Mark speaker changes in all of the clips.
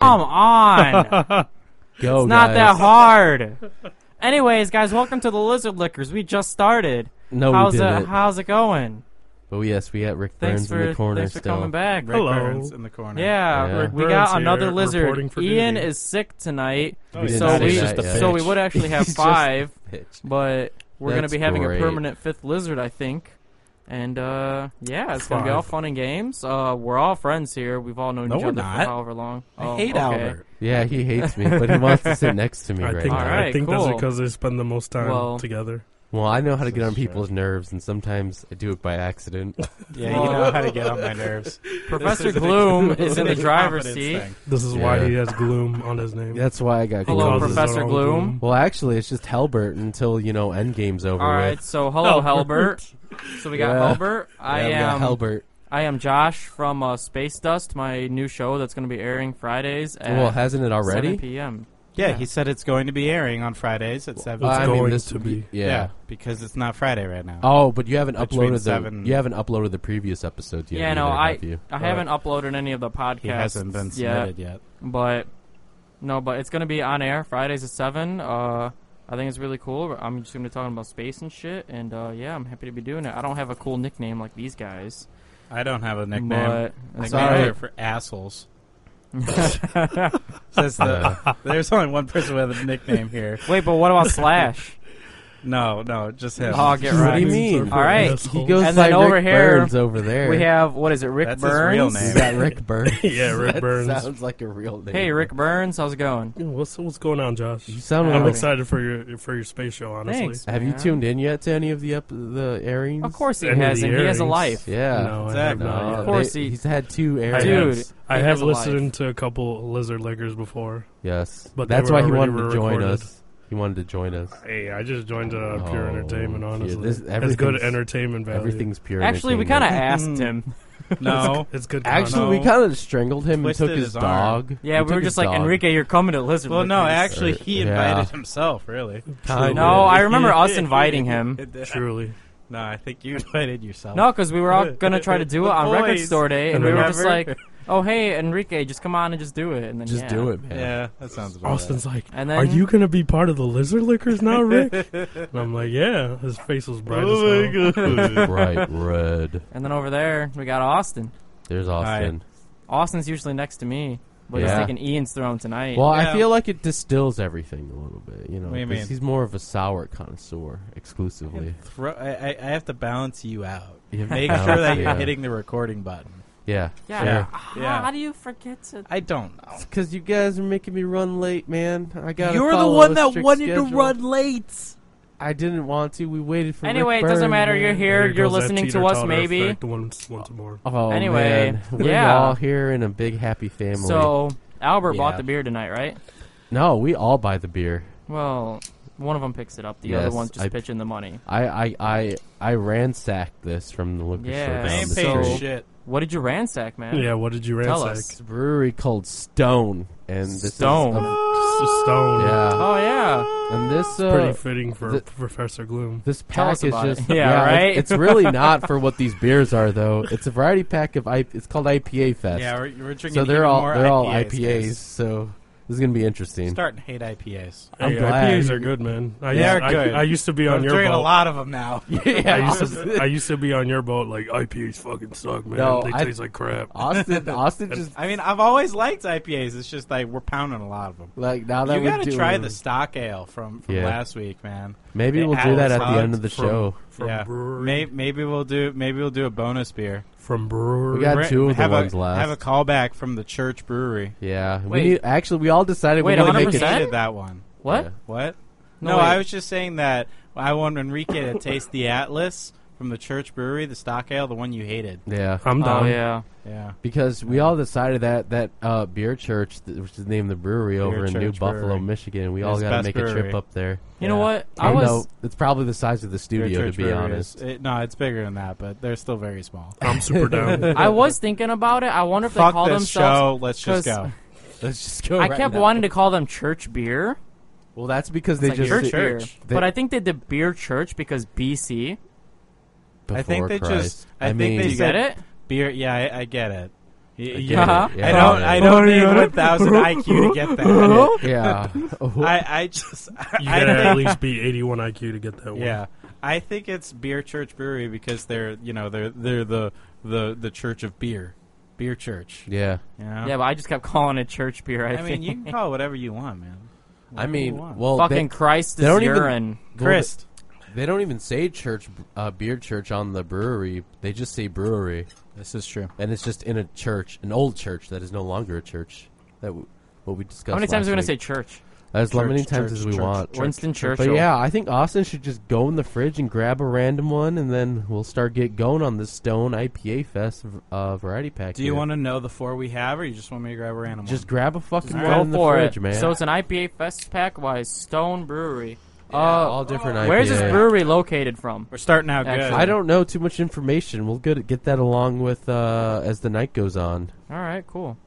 Speaker 1: Come on.
Speaker 2: Go,
Speaker 1: It's not
Speaker 2: Oh, guys.
Speaker 1: that hard. Anyways, guys, welcome to the Lizard Lickers. We just started.
Speaker 2: No, we
Speaker 1: how's
Speaker 2: didn't.
Speaker 1: it? How's it going?
Speaker 2: But yes, we got Rick
Speaker 1: Thanks
Speaker 2: Burns in the
Speaker 1: for
Speaker 2: corner
Speaker 1: thanks for
Speaker 2: still.
Speaker 1: coming back.
Speaker 3: Rick
Speaker 4: Hello.
Speaker 3: Burns in the corner.
Speaker 1: Yeah,
Speaker 2: Yeah.
Speaker 1: we
Speaker 4: Rick
Speaker 1: got
Speaker 4: Burns
Speaker 1: another
Speaker 4: here, reporting
Speaker 1: lizard.
Speaker 4: for
Speaker 1: Ian
Speaker 4: duty.
Speaker 1: is sick tonight,
Speaker 2: We
Speaker 4: Oh, yeah.
Speaker 2: didn't
Speaker 1: so
Speaker 2: say
Speaker 1: we
Speaker 2: that yet.
Speaker 1: so we would actually have
Speaker 2: He's just-
Speaker 1: five,
Speaker 2: Bitch.
Speaker 1: but we're gonna
Speaker 2: That's
Speaker 1: be having
Speaker 2: great.
Speaker 1: a permanent fifth lizard, I think. And uh, yeah, it's gonna be
Speaker 4: Five.
Speaker 1: all fun and games. Uh, we're all friends here. We've all known
Speaker 3: No,
Speaker 1: each
Speaker 3: we're
Speaker 1: other for
Speaker 3: not.
Speaker 1: however long.
Speaker 3: I
Speaker 1: Oh,
Speaker 3: hate
Speaker 1: okay.
Speaker 3: Albert.
Speaker 2: Yeah, he hates me, but he wants to sit next to me
Speaker 4: I
Speaker 2: right
Speaker 4: think,
Speaker 2: now.
Speaker 1: Alright.
Speaker 4: I think
Speaker 1: cool.
Speaker 4: that's because they spend the most time
Speaker 1: Well-
Speaker 4: together.
Speaker 2: Well, I know how to
Speaker 3: This
Speaker 2: get
Speaker 3: is
Speaker 2: on
Speaker 3: true.
Speaker 2: people's nerves, and sometimes I do it by accident.
Speaker 3: Yeah,
Speaker 1: Well-
Speaker 3: you know how to get on my nerves.
Speaker 1: Professor Gloom is in the driver's seat.
Speaker 4: This is why
Speaker 2: Yeah.
Speaker 4: he has gloom on his name.
Speaker 2: That's why I got
Speaker 1: Hello,
Speaker 2: gloom.
Speaker 4: Causes
Speaker 1: Professor
Speaker 4: our own
Speaker 1: Gloom.
Speaker 2: Well, actually, it's just Halbert until you know Endgame's over
Speaker 1: All
Speaker 2: with.
Speaker 1: right, so hello, Halbert. So we got
Speaker 2: Yeah.
Speaker 1: Halbert. I
Speaker 2: yeah, we got
Speaker 1: am
Speaker 2: Halbert.
Speaker 1: I am Josh from uh, Space Dust, my new show that's going to be airing Fridays at
Speaker 2: Oh, Well, hasn't it
Speaker 1: 7
Speaker 2: already?
Speaker 1: p.m.
Speaker 3: Yeah, he said it's going to be airing on Fridays at seven.
Speaker 2: Well,
Speaker 4: It's
Speaker 2: I mean,
Speaker 4: going
Speaker 2: this
Speaker 4: to
Speaker 2: would
Speaker 4: be.
Speaker 2: Yeah.
Speaker 3: because it's not Friday right now.
Speaker 2: Oh, but you haven't
Speaker 3: Between
Speaker 2: uploaded
Speaker 3: seven-
Speaker 2: the you haven't uploaded the previous episode yet.
Speaker 1: Yeah, no,
Speaker 2: either,
Speaker 1: I-
Speaker 2: have you?
Speaker 1: I haven't uploaded any of the podcasts.
Speaker 3: he hasn't been
Speaker 1: yet,
Speaker 3: submitted yet.
Speaker 1: but no, but it's going to be on air Fridays at seven. Uh, I think it's really cool. I'm just going to be talking about space and shit, and uh, yeah, I'm happy to be doing it. I don't have a cool nickname like these guys,
Speaker 3: I don't have a nickname.
Speaker 1: but
Speaker 3: Nicknames
Speaker 2: Sorry.
Speaker 3: are for assholes. Says the,
Speaker 2: Yeah.
Speaker 3: there's only one person with a nickname here.
Speaker 1: wait, but what about Slash?
Speaker 3: No, no, just him.
Speaker 1: Oh, get
Speaker 2: What do
Speaker 1: right.
Speaker 2: you mean?
Speaker 1: All right.
Speaker 2: He goes
Speaker 1: And
Speaker 2: by
Speaker 1: then over
Speaker 2: Rick
Speaker 1: here,
Speaker 2: Burns over there.
Speaker 1: We have what is it, Rick
Speaker 3: That's his
Speaker 1: Burns?
Speaker 3: real
Speaker 2: Is
Speaker 3: name.
Speaker 2: that Rick Burns?
Speaker 4: Yeah, Rick
Speaker 2: That
Speaker 4: Burns.
Speaker 2: Sounds like a real name.
Speaker 1: Hey, Rick Burns, how's it going?
Speaker 4: Yeah, What's what's going on, Josh?
Speaker 2: You sound
Speaker 1: I'm
Speaker 4: I'm
Speaker 2: like.
Speaker 4: excited for your for your space show. Honestly,
Speaker 1: Thanks.
Speaker 2: Have you
Speaker 1: man.
Speaker 2: tuned in yet to any of the up the airings?
Speaker 1: Of course he
Speaker 4: End of the
Speaker 1: hasn't. He has a
Speaker 4: earrings.
Speaker 1: life.
Speaker 2: Yeah.
Speaker 4: no, I have
Speaker 3: Exactly.
Speaker 4: not.
Speaker 2: No,
Speaker 1: Of course
Speaker 2: they-
Speaker 1: he-
Speaker 2: he's had two airings.
Speaker 4: I
Speaker 1: Dude,
Speaker 4: have,
Speaker 1: he
Speaker 4: I
Speaker 1: has
Speaker 4: have
Speaker 1: a life.
Speaker 4: listened to a couple lizard lickers before.
Speaker 2: Yes, but
Speaker 4: But
Speaker 2: that's
Speaker 4: they
Speaker 2: why
Speaker 4: were
Speaker 2: he
Speaker 4: already
Speaker 2: wanted to join
Speaker 4: re-recorded.
Speaker 2: us. He wanted to join us.
Speaker 4: Hey, I just joined it out of pure
Speaker 2: Oh,
Speaker 4: entertainment.
Speaker 2: yeah,
Speaker 4: Honestly,
Speaker 2: this-
Speaker 4: it's good
Speaker 2: everything's-
Speaker 4: entertainment value.
Speaker 2: Everything's pure.
Speaker 1: Actually, we kind of
Speaker 2: entertainment.
Speaker 1: asked him.
Speaker 3: no.
Speaker 4: it's good.
Speaker 2: actually
Speaker 3: No.
Speaker 2: we kind of strangled him and
Speaker 3: Twisted
Speaker 2: took his
Speaker 3: his arm.
Speaker 2: dog.
Speaker 1: Yeah, we,
Speaker 2: took
Speaker 1: were
Speaker 2: his
Speaker 1: just like,
Speaker 2: dog.
Speaker 1: Enrique, you're coming to Lizard.
Speaker 3: Well, no,
Speaker 1: Lickers."
Speaker 3: actually, he invited
Speaker 2: Yeah.
Speaker 3: himself. Really?
Speaker 4: Kind
Speaker 1: No, I remember us inviting him.
Speaker 4: truly.
Speaker 3: No, I think you invited yourself.
Speaker 1: No, because we were all gonna try to do it
Speaker 3: The
Speaker 1: on Record
Speaker 3: boys.
Speaker 1: Store Day, and we were just
Speaker 3: Remember?
Speaker 1: like, "Oh, hey, Enrique, just come on and just do it." And then
Speaker 2: Just
Speaker 1: yeah.
Speaker 2: do it, man.
Speaker 3: Yeah, that sounds about
Speaker 4: Austin's like,
Speaker 1: And then
Speaker 4: "Are you gonna be part of the lizard lickers now, Rick?" and I'm like, "Yeah." His face was bright
Speaker 3: Oh
Speaker 4: as hell.
Speaker 2: It's bright red.
Speaker 1: and then over there we got Austin.
Speaker 2: There's Austin.
Speaker 1: Austin's usually next to me, but he's
Speaker 2: Yeah.
Speaker 1: taking Ian's throne tonight.
Speaker 2: Well,
Speaker 3: Yeah.
Speaker 2: I feel like it distills everything a little bit, you know.
Speaker 3: What do you
Speaker 2: 'cause
Speaker 3: mean?
Speaker 2: He's more of a sour connoisseur exclusively.
Speaker 3: Throw, I, I, I have to balance you out.
Speaker 2: You have to
Speaker 3: Make sure
Speaker 2: balance
Speaker 3: that
Speaker 2: it
Speaker 3: you're
Speaker 2: out.
Speaker 3: hitting the recording button.
Speaker 2: Yeah,
Speaker 1: Oh, yeah.
Speaker 2: sure.
Speaker 1: How,
Speaker 3: Yeah.
Speaker 1: how do you forget to?
Speaker 3: I don't know.
Speaker 2: Because you guys are making me run late, man. I got.
Speaker 3: You're the one that wanted to run late.
Speaker 2: I didn't want to. We waited for.
Speaker 1: Anyway,
Speaker 2: Rick
Speaker 1: it doesn't
Speaker 2: Burns,
Speaker 1: matter.
Speaker 2: man.
Speaker 1: You're here.
Speaker 4: There
Speaker 1: You're
Speaker 4: goes that
Speaker 1: listening to us,
Speaker 4: teeter-totter
Speaker 1: maybe.
Speaker 4: effect once, once more.
Speaker 2: Oh,
Speaker 1: Anyway,
Speaker 2: man. we're
Speaker 1: yeah.
Speaker 2: all here in a big happy family.
Speaker 1: So Albert bought
Speaker 3: Yeah.
Speaker 1: the beer tonight, right?
Speaker 2: no, we all buy the beer.
Speaker 1: Well, one of them picks it up. The
Speaker 2: Yes,
Speaker 1: other one's just
Speaker 2: I-
Speaker 1: pitching the money.
Speaker 2: I I I, I ransacked this from the liquor
Speaker 1: Yeah.
Speaker 2: store
Speaker 3: I
Speaker 2: down
Speaker 3: ain't
Speaker 2: the
Speaker 1: paid so-
Speaker 3: paying
Speaker 2: street.
Speaker 3: shit.
Speaker 1: What did you ransack, man?
Speaker 4: Yeah, what did you
Speaker 1: Oh, Tell
Speaker 4: ransack?
Speaker 1: us.
Speaker 2: It's a brewery called Stone, and this
Speaker 1: Stone.
Speaker 2: Is a,
Speaker 4: Just a stone.
Speaker 2: yeah,
Speaker 1: Oh yeah.
Speaker 2: and this
Speaker 4: Pretty
Speaker 2: uh,
Speaker 4: fitting for
Speaker 2: the-
Speaker 4: Professor Gloom.
Speaker 2: this
Speaker 1: Tell
Speaker 2: pack
Speaker 1: us
Speaker 2: is
Speaker 1: about
Speaker 2: just
Speaker 1: it. Yeah,
Speaker 2: it's-
Speaker 1: right?
Speaker 2: It's, really not for what these beers are though. It's a variety pack of I, it's called IPA Fest.
Speaker 3: Yeah, we're, we're drinking
Speaker 2: so they're
Speaker 3: even
Speaker 2: all
Speaker 3: more
Speaker 2: they're all
Speaker 3: IPAs.
Speaker 2: IPAs.
Speaker 3: guys.
Speaker 2: So this is gonna be interesting.
Speaker 3: Starting to hate IPAs.
Speaker 2: I'm
Speaker 4: hey,
Speaker 2: glad.
Speaker 4: IPAs are good, man. I
Speaker 3: They
Speaker 4: used,
Speaker 3: are good.
Speaker 4: I, I used to be on
Speaker 3: I'm
Speaker 4: your
Speaker 3: drinking
Speaker 4: boat.
Speaker 3: a lot of them now.
Speaker 4: I
Speaker 2: yeah,
Speaker 4: used to I used to be on your boat. Like IPAs fucking suck, man.
Speaker 2: No,
Speaker 4: they
Speaker 2: I- Oh,
Speaker 4: taste like crap.
Speaker 2: Austin Austin just
Speaker 3: I mean, I've always liked IPAs. It's just like we're pounding a lot of them.
Speaker 2: like now that
Speaker 3: You
Speaker 2: we
Speaker 3: got to
Speaker 2: do
Speaker 3: try the stock ale from, from
Speaker 2: Yeah.
Speaker 3: last week, man.
Speaker 2: Maybe
Speaker 3: the
Speaker 2: we'll do that at the
Speaker 3: Alice
Speaker 2: end of the
Speaker 4: from,
Speaker 2: show.
Speaker 4: From
Speaker 3: yeah,
Speaker 4: brewery.
Speaker 3: May, maybe we'll do maybe we'll do a bonus beer.
Speaker 4: From brewery.
Speaker 2: We got-
Speaker 3: Bra-
Speaker 2: two of the
Speaker 3: have
Speaker 2: ones
Speaker 3: a,
Speaker 2: last.
Speaker 3: Have a callback from the church brewery.
Speaker 2: Yeah, we
Speaker 1: Wait.
Speaker 2: need, actually we all decided
Speaker 1: Wait,
Speaker 2: we need to make
Speaker 1: 100%?
Speaker 2: it.
Speaker 1: That?
Speaker 3: Hated that one.
Speaker 1: What?
Speaker 2: Yeah.
Speaker 3: What?
Speaker 1: No,
Speaker 3: No,
Speaker 1: wait.
Speaker 3: I was just saying that I want Enrique to taste the Atlas from the church brewery, the stock ale, the one you hated.
Speaker 2: Yeah,
Speaker 4: I'm down.
Speaker 1: Oh yeah.
Speaker 3: Yeah.
Speaker 2: because we all decided that that uh, beer church, th- which is named the brewery over in New
Speaker 3: Church
Speaker 2: Buffalo,
Speaker 3: Brewery.
Speaker 2: Michigan, we
Speaker 3: It's
Speaker 2: all
Speaker 3: the
Speaker 2: got to
Speaker 3: best
Speaker 2: make a trip
Speaker 3: brewery.
Speaker 2: up there.
Speaker 1: You know
Speaker 3: Yeah.
Speaker 1: what? I
Speaker 2: Even
Speaker 1: was.
Speaker 2: though it's probably the size of the
Speaker 3: Their
Speaker 2: studio, to
Speaker 3: church
Speaker 2: be
Speaker 3: brewery
Speaker 2: honest.
Speaker 3: Is, it, no, it's bigger than that, but they're still very small.
Speaker 4: I'm super down.
Speaker 1: I was thinking about it. I wonder if they
Speaker 3: Fuck
Speaker 1: call
Speaker 3: this
Speaker 1: themselves.
Speaker 3: show. Let's just
Speaker 1: 'cause-
Speaker 3: go.
Speaker 2: Let's just go.
Speaker 1: I
Speaker 2: right
Speaker 1: kept
Speaker 2: now.
Speaker 1: wanting to call them church beer.
Speaker 2: Well, that's because
Speaker 1: It's
Speaker 2: they
Speaker 1: like
Speaker 2: just
Speaker 1: church
Speaker 3: Church
Speaker 1: beer.
Speaker 3: Church.
Speaker 2: They-
Speaker 1: but I think they did beer church because BC.
Speaker 2: Before
Speaker 3: I think they
Speaker 2: Christ.
Speaker 3: just- I think
Speaker 2: mean,
Speaker 3: they
Speaker 1: You
Speaker 3: said-
Speaker 1: get it?
Speaker 3: Beer. Yeah, I, I get it. Y-
Speaker 2: get
Speaker 3: yeah.
Speaker 1: Uh-huh.
Speaker 2: it.
Speaker 3: I don't. I don't
Speaker 4: Yeah.
Speaker 3: need 1,000 IQ to get that.
Speaker 1: Uh-huh.
Speaker 2: Yeah.
Speaker 3: I, I just. I,
Speaker 4: You
Speaker 3: I
Speaker 4: gotta
Speaker 3: think-
Speaker 4: at least be 81 IQ to get that one.
Speaker 3: Yeah, I think it's Beer Church Brewery because they're you know they're they're the the the church of beer, beer church.
Speaker 2: yeah.
Speaker 3: You know?
Speaker 1: Yeah, but I just kept calling it church beer. I,
Speaker 3: I mean
Speaker 1: think.
Speaker 3: you can call it whatever you want, man.
Speaker 2: I
Speaker 3: Whatever
Speaker 2: mean,
Speaker 3: you want.
Speaker 2: well,
Speaker 1: fucking
Speaker 2: they,
Speaker 1: Christ
Speaker 2: they
Speaker 1: is
Speaker 2: don't even-
Speaker 1: urine.
Speaker 3: Chris,
Speaker 2: they don't even say church, uh, beer church on the brewery. They just say brewery,
Speaker 3: this is true.
Speaker 2: and it's just in a church, an old church that is no longer a church. That w- what we discussed.
Speaker 1: How many times are we gonna
Speaker 2: last
Speaker 1: say
Speaker 2: week.
Speaker 1: church?
Speaker 2: As
Speaker 3: Church,
Speaker 2: many times
Speaker 3: church,
Speaker 2: as we
Speaker 3: church,
Speaker 2: want.
Speaker 3: church.
Speaker 1: Winston Churchill.
Speaker 2: But yeah, I think Austin should just go in the fridge and grab a random one, and then we'll start get going on this Stone IPA Fest uh, variety pack.
Speaker 3: Do you want to know the four we have, or you just want me to grab a random
Speaker 2: just grab a fucking
Speaker 1: Just
Speaker 2: one
Speaker 1: go
Speaker 2: in the
Speaker 1: for
Speaker 2: fridge,
Speaker 1: it.
Speaker 2: man?
Speaker 1: So it's an IPA fest pack by Stone Brewery.
Speaker 2: Yeah,
Speaker 3: uh,
Speaker 2: all different IPA.
Speaker 1: Where's this brewery located from?
Speaker 3: We're starting out
Speaker 1: Actually,
Speaker 3: good.
Speaker 2: I don't know too much information. We'll get get that along with uh, as the night goes on.
Speaker 1: All right, cool.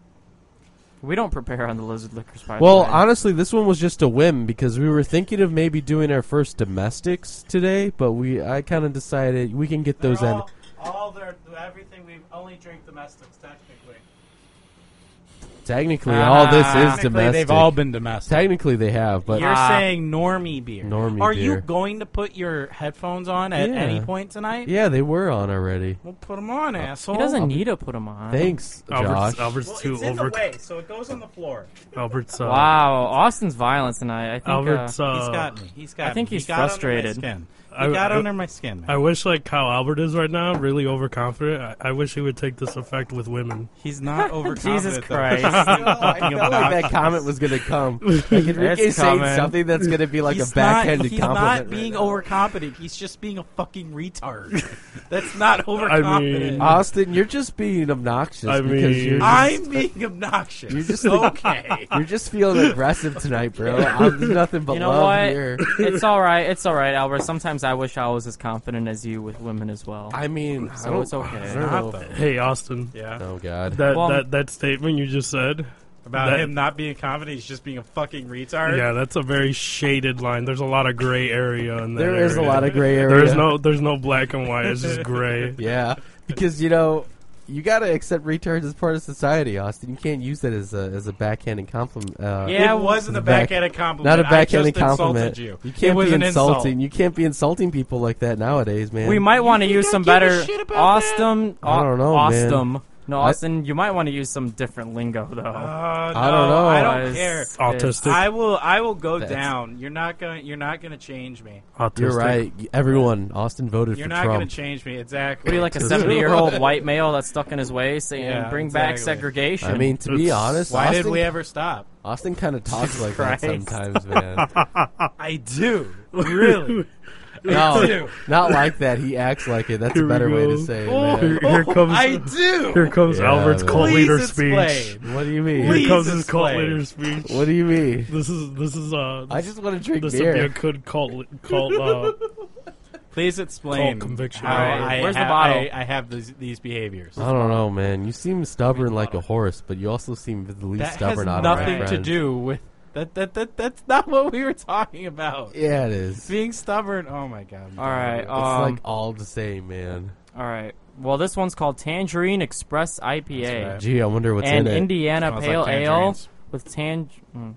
Speaker 1: We don't prepare on the Lizard Liquors by
Speaker 2: Well,
Speaker 1: the way.
Speaker 2: honestly, this one was just a whim because we were thinking of maybe doing our first domestics today, but we I kind of decided we can get those in.
Speaker 3: all their everything we only drink domestics technically.
Speaker 2: Technically, all this is
Speaker 3: uh, Technically,
Speaker 2: domestic.
Speaker 3: they've all been domestic.
Speaker 2: Technically, they have, but
Speaker 3: You're
Speaker 1: Ah.
Speaker 3: saying normie beer.
Speaker 2: Normie
Speaker 3: Are
Speaker 2: beer.
Speaker 3: you going to put your headphones on at
Speaker 2: Yeah.
Speaker 3: any point tonight?
Speaker 2: yeah, they were on already.
Speaker 3: We'll put them on, asshole.
Speaker 1: he doesn't need to put them on.
Speaker 2: Thanks,
Speaker 4: Albert's,
Speaker 2: Josh.
Speaker 4: Albert's too over.
Speaker 3: so it goes on the floor.
Speaker 4: Albert's uh,
Speaker 1: Wow, Austin's violent tonight. I think. uh,
Speaker 4: Albert's. Uh,
Speaker 3: He's got me. He's got.
Speaker 1: I think
Speaker 3: me.
Speaker 1: he's
Speaker 3: he got under my
Speaker 1: frustrated.
Speaker 3: skin. He
Speaker 4: I-
Speaker 3: got
Speaker 4: I-
Speaker 3: under my skin. Man.
Speaker 4: I wish like how Albert is right now, really overconfident. I, I wish he would take this effect with women.
Speaker 3: he's not overconfident.
Speaker 1: Jesus
Speaker 3: though.
Speaker 1: Christ.
Speaker 2: I felt like that comment was gonna come. Like Enrique
Speaker 1: It's
Speaker 2: saying
Speaker 1: coming.
Speaker 2: something that's gonna be like
Speaker 3: he's
Speaker 2: a backhanded
Speaker 3: not, he's
Speaker 2: compliment.
Speaker 3: not being
Speaker 2: right now.
Speaker 3: overconfident. He's just being a fucking retard. That's not
Speaker 4: I
Speaker 3: overconfident.
Speaker 4: mean- uh,
Speaker 2: Austin, you're just being obnoxious
Speaker 4: I
Speaker 2: because
Speaker 4: mean-
Speaker 2: you're just,
Speaker 3: I'm being obnoxious.
Speaker 2: You're just like-
Speaker 3: okay.
Speaker 2: you're just feeling aggressive tonight, bro. I'm there's nothing but
Speaker 1: You know
Speaker 2: love
Speaker 1: what?
Speaker 2: here.
Speaker 1: it's all right. It's all right, Albert. Sometimes I wish I was as confident as you with women as well.
Speaker 2: I mean, I
Speaker 1: So
Speaker 2: don't-
Speaker 1: it's okay.
Speaker 2: I
Speaker 1: It's
Speaker 2: don't know.
Speaker 3: Not, though.
Speaker 4: Hey Austin,
Speaker 3: Yeah.
Speaker 2: Oh God.
Speaker 4: that
Speaker 1: Well,
Speaker 4: that that statement you just said.
Speaker 3: About
Speaker 4: That-
Speaker 3: him not being confident, he's just being a fucking retard.
Speaker 4: Yeah, that's a very shaded line. There's a lot of gray area in that.
Speaker 2: there is a
Speaker 4: area.
Speaker 2: lot of gray area.
Speaker 4: There's no there's no black and white. It's just gray.
Speaker 2: Yeah, because you know you gotta accept retards as part of society, Austin. You can't use that as a as a backhanded compliment. Uh,
Speaker 3: Yeah, it wasn't a
Speaker 2: Back-
Speaker 3: backhanded compliment.
Speaker 2: Not a
Speaker 3: I
Speaker 2: backhanded
Speaker 3: just insulted
Speaker 2: compliment.
Speaker 3: You,
Speaker 2: can't
Speaker 3: it was
Speaker 2: be
Speaker 3: an insult.
Speaker 2: insulting. You can't be insulting people like that nowadays, man.
Speaker 1: we might want to
Speaker 3: think
Speaker 1: use
Speaker 3: I
Speaker 1: some
Speaker 3: give a
Speaker 1: better
Speaker 3: shit about
Speaker 1: Austin.
Speaker 2: I don't know, man.
Speaker 1: Austin. No,
Speaker 2: I-
Speaker 1: Austin. You might want to use some different lingo though.
Speaker 3: Oh,
Speaker 2: I don't
Speaker 3: no,
Speaker 2: know.
Speaker 3: I don't
Speaker 1: It's-
Speaker 3: care.
Speaker 1: it's-
Speaker 4: Autistic.
Speaker 3: I will. I will go
Speaker 2: That's-
Speaker 3: down. You're not gonna. You're not gonna change me.
Speaker 4: Autistic.
Speaker 2: You're right. Everyone, Austin voted
Speaker 3: You're
Speaker 2: for
Speaker 3: not gonna
Speaker 2: Trump.
Speaker 3: change me.
Speaker 1: What
Speaker 3: Exactly.
Speaker 1: are you like a seventy-year-old white male that's stuck in his ways saying,
Speaker 3: Yeah,
Speaker 1: "Bring back
Speaker 3: exactly.
Speaker 1: segregation"?
Speaker 2: I mean, to be
Speaker 4: It's-
Speaker 2: honest,
Speaker 3: Why
Speaker 2: Austin,
Speaker 3: did we ever stop?
Speaker 2: Austin kind of talks like that
Speaker 1: Christ.
Speaker 2: sometimes, man.
Speaker 3: I do. Really. I
Speaker 2: no,
Speaker 3: do.
Speaker 2: not like that. He acts like it. That's
Speaker 4: Here
Speaker 2: a
Speaker 4: we
Speaker 2: better way to
Speaker 4: go.
Speaker 2: say it.
Speaker 3: Oh,
Speaker 2: man.
Speaker 4: Here- here comes-
Speaker 3: I do.
Speaker 4: Here comes
Speaker 2: Yeah,
Speaker 4: Albert's
Speaker 2: man.
Speaker 4: cult
Speaker 3: Please
Speaker 4: leader
Speaker 3: explain.
Speaker 4: speech.
Speaker 2: What do you mean?
Speaker 3: Please
Speaker 4: Here comes his cult
Speaker 3: explain.
Speaker 4: leader speech.
Speaker 2: What do you mean?
Speaker 4: This is this is uh.
Speaker 2: I just want to drink
Speaker 4: this would be a
Speaker 2: beer.
Speaker 4: good cult cult uh,
Speaker 3: Please explain
Speaker 4: Cult conviction.
Speaker 3: how
Speaker 1: Alright,
Speaker 3: I,
Speaker 1: where's the
Speaker 3: ha-
Speaker 1: bottle?
Speaker 3: I, I have these, these behaviors.
Speaker 2: I don't know, man. You seem stubborn like a horse, but you also seem the least
Speaker 3: that has
Speaker 2: stubborn out of my
Speaker 3: nothing to
Speaker 2: friends.
Speaker 3: do with that, that. That that's not what we were talking about.
Speaker 2: Yeah, it is.
Speaker 3: Being stubborn. Oh my god.
Speaker 1: all right.
Speaker 2: It's
Speaker 1: Um,
Speaker 2: like all the same, man.
Speaker 1: all right. Well, this one's called Tangerine Express IPA.
Speaker 3: That's
Speaker 2: Gee, I wonder what's
Speaker 1: and
Speaker 2: in it.
Speaker 1: Indiana
Speaker 3: Smells like
Speaker 1: Pale Ale
Speaker 3: tangerines.
Speaker 1: with tang. Mm.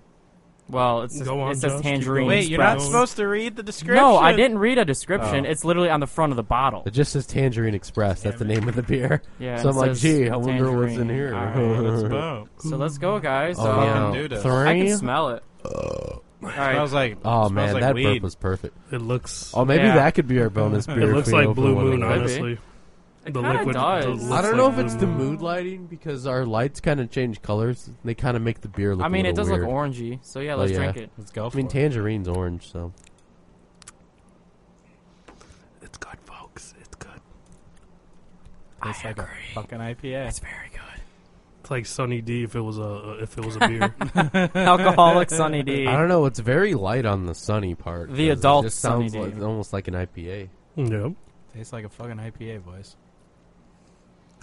Speaker 1: Well, it says,
Speaker 4: Go on,
Speaker 1: it says
Speaker 4: Josh, keep
Speaker 1: tangerine.
Speaker 4: going.
Speaker 3: Wait, you're not
Speaker 4: Express.
Speaker 3: supposed to read the description.
Speaker 1: No, I didn't read a description.
Speaker 3: Oh.
Speaker 1: It's literally on the front of the bottle.
Speaker 2: it just says Tangerine Express. That's the name of the beer.
Speaker 1: Yeah.
Speaker 2: so
Speaker 1: it
Speaker 2: I'm like,
Speaker 1: says
Speaker 2: gee, I wonder what's in
Speaker 1: tangerine.
Speaker 2: here.
Speaker 1: All right.
Speaker 3: Right,
Speaker 1: So let's go, guys.
Speaker 2: oh,
Speaker 1: Um,
Speaker 2: yeah. Uh,
Speaker 3: do this.
Speaker 2: Three?
Speaker 1: I can smell it. All right.
Speaker 3: Smells like
Speaker 2: Oh
Speaker 3: smells
Speaker 2: man,
Speaker 3: like
Speaker 2: that
Speaker 3: weed.
Speaker 2: burp was perfect.
Speaker 4: It looks
Speaker 2: Oh, maybe
Speaker 1: Yeah.
Speaker 2: that could be our bonus
Speaker 4: it
Speaker 2: beer.
Speaker 4: looks
Speaker 2: if we
Speaker 4: like
Speaker 2: open
Speaker 4: Blue
Speaker 2: one of
Speaker 4: Moon,
Speaker 2: those.
Speaker 1: Maybe.
Speaker 4: honestly.
Speaker 1: It
Speaker 4: The
Speaker 1: kinda
Speaker 4: liquid-
Speaker 1: does.
Speaker 2: I
Speaker 4: the looks
Speaker 2: don't
Speaker 4: like
Speaker 2: know if
Speaker 4: Blue
Speaker 2: it's the
Speaker 4: Moon.
Speaker 2: mood lighting because our lights kind of change colors. They kind of make the beer look.
Speaker 1: I mean,
Speaker 2: a
Speaker 1: it
Speaker 2: little
Speaker 1: does
Speaker 2: weird. Oh,
Speaker 1: look orangey. So yeah, let's
Speaker 2: yeah.
Speaker 1: drink it.
Speaker 3: Let's go.
Speaker 2: I mean, tangerine's orange, so
Speaker 4: It's good, folks. It's good.
Speaker 3: tastes like a fucking IPA.
Speaker 1: It's very good.
Speaker 4: It's like Sunny D if it was a if it was a beer.
Speaker 1: Alcoholic Sunny D.
Speaker 2: I don't know. It's very light on the sunny part.
Speaker 1: The
Speaker 2: 'cause it
Speaker 1: adult
Speaker 2: just
Speaker 1: Sunny
Speaker 2: sounds
Speaker 1: Day.
Speaker 2: like, almost like an IPA.
Speaker 4: yeah.
Speaker 3: Tastes like a fucking IPA, boys.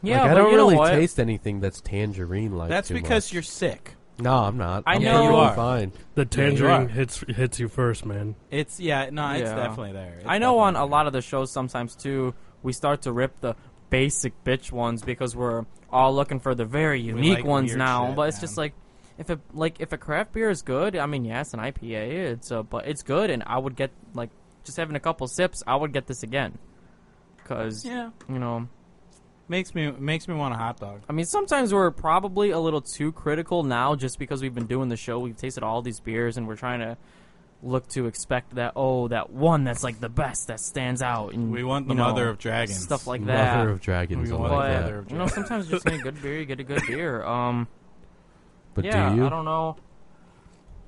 Speaker 1: Yeah,
Speaker 2: like,
Speaker 1: but
Speaker 2: I don't
Speaker 1: you know
Speaker 2: really
Speaker 1: what?
Speaker 2: taste anything that's tangerine like.
Speaker 3: That's because you're sick.
Speaker 2: No, I'm not.
Speaker 1: I
Speaker 2: I'm
Speaker 1: know-
Speaker 2: perfectly
Speaker 3: You are.
Speaker 2: fine.
Speaker 4: The
Speaker 3: Yeah, you
Speaker 4: tangerine
Speaker 3: are.
Speaker 4: hits hits you first, man.
Speaker 3: It's yeah, no, it's
Speaker 1: Yeah.
Speaker 3: definitely there. It's
Speaker 1: I know on
Speaker 3: definitely
Speaker 1: a lot of the shows sometimes too, we start to rip the basic bitch ones because we're all looking for the very unique
Speaker 3: like
Speaker 1: ones
Speaker 3: weird
Speaker 1: now.
Speaker 3: shit,
Speaker 1: but it's
Speaker 3: man.
Speaker 1: just like if a like if a craft beer is good, I mean, yes, an IPA, it's uh, but it's good, and I would get like just having a couple sips, I would get this again because
Speaker 3: Yeah,
Speaker 1: you know.
Speaker 3: makes me makes me want a hot dog.
Speaker 1: I mean, sometimes we're probably a little too critical now just because we've been doing the show. We've tasted all these beers and we're trying to look to expect that, oh, that one that's like the best that stands out. And,
Speaker 3: We want the
Speaker 1: you know,
Speaker 3: mother of dragons.
Speaker 1: Stuff like
Speaker 2: Mother
Speaker 1: that.
Speaker 2: of Dragons.
Speaker 3: We
Speaker 2: I
Speaker 3: want
Speaker 2: like
Speaker 1: but,
Speaker 2: that.
Speaker 3: mother of
Speaker 1: you know, sometimes just getting a good beer, you get a good beer. Um,
Speaker 2: But
Speaker 1: yeah,
Speaker 2: do you
Speaker 1: I don't know.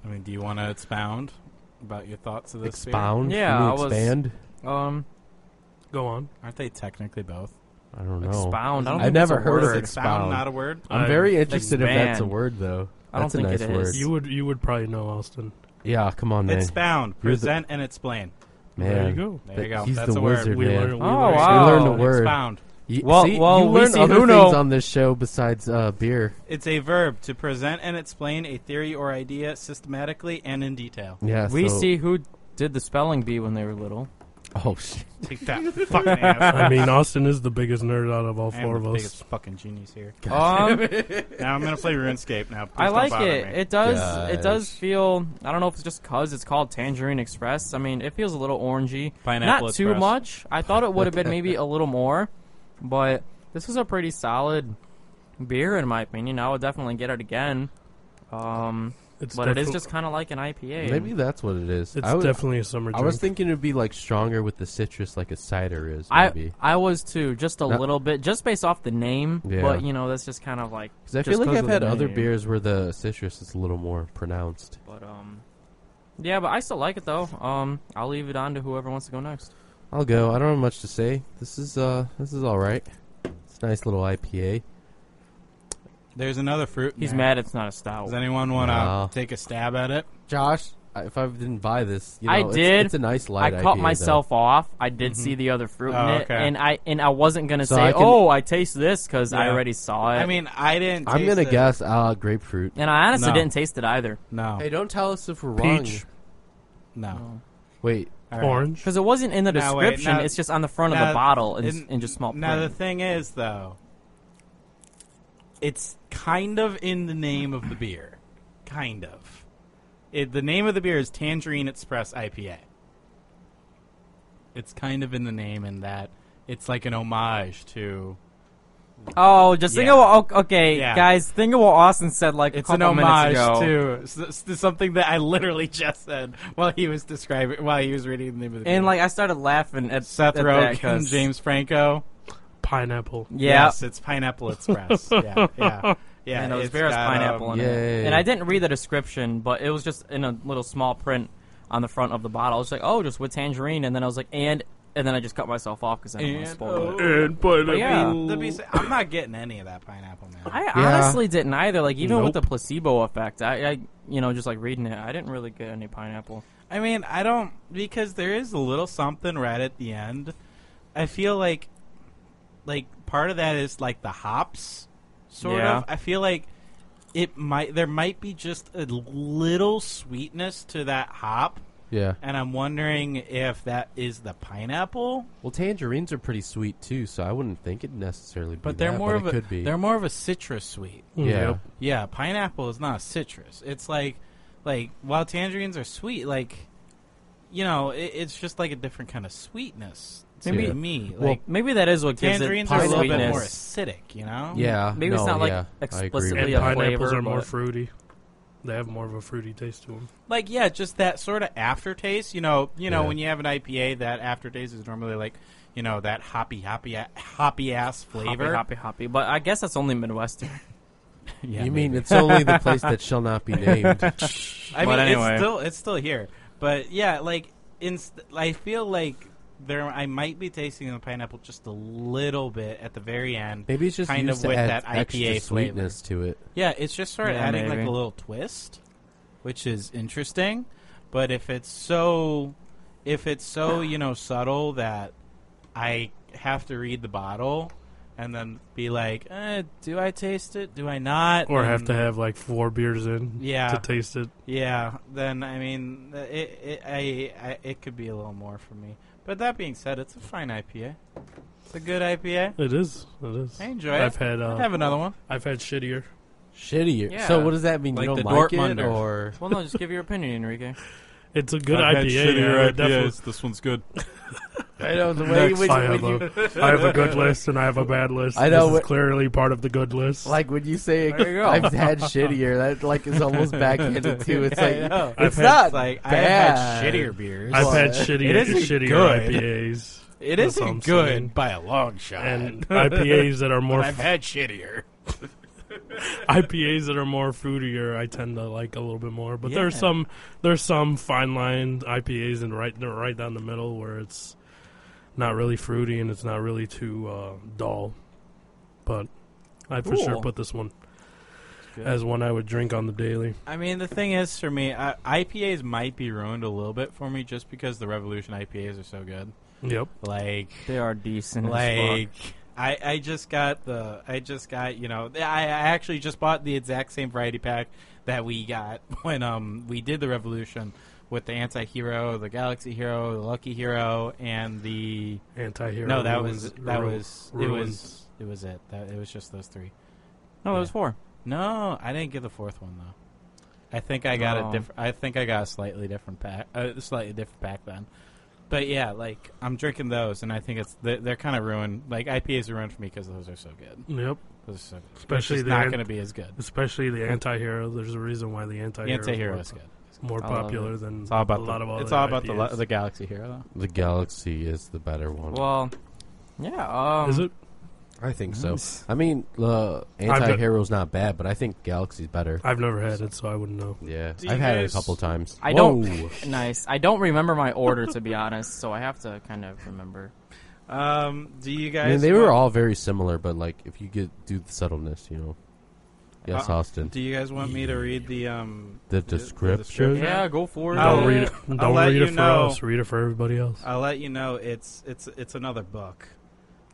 Speaker 3: I mean, do you want to expound about your thoughts of this? beer?
Speaker 2: expound? Can
Speaker 1: Yeah,
Speaker 2: you
Speaker 1: I was-
Speaker 2: expand.
Speaker 1: Um,
Speaker 4: Go on.
Speaker 3: Aren't they technically both?
Speaker 2: I don't know.
Speaker 1: expound. I don't
Speaker 2: I
Speaker 1: think
Speaker 2: never
Speaker 1: that's a
Speaker 2: heard of
Speaker 1: word.
Speaker 2: it. Expound.
Speaker 3: not a word.
Speaker 2: I'm
Speaker 4: I-
Speaker 2: very interested if that's a
Speaker 1: Expand.
Speaker 2: word though.
Speaker 1: I don't
Speaker 2: That's a
Speaker 1: think it
Speaker 2: nice
Speaker 1: is.
Speaker 2: word.
Speaker 4: You would you would probably know Austin.
Speaker 2: Yeah, come on, man.
Speaker 3: Expound,
Speaker 2: You're the-
Speaker 3: present, and explain.
Speaker 2: man.
Speaker 4: There you go.
Speaker 3: There
Speaker 2: But
Speaker 3: you go.
Speaker 2: He's
Speaker 3: That's
Speaker 2: the
Speaker 3: a word.
Speaker 2: wizard,
Speaker 4: We
Speaker 2: man.
Speaker 4: learned. We
Speaker 1: Oh,
Speaker 4: learned.
Speaker 1: wow.
Speaker 2: We learned a word.
Speaker 3: Expound.
Speaker 2: You,
Speaker 1: Well-
Speaker 2: see,
Speaker 1: well,
Speaker 2: you
Speaker 1: we
Speaker 2: learn
Speaker 1: see
Speaker 2: other
Speaker 1: Uno.
Speaker 2: things on this show besides uh, beer.
Speaker 3: It's a verb to present and explain a theory or idea systematically and in detail.
Speaker 2: Yeah,
Speaker 1: We
Speaker 2: so-
Speaker 1: see who did the spelling bee when they were little.
Speaker 2: Oh shit!
Speaker 3: Take that, fucking ass.
Speaker 4: I mean, Austin is the biggest nerd out of all
Speaker 3: I am
Speaker 4: four of
Speaker 3: the
Speaker 4: us.
Speaker 3: biggest fucking genius here.
Speaker 1: Um,
Speaker 3: Now I'm gonna play RuneScape. Now Please
Speaker 1: I
Speaker 3: don't
Speaker 1: like
Speaker 3: bother
Speaker 1: it.
Speaker 3: me.
Speaker 1: It does.
Speaker 2: Gosh.
Speaker 1: It does feel. I don't know if it's just cause it's called Tangerine Express. I mean, it feels a little orangey.
Speaker 3: Pineapple
Speaker 1: Not too
Speaker 3: Express.
Speaker 1: much. I thought it would have been maybe a little more, but this was a pretty solid beer in my opinion. I would definitely get it again. Um,
Speaker 4: It's
Speaker 1: but it is
Speaker 4: defi-
Speaker 1: just kind of like an IPA.
Speaker 2: Maybe that's what it is.
Speaker 4: it's
Speaker 2: I, would-
Speaker 4: definitely a summer
Speaker 2: I
Speaker 4: drink.
Speaker 2: was thinking it'd be like stronger with the citrus, like a cider is.
Speaker 1: I
Speaker 2: Maybe
Speaker 1: I was too, just a
Speaker 2: No.
Speaker 1: little bit, just based off the name.
Speaker 2: Yeah.
Speaker 1: But you know, that's just kind of like.
Speaker 2: because I
Speaker 1: just
Speaker 2: feel like
Speaker 1: 'cause
Speaker 2: I've
Speaker 1: of the
Speaker 2: had other
Speaker 1: name.
Speaker 2: beers where the citrus is a little more pronounced.
Speaker 1: But um, yeah. But I still like it though. Um, I'll leave it on to whoever wants to go next.
Speaker 2: I'll go. I don't have much to say. This is uh, this is all right. It's a nice little IPA.
Speaker 3: There's another fruit. in
Speaker 1: He's
Speaker 3: there.
Speaker 1: mad it's not a stout.
Speaker 3: Does anyone want to
Speaker 2: No.
Speaker 3: take a stab at it?
Speaker 2: Josh, I- if I didn't buy this, you know,
Speaker 1: I
Speaker 2: it's-
Speaker 1: did.
Speaker 2: It's, a nice
Speaker 1: I
Speaker 2: light.
Speaker 1: caught
Speaker 2: IPA,
Speaker 1: myself off. I did see the other fruit
Speaker 3: Oh,
Speaker 1: in it,
Speaker 3: okay.
Speaker 1: and I and I wasn't gonna
Speaker 2: Mm-hmm. So
Speaker 1: say,
Speaker 2: I can-
Speaker 1: "Oh, I taste this" because I
Speaker 3: Yeah.
Speaker 1: already saw it.
Speaker 3: I mean, I didn't.
Speaker 2: Though. I'm
Speaker 3: taste
Speaker 2: gonna
Speaker 3: it.
Speaker 2: guess uh, grapefruit.
Speaker 1: and I honestly
Speaker 3: No.
Speaker 1: didn't taste it either
Speaker 3: No,
Speaker 2: Hey, don't tell us if we're wrong.
Speaker 4: peach,
Speaker 3: no.
Speaker 2: Wait,
Speaker 3: All right.
Speaker 4: orange.
Speaker 1: because it wasn't in the
Speaker 3: Now, wait,
Speaker 1: description.
Speaker 3: now-
Speaker 1: it's just on the front of
Speaker 3: now,
Speaker 1: the bottle in,
Speaker 3: And-
Speaker 1: in just small
Speaker 3: Now the
Speaker 1: print.
Speaker 3: thing is, though, it's kind of in the name of the beer, kind of. It, the name of the beer is Tangerine Express IPA. It's kind of in the name in that it's like an homage to.
Speaker 1: oh, just think
Speaker 3: Yeah.
Speaker 1: of what oh, okay,
Speaker 3: Yeah.
Speaker 1: guys. Think of what Austin said like a
Speaker 3: It's an
Speaker 1: couple minutes
Speaker 3: homage
Speaker 1: ago.
Speaker 3: to s- s- something that I literally just said while he was describing while he was reading the name of the beer.
Speaker 1: And like I started laughing at
Speaker 3: Seth
Speaker 1: at that
Speaker 3: Rogen,
Speaker 1: 'cause-
Speaker 3: James Franco.
Speaker 4: pineapple.
Speaker 1: Yeah,
Speaker 3: Yes, it's Pineapple Express. yeah, yeah, yeah.
Speaker 1: and it was
Speaker 3: it's
Speaker 1: Vera's
Speaker 3: got,
Speaker 1: pineapple
Speaker 3: um,
Speaker 1: in it.
Speaker 2: yay.
Speaker 1: And I didn't read the description, but it was just in a little small print on the front of the bottle. I was like, oh, just with tangerine, and then I was like, and and then I just cut myself off because I didn't want to
Speaker 3: And-
Speaker 1: spoil it.
Speaker 3: oh.
Speaker 4: And pineapple.
Speaker 1: yeah.
Speaker 3: The be- I'm not getting any of that pineapple, man.
Speaker 1: I
Speaker 2: Yeah.
Speaker 1: honestly didn't either. Like even with
Speaker 4: Nope.
Speaker 1: the placebo effect, I, I you know just like reading it, I didn't really get any pineapple.
Speaker 3: I mean, I don't because there is a little something right at the end. I feel like, like part of that is like the hops, sort
Speaker 1: Yeah.
Speaker 3: of. I feel like it might there might be just a little sweetness to that hop,
Speaker 2: yeah.
Speaker 3: and I'm wondering if that is the pineapple.
Speaker 2: Well, tangerines are pretty sweet too, so I wouldn't think it necessarily. Be
Speaker 3: But they're
Speaker 2: that,
Speaker 3: more
Speaker 2: but
Speaker 3: of
Speaker 2: it
Speaker 3: a
Speaker 2: could be.
Speaker 3: they're more of a citrus sweet.
Speaker 2: yeah.
Speaker 4: Yep.
Speaker 3: Yeah, pineapple is not citrus. It's like, like while tangerines are sweet, like, you know, it, it's just like a different kind of sweetness to
Speaker 2: Maybe-
Speaker 3: me. Like
Speaker 2: well,
Speaker 1: Maybe that is what gives it
Speaker 3: tangerines are a little bit more
Speaker 1: sweetness.
Speaker 3: acidic, you know.
Speaker 2: Yeah.
Speaker 1: Maybe it's
Speaker 2: no,
Speaker 1: not, like,
Speaker 2: yeah, I agree
Speaker 1: explicitly
Speaker 2: with
Speaker 4: And
Speaker 1: Really
Speaker 2: that.
Speaker 1: a
Speaker 4: pineapples
Speaker 1: flavor,
Speaker 4: are more
Speaker 1: but-
Speaker 4: fruity. They have more of a fruity taste to them.
Speaker 3: like yeah, just that sort of aftertaste. You know, you know,
Speaker 2: Yeah.
Speaker 3: when you have an IPA, that aftertaste is normally like, you know, that hoppy, hoppy, a- hoppy ass flavor.
Speaker 1: Hoppy, hoppy, hoppy. But I guess that's only Midwestern.
Speaker 3: Yeah,
Speaker 2: you
Speaker 3: maybe.
Speaker 2: mean it's only the place that shall not be named?
Speaker 3: I
Speaker 1: But
Speaker 3: mean,
Speaker 1: anyway.
Speaker 3: it's still it's still here. But yeah, like inst- I feel like there I might be tasting the pineapple just a little bit at the very end.
Speaker 2: Maybe it's just
Speaker 3: Kind of
Speaker 2: used to
Speaker 3: with
Speaker 2: add
Speaker 3: that
Speaker 2: extra
Speaker 3: IPA flavor.
Speaker 2: sweetness to it.
Speaker 3: Yeah, it's just sort of
Speaker 1: Yeah,
Speaker 3: adding like
Speaker 1: maybe.
Speaker 3: a little twist, which is interesting. But if it's so, if it's so you know subtle that I have to read the bottle and then be like, eh, do I taste it? Do I not?
Speaker 4: Or
Speaker 3: And-
Speaker 4: have to have like four beers in
Speaker 3: Yeah.
Speaker 4: to taste it.
Speaker 3: Yeah, then I mean, th- it it I, I it could be a little more for me. But that being said, it's a fine IPA. It's a good IPA.
Speaker 4: It is. It is.
Speaker 3: I enjoy
Speaker 4: I've
Speaker 3: it.
Speaker 4: had
Speaker 3: I'd
Speaker 4: uh,
Speaker 3: have another one.
Speaker 4: I've had shittier.
Speaker 2: Shittier.
Speaker 1: Yeah.
Speaker 2: So what does that mean?
Speaker 3: Like
Speaker 2: you
Speaker 3: the
Speaker 2: don't like it,
Speaker 3: Dortmunder.
Speaker 2: or
Speaker 1: Well, no, just give your opinion, Enrique.
Speaker 4: It's a good
Speaker 3: I've had
Speaker 4: IPA.
Speaker 3: shittier
Speaker 4: yeah, I definitely-
Speaker 3: This one's good.
Speaker 2: I know the
Speaker 4: Next,
Speaker 2: way when, when
Speaker 4: I, have
Speaker 2: you
Speaker 4: a, I have a good list and I have a bad list.
Speaker 2: I know
Speaker 4: This is
Speaker 2: what-
Speaker 4: clearly part of the good list.
Speaker 2: like when you say
Speaker 1: There you go.
Speaker 2: I've had shittier. That like is almost backhanded too. It's like
Speaker 4: I've
Speaker 2: it's
Speaker 4: had-
Speaker 2: not
Speaker 3: It's
Speaker 2: bad.
Speaker 3: like I've had shittier beers.
Speaker 4: I've
Speaker 2: Well,
Speaker 4: had
Speaker 2: it
Speaker 4: shittier,
Speaker 3: isn't
Speaker 4: shittier
Speaker 3: good.
Speaker 4: IPAs
Speaker 3: it
Speaker 4: that's what I'm
Speaker 3: isn't good
Speaker 4: saying.
Speaker 3: by a long shot.
Speaker 4: and IPAs that are more
Speaker 3: I've had shittier.
Speaker 4: IPAs that are more fruitier. I tend to like a little bit more, but there's
Speaker 1: Yeah.
Speaker 4: some there's some fine line IPAs and right they're right down the middle where it's not really fruity and it's not really too uh, dull. But I for sure
Speaker 1: Cool.
Speaker 4: put this one
Speaker 1: Good.
Speaker 4: as one I would drink on the daily.
Speaker 3: I mean, the thing is, for me, I, IPAs might be ruined a little bit for me just because the Revolution IPAs are so good.
Speaker 4: Yep.
Speaker 3: Like,
Speaker 1: They are decent.
Speaker 3: like I, I just got the I just got you know I, I actually just bought the exact same variety pack that we got when um we did the revolution with the anti-hero, the galaxy hero, the lucky hero, and the
Speaker 4: Anti hero.
Speaker 3: no that was that was it was
Speaker 4: ruins.
Speaker 3: it was it that it was just those three.
Speaker 1: no, that was four.
Speaker 3: No, I didn't get the fourth one though. I think I got
Speaker 1: Oh.
Speaker 3: a different. I think I got a slightly different pack, a slightly different pack then. But yeah, like I'm drinking those, and I think it's they're, they're kind of ruined. Like IPAs are ruined for me because those are so good.
Speaker 4: Yep.
Speaker 3: Those are so good.
Speaker 4: Especially
Speaker 3: it's just
Speaker 4: the
Speaker 3: not
Speaker 4: an-
Speaker 3: going to be as good.
Speaker 4: Especially the anti hero. There's a reason why the anti
Speaker 3: The
Speaker 4: hero
Speaker 3: anti-hero is good.
Speaker 4: more
Speaker 1: I love
Speaker 4: popular than
Speaker 3: It's all about
Speaker 4: a
Speaker 3: the,
Speaker 4: lot of other
Speaker 3: it's all about the,
Speaker 4: IPAs.
Speaker 3: lo- the galaxy hero
Speaker 2: the galaxy is the better one.
Speaker 1: Well, yeah. Um,
Speaker 4: Is it?
Speaker 2: I think
Speaker 1: Nice.
Speaker 2: so. I mean, uh, anti-hero's not bad, but I think Galaxy's better.
Speaker 4: I've never had it, so I wouldn't know.
Speaker 2: Yeah,
Speaker 3: Do you
Speaker 2: I've had it a
Speaker 3: guys-
Speaker 2: couple times.
Speaker 1: I don't- Nice. I don't remember my order to be honest, so I have to kind of remember.
Speaker 3: though. Um, do you guys?
Speaker 2: I mean, they were all very similar, but like if you get do the subtleness, you know. Yes,
Speaker 3: Uh,
Speaker 2: Austin.
Speaker 3: Do you guys want me to read the um
Speaker 2: The description?
Speaker 1: Yeah, go for it.
Speaker 3: I'll-
Speaker 4: Don't read it.
Speaker 3: I'll
Speaker 4: Don't
Speaker 3: let
Speaker 4: read
Speaker 3: you
Speaker 4: it for
Speaker 3: know.
Speaker 4: us. Read it for everybody else.
Speaker 3: I'll let you know. It's it's it's another book.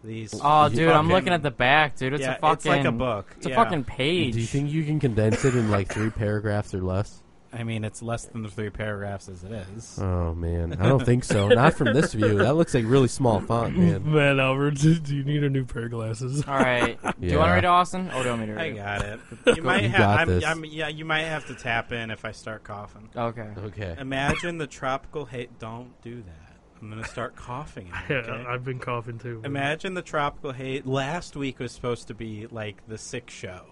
Speaker 3: These
Speaker 1: Oh, dude, I'm
Speaker 3: fucking-
Speaker 1: looking at the back, dude. It's
Speaker 3: yeah,
Speaker 1: a fucking.
Speaker 3: it's like a book.
Speaker 1: It's a
Speaker 3: yeah.
Speaker 1: fucking page.
Speaker 2: Do you think you can condense it in like three paragraphs or less?
Speaker 3: I mean, it's less than the three paragraphs as it is.
Speaker 2: Oh man, I don't think so. Not from this view. That looks like really small font, man.
Speaker 4: Man, Albert, do do you need a new pair of glasses?
Speaker 1: All right. Do you want
Speaker 2: Yeah.
Speaker 1: to read it, Austin? Oh, do you want me to read
Speaker 3: I
Speaker 1: it?
Speaker 3: got it. You might
Speaker 2: You
Speaker 3: have.
Speaker 2: got
Speaker 3: I'm,
Speaker 2: this.
Speaker 3: I'm, yeah, you might have to tap in if I start coughing.
Speaker 1: Okay.
Speaker 2: Okay.
Speaker 3: Imagine the tropical hate. Don't do that. I'm gonna start coughing.
Speaker 4: Yeah,
Speaker 3: okay?
Speaker 4: I've been coughing too. man.
Speaker 3: Imagine the tropical hate. Last week was supposed to be like the sick show,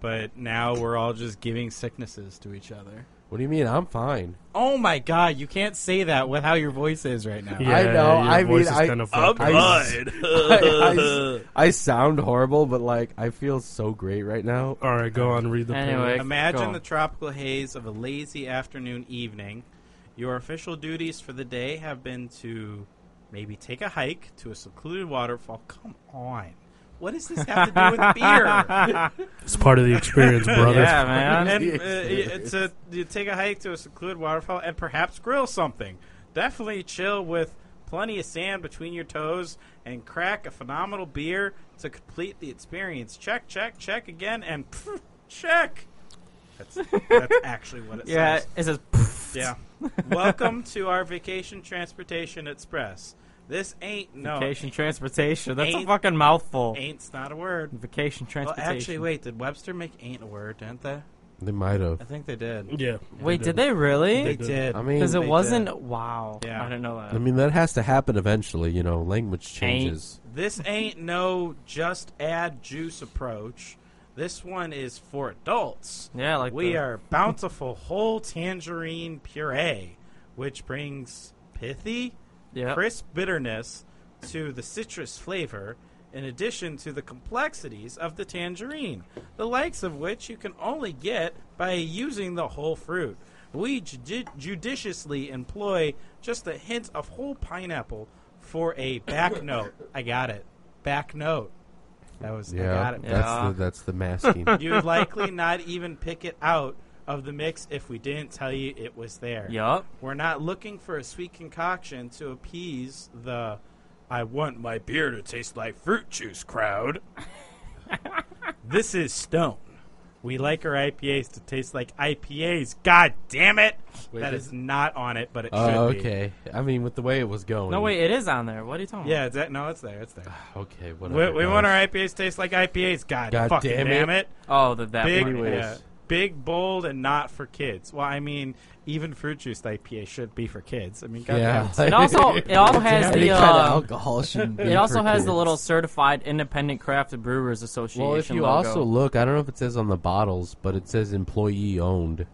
Speaker 3: but now we're all just giving sicknesses to each other.
Speaker 2: What do you mean? I'm fine.
Speaker 3: Oh my god! You can't say that with how your voice is right now.
Speaker 4: Yeah,
Speaker 2: I know,
Speaker 4: Your
Speaker 2: I mean,
Speaker 4: voice is
Speaker 2: I-
Speaker 4: kind of
Speaker 3: I'm
Speaker 4: fucked
Speaker 2: I-
Speaker 4: up.
Speaker 2: I, I- I sound horrible, but like I feel so great right now.
Speaker 4: All right, go on. Read the
Speaker 1: Anyway.
Speaker 4: pair.
Speaker 3: Imagine
Speaker 1: Go.
Speaker 3: the tropical haze of a lazy afternoon evening. Your official duties for the day have been to maybe take a hike to a secluded waterfall. Come on. What does this have to do with beer?
Speaker 4: It's part of the experience, brother.
Speaker 1: Yeah, man.
Speaker 3: and uh, it's a, you take a hike to a secluded waterfall and perhaps grill something. Definitely chill with plenty of sand between your toes and crack a phenomenal beer to complete the experience. Check, check, check again, and pff, check. That's, that's actually what it
Speaker 1: Yeah,
Speaker 3: says.
Speaker 1: it says.
Speaker 3: Yeah. Welcome to our Vacation Transportation Express. This ain't no
Speaker 1: Vacation transportation. That's a
Speaker 3: Ain't-
Speaker 1: fucking mouthful.
Speaker 3: Ain't's not a word.
Speaker 1: Vacation
Speaker 3: Well,
Speaker 1: transportation.
Speaker 3: actually, wait. Did Webster make ain't a word? Didn't they?
Speaker 2: They might have.
Speaker 3: I think they did.
Speaker 4: Yeah.
Speaker 1: Wait, did they really?
Speaker 3: They
Speaker 4: They did.
Speaker 3: did.
Speaker 2: I mean,
Speaker 1: Because it
Speaker 3: They
Speaker 1: wasn't.
Speaker 3: did.
Speaker 1: Wow.
Speaker 3: Yeah.
Speaker 1: I didn't know
Speaker 2: I
Speaker 1: that.
Speaker 2: mean, that has to happen eventually. You know, language changes.
Speaker 3: This ain't no just add juice approach. This one is for adults.
Speaker 1: Yeah, like
Speaker 3: we
Speaker 1: the-
Speaker 3: are bountiful whole tangerine puree, which brings pithy,
Speaker 1: Yeah.
Speaker 3: crisp bitterness to the citrus flavor, in addition to the complexities of the tangerine, the likes of which you can only get by using the whole fruit. We judi- judiciously employ just a hint of whole pineapple for a back note. I got it. Back note. That was I
Speaker 2: Yeah,
Speaker 3: got it.
Speaker 2: that's
Speaker 1: Yeah.
Speaker 2: the that's the masking. Uh,
Speaker 3: You would likely not even pick it out of the mix if we didn't tell you it was there.
Speaker 1: Yup.
Speaker 3: We're not looking for a sweet concoction to appease the I want my beer to taste like fruit juice crowd. this is stone. We like our IPAs to taste like IPAs. God damn it!
Speaker 2: Wait,
Speaker 3: that
Speaker 2: that's-
Speaker 3: is not on it, but it should
Speaker 2: Oh,
Speaker 3: be.
Speaker 2: okay. I mean, with the way it was going.
Speaker 1: No, wait, it is on there. What are you talking
Speaker 3: Yeah, it's that, no, it's there. It's there.
Speaker 2: Okay,
Speaker 3: We,
Speaker 2: whatever.
Speaker 3: we
Speaker 2: guys.
Speaker 3: want our IPAs to taste like IPAs. God,
Speaker 2: God
Speaker 3: fucking
Speaker 2: damn
Speaker 3: damn,
Speaker 2: it.
Speaker 3: it!
Speaker 1: about? Oh, the that
Speaker 3: Big,
Speaker 1: part.
Speaker 2: Anyways.
Speaker 3: yeah, big, bold, and not for kids. Well, I mean, even fruit juice IPA should be for kids. I mean, God damn
Speaker 2: Yeah.
Speaker 3: it.
Speaker 1: It also it also has
Speaker 5: Any
Speaker 1: the
Speaker 5: kind of
Speaker 1: uh,
Speaker 5: alcohol shouldn't be
Speaker 1: it also
Speaker 5: for
Speaker 1: has
Speaker 5: kids.
Speaker 1: the little certified independent craft brewers association
Speaker 2: Well, if you
Speaker 1: logo.
Speaker 2: also look, I don't know if it says on the bottles, but it says employee owned.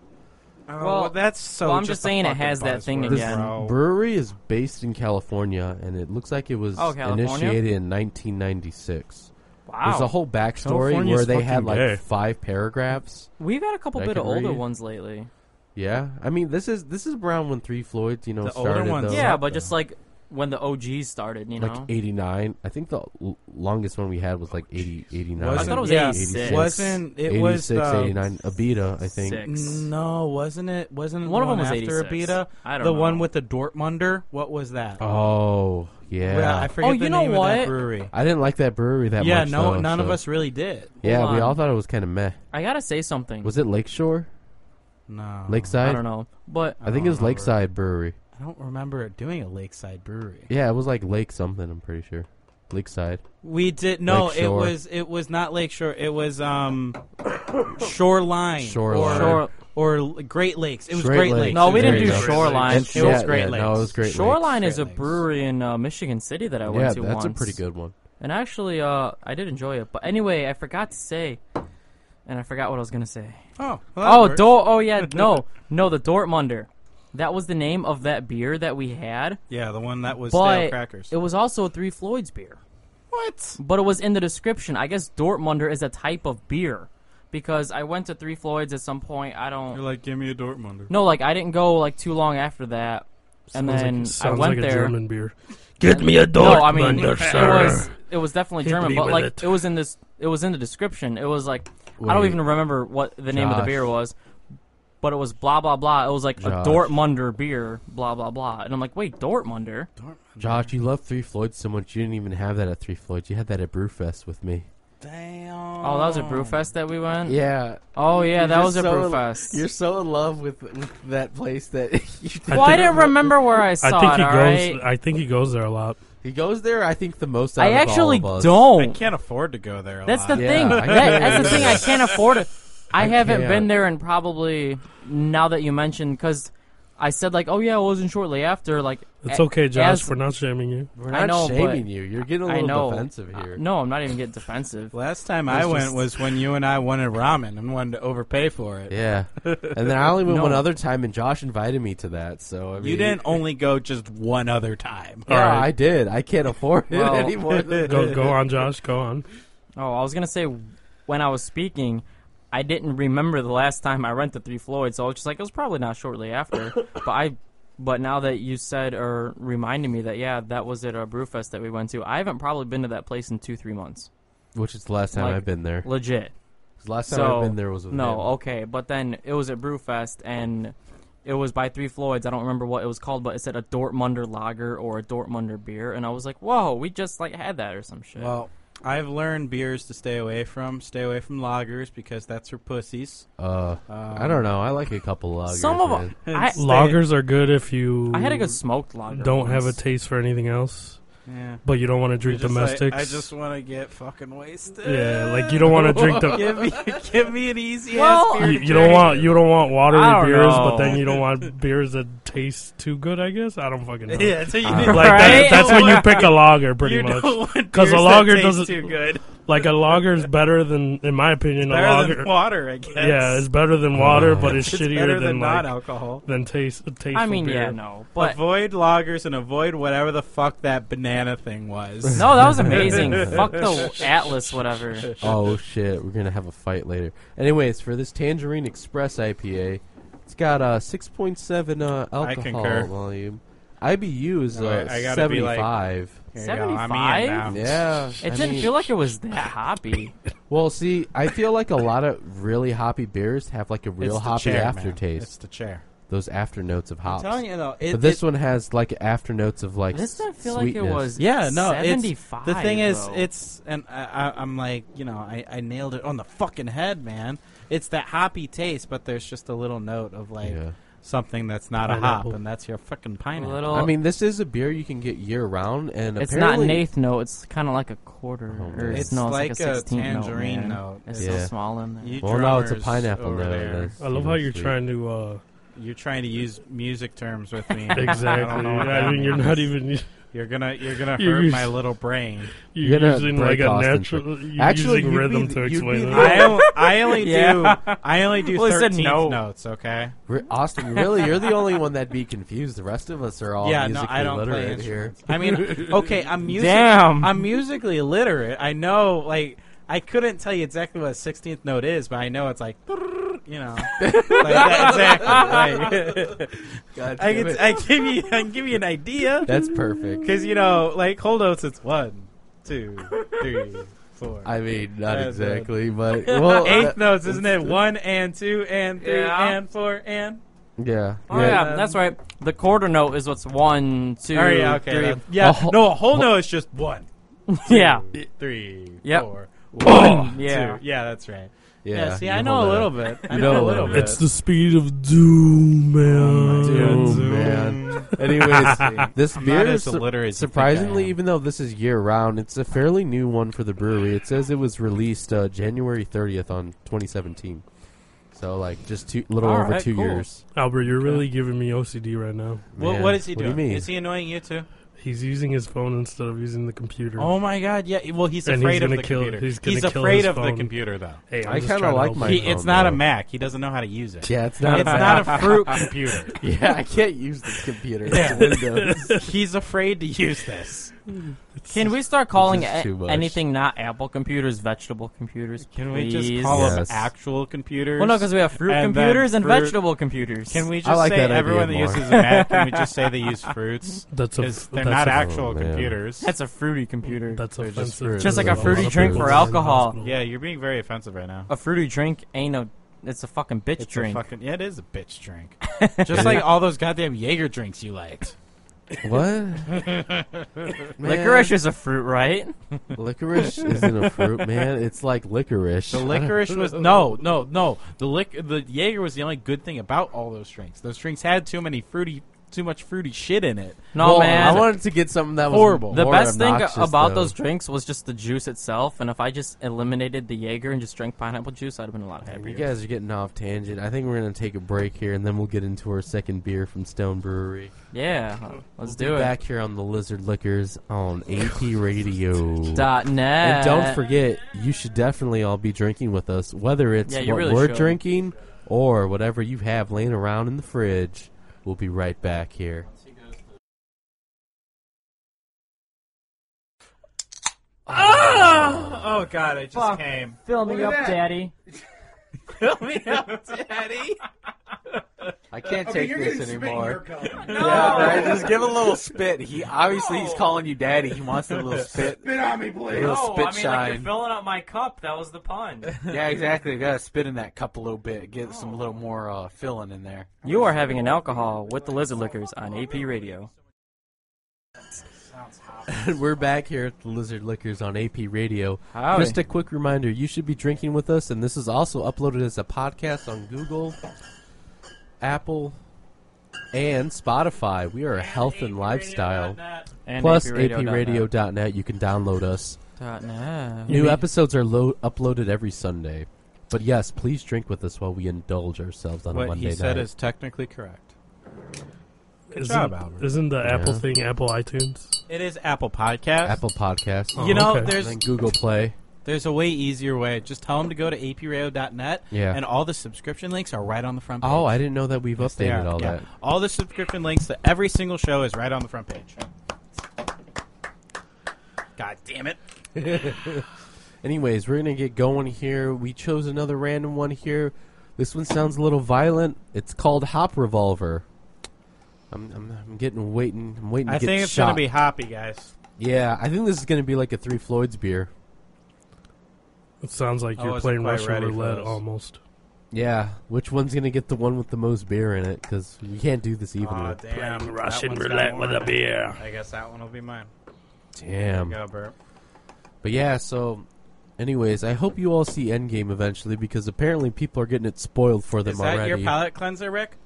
Speaker 3: Oh,
Speaker 1: Well,
Speaker 3: well, that's so.
Speaker 1: well, I'm just
Speaker 3: a
Speaker 1: saying it
Speaker 3: fucking
Speaker 1: has that thing
Speaker 3: buzzword,
Speaker 2: This
Speaker 1: again.
Speaker 3: bro.
Speaker 2: brewery is based in California, and it looks like it was
Speaker 1: Oh, California?
Speaker 2: initiated in 1996. There's a
Speaker 1: wow,
Speaker 2: whole backstory
Speaker 4: California's
Speaker 2: where they had
Speaker 4: fucking
Speaker 2: like
Speaker 4: gay.
Speaker 2: five paragraphs.
Speaker 1: we've had a couple
Speaker 2: That
Speaker 1: bit
Speaker 2: can
Speaker 1: of older
Speaker 2: read.
Speaker 1: ones lately.
Speaker 2: Yeah, I mean this is this is around when Three Floyds, you know,
Speaker 3: The older
Speaker 2: started.
Speaker 3: ones
Speaker 2: though.
Speaker 3: Those
Speaker 1: Yeah, but just like when the OGs started, you know.
Speaker 2: like 89. I think the l- longest one we had was like 80, 89.
Speaker 1: I thought it was
Speaker 3: yeah,
Speaker 1: 86.
Speaker 3: Wasn't it was um,
Speaker 2: 86,
Speaker 3: the-
Speaker 2: 89. Abita, I think.
Speaker 1: Six.
Speaker 3: No, wasn't it? Wasn't
Speaker 1: One of them was
Speaker 3: after
Speaker 1: 86.
Speaker 3: Abita?
Speaker 1: I don't
Speaker 3: the
Speaker 1: know.
Speaker 3: one with the Dortmunder. What was that?
Speaker 2: Oh, yeah.
Speaker 3: Yeah, I forget
Speaker 1: Oh,
Speaker 3: the
Speaker 1: you know
Speaker 3: name of
Speaker 1: what?
Speaker 3: that brewery.
Speaker 2: I didn't like that brewery that
Speaker 3: yeah,
Speaker 2: much.
Speaker 3: no,
Speaker 2: though,
Speaker 3: none of
Speaker 2: so-
Speaker 3: us really did.
Speaker 2: Yeah,
Speaker 1: Hold
Speaker 2: we
Speaker 1: on.
Speaker 2: all thought it was kind of meh.
Speaker 1: I gotta say something.
Speaker 2: Was it Lakeshore?
Speaker 3: No,
Speaker 2: Lakeside?
Speaker 1: I don't know, but
Speaker 2: I think it was Lakeside Brewery.
Speaker 3: I don't remember it doing a Lakeside Brewery.
Speaker 2: Yeah, it was like Lake something, I'm pretty sure. Lakeside.
Speaker 3: We did no. It
Speaker 2: Lakeshore.
Speaker 3: was it was not Lakeshore. It was um, Shoreline,
Speaker 2: Shoreline.
Speaker 1: Shore-
Speaker 3: or, or Great Lakes. It was
Speaker 2: Great
Speaker 3: Great,
Speaker 2: Lakes.
Speaker 3: Lakes.
Speaker 1: No, we
Speaker 3: It was
Speaker 1: didn't do
Speaker 3: Great Lakes.
Speaker 1: Shoreline.
Speaker 3: It
Speaker 2: yeah,
Speaker 3: was Great
Speaker 2: yeah,
Speaker 3: Lakes.
Speaker 2: No, it was Great
Speaker 1: Shoreline
Speaker 3: Lakes.
Speaker 1: is a
Speaker 3: Great Lakes.
Speaker 1: brewery in uh, Michigan City that I
Speaker 2: Lakes. Yeah,
Speaker 1: went to once.
Speaker 2: that's a pretty good one.
Speaker 1: And actually, uh, I did enjoy it. But anyway, I forgot to say, and I forgot what I was gonna say.
Speaker 3: Oh, well,
Speaker 1: Oh,
Speaker 3: that works.
Speaker 1: Dor- Oh, yeah. No, no, the Dortmunder. That was the name of that beer that we had.
Speaker 3: yeah, the one that was stale
Speaker 1: But
Speaker 3: crackers.
Speaker 1: it was also a Three Floyds beer.
Speaker 3: what?
Speaker 1: But it was in the description. I guess Dortmunder is a type of beer because I went to Three Floyds at some point. I don't.
Speaker 3: You're like, give me a Dortmunder.
Speaker 1: No, like I didn't go like too long after that, and
Speaker 4: Sounds like-
Speaker 1: then I
Speaker 4: sounds
Speaker 1: went
Speaker 4: like
Speaker 1: there.
Speaker 4: A German beer.
Speaker 1: Get me a
Speaker 4: Dortmunder,
Speaker 1: No, I mean
Speaker 4: sir.
Speaker 1: it was it was definitely
Speaker 4: Hit
Speaker 1: German,
Speaker 4: me
Speaker 1: but
Speaker 4: with
Speaker 1: like
Speaker 4: it.
Speaker 1: it. was in this it was in the description. It was like I don't
Speaker 2: Wait.
Speaker 1: even remember what the name of the
Speaker 2: Josh.
Speaker 1: beer was, but it was blah blah blah. It was like
Speaker 2: Josh.
Speaker 1: a Dortmunder beer, blah blah blah. And I'm like, wait, Dortmunder?
Speaker 2: Josh, you love Three Floyds so much you didn't even have that at Three Floyds. You had that at Brewfest with me.
Speaker 3: Damn.
Speaker 1: Oh, that was a brewfest that we went.
Speaker 5: Yeah.
Speaker 1: Oh yeah,
Speaker 5: You're
Speaker 1: that was a
Speaker 5: just so in-
Speaker 1: brewfest.
Speaker 5: You're so in love with, with that place that you did.
Speaker 1: well, I didn't remember where I
Speaker 4: I
Speaker 1: saw
Speaker 4: think
Speaker 1: it.
Speaker 4: he
Speaker 1: all
Speaker 4: goes.
Speaker 1: right?
Speaker 4: I think he goes there a lot.
Speaker 2: He goes there, I think, the most out
Speaker 1: I
Speaker 2: of
Speaker 1: actually
Speaker 2: all of us.
Speaker 3: I
Speaker 1: don't.
Speaker 3: can't afford to go there. A
Speaker 1: Oh. That's the
Speaker 3: lot.
Speaker 2: Yeah,
Speaker 1: thing. That,
Speaker 2: I
Speaker 1: that's
Speaker 2: can't
Speaker 1: the thing. I can't afford it. I,
Speaker 2: I
Speaker 1: haven't
Speaker 2: can't.
Speaker 1: been there in probably now that you mentioned because I said like, oh yeah, it wasn't shortly after. Like
Speaker 4: It's
Speaker 1: a-
Speaker 4: okay, Josh.
Speaker 1: as-
Speaker 4: We're not shaming you.
Speaker 2: We're
Speaker 1: I
Speaker 2: not
Speaker 1: know,
Speaker 2: shaming
Speaker 1: but
Speaker 2: you. You're getting a
Speaker 1: I
Speaker 2: little
Speaker 1: know.
Speaker 2: defensive here.
Speaker 1: Uh, no, I'm not even getting defensive.
Speaker 3: Last time
Speaker 1: It was
Speaker 3: I went
Speaker 1: just-
Speaker 3: was when you and I wanted ramen and wanted to overpay for it.
Speaker 2: Yeah. And then I only went
Speaker 1: No.
Speaker 2: one other time, and Josh invited me to that. So I mean,
Speaker 3: You didn't only go just one other time.
Speaker 2: Yeah,
Speaker 4: All right.
Speaker 2: I did. I can't afford it
Speaker 1: Well-
Speaker 2: anymore.
Speaker 4: Go, go on, Josh. Go on.
Speaker 1: Oh, I was gonna say when I was speaking, I didn't remember the last time I rented Three Floyd, so I was just like, it was probably not shortly after. but I, but now that you said or reminded me that yeah, that was at a brewfest that we went to. I haven't probably been to that place in two three months.
Speaker 2: Which is the last time
Speaker 1: Like-
Speaker 2: I've been there. 'Cause
Speaker 1: Legit.
Speaker 2: The last time
Speaker 1: so,
Speaker 2: I've been there was with
Speaker 1: No,
Speaker 2: him.
Speaker 1: okay, but then it was at Brewfest and it was by Three Floyds. I don't remember what it was called, but it said a Dortmunder lager or a Dortmunder beer, and I was like, "Whoa, we just like had that or some shit."
Speaker 3: Well, I've learned beers to stay away from. Stay away from lagers because that's for pussies.
Speaker 2: Uh,
Speaker 3: Um,
Speaker 2: I don't know. I like a couple lagers.
Speaker 1: some of
Speaker 2: man.
Speaker 1: them. I,
Speaker 3: Stay-
Speaker 4: Loggers are good if you.
Speaker 1: I had a good smoked lager.
Speaker 4: Don't have a
Speaker 1: once.
Speaker 4: taste for anything else,
Speaker 3: Yeah.
Speaker 4: but you don't want to drink
Speaker 3: You're just like,
Speaker 4: domestics.
Speaker 3: I just want to get fucking wasted.
Speaker 4: yeah, like you don't want to drink the.
Speaker 3: give me, give me an easy.
Speaker 1: Well-
Speaker 3: ass beer
Speaker 4: You,
Speaker 3: to
Speaker 4: you don't
Speaker 3: drink.
Speaker 4: want you don't want watery
Speaker 1: I don't
Speaker 4: beers,
Speaker 1: know.
Speaker 4: but then you don't want beers that taste too good. I guess I don't fucking know.
Speaker 3: Yeah, so you
Speaker 2: Uh,
Speaker 3: didn't-
Speaker 4: Like
Speaker 1: Right?
Speaker 4: that, that's when you pick a lager, pretty
Speaker 3: you
Speaker 4: much.
Speaker 3: don't want
Speaker 4: 'Cause
Speaker 3: beers
Speaker 4: a
Speaker 3: that
Speaker 4: lager
Speaker 3: taste
Speaker 4: doesn't-
Speaker 3: too good.
Speaker 4: Like a lager is better than, in my opinion, a
Speaker 3: Better
Speaker 4: lager.
Speaker 3: than water, I guess.
Speaker 4: yeah, it's better than water,
Speaker 2: Uh,
Speaker 4: but it's,
Speaker 3: It's
Speaker 4: shittier
Speaker 3: better
Speaker 4: than,
Speaker 3: than
Speaker 4: like,
Speaker 3: non-alcohol.
Speaker 4: than taste. Tasteful
Speaker 1: I mean,
Speaker 4: beer.
Speaker 1: yeah, no, but
Speaker 3: avoid loggers and avoid whatever the fuck that banana thing was.
Speaker 1: no, that was amazing. Fuck the Atlas, whatever.
Speaker 2: Oh shit, we're gonna have a fight later. Anyways, for this Tangerine Express IPA, it's got uh, 6.7 uh,
Speaker 3: I
Speaker 2: alcohol
Speaker 3: concur.
Speaker 2: volume. IBU is
Speaker 3: No,
Speaker 2: uh,
Speaker 3: I- I gotta be like- um,
Speaker 2: 75.
Speaker 3: Here you go, I'm in
Speaker 1: 75?
Speaker 3: now.
Speaker 2: yeah,
Speaker 1: It didn't feel like it was that hoppy.
Speaker 2: Well, see, I feel like a lot of really hoppy beers have like a
Speaker 3: It's
Speaker 2: real
Speaker 3: the
Speaker 2: hoppy
Speaker 3: chair, man. It's
Speaker 2: aftertaste.
Speaker 3: the chair.
Speaker 2: Those after notes of hops.
Speaker 3: I'm telling you though, it,
Speaker 2: but this
Speaker 3: it-
Speaker 2: one has like after notes of like
Speaker 1: This didn't feel
Speaker 2: sweetness.
Speaker 1: like it was.
Speaker 3: yeah, no,
Speaker 1: seventy-five.
Speaker 3: It's, the thing is,
Speaker 1: though.
Speaker 3: it's and I, I, I'm like, you know, I, I nailed it on the fucking head, man. it's that hoppy taste, but there's just a little note of like
Speaker 2: yeah.
Speaker 3: something that's not a
Speaker 4: Pineapple.
Speaker 3: hop, and that's your fucking pineapple.
Speaker 1: little-
Speaker 2: I mean, this is a beer you can get year round, and
Speaker 1: It's not
Speaker 2: apparently,
Speaker 1: an eighth note. It's kind of like a quarter.
Speaker 2: Oh,
Speaker 1: or
Speaker 2: man.
Speaker 1: it's, no, it's like, a sixteenth note. man.
Speaker 3: tangerine note.
Speaker 1: It's
Speaker 2: Yeah.
Speaker 1: so small in there.
Speaker 3: You
Speaker 2: Well, now it's a
Speaker 3: drummers
Speaker 2: pineapple
Speaker 3: over
Speaker 2: now,
Speaker 3: there.
Speaker 2: that's-
Speaker 4: I love
Speaker 2: Yeah,
Speaker 4: how you're
Speaker 2: sweet.
Speaker 4: trying to. uh
Speaker 3: You're trying to use music terms with me. I don't
Speaker 4: Exactly.
Speaker 3: know what
Speaker 4: I
Speaker 3: that
Speaker 4: mean, you're
Speaker 3: means.
Speaker 4: not even.
Speaker 3: You're gonna you're gonna
Speaker 4: You're
Speaker 3: hurt
Speaker 4: us-
Speaker 3: my little brain.
Speaker 4: You're,
Speaker 2: gonna
Speaker 4: using
Speaker 2: break
Speaker 4: like a
Speaker 2: Austin
Speaker 4: natural. You're
Speaker 2: Actually,
Speaker 4: using
Speaker 2: you'd
Speaker 4: rhythm
Speaker 2: be-
Speaker 4: to
Speaker 2: you'd be
Speaker 4: explain
Speaker 2: the-
Speaker 4: that.
Speaker 3: I, on- I only
Speaker 1: Yeah.
Speaker 3: do I only do
Speaker 1: Well, he said
Speaker 3: thirteenth
Speaker 1: no.
Speaker 3: notes. Okay.
Speaker 2: Re- Austin, really, you're the only one that'd be confused. The rest of us are all
Speaker 3: yeah. No,
Speaker 2: musically
Speaker 3: I don't play
Speaker 2: literate here.
Speaker 3: instruments. I mean, okay. I'm music.
Speaker 1: Damn.
Speaker 3: I'm musically literate. I know. Like I couldn't tell you exactly what a sixteenth note is, but I know it's like. You know, like that, exactly. Like,
Speaker 2: God
Speaker 3: I
Speaker 2: damn
Speaker 3: can
Speaker 2: it.
Speaker 3: I give you I can give you an idea.
Speaker 2: That's perfect.
Speaker 3: Because you know, like hold notes, it's one, two, three, four.
Speaker 2: I mean, not
Speaker 3: That's good.
Speaker 2: exactly, but well, uh,
Speaker 3: Eighth
Speaker 2: that-
Speaker 3: notes, isn't it? One and two and three
Speaker 1: Yeah.
Speaker 3: and four and.
Speaker 2: yeah,
Speaker 1: Oh
Speaker 2: yeah.
Speaker 1: yeah, that's right. The quarter note is what's one, two,
Speaker 3: All right, Oh, yeah, okay.
Speaker 1: three.
Speaker 3: then. Yeah,
Speaker 2: A whole-
Speaker 3: no, a whole note is just one,
Speaker 1: yeah,
Speaker 3: two, three,
Speaker 1: Yep.
Speaker 3: four,
Speaker 1: Boom.
Speaker 3: one,
Speaker 1: Yeah.
Speaker 3: two. Yeah, that's right.
Speaker 2: yeah.
Speaker 3: see,
Speaker 2: you
Speaker 3: I know
Speaker 2: hold
Speaker 3: a
Speaker 2: that
Speaker 3: little
Speaker 2: up.
Speaker 3: bit. I
Speaker 2: You
Speaker 3: know a little bit.
Speaker 4: It's the speed of doom,
Speaker 3: Oh
Speaker 4: man.
Speaker 2: Doom,
Speaker 3: Zoom.
Speaker 2: man. Anyways, this
Speaker 3: I'm not
Speaker 2: beer
Speaker 3: as
Speaker 2: is su-
Speaker 3: illiterate as you think I
Speaker 2: surprisingly,
Speaker 3: am.
Speaker 2: even though this is year round, it's a fairly new one for the brewery. It says it was released uh, January 30th on 2017, so like just two little
Speaker 1: All
Speaker 2: over
Speaker 1: right,
Speaker 2: two
Speaker 1: cool.
Speaker 2: years.
Speaker 4: Albert, you're really giving me OCD right now.
Speaker 3: What,
Speaker 2: Man,
Speaker 3: what is he doing?
Speaker 2: What do you mean?
Speaker 3: Is he annoying you too?
Speaker 4: He's using his phone instead of using the computer.
Speaker 3: Oh my god! Yeah. Well, he's
Speaker 4: And he's
Speaker 3: afraid
Speaker 4: gonna
Speaker 3: of the
Speaker 4: kill-
Speaker 3: computer.
Speaker 4: he's gonna kill
Speaker 3: afraid
Speaker 4: his
Speaker 3: of the
Speaker 4: phone.
Speaker 3: computer, though.
Speaker 4: Hey, I'm
Speaker 2: I kinda
Speaker 4: just trying to
Speaker 2: like
Speaker 4: help
Speaker 2: Oh my
Speaker 4: you.
Speaker 3: He, it's
Speaker 2: phone,
Speaker 3: not a
Speaker 2: though.
Speaker 3: Mac. He doesn't know how to use it.
Speaker 2: Yeah, it's not.
Speaker 3: It's
Speaker 2: bad.
Speaker 3: not a fruit computer.
Speaker 2: yeah, I can't use this computer. It's
Speaker 3: Yeah.
Speaker 2: Windows.
Speaker 3: He's afraid to use this.
Speaker 1: Can we start calling
Speaker 2: This is
Speaker 1: a-
Speaker 2: too much.
Speaker 1: anything not Apple computers vegetable computers?
Speaker 3: Can we
Speaker 1: please?
Speaker 3: just call
Speaker 2: Yes.
Speaker 3: them actual computers?
Speaker 1: Well, no, because we have fruit
Speaker 3: And then
Speaker 1: computers and
Speaker 3: fruit-
Speaker 1: vegetable computers.
Speaker 3: can we
Speaker 2: I
Speaker 3: just
Speaker 2: like
Speaker 3: say
Speaker 2: that idea
Speaker 3: everyone that
Speaker 2: more.
Speaker 3: uses a Mac? Can we just say they use fruits?
Speaker 4: That's a.
Speaker 3: Because they're
Speaker 4: that's
Speaker 3: not
Speaker 4: a,
Speaker 3: actual
Speaker 2: oh, man.
Speaker 3: computers.
Speaker 1: That's a fruity computer.
Speaker 4: That's
Speaker 3: They're just
Speaker 4: offensive.
Speaker 3: fruit.
Speaker 1: Just like a
Speaker 4: There's
Speaker 2: fruity
Speaker 4: lot of
Speaker 2: drink
Speaker 4: people
Speaker 2: for
Speaker 4: in the
Speaker 1: alcohol.
Speaker 4: hospital.
Speaker 3: yeah, you're being very offensive right now.
Speaker 1: a fruity drink ain't a. It's a fucking bitch
Speaker 3: It's
Speaker 1: drink.
Speaker 3: a fucking yeah, it is a bitch drink. Just like all those goddamn Jaeger drinks you liked.
Speaker 2: What? Man,
Speaker 1: Licorice is a fruit, right?
Speaker 2: Licorice isn't a fruit, man. It's like licorice.
Speaker 3: The licorice was no, no, no. The lic the Jaeger was the only good thing about all those drinks. Those drinks had too many fruity, too much fruity shit in it.
Speaker 1: No,
Speaker 2: Well,
Speaker 1: man.
Speaker 2: I wanted to get something that was
Speaker 3: Horrible.
Speaker 1: the
Speaker 2: more
Speaker 1: best thing
Speaker 2: obnoxious,
Speaker 1: about
Speaker 2: though.
Speaker 1: those drinks was just the juice itself, and if I just eliminated the Jaeger and just drank pineapple juice, I'd have been a lot happier.
Speaker 2: You guys are getting off tangent. I think we're gonna take a break here, and then we'll get into our second beer from Stone Brewery.
Speaker 1: Yeah, let's
Speaker 2: We'll be
Speaker 1: do it.
Speaker 2: Back here on the Lizard Liquors on AP Radio.
Speaker 1: Dot net.
Speaker 2: And don't forget, you should definitely all be drinking with us, whether it's
Speaker 1: Yeah, you
Speaker 2: what
Speaker 1: really
Speaker 2: we're
Speaker 1: should.
Speaker 2: drinking or whatever you have laying around in the fridge. We'll be right back here.
Speaker 3: Oh God, I just
Speaker 1: Fuck.
Speaker 3: came.
Speaker 1: fill me up, Daddy.
Speaker 3: Fill me up, Daddy.
Speaker 5: I can't take this anymore.
Speaker 3: No.
Speaker 5: Yeah, right. Just give a little spit. He obviously he's calling you daddy. He wants a little spit.
Speaker 6: Spit on me, please.
Speaker 5: A little
Speaker 1: Oh,
Speaker 5: spit shine.
Speaker 1: filling up my cup. That was the pun. Oh.
Speaker 5: yeah, exactly. You gotta spit in that cup a little bit. Get some little more uh, filling in there.
Speaker 1: you are having an alcohol with the Lizard Liquors on AP Radio.
Speaker 2: And we're back here at the Lizard Liquors on AP Radio.
Speaker 1: Howdy.
Speaker 2: Just a quick reminder, you should be drinking with us, and this is also uploaded as a podcast on Google, Apple, and Spotify. We are a health and lifestyle.
Speaker 1: And
Speaker 2: Plus,
Speaker 1: APRadio.net.
Speaker 2: APRadio.net, you can download us.
Speaker 1: Dot net.
Speaker 2: New episodes are lo- uploaded every Sunday. But yes, please drink with us while we indulge ourselves on a
Speaker 3: What
Speaker 2: Monday
Speaker 3: he said
Speaker 2: night.
Speaker 3: is technically correct. Good job,
Speaker 4: Isn't,
Speaker 3: Albert.
Speaker 4: isn't the Apple
Speaker 2: Yeah.
Speaker 4: thing Apple iTunes?
Speaker 3: It is Apple Podcast.
Speaker 2: Apple Podcasts.
Speaker 4: Oh,
Speaker 3: You know,
Speaker 4: okay.
Speaker 2: and
Speaker 3: there's
Speaker 2: then Google Play.
Speaker 3: there's a way easier way. Just tell them to go to apradio.net,
Speaker 2: Yeah.
Speaker 3: and all the subscription links are right on the front page.
Speaker 2: Oh, I didn't know that we've
Speaker 3: They
Speaker 2: updated
Speaker 3: are,
Speaker 2: all
Speaker 3: yeah.
Speaker 2: that.
Speaker 3: All the subscription links to every single show is right on the front page. God damn it.
Speaker 2: Anyways, we're gonna get going here. We chose another random one here. This one sounds a little violent. It's called Hop Revolver. I'm, I'm, I'm getting waiting. I'm waiting. To
Speaker 3: I
Speaker 2: get
Speaker 3: think it's
Speaker 2: shot.
Speaker 3: going to be hoppy, guys.
Speaker 2: Yeah, I think this is gonna be like a Three Floyds beer.
Speaker 4: It sounds like
Speaker 3: I
Speaker 4: you're
Speaker 3: wasn't
Speaker 4: playing
Speaker 3: Oh, quite
Speaker 4: Russian
Speaker 3: ready for
Speaker 4: roulette
Speaker 3: this.
Speaker 4: almost.
Speaker 2: Yeah, which one's gonna get the one with the most beer in it? Because we can't do this evenly.
Speaker 3: Aw, damn. that one's got one.
Speaker 4: beer.
Speaker 3: I guess that one will be mine.
Speaker 2: Damn.
Speaker 3: Go, Bert.
Speaker 2: But yeah, so Anyways, I hope you all see Endgame eventually because apparently people are getting it spoiled for them
Speaker 3: Is that
Speaker 2: already.
Speaker 3: your palate cleanser, Rick?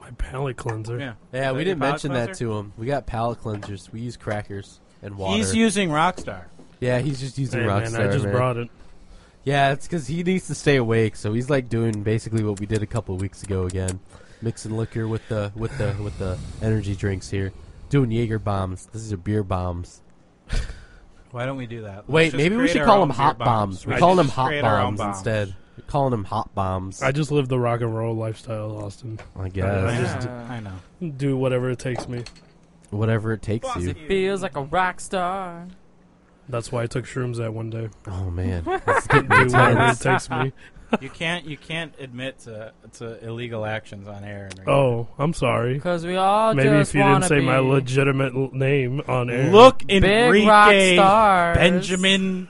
Speaker 4: My palate cleanser.
Speaker 3: Yeah.
Speaker 2: yeah,
Speaker 3: Is
Speaker 2: we
Speaker 3: your
Speaker 2: didn't
Speaker 3: palate
Speaker 2: mention that
Speaker 3: cleanser?
Speaker 2: to him. We got palate cleansers. We use crackers and water.
Speaker 3: He's using Rockstar.
Speaker 2: yeah, he's just using
Speaker 4: Hey,
Speaker 2: Rockstar.
Speaker 4: man, I just
Speaker 2: man.
Speaker 4: brought it.
Speaker 2: Yeah, it's because he needs to stay awake, so he's like doing basically what we did a couple weeks ago again, mixing liquor with the with the with the energy drinks here, doing Jaeger bombs. This is a beer bombs.
Speaker 3: Why don't we do that? Let's
Speaker 2: Wait,
Speaker 3: just
Speaker 2: maybe we
Speaker 3: create
Speaker 2: should
Speaker 3: our
Speaker 2: call
Speaker 3: own
Speaker 2: them hot
Speaker 3: beer
Speaker 2: bombs. We're
Speaker 3: We
Speaker 2: calling
Speaker 3: should
Speaker 2: them
Speaker 3: just
Speaker 2: hot
Speaker 3: create our own
Speaker 2: bombs, instead. We're calling them hot bombs.
Speaker 4: I just live the rock and roll lifestyle, Austin.
Speaker 2: I
Speaker 4: I
Speaker 3: I
Speaker 2: guess
Speaker 4: just-
Speaker 3: know. I know.
Speaker 4: Do whatever it takes me.
Speaker 2: whatever it takes you.
Speaker 1: It feels like a rock star.
Speaker 4: That's why I took shrooms that one day.
Speaker 2: Oh man, it's getting
Speaker 4: Do whatever
Speaker 2: intense.
Speaker 4: it takes me.
Speaker 3: You can't you can't admit to to illegal actions on air. And radio.
Speaker 4: Oh, I'm sorry.
Speaker 1: Cause we all
Speaker 4: Maybe
Speaker 1: just
Speaker 4: if you didn't
Speaker 1: wanna
Speaker 4: say
Speaker 1: be
Speaker 4: my legitimate l- name on air.
Speaker 3: look,
Speaker 1: big rock
Speaker 3: Enrique
Speaker 1: stars.
Speaker 3: Benjamin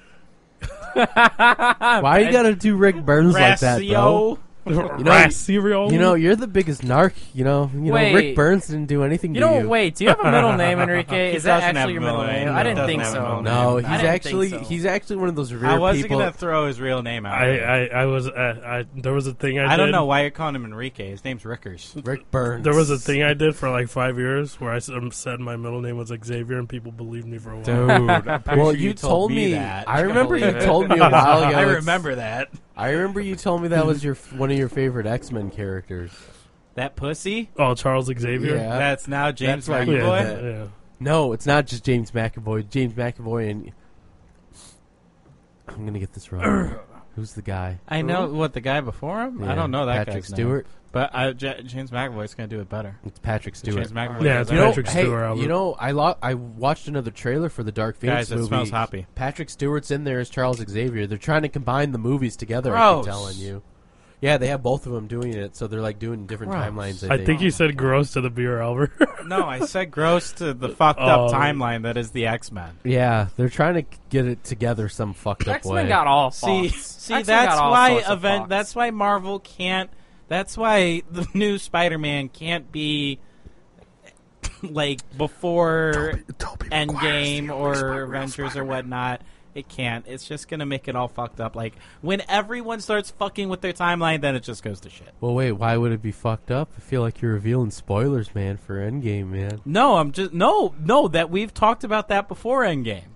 Speaker 2: Why you gotta do Rick Burns like that, bro?
Speaker 3: Racio.
Speaker 4: Racereal?
Speaker 2: You know, you're the biggest narc. You know, you
Speaker 1: Wait.
Speaker 2: know Rick Burns didn't do anything
Speaker 1: You
Speaker 2: to
Speaker 1: don't
Speaker 2: you.
Speaker 1: wait. Do you have a middle name, Enrique?
Speaker 3: He
Speaker 1: Is that
Speaker 3: doesn't have
Speaker 1: actually
Speaker 3: a
Speaker 1: your middle
Speaker 3: middle
Speaker 1: name?
Speaker 3: name.
Speaker 1: I didn't
Speaker 3: Doesn't
Speaker 1: think
Speaker 3: have a
Speaker 1: so.
Speaker 3: middle
Speaker 2: No,
Speaker 1: Oh, I
Speaker 2: he's
Speaker 1: didn't think
Speaker 2: actually
Speaker 1: so.
Speaker 2: he's actually one of those rare
Speaker 3: I wasn't
Speaker 2: people.
Speaker 3: gonna throw his real name out.
Speaker 4: I,
Speaker 3: there.
Speaker 4: I, I was I, I there was a thing I,
Speaker 3: I don't
Speaker 4: did-
Speaker 3: know why you're calling him Enrique. His name's Rickers.
Speaker 2: Rick Burns.
Speaker 4: There was a thing I did for like five years where I s- um, said my middle name was Xavier and people believed me for a while.
Speaker 2: well,
Speaker 3: sure you told me that.
Speaker 2: I
Speaker 3: I
Speaker 2: remember you
Speaker 1: believe it.
Speaker 2: told me a while ago.
Speaker 3: I
Speaker 2: it's-
Speaker 3: remember that.
Speaker 2: I remember you told me that was your f- one of your favorite X Men characters.
Speaker 3: That pussy.
Speaker 4: Oh, Charles Xavier.
Speaker 2: Yeah.
Speaker 3: That's now James
Speaker 2: That's why you
Speaker 4: Yeah,
Speaker 2: did
Speaker 3: McAvoy.
Speaker 2: that.
Speaker 4: yeah.
Speaker 2: No, it's not just James McAvoy. James McAvoy and I'm gonna get this wrong. Who's the guy?
Speaker 3: I know what the guy before him. I
Speaker 2: Yeah,
Speaker 3: don't know that
Speaker 2: Patrick
Speaker 3: guy's name.
Speaker 2: Stewart.
Speaker 3: but I, J- James McAvoy's gonna do it better.
Speaker 2: It's Patrick Stewart.
Speaker 3: James McAvoy.
Speaker 4: Yeah,
Speaker 3: does
Speaker 4: it's
Speaker 2: You
Speaker 3: it
Speaker 2: know,
Speaker 3: better.
Speaker 4: Patrick
Speaker 2: hey,
Speaker 4: Stewart, Albert.
Speaker 2: you know, I lo- I watched another trailer for the Dark Phoenix
Speaker 3: Guys, it
Speaker 2: movie.
Speaker 3: smells hoppy.
Speaker 2: Patrick Stewart's in there as Charles Xavier. They're trying to combine the movies together. I'm
Speaker 3: Gross.
Speaker 2: telling you. Yeah, they have both of them doing it, so they're like doing different
Speaker 3: Gross.
Speaker 2: timelines. I
Speaker 4: I
Speaker 2: think.
Speaker 4: think you said gross to the beer, Albert.
Speaker 3: No, I said gross to the fucked
Speaker 4: Oh.
Speaker 3: up timeline that is the X Men.
Speaker 2: yeah, they're trying to get it together some fucked up
Speaker 1: X Men
Speaker 2: way.
Speaker 1: got all
Speaker 3: See,
Speaker 1: faults.
Speaker 3: see,
Speaker 1: X-Men
Speaker 3: that's
Speaker 1: got all
Speaker 3: why
Speaker 1: sorts of
Speaker 3: event.
Speaker 1: faults.
Speaker 3: That's why Marvel can't. That's why the new Spider Man can't be like before Endgame or Avengers or whatnot. It can't. It's just gonna make it all fucked up. Like when everyone starts fucking with their timeline, then it just goes to shit.
Speaker 2: well, wait, why would it be fucked up? I feel like you're revealing spoilers, man, for Endgame, man.
Speaker 3: No, I'm just no, no. That we've talked about that before. Endgame.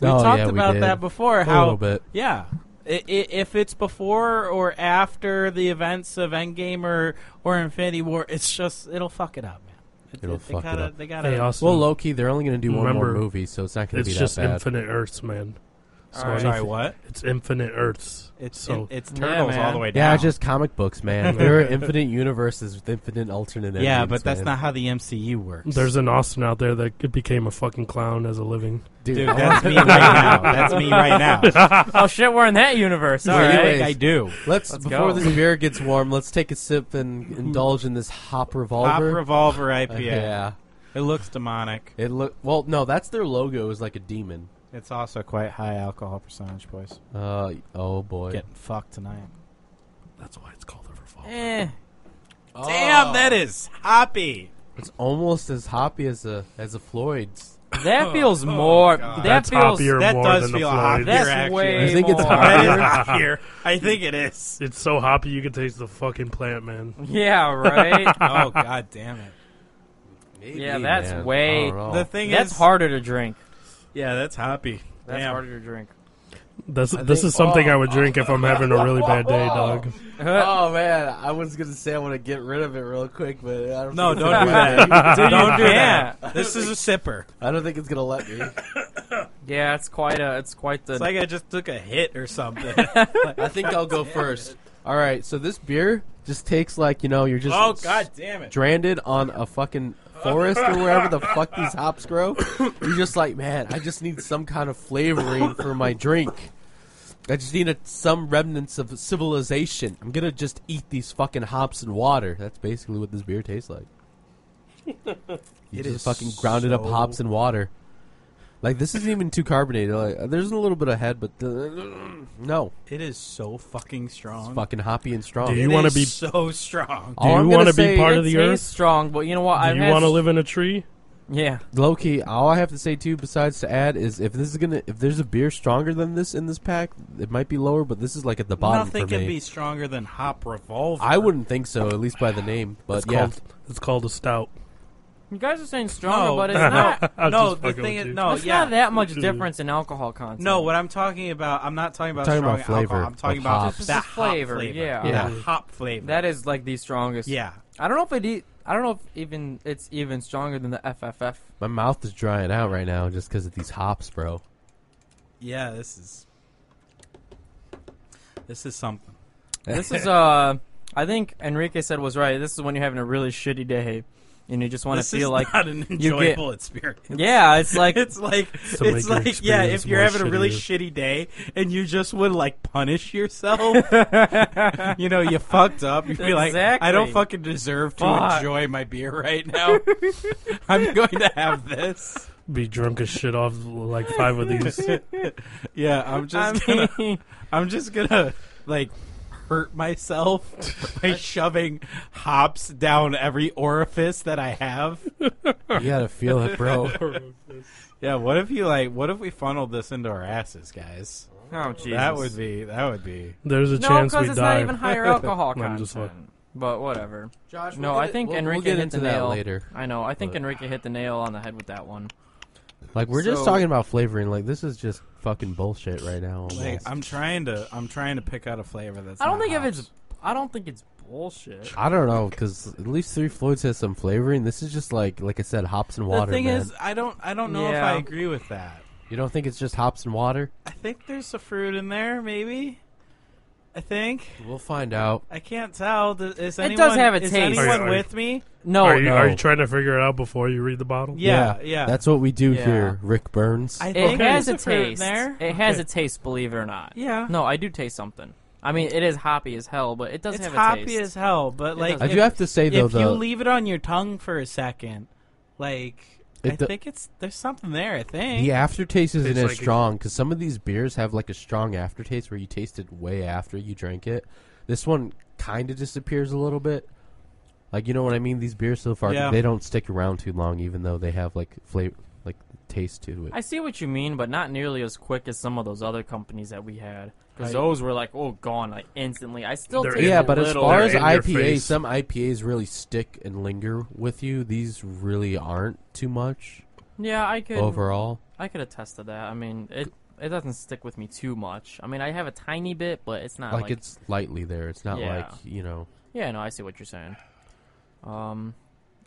Speaker 3: We
Speaker 2: Oh,
Speaker 3: talked
Speaker 2: yeah, we
Speaker 3: about
Speaker 2: did. Oh,
Speaker 3: that before.
Speaker 2: A
Speaker 3: how
Speaker 2: little bit.
Speaker 3: Yeah. I- i- If it's before or after the events of Endgame or, or Infinity War, it's just it'll fuck it up, man. It-
Speaker 2: It'll
Speaker 3: they
Speaker 2: fuck it
Speaker 3: gotta,
Speaker 2: up.
Speaker 3: They gotta.
Speaker 4: hey, Austin,
Speaker 2: Well, Loki, they're only going to do one more
Speaker 4: Remember,
Speaker 2: movie, so it's not going to be
Speaker 4: it's
Speaker 2: that
Speaker 4: just
Speaker 2: bad.
Speaker 4: infinite Earths, man. So
Speaker 1: Alright.
Speaker 4: anything-
Speaker 3: Sorry, what?
Speaker 4: It's infinite Earths.
Speaker 3: It's
Speaker 4: so
Speaker 3: it- it's
Speaker 1: Yeah,
Speaker 3: turtles all
Speaker 1: man.
Speaker 3: the way down.
Speaker 2: Yeah, just comic books, man. there are infinite universes with infinite alternate endings.
Speaker 3: yeah, but that's
Speaker 2: man.
Speaker 3: not how the MCU works.
Speaker 4: there's an Austin out there that it became a fucking clown as a living.
Speaker 2: dude.
Speaker 3: dude.
Speaker 2: I
Speaker 3: That's
Speaker 2: want-
Speaker 3: me right now. That's me right now.
Speaker 1: Oh shit, we're in that universe. All
Speaker 2: Well,
Speaker 1: right.
Speaker 2: anyways,
Speaker 3: I do.
Speaker 2: Let's,
Speaker 1: Let's go.
Speaker 2: before this beer gets warm, let's take a sip and indulge in this hop
Speaker 3: Pop
Speaker 2: revolver.
Speaker 3: Mm-hmm. Revolver IPA.
Speaker 2: Okay, yeah.
Speaker 3: It looks demonic.
Speaker 2: It look well. No, that's their logo is like a demon.
Speaker 3: It's also quite high alcohol percentage, boys.
Speaker 2: Uh oh boy.
Speaker 3: Getting fucked tonight.
Speaker 4: That's why it's called a revolver.
Speaker 1: Eh,
Speaker 2: Oh.
Speaker 3: Damn, that is hoppy.
Speaker 2: It's almost as hoppy as a as a Floyd's.
Speaker 1: that feels
Speaker 2: Oh,
Speaker 1: more. That
Speaker 4: That's
Speaker 1: feels.
Speaker 4: hoppier
Speaker 3: that
Speaker 4: more
Speaker 3: does
Speaker 4: than the
Speaker 3: feel
Speaker 4: Floyd.
Speaker 3: hot.
Speaker 1: That's
Speaker 3: Here, actually.
Speaker 1: way.
Speaker 2: I think it's
Speaker 1: more.
Speaker 3: That is hot here. I think it is.
Speaker 4: It's so hoppy you can taste the fucking plant, man.
Speaker 1: Yeah. Right.
Speaker 3: oh god damn it
Speaker 2: Maybe,
Speaker 1: Yeah, that's
Speaker 2: man.
Speaker 1: way-
Speaker 2: I don't know.
Speaker 3: the thing
Speaker 1: That's
Speaker 3: is
Speaker 1: harder to drink.
Speaker 3: yeah that's hoppy
Speaker 1: That's
Speaker 3: Damn.
Speaker 1: harder to drink.
Speaker 4: This,
Speaker 2: I
Speaker 4: this
Speaker 2: think-
Speaker 4: is something
Speaker 2: oh.
Speaker 4: I would drink if I'm having a really bad day, dog.
Speaker 2: Oh man, I was gonna say I want to get rid of it real quick, but I don't.
Speaker 3: no
Speaker 2: think it's
Speaker 3: don't do
Speaker 2: gonna let
Speaker 3: that don't do
Speaker 1: Yeah.
Speaker 3: that this is a sipper
Speaker 2: me. I don't think it's gonna let me.
Speaker 1: Yeah, it's quite a. It's quite the.
Speaker 3: it's like i just took a hit or something
Speaker 2: I think I'll go first. All right, so this beer just takes like you know you're just
Speaker 3: oh god damn it
Speaker 2: stranded on a fucking forest or wherever the fuck these hops grow. You're just like, man, I just need some kind of flavoring for my drink. I just need a, some remnants of civilization. I'm gonna just eat these fucking hops and water. That's basically what this beer tastes like. You
Speaker 3: It
Speaker 2: just
Speaker 3: is
Speaker 2: fucking grounded up
Speaker 3: so-
Speaker 2: hops and water. Like this isn't even too carbonated. Like, there's a little bit of head, but the, no,
Speaker 3: it is so fucking strong
Speaker 2: fucking hoppy and strong.
Speaker 4: Do
Speaker 3: It
Speaker 4: you wanna
Speaker 3: is
Speaker 4: be-
Speaker 3: so strong
Speaker 4: Do you
Speaker 2: want
Speaker 4: wanna
Speaker 2: to
Speaker 4: be part
Speaker 1: it
Speaker 4: of the
Speaker 1: tastes
Speaker 4: earth?
Speaker 1: strong, but you know what?
Speaker 4: Do
Speaker 1: I've
Speaker 4: you
Speaker 1: had
Speaker 4: want to live in a tree?
Speaker 1: Yeah.
Speaker 2: Low key, all I have to say too, besides to add, is if this is gonna, if there's a beer stronger than this in this pack, it might be lower, but this is like at the bottom
Speaker 3: Nothing
Speaker 2: for
Speaker 3: can
Speaker 2: me.
Speaker 3: be stronger than Hop Revolver.
Speaker 2: I wouldn't think so, at least by the name. But
Speaker 4: it's
Speaker 2: yeah,
Speaker 4: called it's called a stout.
Speaker 1: You guys are saying stronger,
Speaker 3: No.
Speaker 1: but it's not. Oh,
Speaker 4: I'm
Speaker 3: no,
Speaker 4: just
Speaker 3: the
Speaker 4: fucking
Speaker 3: thing
Speaker 4: with
Speaker 3: is,
Speaker 4: you.
Speaker 3: no,
Speaker 1: it's
Speaker 3: yeah,
Speaker 1: not that much
Speaker 4: Mhm.
Speaker 1: difference in alcohol content.
Speaker 3: No, what I'm talking about, I'm not talking about
Speaker 2: talking
Speaker 3: strong
Speaker 2: about flavor
Speaker 3: alcohol. I'm talking
Speaker 2: of
Speaker 3: about
Speaker 2: hops.
Speaker 1: Just
Speaker 3: that
Speaker 1: the
Speaker 3: hop
Speaker 1: flavor, yeah.
Speaker 2: Yeah.
Speaker 3: That hop flavor.
Speaker 1: that is like the strongest.
Speaker 3: yeah.
Speaker 1: I don't know if it. E- I don't know if even it's even stronger than the FFF.
Speaker 2: my mouth is drying out right now just because of these hops, bro.
Speaker 3: Yeah, this is this is something.
Speaker 1: This is uh, I think Enrique said was right. This is when you're having a really shitty day, and you just want to
Speaker 3: this
Speaker 1: feel
Speaker 3: is
Speaker 1: like.
Speaker 3: not an
Speaker 1: you get-
Speaker 3: enjoyable experience.
Speaker 1: Yeah, it's like
Speaker 3: It's like
Speaker 4: To make
Speaker 3: it's
Speaker 4: your
Speaker 3: like yeah,
Speaker 4: experience
Speaker 3: if you're
Speaker 4: more
Speaker 3: having a really shitty day and you just would like punish yourself, you know, you fucked up. You'd be like, I
Speaker 1: Exactly.
Speaker 3: don't fucking deserve to
Speaker 1: Fuck.
Speaker 3: enjoy my beer right now. I'm going to have this.
Speaker 4: Be drunk as shit off like five of these.
Speaker 3: Yeah, I'm
Speaker 1: I
Speaker 3: just gonna,
Speaker 1: mean,
Speaker 3: I'm just gonna like hurt myself by shoving hops down every orifice that I have.
Speaker 2: You gotta feel it, bro.
Speaker 3: Yeah, what if you like? What if we funneled this into our asses, guys?
Speaker 1: oh Jesus.
Speaker 3: That would be that would be.
Speaker 4: There's a
Speaker 1: no,
Speaker 4: chance
Speaker 1: because
Speaker 4: we
Speaker 1: it's
Speaker 4: die.
Speaker 1: not even higher alcohol
Speaker 4: I'm just
Speaker 1: content. But whatever.
Speaker 2: Josh,
Speaker 1: No, I think
Speaker 2: we'll,
Speaker 1: Enrique
Speaker 2: we'll get
Speaker 1: hit
Speaker 2: into
Speaker 1: the
Speaker 2: that
Speaker 1: nail.
Speaker 2: later.
Speaker 1: I know. I think
Speaker 2: But-
Speaker 1: Enrique hit the nail on the head with that one.
Speaker 2: Like we're
Speaker 1: So-
Speaker 2: just talking about flavoring. Like this is just fucking bullshit right now.
Speaker 3: Like
Speaker 2: almost.
Speaker 3: I'm trying to I'm trying to pick out a flavor that's.
Speaker 1: I don't
Speaker 3: not
Speaker 1: think if
Speaker 3: hops.
Speaker 1: it's. I don't think it's bullshit.
Speaker 2: I don't know because at least Three Floyds has some flavoring. This is just like, like I said, hops and water.
Speaker 3: The thing
Speaker 2: man.
Speaker 3: is, I don't I don't know
Speaker 1: Yeah.
Speaker 3: if I agree with that.
Speaker 2: you don't think it's just hops and water?
Speaker 3: I think there's some fruit in there, maybe. I think
Speaker 2: We'll find out.
Speaker 3: I can't tell. Does- Is
Speaker 1: It
Speaker 3: anyone,
Speaker 1: does have a
Speaker 3: is
Speaker 1: taste.
Speaker 3: anyone
Speaker 4: Are you- are you-
Speaker 3: with me?
Speaker 1: No,
Speaker 4: are you
Speaker 1: no.
Speaker 4: are you trying to figure it out before you read the bottle?
Speaker 3: Yeah, yeah.
Speaker 2: That's what we do
Speaker 1: Yeah.
Speaker 2: here, Rick Burns.
Speaker 3: I
Speaker 1: it
Speaker 3: think
Speaker 1: has a
Speaker 3: there's some fruit in
Speaker 1: taste.
Speaker 3: there.
Speaker 1: It has a taste, believe it or not.
Speaker 3: Yeah.
Speaker 1: No, I do taste something. I mean, it is hoppy as hell, but it does
Speaker 3: it's
Speaker 1: have a
Speaker 3: hoppy
Speaker 1: taste.
Speaker 3: as hell, but
Speaker 1: It
Speaker 3: like
Speaker 1: does.
Speaker 2: I
Speaker 3: if,
Speaker 2: do have to say though,
Speaker 3: if you
Speaker 2: though,
Speaker 3: leave it on your tongue for a second, like
Speaker 2: It
Speaker 3: I
Speaker 2: do-
Speaker 3: think it's there's something there. I think.
Speaker 2: the aftertaste isn't
Speaker 4: Tastes
Speaker 2: as
Speaker 4: like a-
Speaker 2: strong because some of these beers have like a strong aftertaste where you taste it way after you drank it. This one kind of disappears a little bit. Like you know what I mean? These beers so far
Speaker 3: Yeah.
Speaker 2: they don't stick around too long, even though they have like flavor, like taste to it.
Speaker 1: I see what you mean, but not nearly as quick as some of those other companies that we had. Because
Speaker 2: I-
Speaker 1: those were like, oh, gone, like instantly. I still
Speaker 4: They're
Speaker 1: taste
Speaker 2: yeah,
Speaker 1: a
Speaker 2: but as
Speaker 1: little
Speaker 2: far
Speaker 4: they're
Speaker 2: as
Speaker 4: in
Speaker 2: IPAs,
Speaker 4: your face.
Speaker 2: some IPAs really stick and linger with you. These really aren't too much
Speaker 1: yeah, I could
Speaker 2: overall.
Speaker 1: I could attest to that. I mean, it it doesn't stick with me too much. I mean, I have a tiny bit, but it's not
Speaker 2: Like,
Speaker 1: like,
Speaker 2: it's lightly there. It's not
Speaker 1: Yeah.
Speaker 2: like you know.
Speaker 1: Yeah, no, I see what you're saying. Um,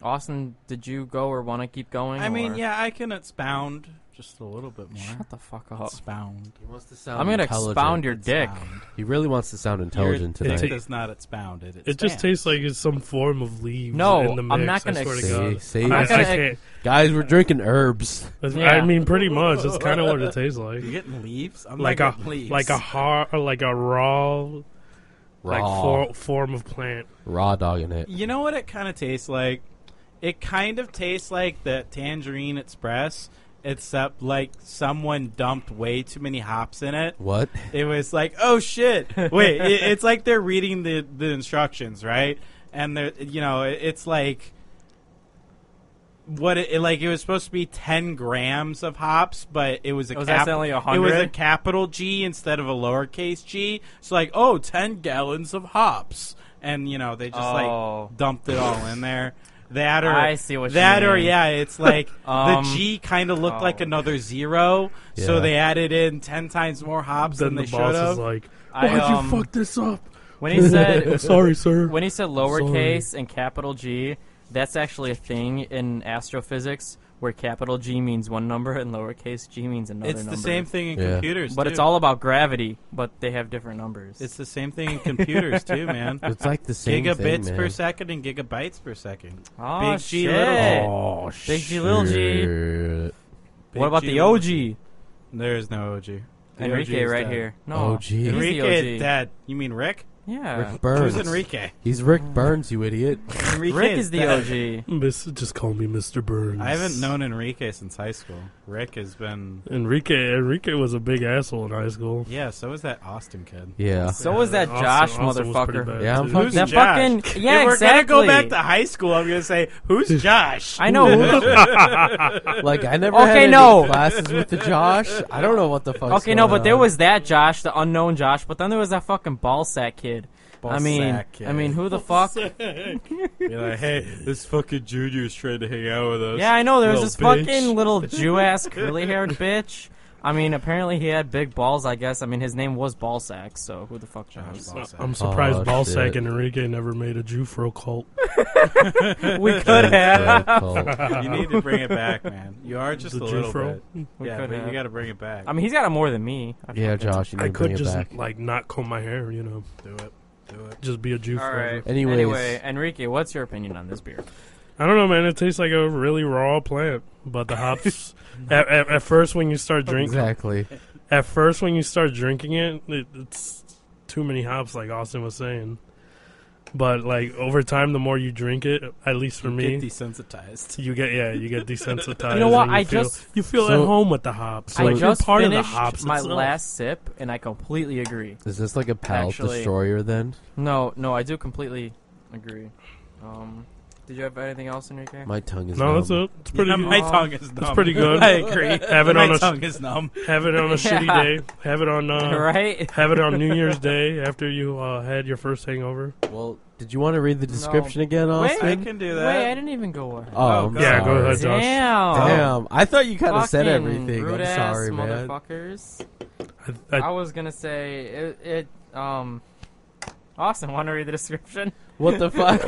Speaker 1: Austin, did you go or want to keep going?
Speaker 3: I mean,
Speaker 1: or-
Speaker 3: yeah, I can expound just a little bit more.
Speaker 1: Shut the fuck up.
Speaker 3: Expound.
Speaker 2: He wants to sound.
Speaker 1: I'm gonna expound your dick.
Speaker 3: Expound.
Speaker 2: He really wants to sound intelligent
Speaker 4: Your
Speaker 3: Dick
Speaker 2: tonight.
Speaker 4: ta-
Speaker 3: does not expound it.
Speaker 4: It just tastes like it's some form of leaves.
Speaker 1: No,
Speaker 4: in the
Speaker 1: I'm not
Speaker 4: mix.
Speaker 1: gonna
Speaker 4: I swear to
Speaker 1: ex-
Speaker 4: God.
Speaker 2: See, see?
Speaker 4: I, I
Speaker 1: I'm not gonna ex-
Speaker 4: can't.
Speaker 2: Guys, we're drinking herbs.
Speaker 4: That's-
Speaker 1: Yeah.
Speaker 4: I mean, pretty much. That's kind of what it tastes like.
Speaker 3: You're getting leaves. I'm
Speaker 4: Like a
Speaker 3: not getting leaves.
Speaker 4: like a hard like a raw, like
Speaker 2: Raw,
Speaker 4: for, form of plant.
Speaker 2: raw dog in it.
Speaker 3: You know what it kind of tastes like? It kind of tastes like the Tangerine Express, except like someone dumped way too many hops in it.
Speaker 2: What?
Speaker 3: It was like, oh shit! Wait, it, it's like they're reading the the instructions, right? And they're you know, it, it's like what it, it- like it was supposed to be ten grams of hops, but it was a
Speaker 1: It was
Speaker 3: cap-
Speaker 1: accidentally
Speaker 3: It was a
Speaker 1: 100?
Speaker 3: capital G instead of a lowercase G. It's like, oh, 10 gallons of hops, and you know they just
Speaker 1: Oh.
Speaker 3: like dumped it all in there. That or
Speaker 1: I see what you
Speaker 3: that or
Speaker 1: mean.
Speaker 3: yeah, it's like
Speaker 1: Um,
Speaker 3: the G kind of looked
Speaker 1: oh.
Speaker 3: like another zero,
Speaker 2: Yeah.
Speaker 3: so they added in ten times more hops
Speaker 4: Then
Speaker 3: than
Speaker 4: the
Speaker 3: they should
Speaker 4: boss
Speaker 3: have.
Speaker 4: is like,
Speaker 1: I,
Speaker 4: "Why'd
Speaker 1: um,
Speaker 4: you fuck this up?"
Speaker 1: When he said
Speaker 4: "Sorry, sir."
Speaker 1: when he said lowercase and capital G, that's actually a thing in astrophysics where capital G means one number and lowercase G means another
Speaker 3: it's
Speaker 1: number.
Speaker 3: the same thing in
Speaker 2: Yeah.
Speaker 3: computers,
Speaker 1: But it's
Speaker 3: too.
Speaker 1: all about gravity, but they have different numbers.
Speaker 3: it's the same thing in computers too, man.
Speaker 2: It's like the same thing,
Speaker 3: Gigabits
Speaker 2: man.
Speaker 3: per second and gigabytes per second.
Speaker 1: oh,
Speaker 3: big G,
Speaker 1: shit.
Speaker 3: little G.
Speaker 2: Oh,
Speaker 1: Big G, little G.
Speaker 2: shit.
Speaker 1: what about the
Speaker 3: Big G,
Speaker 1: OG?
Speaker 3: There is no OG. The OG
Speaker 1: Enrique
Speaker 3: is
Speaker 1: right
Speaker 3: dead.
Speaker 1: here. No.
Speaker 2: Oh, gee.
Speaker 1: He's the
Speaker 3: Enrique is
Speaker 1: OG.
Speaker 3: dead. You mean Rick?
Speaker 1: Yeah.
Speaker 2: Rick Burns.
Speaker 3: Who's Enrique?
Speaker 2: He's Rick Burns, you idiot.
Speaker 3: Enrique
Speaker 1: Rick is the
Speaker 3: dead.
Speaker 1: OG.
Speaker 4: Miss, just call me Mr. Burns.
Speaker 3: I haven't known Enrique since high school. Rick has been.
Speaker 4: Enrique. Enrique was a big asshole in high school.
Speaker 3: Yeah, so was that Austin kid.
Speaker 2: Yeah.
Speaker 1: So was that
Speaker 4: Austin-
Speaker 1: Josh
Speaker 4: Austin was pretty
Speaker 1: motherfucker.
Speaker 4: bad,
Speaker 2: Yeah, I'm
Speaker 4: too.
Speaker 2: fucking-
Speaker 3: Who's
Speaker 1: That
Speaker 3: Josh?
Speaker 1: fucking yeah,
Speaker 3: if we're
Speaker 1: exactly.
Speaker 3: gonna go back to high school, I'm gonna say, who's Josh?
Speaker 1: I know.
Speaker 2: Like I never
Speaker 1: Okay,
Speaker 2: had any
Speaker 1: no.
Speaker 2: classes with the Josh. I don't know what the fuck.
Speaker 1: okay, no, but there was that Josh, the unknown Josh, but then there was that fucking ball sack kid. I mean,
Speaker 3: Ballsack kid.
Speaker 1: I mean, who the fuck?
Speaker 3: Be like, hey, this fucking junior's trying to hang out with us.
Speaker 1: Yeah, I know. There was
Speaker 3: Little
Speaker 1: this
Speaker 3: bitch.
Speaker 1: fucking little Jew ass curly haired bitch. I mean, apparently he had big balls, I guess. I mean, his name was Ballsack, so who the fuck knows?
Speaker 3: Ballsack.
Speaker 4: I'm surprised
Speaker 2: Oh,
Speaker 4: Ballsack
Speaker 2: shit.
Speaker 4: and Enrique never made a Jufro cult.
Speaker 1: we could have.
Speaker 3: You need to bring it back, man. You are just
Speaker 4: The
Speaker 3: a little
Speaker 4: Jufro?
Speaker 3: bit.
Speaker 1: We
Speaker 3: yeah,
Speaker 1: could
Speaker 3: but
Speaker 1: have.
Speaker 3: you got to bring it back.
Speaker 1: I mean, he's got it more than me. I
Speaker 2: Yeah,
Speaker 1: fucking-
Speaker 2: Josh, you need
Speaker 4: I
Speaker 2: to bring
Speaker 4: could
Speaker 2: it
Speaker 4: just
Speaker 2: back.
Speaker 4: like not comb my hair, you know,
Speaker 3: do it. Do it.
Speaker 4: just be a Jew
Speaker 1: All
Speaker 4: forever.
Speaker 1: right.
Speaker 2: Anyways.
Speaker 1: Anyway, Enrique, what's your opinion on this beer?
Speaker 4: I don't know, man. It tastes like a really raw plant, but the hops. at, at, at first, when you start drinking,
Speaker 2: Exactly.
Speaker 4: at first when you start drinking it, it, it's too many hops, like Austin was saying. But like over time, the more you drink it, at least for
Speaker 3: You
Speaker 4: me,
Speaker 3: get desensitized.
Speaker 4: you get yeah, you get desensitized.
Speaker 1: You know what?
Speaker 4: and
Speaker 1: I
Speaker 4: feel,
Speaker 1: just-
Speaker 4: you feel
Speaker 2: So-
Speaker 4: at home with the hops.
Speaker 1: I
Speaker 4: Like, you're
Speaker 1: just
Speaker 4: part of
Speaker 1: finished
Speaker 4: the hops.
Speaker 1: my
Speaker 4: itself.
Speaker 1: last sip, and I completely agree.
Speaker 2: Is this like a palate
Speaker 1: Actually-
Speaker 2: destroyer then?
Speaker 1: No, no, I do completely agree. Um, did you have anything else, Enrique?
Speaker 2: My tongue is.
Speaker 4: No,
Speaker 2: numb.
Speaker 4: that's it. It's pretty.
Speaker 3: Yeah,
Speaker 4: good.
Speaker 3: my tongue is numb.
Speaker 4: It's pretty good.
Speaker 3: I agree.
Speaker 4: Have it
Speaker 3: my
Speaker 4: on a
Speaker 3: tongue is numb.
Speaker 4: have it on a
Speaker 1: Yeah.
Speaker 4: shitty day. Have it on uh,
Speaker 1: right?
Speaker 4: have it on New Year's Day after you uh, had your first hangover.
Speaker 2: Well, did you want to read the description again, Austin?
Speaker 1: Wait,
Speaker 3: I can do that.
Speaker 1: Wait, I didn't even go on.
Speaker 2: Oh, I'm
Speaker 3: Oh, Yeah,
Speaker 4: go
Speaker 2: sorry.
Speaker 4: ahead. Josh.
Speaker 1: Damn.
Speaker 2: Damn, I thought you kind of said
Speaker 1: Fucking
Speaker 2: everything.
Speaker 1: Rude
Speaker 2: I'm
Speaker 1: ass
Speaker 2: sorry, man.
Speaker 1: motherfuckers.
Speaker 4: I,
Speaker 1: I was gonna say it. it um, Austin, want to read the description?
Speaker 2: What the fuck?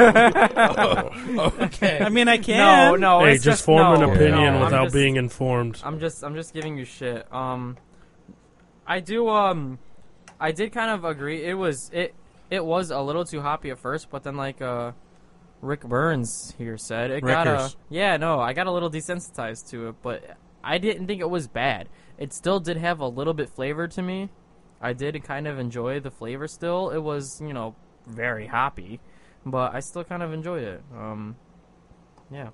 Speaker 2: okay.
Speaker 3: I mean, I
Speaker 1: No,
Speaker 3: can.
Speaker 1: no. Oh,
Speaker 4: hey,
Speaker 1: it's
Speaker 4: just, form
Speaker 1: no,
Speaker 4: an opinion
Speaker 1: no, I'm
Speaker 4: without
Speaker 1: just-
Speaker 4: being informed.
Speaker 1: I'm just I'm just giving you shit. Um I do um I did kind of agree it was it it was a little too hoppy at first, but then like uh Rick Burns here said it got a
Speaker 3: Rickers.
Speaker 1: yeah, no, I got a little desensitized to it, but I didn't think it was bad. It still did have a little bit flavor to me. I did kind of enjoy the flavor still. It was, you know, very hoppy, but I still kind of enjoyed it. Um yeah.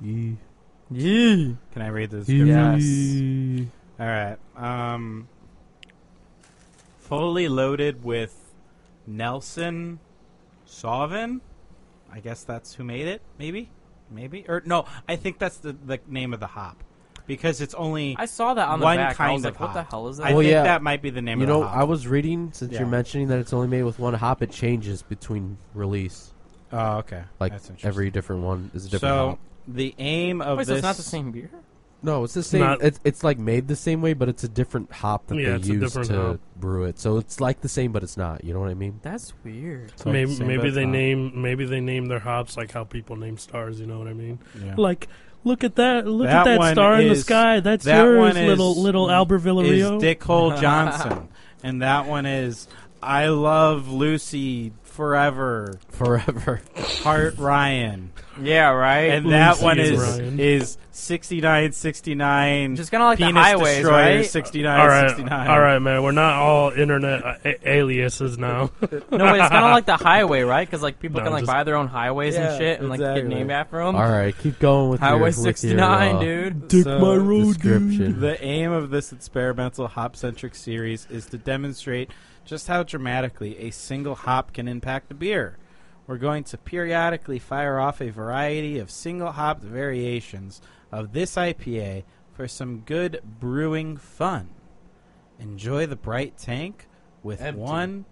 Speaker 2: Yeah.
Speaker 1: Yeah.
Speaker 3: Can I read this?
Speaker 1: Yes.
Speaker 3: All right. Um, fully loaded with Nelson Sauvin. I guess that's who made it. Maybe, maybe, or no. I think that's the the name of the hop because it's only.
Speaker 1: I saw that on the
Speaker 3: One
Speaker 1: back. and I
Speaker 3: kind
Speaker 1: was
Speaker 3: of
Speaker 1: like, what the
Speaker 3: hop.
Speaker 1: hell is that?
Speaker 3: I
Speaker 2: Well,
Speaker 3: think
Speaker 2: Oh, yeah.
Speaker 3: that might be the name
Speaker 2: You
Speaker 3: of the
Speaker 2: know,
Speaker 3: hop.
Speaker 2: I was reading since
Speaker 3: Yeah.
Speaker 2: you're mentioning that it's only made with one hop. It changes between release.
Speaker 3: oh, okay.
Speaker 2: Like
Speaker 3: That's interesting.
Speaker 2: every different one is a different
Speaker 3: So
Speaker 2: hop.
Speaker 3: the aim of
Speaker 1: Wait,
Speaker 3: this
Speaker 1: so it's not the same beer?
Speaker 2: No, it's the same.
Speaker 4: not-
Speaker 2: it's it's like made the same way, but it's a different hop that
Speaker 4: Yeah,
Speaker 2: they
Speaker 4: it's a
Speaker 2: use
Speaker 4: different
Speaker 2: to
Speaker 4: hop.
Speaker 2: brew it. So it's like the same, but it's not. You know what I mean?
Speaker 1: That's weird.
Speaker 3: It's like
Speaker 4: Maybe,
Speaker 3: same, but
Speaker 4: maybe
Speaker 3: it's
Speaker 4: they
Speaker 3: not.
Speaker 4: name maybe they name their hops like how people name stars. You know what I mean?
Speaker 3: Yeah.
Speaker 4: Like, look at that! Look
Speaker 3: That
Speaker 4: at that
Speaker 3: one
Speaker 4: star in the
Speaker 3: is-
Speaker 4: sky. That's
Speaker 3: that
Speaker 4: yours,
Speaker 3: one is-
Speaker 4: little little Albert Villarreal.
Speaker 3: is Dick Hole Johnson, and that one is I love Lucy forever,
Speaker 2: Forever.
Speaker 3: Hart Ryan,
Speaker 1: Yeah, right.
Speaker 3: and that
Speaker 4: Lucy
Speaker 3: one
Speaker 4: is
Speaker 3: is
Speaker 4: Ryan.
Speaker 3: is sixty nine sixty nine.
Speaker 1: just kind of like
Speaker 3: Penis
Speaker 1: the highways,
Speaker 3: destroyer
Speaker 1: right?
Speaker 3: 69,
Speaker 4: all right,
Speaker 3: 69.
Speaker 4: all right, man. We're not all internet uh, a- aliases now.
Speaker 1: no, but it's kind of like the highway, right? Because like people
Speaker 4: No,
Speaker 1: can like
Speaker 4: just-
Speaker 1: buy their own highways
Speaker 2: Yeah,
Speaker 1: and shit, and like get
Speaker 2: exactly.
Speaker 1: named after them.
Speaker 2: All right, keep going with your,
Speaker 1: Highway
Speaker 2: with your,
Speaker 1: 69,
Speaker 2: uh,
Speaker 1: dude.
Speaker 4: Dick
Speaker 3: So-
Speaker 4: my road,
Speaker 2: description.
Speaker 4: dude.
Speaker 3: The aim of this experimental hop centric series is to demonstrate just how dramatically a single hop can impact a beer. We're going to periodically fire off a variety of single hopped variations of this IPA for some good brewing fun. Enjoy the bright tank with
Speaker 2: Empty.
Speaker 3: one.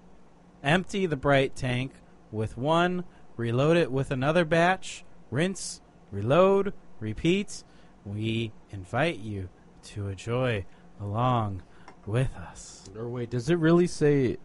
Speaker 3: Empty the bright tank with one. Reload it with another batch. Rinse, reload, repeat. We invite you to enjoy along with us.
Speaker 2: Or wait, does it really say?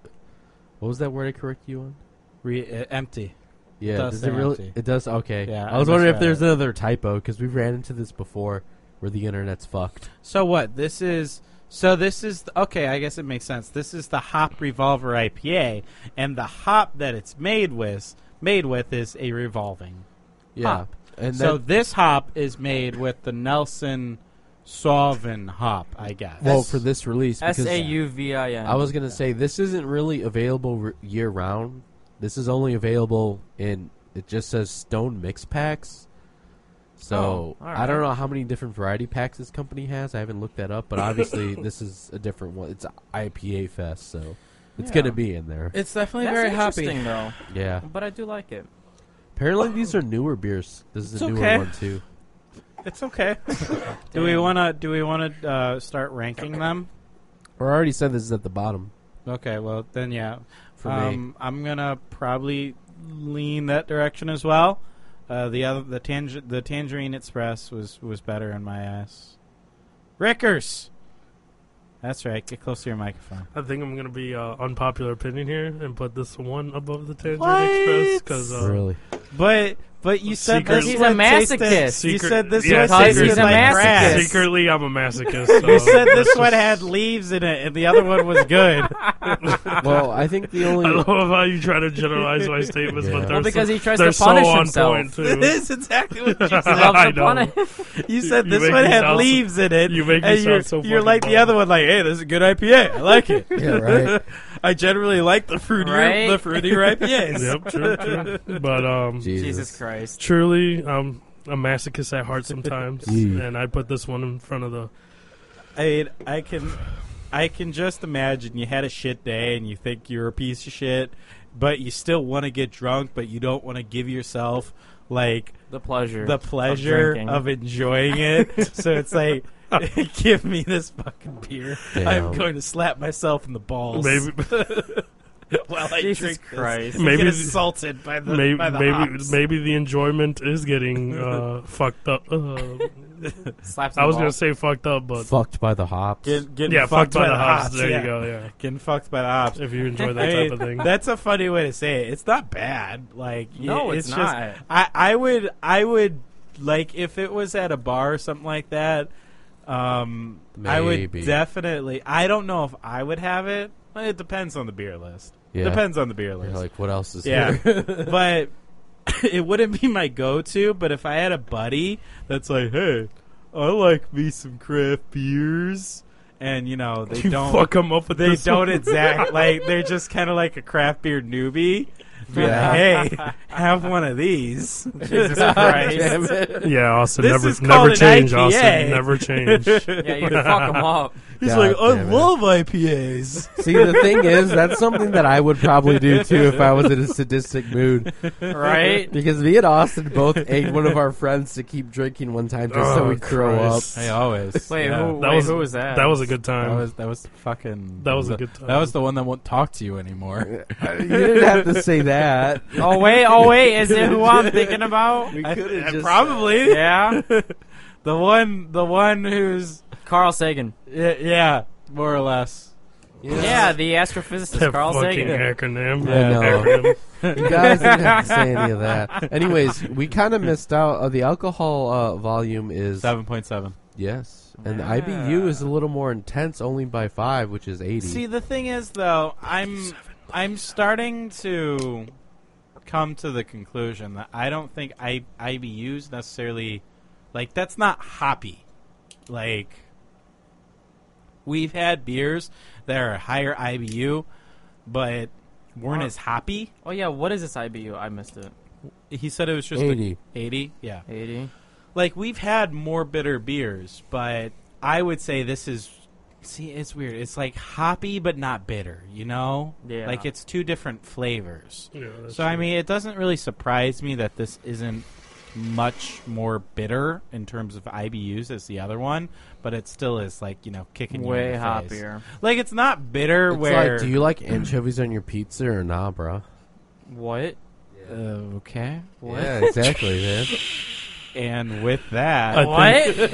Speaker 2: What was that word I correct you on?
Speaker 3: Re- uh, empty.
Speaker 2: Yeah,
Speaker 3: does
Speaker 2: does
Speaker 3: say
Speaker 2: it really?
Speaker 3: empty.
Speaker 2: It does. Okay.
Speaker 3: Yeah,
Speaker 2: I
Speaker 3: I
Speaker 2: was wondering if
Speaker 3: misread
Speaker 2: there's
Speaker 3: it.
Speaker 2: another typo because we ran into this before, where the internet's fucked.
Speaker 3: So what? This is so this is th- okay. I guess it makes sense. This is the Hop Revolver IPA, and the hop that it's made with made with is a revolving.
Speaker 2: Yeah.
Speaker 3: Hop.
Speaker 2: And
Speaker 3: so
Speaker 2: then,
Speaker 3: this hop is made with the Nelson Sauven hop, I guess.
Speaker 2: Well, for this release,
Speaker 1: S
Speaker 2: because
Speaker 1: A U V I N.
Speaker 2: I was gonna say this isn't really available r year round. This is only available in. It just says Stone mix packs. So
Speaker 1: Oh, all
Speaker 2: I don't
Speaker 1: right.
Speaker 2: know how many different variety packs this company has. I haven't looked that up, but obviously this is a different one. It's IPA fest, so it's
Speaker 1: Yeah.
Speaker 2: gonna be in there.
Speaker 6: It's definitely
Speaker 1: That's
Speaker 6: very
Speaker 1: interesting
Speaker 6: happy.
Speaker 1: though,
Speaker 2: Yeah.
Speaker 1: but I do like it.
Speaker 2: Apparently these are newer beers. This is
Speaker 3: It's
Speaker 2: a newer
Speaker 3: okay.
Speaker 2: one too.
Speaker 3: it's okay. do we wanna do we wanna uh, start ranking them?
Speaker 2: Or I already said this is at the bottom
Speaker 3: Okay, well then yeah.
Speaker 2: for me.
Speaker 3: um, I'm gonna probably lean that direction as well. Uh, the other, the tang- the Tangerine Express was was better in my ass. Rickers. That's right. Get close to your microphone.
Speaker 4: I think I'm gonna be uh, unpopular opinion here and put this one above the Tangerine
Speaker 3: What?
Speaker 4: Express because uh,
Speaker 2: really.
Speaker 3: But but you said
Speaker 4: Secret-
Speaker 3: this
Speaker 4: He's
Speaker 1: a
Speaker 3: one tasted-
Speaker 1: masochist.
Speaker 3: You
Speaker 4: Secret-
Speaker 3: said this
Speaker 4: yeah,
Speaker 3: one
Speaker 4: Because
Speaker 3: tasted
Speaker 4: he's a
Speaker 3: like
Speaker 1: masochist.
Speaker 3: grass.
Speaker 1: Yes.
Speaker 4: secretly I'm a masochist. So
Speaker 3: You said this
Speaker 4: that's
Speaker 3: one
Speaker 4: just-
Speaker 3: had leaves in it, and the other one was good.
Speaker 2: well, I think the
Speaker 4: I
Speaker 2: only
Speaker 4: love how you try to generalize my statements,
Speaker 2: Yeah.
Speaker 4: but they're
Speaker 2: Well,
Speaker 1: because
Speaker 4: so,
Speaker 1: he tries
Speaker 4: they're
Speaker 1: to punish
Speaker 4: so on
Speaker 1: himself.
Speaker 4: point too.
Speaker 3: This is exactly what you
Speaker 1: He
Speaker 3: said.
Speaker 1: loves
Speaker 4: I
Speaker 1: to
Speaker 4: know.
Speaker 1: punish.
Speaker 3: You said
Speaker 4: You
Speaker 3: this
Speaker 4: make
Speaker 3: one
Speaker 4: me
Speaker 3: had
Speaker 4: sound so-
Speaker 3: leaves in it.
Speaker 4: you make me
Speaker 3: and
Speaker 4: sound
Speaker 3: you're,
Speaker 4: so
Speaker 3: You're
Speaker 4: fucking
Speaker 3: like the
Speaker 4: bald.
Speaker 3: other one, like, hey, this is a good IPA. I like it.
Speaker 2: Yeah, right.
Speaker 3: I generally like the fruity,
Speaker 1: Right?
Speaker 3: the fruitier IPAs.
Speaker 4: Yep, true, true. But um,
Speaker 1: Jesus Christ.
Speaker 4: truly, I'm a masochist at heart sometimes,
Speaker 2: Yeah.
Speaker 4: and I put this one in front of the.
Speaker 3: I mean, I can, I can just imagine you had a shit day and you think you're a piece of shit, but you still want to get drunk, but you don't want to give yourself like
Speaker 1: The pleasure.
Speaker 3: the pleasure
Speaker 1: drinking.
Speaker 3: of enjoying it. so it's like, give me this fucking beer. I'm
Speaker 2: Damn.
Speaker 3: going to slap myself in the balls.
Speaker 4: Maybe
Speaker 3: while I
Speaker 1: Jesus
Speaker 3: drink this.
Speaker 1: Christ.
Speaker 3: Maybe
Speaker 4: Maybe
Speaker 3: get
Speaker 4: the-
Speaker 3: assaulted by the
Speaker 4: maybe
Speaker 3: by the
Speaker 4: maybe
Speaker 3: hops.
Speaker 4: maybe the enjoyment is getting uh, fucked up. Uh,
Speaker 1: Slaps
Speaker 4: I was
Speaker 1: the
Speaker 4: gonna
Speaker 1: ball.
Speaker 4: say fucked up, but
Speaker 2: Fucked by the hops.
Speaker 3: Get- getting
Speaker 4: yeah, fucked by the hops. There
Speaker 3: yeah.
Speaker 4: you go. Yeah,
Speaker 3: Getting fucked by the hops.
Speaker 4: if you enjoy
Speaker 3: I
Speaker 4: that type
Speaker 3: mean,
Speaker 4: of thing,
Speaker 3: That's a funny way to say it. It's not bad. Like
Speaker 1: No,
Speaker 3: y-
Speaker 1: it's
Speaker 3: just-
Speaker 1: not.
Speaker 3: I I would I would like if it was at a bar or something like that. Um, I would
Speaker 2: Maybe.
Speaker 3: definitely. I don't know if I would have it. Well, It depends on the beer list.
Speaker 2: Yeah.
Speaker 3: Depends on the beer
Speaker 2: You're
Speaker 3: list.
Speaker 2: like, what else is
Speaker 3: Yeah.
Speaker 2: here?
Speaker 3: but it wouldn't be my go-to. But if I had a buddy that's like, "Hey, I like me some craft beers," and you know they
Speaker 4: you
Speaker 3: don't
Speaker 4: fuck them up with
Speaker 3: they
Speaker 4: this
Speaker 3: don't
Speaker 4: one.
Speaker 3: exact like they're just kind of like a craft beer newbie. Be like,
Speaker 2: Yeah.
Speaker 3: hey, have one of these.
Speaker 1: Jesus Christ.
Speaker 4: Yeah, Austin,
Speaker 3: This
Speaker 4: never
Speaker 3: is called
Speaker 4: never
Speaker 3: an
Speaker 4: change,
Speaker 3: IPA.
Speaker 4: Austin, never change.
Speaker 1: yeah, you fuck him up.
Speaker 3: He's
Speaker 2: God
Speaker 3: like, I
Speaker 2: damn it."
Speaker 3: love IPAs.
Speaker 2: See, the thing is, that's something that I would probably do too if I was in a sadistic mood.
Speaker 1: Right?
Speaker 2: Because me and Austin both egged one of our friends to keep drinking one time just so
Speaker 4: Oh,
Speaker 2: we'd throw up.
Speaker 4: Christ.
Speaker 3: I always.
Speaker 1: Wait,
Speaker 3: yeah.
Speaker 1: who,
Speaker 4: That
Speaker 1: wait
Speaker 4: was-
Speaker 1: who was that?
Speaker 4: That was a good
Speaker 3: That
Speaker 4: time.
Speaker 3: was that was fucking.
Speaker 4: Um, That was a good time.
Speaker 3: That was the one that won't talk to you anymore.
Speaker 2: You didn't have to say that.
Speaker 1: Oh wait, oh wait, is it who I'm thinking about?
Speaker 2: We
Speaker 3: I-
Speaker 2: could've
Speaker 3: I
Speaker 2: just-
Speaker 3: probably
Speaker 1: Yeah,
Speaker 3: the one the one who's
Speaker 1: Carl Sagan.
Speaker 3: yeah, yeah more or less.
Speaker 1: Yeah, the
Speaker 4: that
Speaker 1: astrophysicist Carl
Speaker 4: fucking
Speaker 1: Sagan.
Speaker 4: acronym.
Speaker 2: I know.
Speaker 4: Acronym.
Speaker 2: You guys didn't have to say any of that. Anyways, we kind of missed out. Uh, the alcohol uh, volume is
Speaker 3: Seven point seven.
Speaker 2: yes, and the IBU is a little more intense, only by five, which is eighty.
Speaker 3: See, the thing is, though, I'm I'm starting to come to the conclusion that I don't think I IBUs necessarily like that's not hoppy. Like we've had beers that are higher IBU, but weren't
Speaker 1: Wow.
Speaker 3: as hoppy.
Speaker 1: Oh yeah, what is this IBU? I missed it.
Speaker 3: He said it was just a-
Speaker 2: eighty.
Speaker 3: 80? Yeah.
Speaker 1: Eighty.
Speaker 3: Like we've had more bitter beers, but I would say this is see it's weird. It's like hoppy but not bitter, you know?
Speaker 1: Yeah.
Speaker 3: Like it's two different flavors.
Speaker 4: Yeah, that's
Speaker 3: So I
Speaker 4: true.
Speaker 3: mean, it doesn't really surprise me that this isn't much more bitter in terms of IBUs as the other one, but it still is like you know kicking you
Speaker 1: Way
Speaker 3: in the face.
Speaker 1: hoppier.
Speaker 3: Like it's not bitter.
Speaker 2: It's
Speaker 3: where
Speaker 2: like, do you like anchovies on your pizza or nah, bro?
Speaker 1: What?
Speaker 3: uh, okay?
Speaker 1: What?
Speaker 2: Yeah, exactly, man.
Speaker 3: And with that,
Speaker 4: I
Speaker 1: What?
Speaker 3: oh,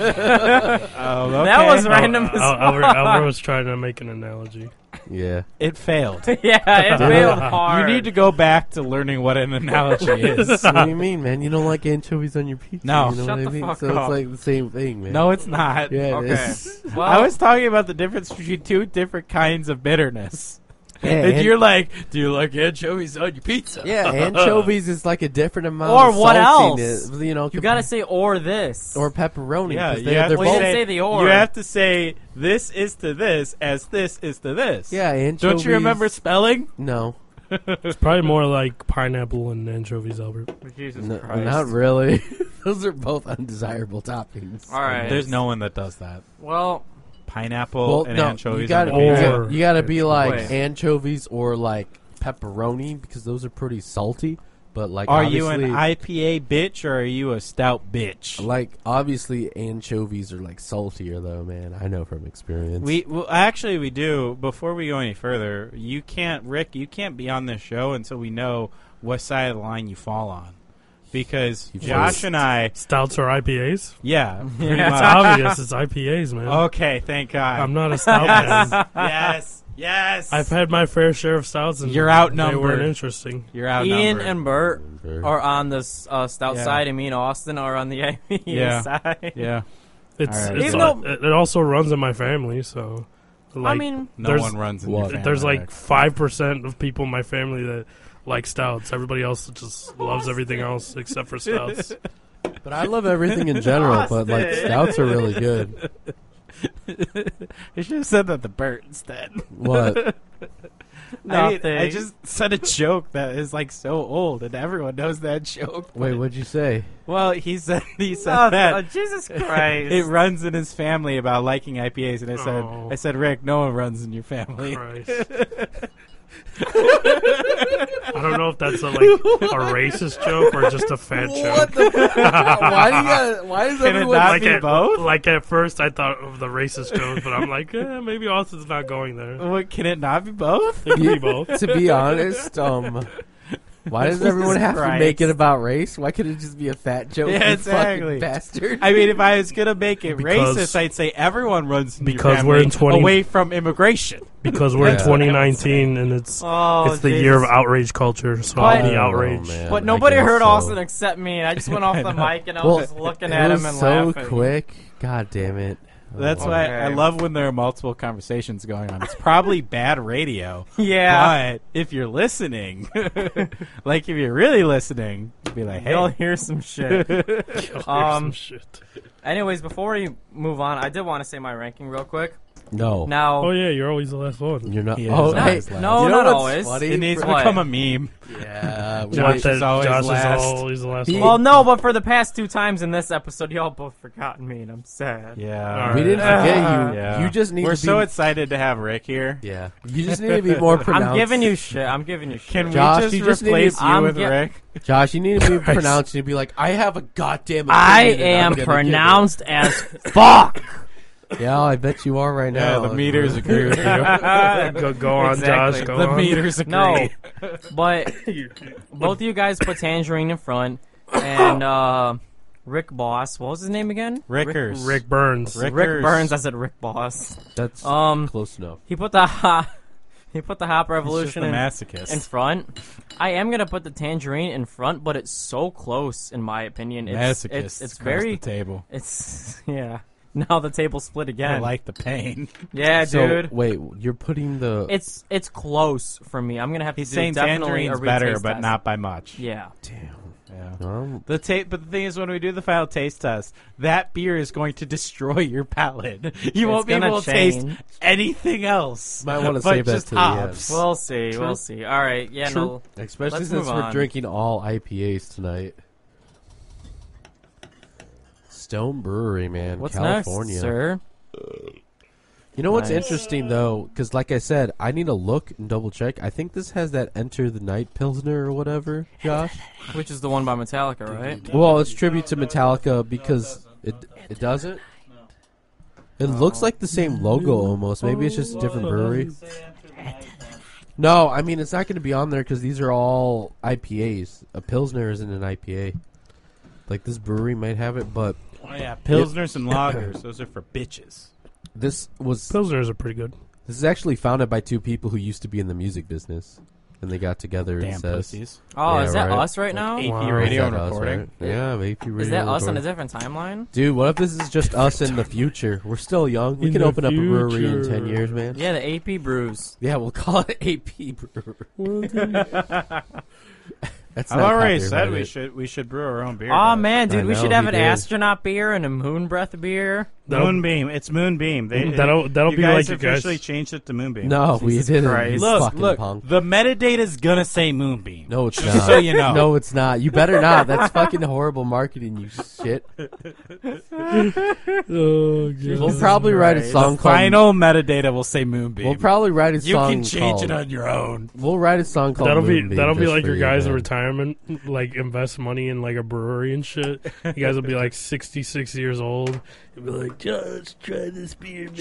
Speaker 1: That
Speaker 3: okay.
Speaker 1: was random.
Speaker 4: Al- Al- Albert, Albert was trying to make an analogy.
Speaker 2: Yeah.
Speaker 3: It failed.
Speaker 1: yeah, it failed hard.
Speaker 3: You need to go back to learning what an analogy is.
Speaker 2: what do you mean, man? You don't like anchovies on your pizza?
Speaker 3: No.
Speaker 2: you know
Speaker 1: Shut
Speaker 2: what I
Speaker 1: the
Speaker 2: mean?
Speaker 1: fuck
Speaker 2: so
Speaker 1: up.
Speaker 2: it's like the same thing, man.
Speaker 3: no, it's not.
Speaker 2: yeah, it
Speaker 1: Okay.
Speaker 2: is.
Speaker 1: Well,
Speaker 3: I was talking about the difference between two different kinds of bitterness.
Speaker 2: Yeah,
Speaker 3: and,
Speaker 2: and-
Speaker 3: you're like, do you like anchovies on your pizza?
Speaker 2: Yeah, anchovies is like a different amount.
Speaker 1: Or
Speaker 2: of
Speaker 1: what
Speaker 2: saltiness,
Speaker 1: else?
Speaker 2: You know,
Speaker 1: You gotta say or this.
Speaker 2: or pepperoni.
Speaker 3: Yeah,
Speaker 2: 'cause
Speaker 3: you
Speaker 2: they're,
Speaker 3: have,
Speaker 2: they're
Speaker 3: to
Speaker 1: Well, you
Speaker 2: both.
Speaker 1: didn't
Speaker 3: say,
Speaker 1: say the or.
Speaker 3: you have to say this is to this as this is to this.
Speaker 2: Yeah, anchovies.
Speaker 3: Don't you remember spelling?
Speaker 2: No,
Speaker 4: It's probably more like pineapple and anchovies, Albert.
Speaker 1: Jesus
Speaker 2: no
Speaker 1: Christ.
Speaker 2: not really. Those are both undesirable toppings.
Speaker 1: All right.
Speaker 3: There's no one that does that.
Speaker 1: well,
Speaker 3: Pineapple
Speaker 2: Well,
Speaker 3: and
Speaker 2: no,
Speaker 3: anchovies.
Speaker 2: you gotta,
Speaker 4: on
Speaker 2: you
Speaker 4: the
Speaker 2: gotta-
Speaker 4: pizza.
Speaker 2: you gotta be like
Speaker 1: Wait.
Speaker 2: anchovies or like pepperoni because those are pretty salty. But like,
Speaker 3: are you an
Speaker 2: obviously-
Speaker 3: IPA bitch or are you a stout bitch?
Speaker 2: Like obviously anchovies are like saltier though, man. I know from experience.
Speaker 3: We well, actually we do. Before we go any further, you can't, Rick. You can't be on this show until we know what side of the line you fall on, because
Speaker 2: You
Speaker 3: Josh
Speaker 2: first.
Speaker 3: and I,
Speaker 4: Stouts are IPAs.
Speaker 3: yeah, pretty
Speaker 1: Yeah.
Speaker 4: It's
Speaker 3: much.
Speaker 4: obvious. It's IPAs,
Speaker 3: Oh,
Speaker 4: man.
Speaker 3: Okay, thank God.
Speaker 4: I'm not a stout man.
Speaker 3: yes, yes.
Speaker 4: I've had my fair share of stouts, and
Speaker 3: You're
Speaker 4: They
Speaker 3: outnumbered.
Speaker 4: weren't interesting.
Speaker 3: You're out.
Speaker 1: Ian and Bert
Speaker 2: Sure.
Speaker 1: are on the s- uh, stout
Speaker 3: Yeah.
Speaker 1: side, and me and Austin are on the IPA
Speaker 3: Yeah.
Speaker 1: side.
Speaker 3: yeah,
Speaker 4: It's,
Speaker 3: All right.
Speaker 4: it's
Speaker 1: Even
Speaker 4: al-
Speaker 1: though-
Speaker 4: it it also runs in my family, so like
Speaker 1: I mean,
Speaker 3: no
Speaker 4: There's-
Speaker 3: one runs. In
Speaker 2: What?
Speaker 3: your family,
Speaker 4: there's like
Speaker 3: Rick.
Speaker 4: five percent of people in my family that like stouts. Everybody else just loves everything else except for stouts.
Speaker 2: but I love everything in general. But like
Speaker 3: Austin.
Speaker 2: stouts are really good.
Speaker 3: I should have said that to Bert instead.
Speaker 2: What?
Speaker 3: I, mean,
Speaker 1: Nothing.
Speaker 3: I just said a joke that is like so old, and everyone knows that joke.
Speaker 2: Wait, what'd you say?
Speaker 3: Well, he said he said
Speaker 1: Oh,
Speaker 3: that.
Speaker 1: oh, Jesus Christ.
Speaker 3: it runs in his family about liking IPAs, and I said,
Speaker 4: Oh.
Speaker 3: I said, Rick, no one runs in your family.
Speaker 4: Christ. I don't know if that's a, like a racist joke or just a fat joke.
Speaker 2: the? why do you? Gotta, why does
Speaker 3: Can it not
Speaker 4: like
Speaker 3: be
Speaker 4: at,
Speaker 3: both?
Speaker 4: like at first, I thought of the racist joke, but I'm like, eh, maybe Austin's not going there.
Speaker 3: What can it not be both?
Speaker 4: It can be both.
Speaker 2: to be honest, um, why does everyone have to
Speaker 3: Christ.
Speaker 2: make it about race? Why could it just be a fat joke?
Speaker 3: Yeah,
Speaker 2: you
Speaker 3: exactly.
Speaker 2: fucking bastard.
Speaker 3: I mean, if I was gonna make it
Speaker 4: Because-
Speaker 3: racist, I'd say everyone runs in your
Speaker 4: Because we're in
Speaker 3: family
Speaker 4: 20
Speaker 3: away from immigration.
Speaker 4: because we're in
Speaker 2: That's what I
Speaker 4: 2019 and it's
Speaker 1: oh,
Speaker 4: it's the
Speaker 1: Jesus.
Speaker 4: year of outrage culture, so
Speaker 1: But-
Speaker 4: I'll
Speaker 2: Oh,
Speaker 4: be outraged.
Speaker 2: man,
Speaker 1: But
Speaker 2: I
Speaker 1: nobody
Speaker 2: guess
Speaker 1: heard
Speaker 2: so.
Speaker 1: Austin except me, and I just went off the mic and I
Speaker 2: Well,
Speaker 1: was just looking
Speaker 2: it
Speaker 1: at
Speaker 2: was
Speaker 1: him and
Speaker 2: so
Speaker 1: laughing.
Speaker 2: quick. God damn it.
Speaker 3: That's
Speaker 2: Oh.
Speaker 3: why
Speaker 1: Okay.
Speaker 3: I love when there are multiple conversations going on. It's probably bad radio.
Speaker 1: Yeah,
Speaker 3: But if you're listening, like if you're really listening, you'd be like,
Speaker 1: you'll
Speaker 3: hey,
Speaker 1: hear some shit.
Speaker 4: Here's
Speaker 1: Um,
Speaker 4: some shit.
Speaker 1: Anyways, before we move on, I did want to say my ranking real quick.
Speaker 2: No.
Speaker 1: Now,
Speaker 4: Oh yeah, you're always the last one.
Speaker 2: You're not.
Speaker 3: He is
Speaker 2: Oh,
Speaker 3: not
Speaker 2: hey,
Speaker 3: his last.
Speaker 1: No,
Speaker 2: you know
Speaker 1: not
Speaker 2: what's
Speaker 1: always.
Speaker 2: funny?
Speaker 3: it needs to
Speaker 1: What?
Speaker 3: become a meme.
Speaker 2: Yeah.
Speaker 4: Not
Speaker 2: wait.
Speaker 3: Josh is always
Speaker 4: Josh
Speaker 3: last.
Speaker 4: is always the last
Speaker 2: He-
Speaker 4: one.
Speaker 1: well, no, but for the past two times in this episode, y'all both forgotten me, and I'm sad.
Speaker 3: Yeah.
Speaker 2: we didn't
Speaker 1: Uh,
Speaker 2: forget you.
Speaker 3: yeah.
Speaker 2: You just need
Speaker 3: We're
Speaker 2: to be.
Speaker 3: so excited to have Rick here.
Speaker 2: yeah. You just need to be more pronounced.
Speaker 1: I'm giving you shit. I'm giving you shit.
Speaker 3: Can
Speaker 2: Josh,
Speaker 3: we just,
Speaker 2: you just need
Speaker 3: replace
Speaker 1: to-
Speaker 3: you
Speaker 1: I'm
Speaker 3: with
Speaker 1: get-
Speaker 3: Rick?
Speaker 2: Josh, you need to be pronounced. You'd be like, I have a goddamn.
Speaker 1: I
Speaker 2: opinion and I'm
Speaker 1: am
Speaker 2: gonna give
Speaker 1: pronounced as fuck.
Speaker 2: it." Yeah, I bet you are right now.
Speaker 3: agree with you.
Speaker 4: go, go on,
Speaker 1: Exactly.
Speaker 4: Josh. Go
Speaker 3: the
Speaker 4: on.
Speaker 3: meters agree.
Speaker 1: No, but both of you guys put Tangerine in front, and uh, Rick Boss. What was his name again?
Speaker 3: Rickers.
Speaker 4: Rick Burns.
Speaker 3: Rick-
Speaker 1: Rick
Speaker 3: Rickers.
Speaker 1: Burns. I said Rick Boss.
Speaker 2: That's
Speaker 1: Um,
Speaker 2: close enough.
Speaker 1: he put the ha- he put the Hop Revolution in,
Speaker 3: It's just a masochist.
Speaker 1: in front. I am gonna put the Tangerine in front, but it's so close in my opinion. It's
Speaker 3: masochist.
Speaker 1: it's, it's
Speaker 3: across
Speaker 1: very
Speaker 3: the table.
Speaker 1: it's yeah. Now the table split
Speaker 3: I
Speaker 1: again.
Speaker 3: like the pain.
Speaker 1: yeah,
Speaker 2: so
Speaker 1: dude.
Speaker 2: wait, you're putting the
Speaker 1: It's it's close for me. I'm gonna have
Speaker 3: He's
Speaker 1: to do
Speaker 3: saying
Speaker 1: definitely
Speaker 3: tangerine's
Speaker 1: a
Speaker 3: better,
Speaker 1: retaste
Speaker 3: but
Speaker 1: test.
Speaker 3: not by much.
Speaker 1: Yeah.
Speaker 2: damn.
Speaker 3: Yeah.
Speaker 2: Um,
Speaker 3: The tape, but the thing is, when we do the final taste test, that beer is going to destroy your palate. You won't be
Speaker 1: gonna
Speaker 3: able to
Speaker 1: change.
Speaker 3: taste anything else.
Speaker 2: Might wanna
Speaker 3: but
Speaker 2: save that
Speaker 3: just
Speaker 2: to the end.
Speaker 3: hops.
Speaker 1: We'll see. We'll see. All right. Yeah.
Speaker 2: True.
Speaker 1: No.
Speaker 2: especially
Speaker 1: Let's
Speaker 2: since
Speaker 1: move
Speaker 2: we're
Speaker 1: on.
Speaker 2: drinking all IPAs tonight. Stone Brewery, man,
Speaker 1: What's
Speaker 2: California.
Speaker 1: next, sir?
Speaker 2: You know what's
Speaker 1: Nice.
Speaker 2: interesting though, because like I said, I need to look and double check. I think this has that Enter the Night Pilsner or whatever, Josh.
Speaker 1: Which is the one by Metallica, right?
Speaker 2: Well, it's tribute to Metallica because it it doesn't. It looks like the same logo almost. Maybe it's just a different brewery. No, I mean it's not going to be on there because these are all IPAs. A pilsner isn't an IPA. Like this brewery might have it, but
Speaker 3: Oh yeah, pilsners and lagers. Those are for bitches.
Speaker 2: this was
Speaker 4: Pilsners are pretty good.
Speaker 2: this is actually founded by two people who used to be in the music business. and they got together
Speaker 3: Damn
Speaker 2: and says,
Speaker 3: pussies.
Speaker 1: Oh,
Speaker 2: Yeah,
Speaker 1: is that
Speaker 2: right.
Speaker 1: us right now?
Speaker 3: AP
Speaker 4: Wow.
Speaker 2: Is
Speaker 3: radio
Speaker 2: that
Speaker 3: and
Speaker 2: us,
Speaker 3: recording.
Speaker 2: right? Yeah, AP radio.
Speaker 1: Is that us on a
Speaker 2: recording.
Speaker 1: different timeline?
Speaker 2: Dude, what if this is just us in the future? We're still young. We
Speaker 4: In
Speaker 2: can
Speaker 4: the
Speaker 2: open up a brewery in ten
Speaker 4: future.
Speaker 2: years, man.
Speaker 1: Yeah, the AP brews.
Speaker 2: Yeah, we'll call it AP Brewery. That's
Speaker 3: I've
Speaker 2: not
Speaker 3: already said we
Speaker 2: copyrighted.
Speaker 3: should we should brew our own beer.
Speaker 1: Oh
Speaker 3: though.
Speaker 1: man,
Speaker 2: I
Speaker 1: dude, we
Speaker 2: know,
Speaker 1: should have
Speaker 2: we
Speaker 1: an
Speaker 2: did.
Speaker 1: astronaut beer and a moon breath beer.
Speaker 4: That'll-
Speaker 3: Moonbeam. It's Moonbeam. They,
Speaker 2: Mm,
Speaker 4: That'll- that'll
Speaker 3: you
Speaker 4: be
Speaker 3: guys
Speaker 4: like you guys.
Speaker 3: officially changed it to Moonbeam.
Speaker 2: No, we
Speaker 1: Jesus
Speaker 2: didn't.
Speaker 1: Christ.
Speaker 2: you
Speaker 3: Look,
Speaker 2: fucking
Speaker 3: look.
Speaker 2: punk.
Speaker 3: The metadata's gonna say Moonbeam.
Speaker 2: No, it's
Speaker 3: Just
Speaker 2: not.
Speaker 3: so you know.
Speaker 2: No, it's not. You better not. That's fucking horrible marketing, you shit.
Speaker 4: Oh, God.
Speaker 2: We'll probably write a
Speaker 1: Christ.
Speaker 2: song called.
Speaker 3: Final metadata will say Moonbeam.
Speaker 2: We'll probably write a
Speaker 3: you
Speaker 2: song
Speaker 3: can change
Speaker 2: called,
Speaker 3: it on your own.
Speaker 2: We'll write a song called.
Speaker 4: That'll be
Speaker 2: Moonbeam
Speaker 4: that'll be
Speaker 2: just
Speaker 4: like
Speaker 2: for
Speaker 4: your
Speaker 2: you,
Speaker 4: guys in
Speaker 2: man.
Speaker 4: retirement, like invest money in like a brewery and shit. You guys will be like sixty six years old. You'll be like, just try this beer, man.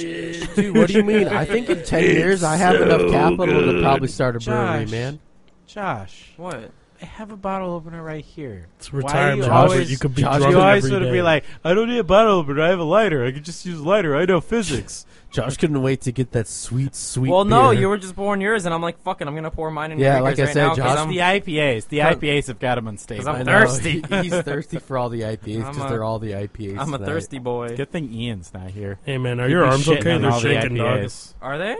Speaker 2: Dude, what do you mean? I think in ten
Speaker 4: It's
Speaker 2: years I have
Speaker 4: so
Speaker 2: enough capital to
Speaker 4: good.
Speaker 2: probably start a brewery,
Speaker 3: Josh.
Speaker 2: man.
Speaker 3: Josh,
Speaker 1: What?
Speaker 3: I have a bottle opener right here.
Speaker 4: It's
Speaker 3: Why do
Speaker 4: retirement.
Speaker 3: you
Speaker 4: Josh, but
Speaker 3: always-
Speaker 4: you could be
Speaker 2: Josh,
Speaker 4: drunk
Speaker 3: You always
Speaker 4: every
Speaker 3: would
Speaker 4: day.
Speaker 3: be like, I don't need a bottle opener. I have a lighter. I could just use a lighter. I know physics.
Speaker 2: Josh couldn't wait to get that sweet, sweet.
Speaker 1: Well, no,
Speaker 2: beer.
Speaker 1: you were just pouring yours, and I'm like, fucking, I'm gonna pour mine in
Speaker 2: Yeah,
Speaker 1: your
Speaker 2: like
Speaker 1: guys
Speaker 2: I
Speaker 1: right now
Speaker 2: said,
Speaker 1: 'cause
Speaker 2: Josh-
Speaker 1: I'm-
Speaker 3: the IPAs. The IPAs have got him unstable.
Speaker 1: 'Cause I'm
Speaker 2: I know.
Speaker 1: thirsty.
Speaker 2: He- he's thirsty for all the IPAs
Speaker 1: I'm
Speaker 2: because
Speaker 1: a-
Speaker 2: they're all the IPAs.
Speaker 1: I'm a
Speaker 2: tonight.
Speaker 1: thirsty boy.
Speaker 3: Good thing Ian's not here.
Speaker 4: "Hey, man, are
Speaker 3: He'd
Speaker 4: your
Speaker 3: be
Speaker 4: arms
Speaker 3: shitting
Speaker 4: okay?
Speaker 3: on
Speaker 4: They're
Speaker 3: all the
Speaker 4: shaking, dog."
Speaker 3: IPAs.
Speaker 1: Are they?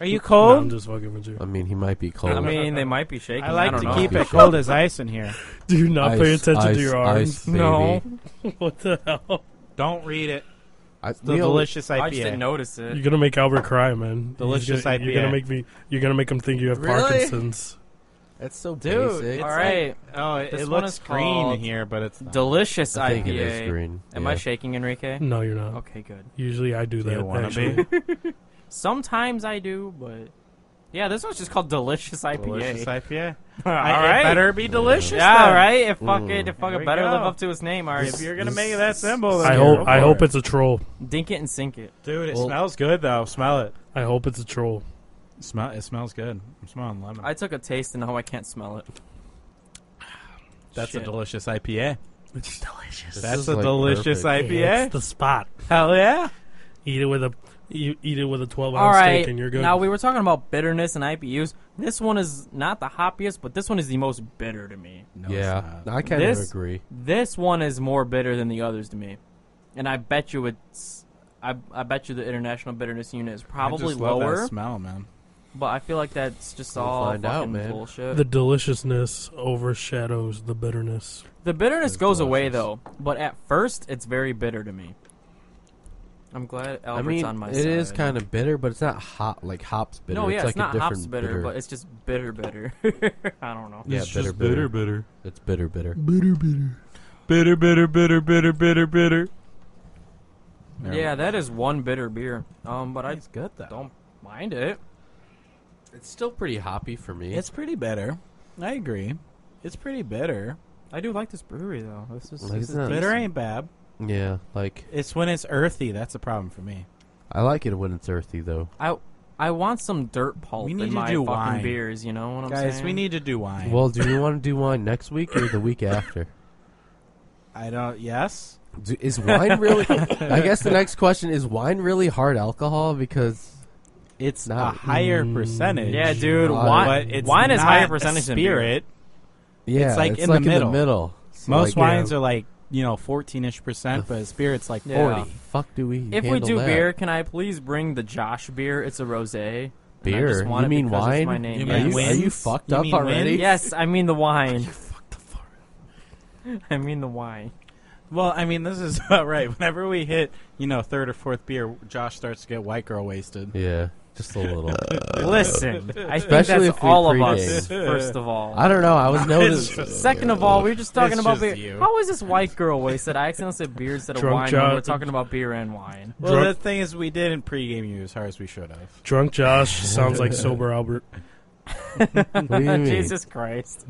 Speaker 3: Are you
Speaker 4: No,
Speaker 3: cold?
Speaker 4: I'm just fucking with you.
Speaker 2: I mean, he might be cold.
Speaker 1: I mean, they might be shaking.
Speaker 3: Oh. I
Speaker 1: I,
Speaker 3: like
Speaker 1: don't
Speaker 3: to
Speaker 1: know.
Speaker 3: keep
Speaker 2: Be
Speaker 3: it
Speaker 2: sure.
Speaker 3: cold as ice in here.
Speaker 4: Do not pay
Speaker 2: Ice,
Speaker 4: attention
Speaker 2: ice,
Speaker 4: to your
Speaker 2: ice,
Speaker 4: arms.
Speaker 2: baby.
Speaker 1: No.
Speaker 4: what the hell?
Speaker 3: Don't read it.
Speaker 2: I,
Speaker 3: The
Speaker 2: we all-
Speaker 3: delicious IPA.
Speaker 1: I just didn't notice it.
Speaker 4: You're gonna make Albert cry, man.
Speaker 3: Delicious
Speaker 4: you're gonna, You're
Speaker 3: IPA.
Speaker 4: gonna make me. You're gonna make him think you have
Speaker 2: Really?
Speaker 4: Parkinson's.
Speaker 2: That's so
Speaker 1: Dude,
Speaker 2: basic.
Speaker 1: all right,
Speaker 3: Oh, it,
Speaker 1: This
Speaker 3: it
Speaker 1: one
Speaker 3: looks
Speaker 1: is
Speaker 3: green
Speaker 1: called
Speaker 3: here, but it's not.
Speaker 1: delicious
Speaker 2: I think
Speaker 1: IPA.
Speaker 2: it is green.
Speaker 1: Am
Speaker 2: yeah.
Speaker 1: I shaking, Enrique?
Speaker 4: No, you're not.
Speaker 1: Okay, good.
Speaker 4: Usually, I do
Speaker 3: Do
Speaker 4: that.
Speaker 3: you want
Speaker 4: actually.
Speaker 3: to be?
Speaker 1: Sometimes I do, but yeah, this one's just called delicious IPA.
Speaker 3: Delicious IPA.
Speaker 1: all
Speaker 3: I- it
Speaker 1: right.
Speaker 3: better be delicious.
Speaker 1: yeah,
Speaker 3: then.
Speaker 1: all right. If fuck it, if fuck
Speaker 3: There
Speaker 1: it
Speaker 3: we
Speaker 1: better live
Speaker 3: go.
Speaker 1: up to its name. All right,
Speaker 3: If you're gonna make that symbol, then
Speaker 4: I
Speaker 3: go
Speaker 4: hope. I
Speaker 3: for
Speaker 4: hope
Speaker 3: it.
Speaker 4: it's a troll.
Speaker 1: dink it and sink it.
Speaker 3: Dude, it
Speaker 2: Well-
Speaker 3: smells good though. Smell it.
Speaker 4: I hope it's a troll.
Speaker 3: Smell. It smells good. I'm smelling lemon.
Speaker 1: I took a taste and now I can't smell it.
Speaker 3: That's
Speaker 1: Shit.
Speaker 3: a delicious IPA.
Speaker 4: It's delicious.
Speaker 2: This
Speaker 3: That's
Speaker 2: is,
Speaker 3: a
Speaker 2: like,
Speaker 3: delicious
Speaker 2: perfect.
Speaker 3: IPA.
Speaker 4: the spot.
Speaker 3: Hell yeah!
Speaker 4: Eat it with a. You eat it with a twelve
Speaker 1: All
Speaker 4: ounce
Speaker 1: right.
Speaker 4: steak and you're good.
Speaker 1: Now we were talking about bitterness and IPUs. This one is not the hoppiest, but this one is the most bitter to me.
Speaker 3: No,
Speaker 2: Yeah,
Speaker 3: it's not.
Speaker 2: I kind of
Speaker 1: This-
Speaker 2: agree.
Speaker 1: This one is more bitter than the others to me, and I bet you it's. I, I bet you the international bitterness unit is
Speaker 3: I
Speaker 1: probably
Speaker 3: just love that
Speaker 1: lower,
Speaker 3: smell, man.
Speaker 1: but I feel like that's just
Speaker 2: We'll
Speaker 1: all
Speaker 2: find out,
Speaker 1: fucking
Speaker 2: man.
Speaker 1: bullshit.
Speaker 4: the deliciousness overshadows the bitterness.
Speaker 1: The bitterness
Speaker 3: It's
Speaker 1: goes away though,
Speaker 3: delicious.
Speaker 1: but at first it's very bitter to me. I'm glad Albert's
Speaker 2: I mean,
Speaker 1: on my
Speaker 2: it
Speaker 1: side.
Speaker 2: is kind of bitter, but it's not hot like hops bitter.
Speaker 1: No, yeah,
Speaker 2: it's
Speaker 1: it's,
Speaker 2: like
Speaker 1: not
Speaker 2: a different
Speaker 1: hops bitter, but it's just bitter bitter. I don't know.
Speaker 2: yeah,
Speaker 3: it's
Speaker 2: bitter,
Speaker 3: just
Speaker 2: bitter,
Speaker 3: bitter,
Speaker 2: It's bitter, bitter.
Speaker 4: Bitter,
Speaker 3: bitter,
Speaker 4: bitter.
Speaker 3: bitter, bitter, bitter, bitter, bitter.
Speaker 1: Yeah, that is one bitter beer. Um, but I
Speaker 3: it's good though.
Speaker 1: don't mind it.
Speaker 2: It's still pretty hoppy for me.
Speaker 3: It's pretty bitter. I agree. It's pretty bitter.
Speaker 1: I do like this brewery though. This is,
Speaker 2: Like,
Speaker 1: this
Speaker 2: it's
Speaker 1: is
Speaker 2: not-
Speaker 1: decent.
Speaker 3: Bitter ain't bad.
Speaker 2: yeah, like
Speaker 3: It's when it's earthy. That's a problem for me.
Speaker 2: I like it when it's earthy though.
Speaker 1: I I want some dirt pulp
Speaker 3: We need
Speaker 1: in
Speaker 3: to
Speaker 1: my
Speaker 3: do
Speaker 1: fucking
Speaker 3: wine.
Speaker 1: beers. You know what I'm
Speaker 3: Guys,
Speaker 1: saying?
Speaker 3: we need to do wine.
Speaker 2: Well, do you want to do wine next week or the week after?
Speaker 3: I don't. Yes.
Speaker 2: Do, is wine really? I guess the next question is wine really hard alcohol because
Speaker 3: It's
Speaker 2: not-
Speaker 3: a higher percentage.
Speaker 1: Yeah, dude.
Speaker 2: Wine-
Speaker 1: Wine,
Speaker 3: But it's
Speaker 1: wine is
Speaker 3: not
Speaker 1: higher
Speaker 3: a
Speaker 1: percentage than beer.
Speaker 3: spirit.
Speaker 2: yeah,
Speaker 3: It's, like, in the middle.
Speaker 2: So, like,
Speaker 3: Most wines are like you know fourteen ish percent, but spirits like
Speaker 1: Yeah.
Speaker 2: the
Speaker 3: forty.
Speaker 2: fuck do we?
Speaker 1: If we
Speaker 2: handle
Speaker 1: do
Speaker 2: that?
Speaker 1: beer, can I please bring the Josh beer? It's a rosé. And I
Speaker 2: Beer?
Speaker 1: just want
Speaker 2: You
Speaker 1: it
Speaker 2: mean
Speaker 1: because it's my
Speaker 2: wine?
Speaker 1: name.
Speaker 3: You
Speaker 2: are
Speaker 3: mean
Speaker 1: yes.
Speaker 2: you, are you
Speaker 3: wins?
Speaker 2: fucked
Speaker 3: You
Speaker 2: up
Speaker 3: mean
Speaker 2: already?
Speaker 3: wins?
Speaker 1: Yes, I mean the wine. I mean the wine.
Speaker 3: Well, I mean, this is about right. Whenever we hit you know third or fourth beer, Josh starts to get white girl wasted.
Speaker 2: Yeah, just a little.
Speaker 1: Listen, I think
Speaker 2: Especially
Speaker 1: that's
Speaker 2: if we
Speaker 1: all of
Speaker 2: pregame.
Speaker 1: us. First of all.
Speaker 2: I don't know. I was noticing.
Speaker 1: Second of all, we were just talking
Speaker 3: It's
Speaker 1: about
Speaker 3: just
Speaker 1: beer.
Speaker 3: you.
Speaker 1: How is this white girl wasted? I accidentally said beer instead of
Speaker 4: Drunk
Speaker 1: wine. when we We're
Speaker 4: Josh.
Speaker 1: talking about beer and wine.
Speaker 3: Well,
Speaker 4: Drunk-
Speaker 3: the thing is, we didn't pregame you as hard as we should have.
Speaker 4: Drunk Josh sounds like sober Albert.
Speaker 2: What do you mean?
Speaker 1: Jesus Christ.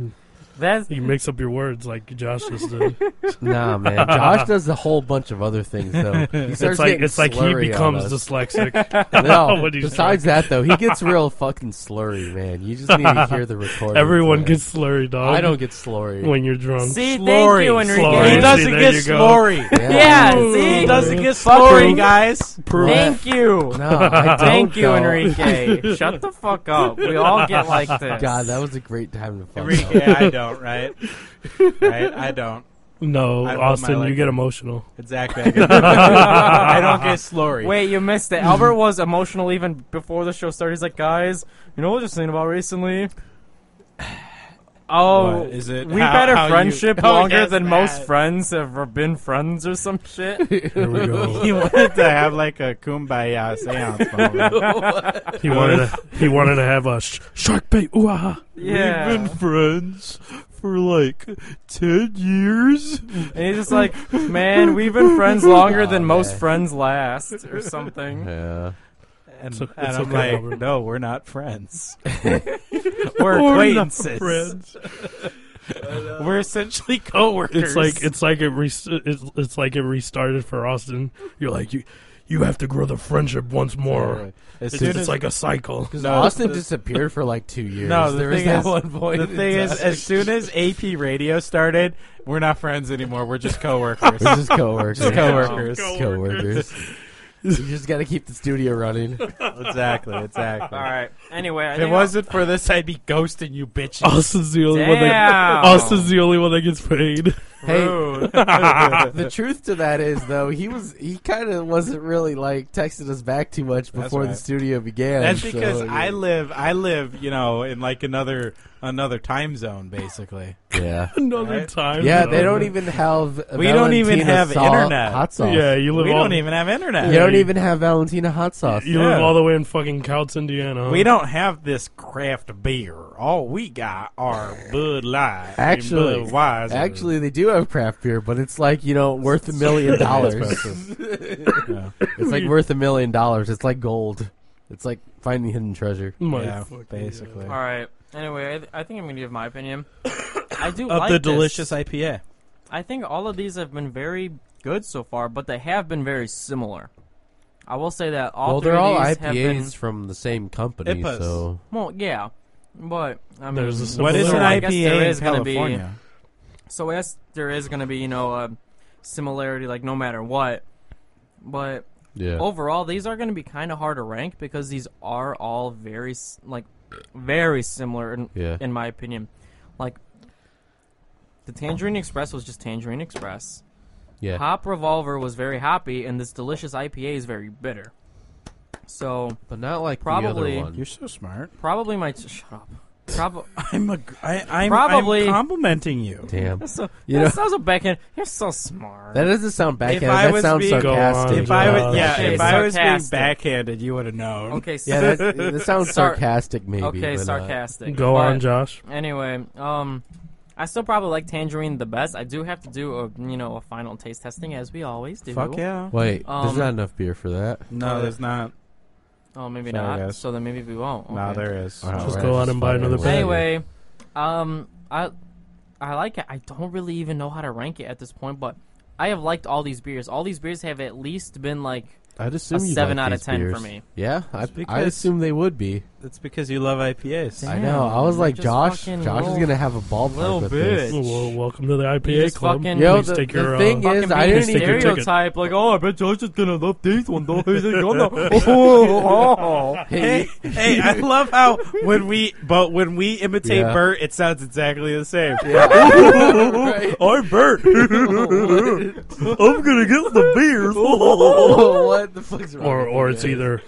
Speaker 1: That's
Speaker 4: You mix up your words like Josh just did.
Speaker 2: nah, man. Josh does a whole bunch of other things though. He starts
Speaker 4: it's like
Speaker 2: getting
Speaker 4: it's like he
Speaker 2: slurry on
Speaker 4: becomes
Speaker 2: us.
Speaker 4: dyslexic.
Speaker 2: No,
Speaker 4: what he's
Speaker 2: besides that though, he gets real fucking slurry, man. You just need to hear the recording.
Speaker 4: Everyone gets slurry, dog.
Speaker 2: I don't get slurry.
Speaker 4: when you're drunk.
Speaker 1: see, thank
Speaker 3: Slurry.
Speaker 1: you, Enrique.
Speaker 4: Slurry.
Speaker 3: He
Speaker 4: See,
Speaker 3: doesn't
Speaker 4: there
Speaker 3: get
Speaker 4: you go.
Speaker 3: slurry.
Speaker 1: Yeah,
Speaker 4: Ooh.
Speaker 1: see,
Speaker 3: He doesn't get
Speaker 1: Fucking-
Speaker 3: slurry, guys.
Speaker 1: Thank you.
Speaker 2: No, I don't.
Speaker 1: Thank you,
Speaker 2: though.
Speaker 1: Enrique. Shut the fuck up. We all get like this.
Speaker 2: God, that was a great time to fuck up.
Speaker 3: Enrique, I don't, right? Right? I don't.
Speaker 4: No,
Speaker 3: I love my
Speaker 4: Austin, you
Speaker 3: life.
Speaker 4: get emotional.
Speaker 3: Exactly. I, get- I don't get slurry.
Speaker 1: Wait, you missed it. Albert was emotional even before the show started. He's like, guys, you know what I was just thinking about recently? Oh,
Speaker 3: What? Is it
Speaker 1: we've
Speaker 3: how-
Speaker 1: had
Speaker 3: how
Speaker 1: a
Speaker 3: you-
Speaker 1: friendship
Speaker 3: Oh,
Speaker 1: longer
Speaker 3: yes,
Speaker 1: than
Speaker 3: that.
Speaker 1: most friends have been friends or some shit.
Speaker 4: Here we go.
Speaker 3: He wanted to have like a kumbaya seance moment.
Speaker 4: he wanted to, he wanted to have a sh- shark bait. Ooh, ah.
Speaker 1: yeah,
Speaker 3: friends for like 10 years.
Speaker 1: and he's just like, man, we've been friends longer
Speaker 2: Aw,
Speaker 1: than most
Speaker 2: man.
Speaker 1: friends last or something.
Speaker 2: Yeah.
Speaker 3: And,
Speaker 4: It's o-
Speaker 3: and
Speaker 4: it's
Speaker 3: I'm
Speaker 4: okay,
Speaker 3: like,
Speaker 4: Albert.
Speaker 3: no, we're not friends.
Speaker 1: We're
Speaker 3: We're not
Speaker 1: acquaintances.
Speaker 4: friends.
Speaker 3: We're essentially coworkers.
Speaker 4: It's like it's like it re- it's, it's like it restarted for Austin. You're like you you have to grow the friendship once more.
Speaker 3: as
Speaker 4: It's,
Speaker 3: soon
Speaker 4: it's
Speaker 3: as
Speaker 4: like a cycle.
Speaker 2: Because
Speaker 3: No,
Speaker 2: Austin
Speaker 3: the-
Speaker 2: disappeared for like two years.
Speaker 3: No, the
Speaker 2: there was
Speaker 3: thing
Speaker 2: that
Speaker 3: is-
Speaker 2: one point.
Speaker 3: the
Speaker 2: in
Speaker 3: thing is,
Speaker 2: time.
Speaker 3: as soon as AP radio started, we're not friends anymore. We're just coworkers.
Speaker 2: We're just coworkers.
Speaker 3: Just coworkers.
Speaker 2: Just coworkers. you just got to keep the studio running.
Speaker 3: exactly, exactly.
Speaker 1: All right. Anyway, I
Speaker 3: If it
Speaker 1: think
Speaker 3: wasn't for this, I'd be ghosting you bitches.
Speaker 4: Austin's the only one
Speaker 1: Damn.
Speaker 4: that Austin's the only one that gets paid.
Speaker 2: Hey, uh,
Speaker 1: Rude.
Speaker 2: the truth to that is though he was he kind of wasn't really like texting us back too much before the
Speaker 3: right.
Speaker 2: studio began.
Speaker 3: That's
Speaker 2: so,
Speaker 3: because I
Speaker 2: yeah.
Speaker 3: live, I live, you know, in like another another time zone, basically.
Speaker 2: yeah
Speaker 4: Another
Speaker 3: Right?
Speaker 4: time.
Speaker 2: yeah
Speaker 4: though.
Speaker 2: they don't even have
Speaker 3: We don't even
Speaker 2: Valentina
Speaker 3: have
Speaker 2: sau-
Speaker 3: internet.
Speaker 2: hot sauce.
Speaker 4: Yeah, you live.
Speaker 3: we
Speaker 4: all,
Speaker 3: don't even have internet.
Speaker 2: you don't even have Valentina hot sauce.
Speaker 4: You live
Speaker 3: Yeah.
Speaker 4: all the way in fucking Couts, Indiana.
Speaker 3: We don't have this craft beer. All we got are Bud Light,
Speaker 2: Actually-
Speaker 3: and Budweiser.
Speaker 2: Actually, they do have craft beer, but it's like you know worth a million dollars.
Speaker 3: Yeah.
Speaker 2: It's like worth a million dollars. It's like gold. It's like finding hidden treasure.
Speaker 4: My
Speaker 3: Yeah,
Speaker 4: fucking-
Speaker 3: basically.
Speaker 1: All right. Anyway, I, th- I think I'm gonna give my opinion. I do
Speaker 3: Of
Speaker 1: like
Speaker 3: the
Speaker 1: this.
Speaker 3: delicious IPA.
Speaker 1: I think all of these have been very good so far, but they have been very similar. I will say that all
Speaker 2: well,
Speaker 1: three
Speaker 2: they're all
Speaker 1: of these
Speaker 2: IPAs
Speaker 1: have been.
Speaker 2: from the same company,
Speaker 3: Ipas.
Speaker 2: so
Speaker 1: Well, yeah, but I mean,
Speaker 4: There's a simple
Speaker 3: What is
Speaker 4: So
Speaker 3: an
Speaker 1: I guess there
Speaker 3: IPA
Speaker 1: is
Speaker 3: in
Speaker 1: gonna be-
Speaker 3: California?
Speaker 1: so I guess there is going to be you know a similarity, like no matter what. But
Speaker 2: yeah.
Speaker 1: overall, these are going to be kind of hard to rank because these are all very s- like very similar in,
Speaker 2: Yeah.
Speaker 1: in my opinion. Like the Tangerine Express was just Tangerine Express.
Speaker 2: yeah.
Speaker 1: Hop Revolver was very hoppy, and this delicious IPA is very bitter. So
Speaker 2: But not like
Speaker 1: Probably-
Speaker 2: the other one.
Speaker 3: You're so smart.
Speaker 1: probably my t- shut up. Prob-
Speaker 3: I'm a, gr- I, I'm,
Speaker 1: Probably-
Speaker 3: I'm complimenting you.
Speaker 2: Damn.
Speaker 1: so,
Speaker 2: You know-
Speaker 1: that sounds a backhand. You're so smart.
Speaker 2: That doesn't sound backhand.
Speaker 3: I
Speaker 2: That
Speaker 3: was
Speaker 2: sounds
Speaker 3: being-
Speaker 4: Go on.
Speaker 2: sarcastic.
Speaker 3: If I was,
Speaker 4: Gosh.
Speaker 3: yeah,
Speaker 1: Okay,
Speaker 3: if I was being
Speaker 1: sarcastic.
Speaker 3: backhanded, you would have known.
Speaker 1: okay, so,
Speaker 2: yeah, that, that sounds
Speaker 1: Sar-
Speaker 2: sarcastic, maybe.
Speaker 1: okay,
Speaker 2: but, uh,
Speaker 1: sarcastic.
Speaker 4: Go on,
Speaker 1: But
Speaker 4: Josh.
Speaker 1: Anyway, um, I still probably like Tangerine the best. I do have to do a you know a final taste testing as we always do.
Speaker 3: Fuck yeah.
Speaker 2: Wait, there's
Speaker 1: Um,
Speaker 2: not enough beer for that.
Speaker 3: No, there's not.
Speaker 1: Oh, maybe
Speaker 3: Sorry,
Speaker 1: not.
Speaker 3: guys.
Speaker 1: So then maybe we won't. Okay.
Speaker 3: No, there is.
Speaker 2: All
Speaker 4: Just
Speaker 2: right,
Speaker 4: go out
Speaker 2: just
Speaker 4: and buy
Speaker 2: fucking
Speaker 4: another
Speaker 2: whatever.
Speaker 4: bag.
Speaker 1: Anyway, um, I I like it. I don't really even know how to rank it at this point, but I have liked all these beers. All these beers have at least been like
Speaker 2: I'd assume
Speaker 1: a
Speaker 2: you
Speaker 1: seven
Speaker 2: like
Speaker 1: out of
Speaker 2: these
Speaker 1: 10 for
Speaker 2: beers.
Speaker 1: me.
Speaker 2: Yeah, I, I
Speaker 3: because-
Speaker 2: assume they would be.
Speaker 3: It's because you love IPAs.
Speaker 1: Damn.
Speaker 2: I know. I was
Speaker 1: you
Speaker 2: like,
Speaker 1: just
Speaker 2: Josh.
Speaker 1: fucking
Speaker 2: Josh
Speaker 1: little-
Speaker 2: is gonna have a
Speaker 1: little
Speaker 2: ballpark with
Speaker 1: bitch.
Speaker 2: this.
Speaker 4: Well, welcome to the IPA
Speaker 1: just
Speaker 4: club.
Speaker 1: fucking-
Speaker 2: Yo,
Speaker 4: Please
Speaker 2: the,
Speaker 4: take
Speaker 2: the
Speaker 4: your, uh,
Speaker 2: thing
Speaker 1: Fucking
Speaker 2: is, I
Speaker 1: being
Speaker 2: didn't
Speaker 4: Stick your
Speaker 2: even.
Speaker 4: ticket.
Speaker 1: stereotype, like, oh, I bet Josh is gonna love this one, though. He's like, oh, no. Oh, oh.
Speaker 3: Hey, hey, I love how when we but when we imitate
Speaker 2: Yeah.
Speaker 3: Bert, it sounds exactly the same.
Speaker 2: Right.
Speaker 3: I'm Bert. I'm gonna get the beers.
Speaker 2: Oh, what the fuck's wrong?
Speaker 4: or
Speaker 2: with
Speaker 4: or
Speaker 2: you
Speaker 4: it's
Speaker 2: guys?
Speaker 4: either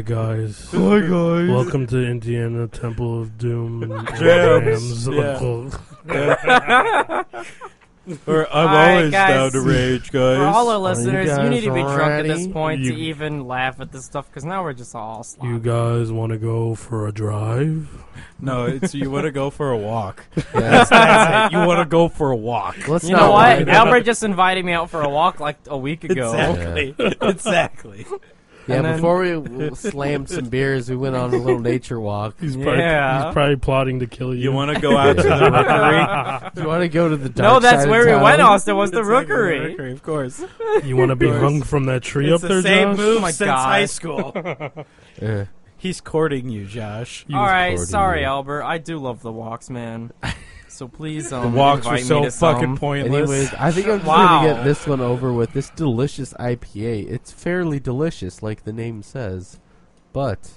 Speaker 4: guys
Speaker 3: Hi guys.
Speaker 4: welcome to indiana temple of doom and
Speaker 3: Jams.
Speaker 4: jams
Speaker 3: Yeah. Or I'm
Speaker 1: Alright,
Speaker 3: always
Speaker 1: guys.
Speaker 3: down to rage, guys.
Speaker 1: For all our
Speaker 2: you
Speaker 1: listeners, you,
Speaker 2: guys
Speaker 1: need to be drunk at this
Speaker 2: ready?
Speaker 1: point to
Speaker 4: You-
Speaker 1: even laugh at this stuff, because now we're just all slop.
Speaker 4: you guys want to go for a drive
Speaker 3: no, it's you want to go for a walk.
Speaker 2: Yeah.
Speaker 3: That's it. You want to go for a walk.
Speaker 2: Let's
Speaker 1: You
Speaker 2: not
Speaker 1: know
Speaker 2: lie
Speaker 1: what?
Speaker 2: about
Speaker 1: Albert just invited me out for a walk like a week ago.
Speaker 3: Exactly. exactly.
Speaker 2: Yeah,
Speaker 1: And then-
Speaker 2: before we w- slammed some beers, we went on a little nature walk.
Speaker 4: He's probably,
Speaker 1: Yeah.
Speaker 4: he's probably plotting to kill you.
Speaker 3: You want to go out to the rookery?
Speaker 2: Do you want to go to the dark
Speaker 1: No, that's
Speaker 2: side of
Speaker 1: where we
Speaker 2: town?
Speaker 1: went, Austin, was the
Speaker 3: It's like
Speaker 1: rookery.
Speaker 3: of course.
Speaker 4: you want to be
Speaker 3: Of course.
Speaker 4: hung from that tree
Speaker 3: it's
Speaker 4: up
Speaker 3: the
Speaker 4: there,
Speaker 3: same
Speaker 4: Josh?
Speaker 3: move
Speaker 1: my
Speaker 3: since
Speaker 1: God.
Speaker 3: high school.
Speaker 2: Uh,
Speaker 3: He's courting you, Josh.
Speaker 2: you
Speaker 1: All right,
Speaker 2: recorded
Speaker 1: sorry,
Speaker 2: it.
Speaker 1: Albert. I do love the walks, man. So please, um,
Speaker 3: The walks were
Speaker 1: invite me
Speaker 3: so
Speaker 1: to some.
Speaker 3: fucking pointless.
Speaker 2: Anyways, I think I'm just
Speaker 1: Wow.
Speaker 2: gonna get this one over with. This delicious IPA. It's fairly delicious, like the name says, but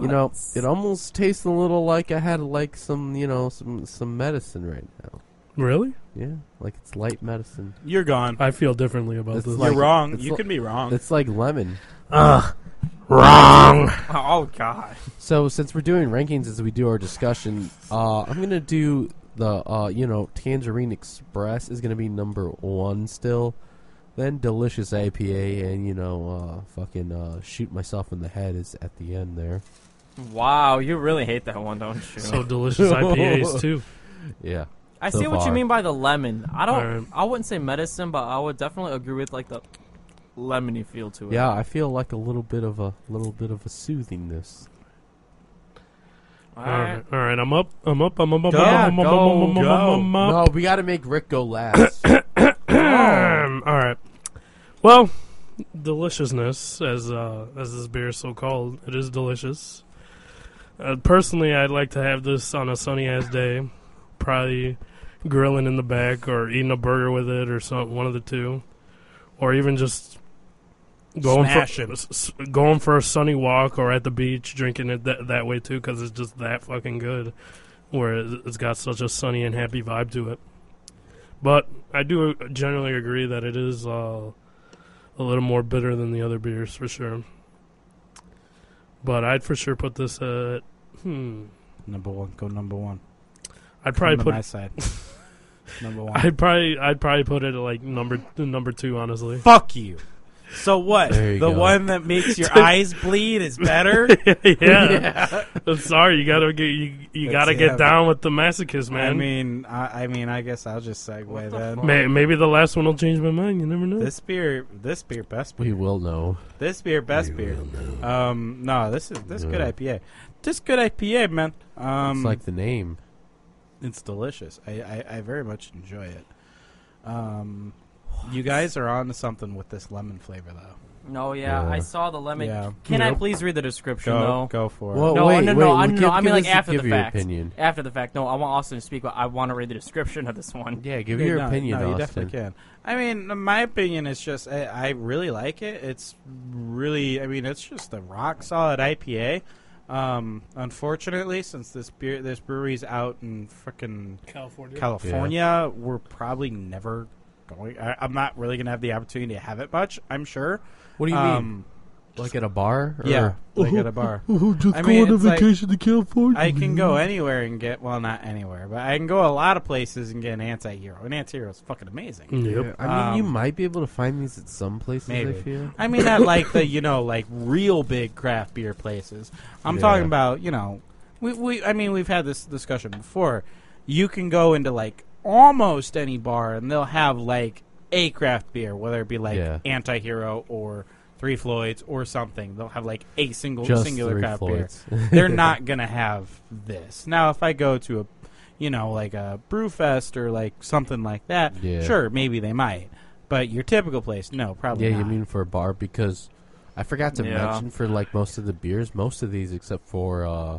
Speaker 2: you know, it almost tastes a little like I had like some, you know, some some medicine right now.
Speaker 4: Really?
Speaker 2: Yeah, like it's light medicine.
Speaker 3: You're gone.
Speaker 4: I feel differently about
Speaker 2: It's
Speaker 4: this.
Speaker 2: like-
Speaker 4: Like,
Speaker 3: You're wrong.
Speaker 2: it's
Speaker 3: You
Speaker 2: like-
Speaker 3: can be wrong.
Speaker 2: It's like lemon.
Speaker 4: Wrong.
Speaker 1: Oh God.
Speaker 2: So since we're doing rankings as we do our discussion, uh, I'm gonna do the uh, you know Tangerine Express is gonna be number one still, then Delicious IPA, and you know uh, fucking uh, shoot myself in the head is at the end there.
Speaker 1: Wow, you really hate that one, don't you?
Speaker 4: So delicious IPAs too.
Speaker 2: Yeah,
Speaker 1: I
Speaker 2: so
Speaker 1: see what
Speaker 2: far.
Speaker 1: you mean by the lemon. I don't.
Speaker 4: Alright.
Speaker 1: I wouldn't say medicine, but I would definitely agree with like the lemony feel to it.
Speaker 2: yeah, I feel like a little bit of a little bit of a soothingness.
Speaker 1: All
Speaker 4: All right.
Speaker 1: right.
Speaker 4: All right. I'm up. I'm up. I'm up. I'm up.
Speaker 3: Go,
Speaker 4: I'm up. I'm
Speaker 1: go,
Speaker 4: up, I'm
Speaker 3: go.
Speaker 4: up, I'm
Speaker 1: Uh,
Speaker 4: up, I'm up.
Speaker 2: No, we got to make Rick go last.
Speaker 4: Um, all right. Well, deliciousness, as uh, as this beer is so called, it is delicious. Uh, personally, I'd like to have this on a sunny ass day, probably grilling in the back or eating a burger with it or something, one of the two, or even just going
Speaker 3: Smashing.
Speaker 4: for s- s- going for a sunny walk or at the beach, drinking it that that way too, because it's just that fucking good. Where it- it's got such a sunny and happy vibe to it. But I do generally agree that it is uh, a little more bitter than the other beers for sure. But I'd for sure put this at hmm.
Speaker 3: Number one. Go number one.
Speaker 4: I'd
Speaker 3: Come
Speaker 4: probably
Speaker 3: to
Speaker 4: put
Speaker 3: my side. number one.
Speaker 4: I'd probably I'd probably put it at like number number two honestly.
Speaker 3: Fuck you. So what?
Speaker 2: There
Speaker 3: The
Speaker 2: you go.
Speaker 3: one that makes your eyes bleed is better.
Speaker 4: yeah. I'm sorry, you gotta get you, you
Speaker 3: That's
Speaker 4: gotta
Speaker 3: him.
Speaker 4: get down with the masochist, man.
Speaker 3: I mean, I, I mean, I guess I'll just segue then.
Speaker 4: May, maybe the last one will change my mind. You never know.
Speaker 3: This beer, this beer, best
Speaker 2: we
Speaker 3: beer.
Speaker 2: will know.
Speaker 3: This beer, best
Speaker 2: We
Speaker 3: beer.
Speaker 2: will know.
Speaker 3: Um, no, this is this good
Speaker 2: Yeah.
Speaker 3: IPA. This good IPA, man. Um,
Speaker 2: it's like the name.
Speaker 3: It's delicious. I, I, I very much enjoy it. Um, you guys are on to something with this lemon flavor, though.
Speaker 1: No, yeah,
Speaker 2: Yeah.
Speaker 1: I saw the lemon.
Speaker 3: Yeah.
Speaker 1: Can I
Speaker 4: Yep.
Speaker 1: please read the description
Speaker 3: Go,
Speaker 1: though?
Speaker 3: go for it.
Speaker 2: Well,
Speaker 1: No,
Speaker 2: wait,
Speaker 1: no,
Speaker 2: wait,
Speaker 1: no, I,
Speaker 2: we
Speaker 1: no,
Speaker 2: give-
Speaker 1: I mean
Speaker 2: give
Speaker 1: like
Speaker 2: us-
Speaker 1: after
Speaker 2: give
Speaker 1: the
Speaker 2: your
Speaker 1: fact.
Speaker 2: opinion.
Speaker 1: After the fact. No, I want Austin to speak, but I want to read the description of this one.
Speaker 2: Yeah, give
Speaker 3: Yeah,
Speaker 2: your
Speaker 3: no,
Speaker 2: opinion,
Speaker 3: No, you
Speaker 2: Austin.
Speaker 3: definitely can. I mean, my opinion is just I, I really like it. It's really, I mean, it's just a rock solid IPA. Um, unfortunately, since this beer, this brewery's out in frickin'
Speaker 4: California.
Speaker 3: California, we're probably never going. I, I'm not really gonna have the opportunity to have it much. I'm sure.
Speaker 2: What do you
Speaker 3: um,
Speaker 2: mean? Like at a bar? Or?
Speaker 3: Yeah, like at a bar.
Speaker 2: Oh, just
Speaker 3: I mean,
Speaker 2: go on
Speaker 3: it's
Speaker 2: a
Speaker 3: like-
Speaker 2: vacation to California.
Speaker 3: I can go anywhere and get well, not anywhere, but I can go a lot of places and get an anti-hero. An anti-hero is fucking amazing.
Speaker 4: Mm, Yep.
Speaker 2: Yeah, I mean, you
Speaker 3: Um,
Speaker 2: might be able to find these at some places. I
Speaker 3: Maybe.
Speaker 2: feel.
Speaker 3: I mean, at like the you know like real big craft beer places. I'm
Speaker 2: Yeah.
Speaker 3: talking about you know we, we I mean we've had this discussion before. You can go into like almost any bar and they'll have like a craft beer, whether it be like
Speaker 2: Yeah.
Speaker 3: Antihero or Three Floyds or something. They'll have like a single
Speaker 2: Just
Speaker 3: singular
Speaker 2: three
Speaker 3: craft
Speaker 2: Floyds.
Speaker 3: beer. They're not gonna have this now. If I go to a you know like a brew fest or like something like that,
Speaker 2: Yeah.
Speaker 3: sure maybe they might. But your typical place, no, probably
Speaker 2: Yeah,
Speaker 3: not.
Speaker 2: you mean for a bar because I forgot to
Speaker 1: Yeah.
Speaker 2: mention for like most of the beers, most of these except for uh,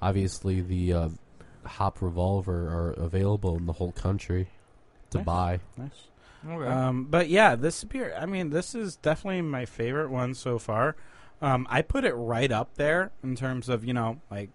Speaker 2: obviously the uh, Hop Revolver are available in the whole country to
Speaker 3: Nice.
Speaker 2: buy.
Speaker 3: Nice.
Speaker 1: Okay.
Speaker 3: Um, but yeah, this beer. I mean, this is definitely my favorite one so far. Um, I put it right up there in terms of you know like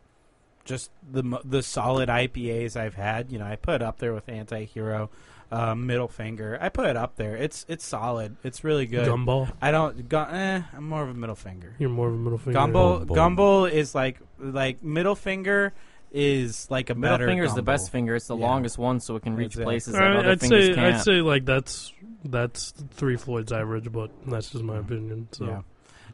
Speaker 3: just the mo- the solid IPAs I've had. You know, I put it up there with Anti Hero, uh, Middle Finger. I put it up there. It's it's solid. It's really good.
Speaker 4: Gumball.
Speaker 3: I don't. Gu- eh, I'm more of a middle finger.
Speaker 4: You're more of a middle finger.
Speaker 3: Gumbo
Speaker 2: Gumbo.
Speaker 3: Gumbo is like like middle finger is like a
Speaker 1: Middle
Speaker 3: better
Speaker 1: finger is the
Speaker 3: Gumball.
Speaker 1: best finger. It's the
Speaker 3: Yeah.
Speaker 1: longest one, so it can reach
Speaker 3: Exactly.
Speaker 1: places that
Speaker 4: All right,
Speaker 1: other
Speaker 4: I'd
Speaker 1: fingers
Speaker 4: say
Speaker 1: can't.
Speaker 4: I'd say like that's that's three Floyd's average, but that's just my opinion. So
Speaker 3: Yeah.
Speaker 4: yeah,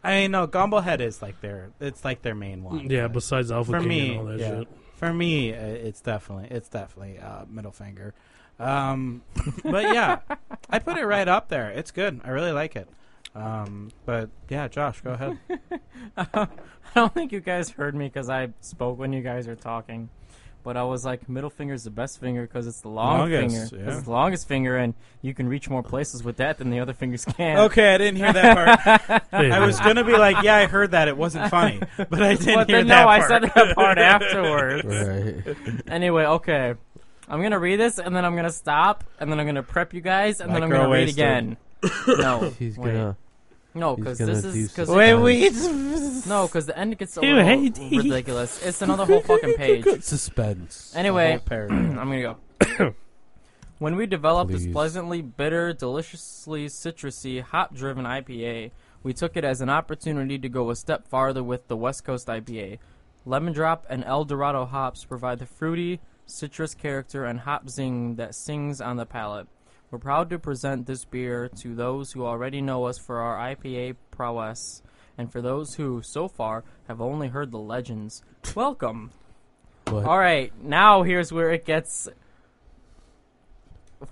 Speaker 3: I mean, no, Gumball Head is like their it's like their main one. but
Speaker 4: Mm, besides Alpha
Speaker 3: for
Speaker 4: King
Speaker 3: me,
Speaker 4: and all that
Speaker 3: yeah.
Speaker 4: shit.
Speaker 3: For me, uh, it's definitely it's definitely uh, middle finger. Um, but yeah, I put it right up there. It's good. I really like it. Um, but yeah, Josh, go ahead.
Speaker 1: I don't think you guys heard me because I spoke when you guys were talking. But I was like, middle finger is the best finger because it's the long
Speaker 3: Longest,
Speaker 1: finger.
Speaker 3: yeah.
Speaker 1: It's the longest finger, and you can reach more places with that than the other fingers can.
Speaker 3: okay, I didn't hear that part.
Speaker 4: Hey,
Speaker 3: I was gonna be like, yeah, I heard that. It wasn't funny, but I didn't
Speaker 1: But
Speaker 3: hear
Speaker 1: then,
Speaker 3: that
Speaker 1: no,
Speaker 3: part.
Speaker 1: I said that part afterwards.
Speaker 2: Right.
Speaker 1: anyway, okay. I'm gonna read this, and then I'm gonna stop, and then I'm gonna prep you guys, and then I'm gonna read
Speaker 3: Microwave
Speaker 1: again. no,
Speaker 2: He's
Speaker 1: wait.
Speaker 2: gonna.
Speaker 1: no,
Speaker 2: he's
Speaker 1: because
Speaker 2: gonna
Speaker 1: this
Speaker 2: do
Speaker 1: is because
Speaker 2: something. Wait,
Speaker 1: no, because the end gets a
Speaker 4: Ew,
Speaker 1: little
Speaker 4: hey, d-
Speaker 1: ridiculous. It's another whole fucking page.
Speaker 2: Suspense.
Speaker 1: Anyway, I'm gonna go. when we developed
Speaker 2: Please.
Speaker 1: this pleasantly bitter, deliciously citrusy, hop-driven IPA, we took it as an opportunity to go a step farther with the West Coast IPA. Lemon drop and El Dorado hops provide the fruity, citrus character and hop zing that sings on the palate. We're proud to present this beer to those who already know us for our IPA prowess, and for those who, so far, have only heard the legends. Welcome.
Speaker 2: What?
Speaker 1: All right, now here's where it gets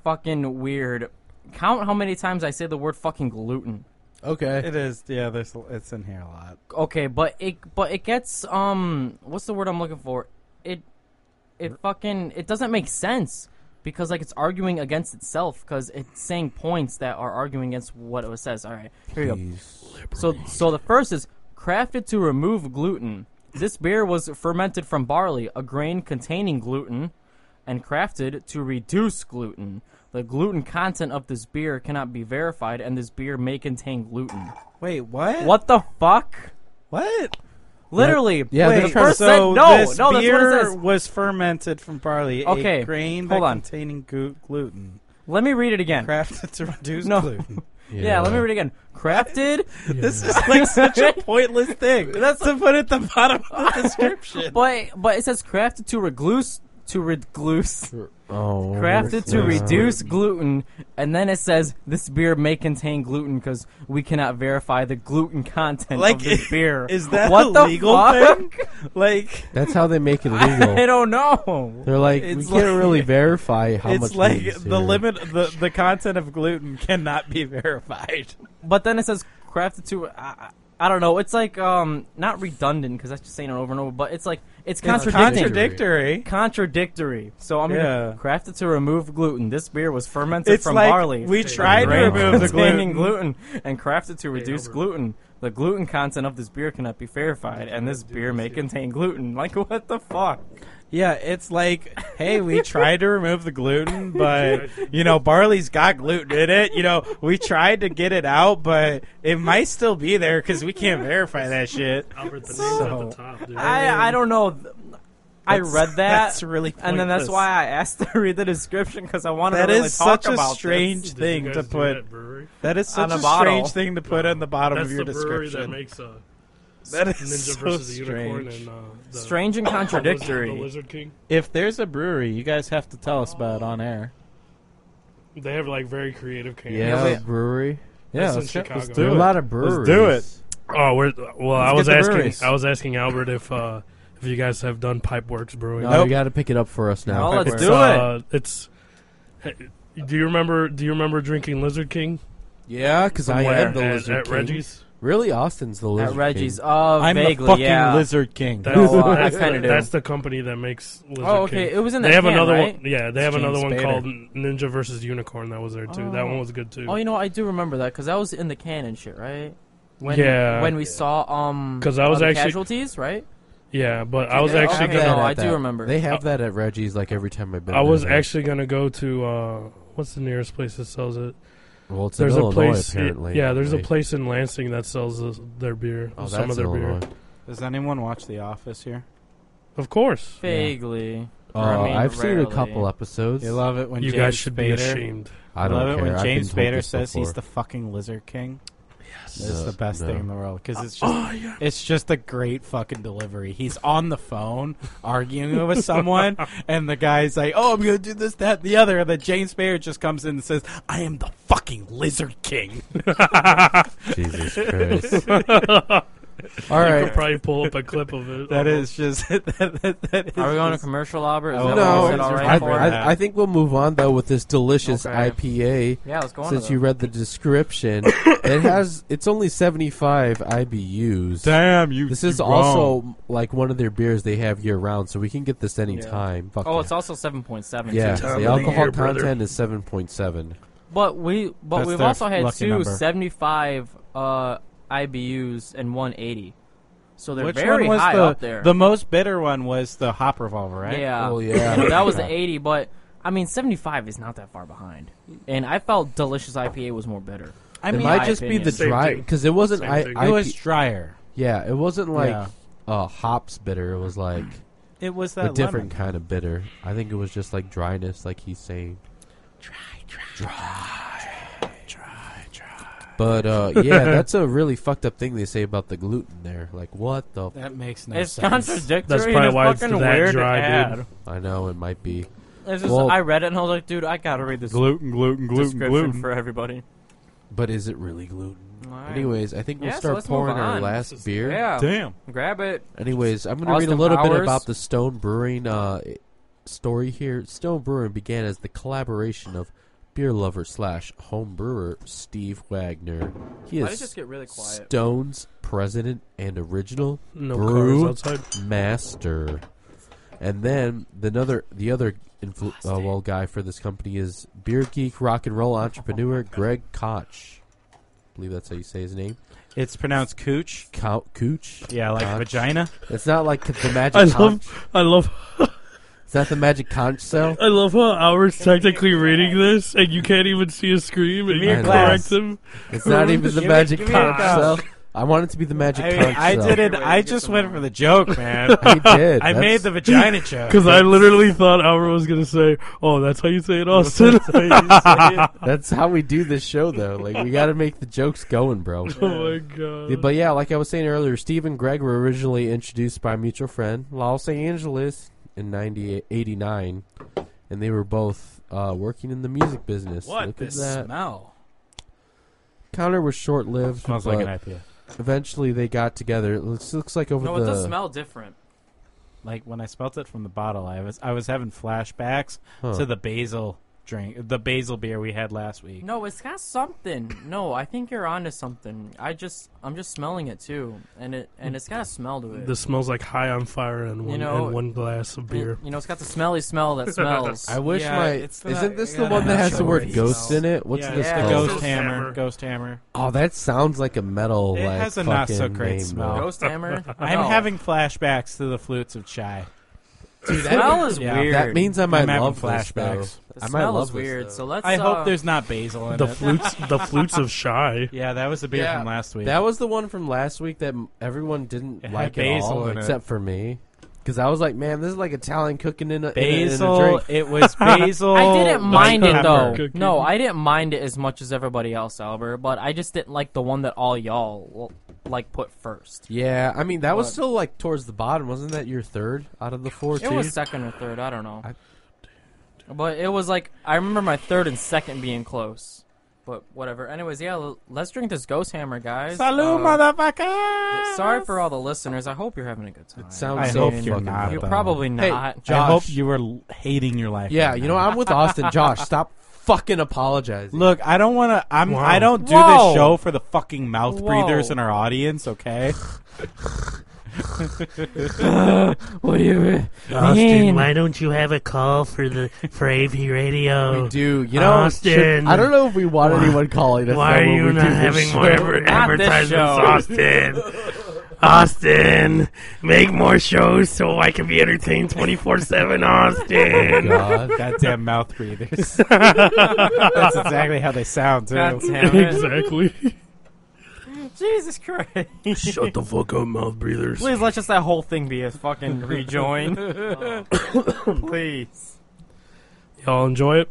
Speaker 1: fucking weird. Count how many times I say the word fucking gluten.
Speaker 2: Okay.
Speaker 3: It is, yeah. There's, it's in here a lot.
Speaker 1: Okay, but it but it gets um what's the word I'm looking for? It it fucking it doesn't make sense because like it's arguing against itself because it's saying points that are arguing against what it says. All right, here you go.
Speaker 2: Please.
Speaker 1: So, so the first is crafted to remove gluten. This beer was fermented from barley, a grain containing gluten, and crafted to reduce gluten. The gluten content of this beer cannot be verified, and this beer may contain gluten.
Speaker 3: Wait, what?
Speaker 1: What the fuck?
Speaker 3: What?
Speaker 1: Literally,
Speaker 2: Yeah,
Speaker 1: the
Speaker 2: they're trying to-
Speaker 1: first
Speaker 3: so
Speaker 1: sen- no,
Speaker 3: this
Speaker 1: no, that's
Speaker 3: beer
Speaker 1: what it says.
Speaker 3: was fermented from barley, a
Speaker 1: Okay,
Speaker 3: grain
Speaker 1: hold
Speaker 3: that
Speaker 1: on.
Speaker 3: containing gu- gluten,
Speaker 1: Let me read it again.
Speaker 3: crafted to reduce
Speaker 1: No.
Speaker 3: gluten.
Speaker 1: yeah. let me read it again. Crafted.
Speaker 3: This is like such a pointless thing. That's to put at the bottom of the description.
Speaker 1: but but it says crafted to reduce to reduce.
Speaker 2: Oh.
Speaker 1: crafted to
Speaker 2: wow.
Speaker 1: reduce gluten and then it says this beer may contain gluten because we cannot verify the gluten content
Speaker 3: Like,
Speaker 1: of this beer
Speaker 3: is that
Speaker 1: what
Speaker 3: a
Speaker 1: the
Speaker 3: legal
Speaker 1: fuck?
Speaker 3: thing? Like,
Speaker 2: That's how they make it
Speaker 1: i
Speaker 2: legal.
Speaker 1: don't know
Speaker 2: They're like, we
Speaker 3: It's
Speaker 2: can't
Speaker 3: like-
Speaker 2: really verify how much.
Speaker 3: it's like
Speaker 2: gluten is
Speaker 3: the
Speaker 2: here.
Speaker 3: limit, the the content of gluten cannot be verified.
Speaker 1: but then it says crafted to I, I I don't know it's like um not redundant because that's just saying it over and over but it's like it's contradicting
Speaker 3: Contradictory.
Speaker 1: contradictory so i'm
Speaker 3: Yeah.
Speaker 1: gonna crafted to remove gluten this beer was fermented
Speaker 3: It's
Speaker 1: from
Speaker 3: like
Speaker 1: barley
Speaker 3: we tried to
Speaker 1: grain
Speaker 3: remove the
Speaker 1: containing
Speaker 3: gluten.
Speaker 1: gluten and crafted to reduce
Speaker 4: over.
Speaker 1: gluten. The gluten content of this beer cannot be verified, and this beer may contain gluten. Like, what the fuck?
Speaker 3: Yeah, it's like, hey, we tried to remove the gluten, but you know, barley's got gluten in it. You know, we tried to get it out, but it might still be there because we can't verify that shit.
Speaker 4: Albert the
Speaker 3: So-
Speaker 4: name's at the top, dude.
Speaker 1: I I don't know. I
Speaker 3: That's-
Speaker 1: read that,
Speaker 3: That's really,
Speaker 1: and then that's
Speaker 3: pointless.
Speaker 1: why I asked to read the description because I wanted
Speaker 3: That
Speaker 1: to really
Speaker 3: is
Speaker 1: talk
Speaker 3: such a
Speaker 1: about this.
Speaker 3: strange
Speaker 4: Did you
Speaker 3: thing
Speaker 4: guys
Speaker 3: to
Speaker 4: do
Speaker 3: put-
Speaker 4: that brewery?
Speaker 3: That is
Speaker 1: On
Speaker 3: such a
Speaker 1: a bottle.
Speaker 3: strange thing to put on the bottom
Speaker 4: That's
Speaker 3: of your
Speaker 4: the brewery that
Speaker 3: description.
Speaker 4: makes uh,
Speaker 3: that is
Speaker 4: Ninja
Speaker 3: so
Speaker 4: versus the Unicorn
Speaker 3: strange.
Speaker 4: and uh, the
Speaker 1: strange and
Speaker 4: the Lizard- The
Speaker 1: contradictory.
Speaker 4: Lizard King.
Speaker 3: If there's a brewery, you guys have to tell us about it on air.
Speaker 4: They have like very creative cans.
Speaker 2: Yeah,
Speaker 3: Yeah, but-
Speaker 2: brewery.
Speaker 3: Yeah,
Speaker 4: That's in
Speaker 3: let's, check- let's
Speaker 4: Chicago.
Speaker 2: There
Speaker 3: do
Speaker 2: are
Speaker 3: it.
Speaker 2: a lot of breweries.
Speaker 3: Let's do
Speaker 4: Oh, we're, well, I
Speaker 3: Let's
Speaker 4: was
Speaker 3: get the
Speaker 4: asking.
Speaker 3: breweries.
Speaker 4: I was asking Albert if uh, if you guys have done Pipeworks Brewing.
Speaker 2: No,
Speaker 3: Nope.
Speaker 2: you got to pick it up for us now.
Speaker 1: No, let's
Speaker 4: It's,
Speaker 1: do it.
Speaker 4: Uh, it's. hey, Do you remember? Do you remember drinking Lizard King?
Speaker 2: Yeah, because I
Speaker 4: Where?
Speaker 2: am the
Speaker 4: at,
Speaker 2: lizard
Speaker 4: at
Speaker 2: king.
Speaker 4: Reggie's.
Speaker 2: Really, Austin's the lizard
Speaker 1: At Reggie's,
Speaker 2: King.
Speaker 1: oh,
Speaker 3: I'm
Speaker 1: vaguely,
Speaker 3: the fucking
Speaker 1: yeah.
Speaker 3: Lizard King.
Speaker 4: That's,
Speaker 1: No, uh, I
Speaker 4: that's,
Speaker 1: kinda do.
Speaker 4: that's the company that makes Lizard
Speaker 1: Oh, okay,
Speaker 4: King.
Speaker 1: it was in that
Speaker 4: They have
Speaker 1: can,
Speaker 4: another
Speaker 1: right?
Speaker 4: one. Yeah, they have
Speaker 3: James
Speaker 4: another one
Speaker 3: Spader.
Speaker 4: called Ninja versus Unicorn. That was there too. That one was good too.
Speaker 1: Oh, you know, what? I do remember that because that was in the can and shit, right? When,
Speaker 4: Yeah.
Speaker 1: When we saw um,
Speaker 4: 'Cause I was
Speaker 1: uh, the
Speaker 4: actually-
Speaker 1: casualties, right?
Speaker 4: yeah, but I was
Speaker 1: Yeah,
Speaker 4: actually
Speaker 1: okay.
Speaker 4: gonna,
Speaker 1: No,
Speaker 2: that
Speaker 1: I
Speaker 2: at
Speaker 1: do
Speaker 2: that.
Speaker 1: remember.
Speaker 2: They have that at Reggie's like every time I've been.
Speaker 4: I
Speaker 2: there,
Speaker 4: was
Speaker 2: though.
Speaker 4: actually gonna go to uh, what's the nearest place that sells it?
Speaker 2: Well, it's
Speaker 4: there's
Speaker 2: in
Speaker 4: a
Speaker 2: Illinois,
Speaker 4: place.
Speaker 2: apparently.
Speaker 4: Yeah, there's a
Speaker 2: Right.
Speaker 4: place in Lansing that sells this, their beer.
Speaker 2: Oh,
Speaker 4: some
Speaker 2: that's
Speaker 4: of their
Speaker 2: Illinois.
Speaker 4: beer,
Speaker 3: Does anyone watch The Office here?
Speaker 4: of course.
Speaker 1: Vaguely.
Speaker 2: Uh,
Speaker 1: I mean,
Speaker 2: I've seen a
Speaker 1: rarely.
Speaker 2: couple episodes.
Speaker 3: You love it when
Speaker 4: you
Speaker 3: James
Speaker 4: guys should be
Speaker 3: Spader-
Speaker 4: ashamed.
Speaker 2: I don't
Speaker 3: love it
Speaker 2: care.
Speaker 3: when
Speaker 2: I've been
Speaker 3: James
Speaker 2: told
Speaker 3: Spader
Speaker 2: this
Speaker 3: says
Speaker 2: before.
Speaker 3: he's the fucking Lizard King. Yes,
Speaker 2: No,
Speaker 3: it's the best
Speaker 2: no.
Speaker 3: thing in the world because it's just
Speaker 4: oh yeah.
Speaker 3: it's just a great fucking delivery. He's on the phone arguing with someone, and the guy's like, "Oh, I'm gonna do this, that, and the other." And then James Spader just comes in and says, "I am the fucking Lizard King."
Speaker 2: Jesus Christ. All
Speaker 4: I could
Speaker 2: right.
Speaker 4: probably pull up a clip of it.
Speaker 3: That is just that, that, that is
Speaker 1: Are we going to
Speaker 3: just-
Speaker 1: commercial, Albert? Is
Speaker 3: Oh,
Speaker 1: that
Speaker 3: no,
Speaker 1: what we said
Speaker 3: it's-
Speaker 1: all
Speaker 2: I,
Speaker 1: right for?
Speaker 2: I, I think we'll move on though with this delicious
Speaker 1: Okay.
Speaker 2: IPA.
Speaker 1: yeah, let's go on.
Speaker 2: Since
Speaker 1: to
Speaker 2: you
Speaker 1: that.
Speaker 2: read the description, it has it's only 75 IBUs.
Speaker 3: Damn you!
Speaker 2: This is
Speaker 3: you wrong.
Speaker 2: also like one of their beers they have year round, so we can get this anytime. Fuck
Speaker 1: oh,
Speaker 2: yeah.
Speaker 1: it's also seven point seven.
Speaker 2: yeah,
Speaker 4: Time of
Speaker 2: the
Speaker 4: the
Speaker 2: alcohol
Speaker 4: year, brother.
Speaker 2: content is 7.7.
Speaker 1: But we but
Speaker 3: That's
Speaker 1: we've
Speaker 3: their
Speaker 1: also had
Speaker 3: lucky
Speaker 1: two
Speaker 3: number.
Speaker 1: 75 uh, IBUs and one eighty. So they're
Speaker 3: Which
Speaker 1: very
Speaker 3: one was
Speaker 1: high
Speaker 3: the
Speaker 1: up there.
Speaker 3: the most bitter one was the hop revolver, right?
Speaker 1: Yeah.
Speaker 2: Oh, yeah.
Speaker 1: You know, that was the
Speaker 2: Okay.
Speaker 1: 80, but I mean 75 is not that far behind. And I felt delicious IPA was more bitter.
Speaker 3: I
Speaker 2: it
Speaker 3: mean,
Speaker 2: might
Speaker 1: my
Speaker 2: just be
Speaker 1: opinion.
Speaker 2: the
Speaker 4: Same
Speaker 2: dry
Speaker 4: thing.
Speaker 2: because it wasn't.
Speaker 4: Same
Speaker 2: I,
Speaker 4: thing.
Speaker 2: I
Speaker 3: it was drier.
Speaker 2: yeah, it wasn't like
Speaker 3: Yeah.
Speaker 2: uh, hops bitter. It was like
Speaker 3: It was
Speaker 2: a
Speaker 3: that
Speaker 2: different kind of bitter. I think it was just like dryness, like he's saying. Dry, dry, dry, dry, dry. But uh, yeah, that's a really fucked up thing they say about the gluten there. Like, what the? F-
Speaker 3: That makes no
Speaker 1: It's
Speaker 3: sense.
Speaker 1: contradictory.
Speaker 4: That's probably
Speaker 1: and it's
Speaker 4: why it's
Speaker 1: fucking
Speaker 4: that
Speaker 1: weird
Speaker 4: dry,
Speaker 1: ad.
Speaker 4: dude.
Speaker 2: I know it might be.
Speaker 1: It's just,
Speaker 2: Well-
Speaker 1: I read it and I was like, dude, I gotta read this
Speaker 3: gluten, gluten, gluten,
Speaker 1: description
Speaker 3: gluten.
Speaker 1: for everybody.
Speaker 2: But is it really gluten?
Speaker 1: Alright.
Speaker 2: Anyways, I think we'll
Speaker 1: Yeah, so
Speaker 2: start
Speaker 1: let's move
Speaker 2: pouring our
Speaker 1: on.
Speaker 2: last beer.
Speaker 1: Yeah,
Speaker 3: Damn.
Speaker 1: grab it.
Speaker 2: Anyways, I'm going to read
Speaker 1: Austin
Speaker 2: a little bit
Speaker 1: Powers.
Speaker 2: about the Stone Brewing uh, story here. Stone Brewing began as the collaboration of beer lover slash home brewer Steve Wagner. He
Speaker 1: Why did
Speaker 2: is
Speaker 1: it just get really quiet?
Speaker 2: Stone's president and original
Speaker 4: No
Speaker 2: Brew.
Speaker 4: cars outside.
Speaker 2: master. And then the another the other influ- uh, well guy for this company is beer geek rock and roll entrepreneur Greg Koch. I believe that's how you say his name.
Speaker 3: It's pronounced cooch.
Speaker 2: Count Cooch.
Speaker 3: Yeah, like
Speaker 2: Conch.
Speaker 3: vagina.
Speaker 2: It's not like the magic.
Speaker 4: I
Speaker 2: conch.
Speaker 4: love, I love,
Speaker 2: Is that the magic conch cell?
Speaker 4: I love how Howard's technically reading this, and you can't even see a screen, and
Speaker 3: me
Speaker 4: you
Speaker 2: your glass.
Speaker 4: correct him.
Speaker 2: It's not even the
Speaker 3: Give me-
Speaker 2: magic
Speaker 3: give me a
Speaker 2: conch
Speaker 3: cup.
Speaker 2: cell. I want it to be the magic
Speaker 3: I, mean,
Speaker 2: conch
Speaker 3: I
Speaker 2: cell.
Speaker 3: did it. I just went for the joke, man.
Speaker 2: He did.
Speaker 3: I
Speaker 2: That's-
Speaker 3: made the vagina joke.
Speaker 4: Because I literally thought Howard was gonna say, "Oh, that's how you say it, Austin."
Speaker 2: That's how we do this show, though. Like we got to make the jokes going, bro.
Speaker 4: oh my god.
Speaker 2: Yeah, But yeah, like I was saying earlier, Steve and Greg were originally introduced by a mutual friend, Los Angeles, in 90, 89, and they were both uh, working in the music business.
Speaker 3: What
Speaker 2: Look
Speaker 3: the
Speaker 2: at that.
Speaker 3: smell?
Speaker 2: Counter was short lived.
Speaker 3: Smells like an IPA.
Speaker 2: Eventually, they got together. It looks, looks like over
Speaker 1: No,
Speaker 2: the.
Speaker 1: it does smell different.
Speaker 3: Like when I smelt it from the bottle, I was I was having flashbacks
Speaker 2: huh.
Speaker 3: to the basil drink, the basil beer we had last week.
Speaker 1: No, it's got something. No, I think you're onto something. I just, I'm just smelling it too, and it, and it's got a smell to it.
Speaker 4: This smells like high on fire and one,
Speaker 1: know-
Speaker 4: and one glass of beer.
Speaker 1: You know, it's got the smelly smell that smells.
Speaker 2: I wish
Speaker 3: Yeah,
Speaker 2: my.
Speaker 3: it's the-
Speaker 2: isn't this
Speaker 3: you
Speaker 2: the
Speaker 3: gotta
Speaker 2: one that
Speaker 3: have
Speaker 2: has the
Speaker 3: some
Speaker 2: word
Speaker 3: reason.
Speaker 2: ghost in it? What's
Speaker 3: yeah,
Speaker 2: this
Speaker 3: it's
Speaker 1: Yeah.
Speaker 3: the
Speaker 2: called?
Speaker 3: ghost hammer. Ghost hammer.
Speaker 2: Oh, that sounds like a metal.
Speaker 3: It
Speaker 2: like,
Speaker 3: has a not so
Speaker 2: fucking
Speaker 3: great
Speaker 2: name,
Speaker 3: smell.
Speaker 2: though.
Speaker 1: Ghost hammer.
Speaker 3: I'm
Speaker 1: No.
Speaker 3: having flashbacks to the flutes of chai.
Speaker 1: The smell is
Speaker 3: Yeah.
Speaker 1: weird.
Speaker 2: That means I might
Speaker 3: having
Speaker 2: love this, though.
Speaker 3: flashbacks.
Speaker 1: the
Speaker 2: I might
Speaker 1: smell
Speaker 2: love
Speaker 1: is
Speaker 2: this,
Speaker 1: weird.
Speaker 2: though.
Speaker 1: so let's.
Speaker 3: I
Speaker 1: uh,
Speaker 3: hope there's not basil in
Speaker 4: The
Speaker 3: it.
Speaker 4: flutes, the flutes of shy.
Speaker 3: yeah, that was the beer from last week.
Speaker 2: That was the one from last week that m- everyone didn't
Speaker 3: It had
Speaker 2: like at
Speaker 3: basil
Speaker 2: all,
Speaker 3: in it.
Speaker 2: except for me. Because I was like, man, this is like Italian cooking in a, in a- in a
Speaker 3: basil.
Speaker 2: drink.
Speaker 3: It was basil.
Speaker 1: I didn't mind
Speaker 3: black
Speaker 1: it though.
Speaker 3: pepper.
Speaker 4: Cooking.
Speaker 1: No, I didn't mind it as much as everybody else, Albert. But I just didn't like the one that all y'all like put first.
Speaker 2: Yeah, I mean, that was
Speaker 1: But-
Speaker 2: still like towards the bottom. Wasn't that your third out of the four,
Speaker 1: It
Speaker 2: too?
Speaker 1: was second or third. I don't know.
Speaker 2: I-
Speaker 1: But it was like I remember my third and second being close. But whatever. Anyways, yeah, l- let's drink this Ghost Hammer, guys.
Speaker 3: Salud,
Speaker 1: Uh,
Speaker 3: motherfucker.
Speaker 1: Sorry for all the listeners. I hope you're having a good time.
Speaker 2: It sounds
Speaker 3: I
Speaker 2: so
Speaker 3: hope you're
Speaker 2: fucking
Speaker 3: not,
Speaker 1: You're
Speaker 2: bad.
Speaker 3: though.
Speaker 1: probably
Speaker 2: Hey,
Speaker 1: not.
Speaker 2: Josh.
Speaker 3: I hope you were l- hating your life.
Speaker 2: Yeah,
Speaker 3: right
Speaker 2: you
Speaker 3: now.
Speaker 2: know, I'm with Austin. Josh, stop fucking apologizing.
Speaker 3: Look, I don't want to. I'm.
Speaker 4: Wow.
Speaker 3: I don't do
Speaker 1: Whoa.
Speaker 3: this show for the fucking mouth breathers
Speaker 1: Whoa.
Speaker 3: in our audience. Okay.
Speaker 1: what do you?
Speaker 6: Austin,
Speaker 1: Man.
Speaker 6: why don't you have a call for the for AV Radio?
Speaker 2: we do. You know,
Speaker 6: Austin.
Speaker 2: should- I don't know if we want anyone calling us.
Speaker 6: Why
Speaker 2: though,
Speaker 6: are
Speaker 2: when
Speaker 6: you
Speaker 2: we
Speaker 6: not
Speaker 2: do this
Speaker 6: having
Speaker 2: show.
Speaker 6: more adver-
Speaker 1: Not this
Speaker 6: advertisements,
Speaker 1: show.
Speaker 6: Austin? Austin, make more shows so I can be entertained twenty four seven, Austin.
Speaker 2: Oh God.
Speaker 3: Goddamn mouth breathers. That's exactly how they sound too.
Speaker 1: God damn it.
Speaker 4: exactly.
Speaker 1: Jesus Christ.
Speaker 6: Shut the fuck up, mouth breathers.
Speaker 1: Please let just that whole thing be a fucking rejoin. Please.
Speaker 4: Y'all enjoy it.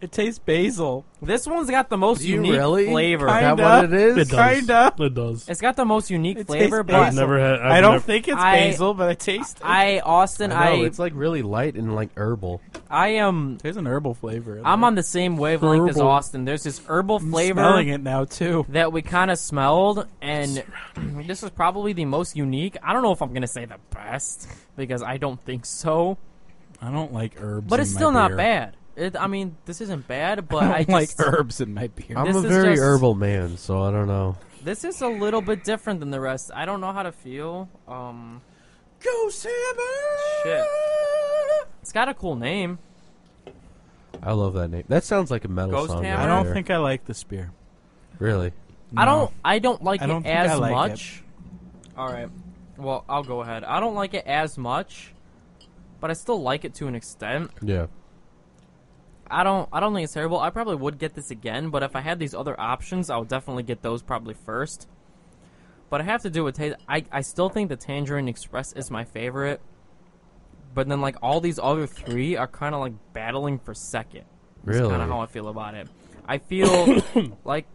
Speaker 3: It tastes basil.
Speaker 1: This one's got the most
Speaker 2: Do you
Speaker 1: unique
Speaker 2: really?
Speaker 1: flavor.
Speaker 2: Is that
Speaker 3: Kinda.
Speaker 2: what it is?
Speaker 4: It does.
Speaker 3: Kinda.
Speaker 4: It does.
Speaker 1: It's got the most unique
Speaker 3: It tastes
Speaker 1: flavor, but
Speaker 4: I've
Speaker 3: basil.
Speaker 4: never had. I've
Speaker 3: I don't
Speaker 4: never-
Speaker 3: think it's
Speaker 1: I-
Speaker 3: basil, but I taste it.
Speaker 1: I Austin,
Speaker 2: I know,
Speaker 1: I
Speaker 2: it's like really light and like herbal.
Speaker 1: I am
Speaker 3: There's an herbal flavor. in
Speaker 1: I'm
Speaker 3: there.
Speaker 1: on the same wavelength as
Speaker 4: Herbal.
Speaker 1: Austin. There's this herbal
Speaker 3: I'm
Speaker 1: flavor
Speaker 3: smelling it now too.
Speaker 1: that we kind of smelled, and this is probably the most unique. I don't know if I'm gonna say the best because I don't think so,
Speaker 3: I don't like herbs,
Speaker 1: but
Speaker 3: in
Speaker 1: it's
Speaker 3: my
Speaker 1: still not
Speaker 3: beer.
Speaker 1: bad. It, I mean, this isn't bad, but
Speaker 3: I
Speaker 1: I,
Speaker 3: don't like
Speaker 1: just
Speaker 3: herbs in my beer.
Speaker 2: I'm
Speaker 1: This
Speaker 2: a
Speaker 1: is
Speaker 2: very
Speaker 1: just-
Speaker 2: herbal man, so I don't know.
Speaker 1: this is a little bit different than the rest. I don't know how to feel. Um,
Speaker 3: Ghost Hammer.
Speaker 1: shit, it's got a cool name.
Speaker 2: I love that name. That sounds like a metal
Speaker 1: Ghost
Speaker 2: song.
Speaker 1: Hammer?
Speaker 2: right
Speaker 3: I don't
Speaker 2: there.
Speaker 3: think I like this beer.
Speaker 2: really.
Speaker 1: I
Speaker 3: No.
Speaker 1: don't. I don't like
Speaker 3: I don't
Speaker 1: it
Speaker 3: think
Speaker 1: as
Speaker 3: I like
Speaker 1: much. All right. Well, I'll go ahead. I don't like it as much, but I still like it to an extent.
Speaker 2: Yeah.
Speaker 1: I don't. I don't think it's terrible. I probably would get this again, but if I had these other options, I would definitely get those probably first. But I have to do with taste. I I still think the Tangerine Express is my favorite, but then like all these other three are kind of like battling for second.
Speaker 2: Really.
Speaker 1: Kind of how I feel about it. I feel like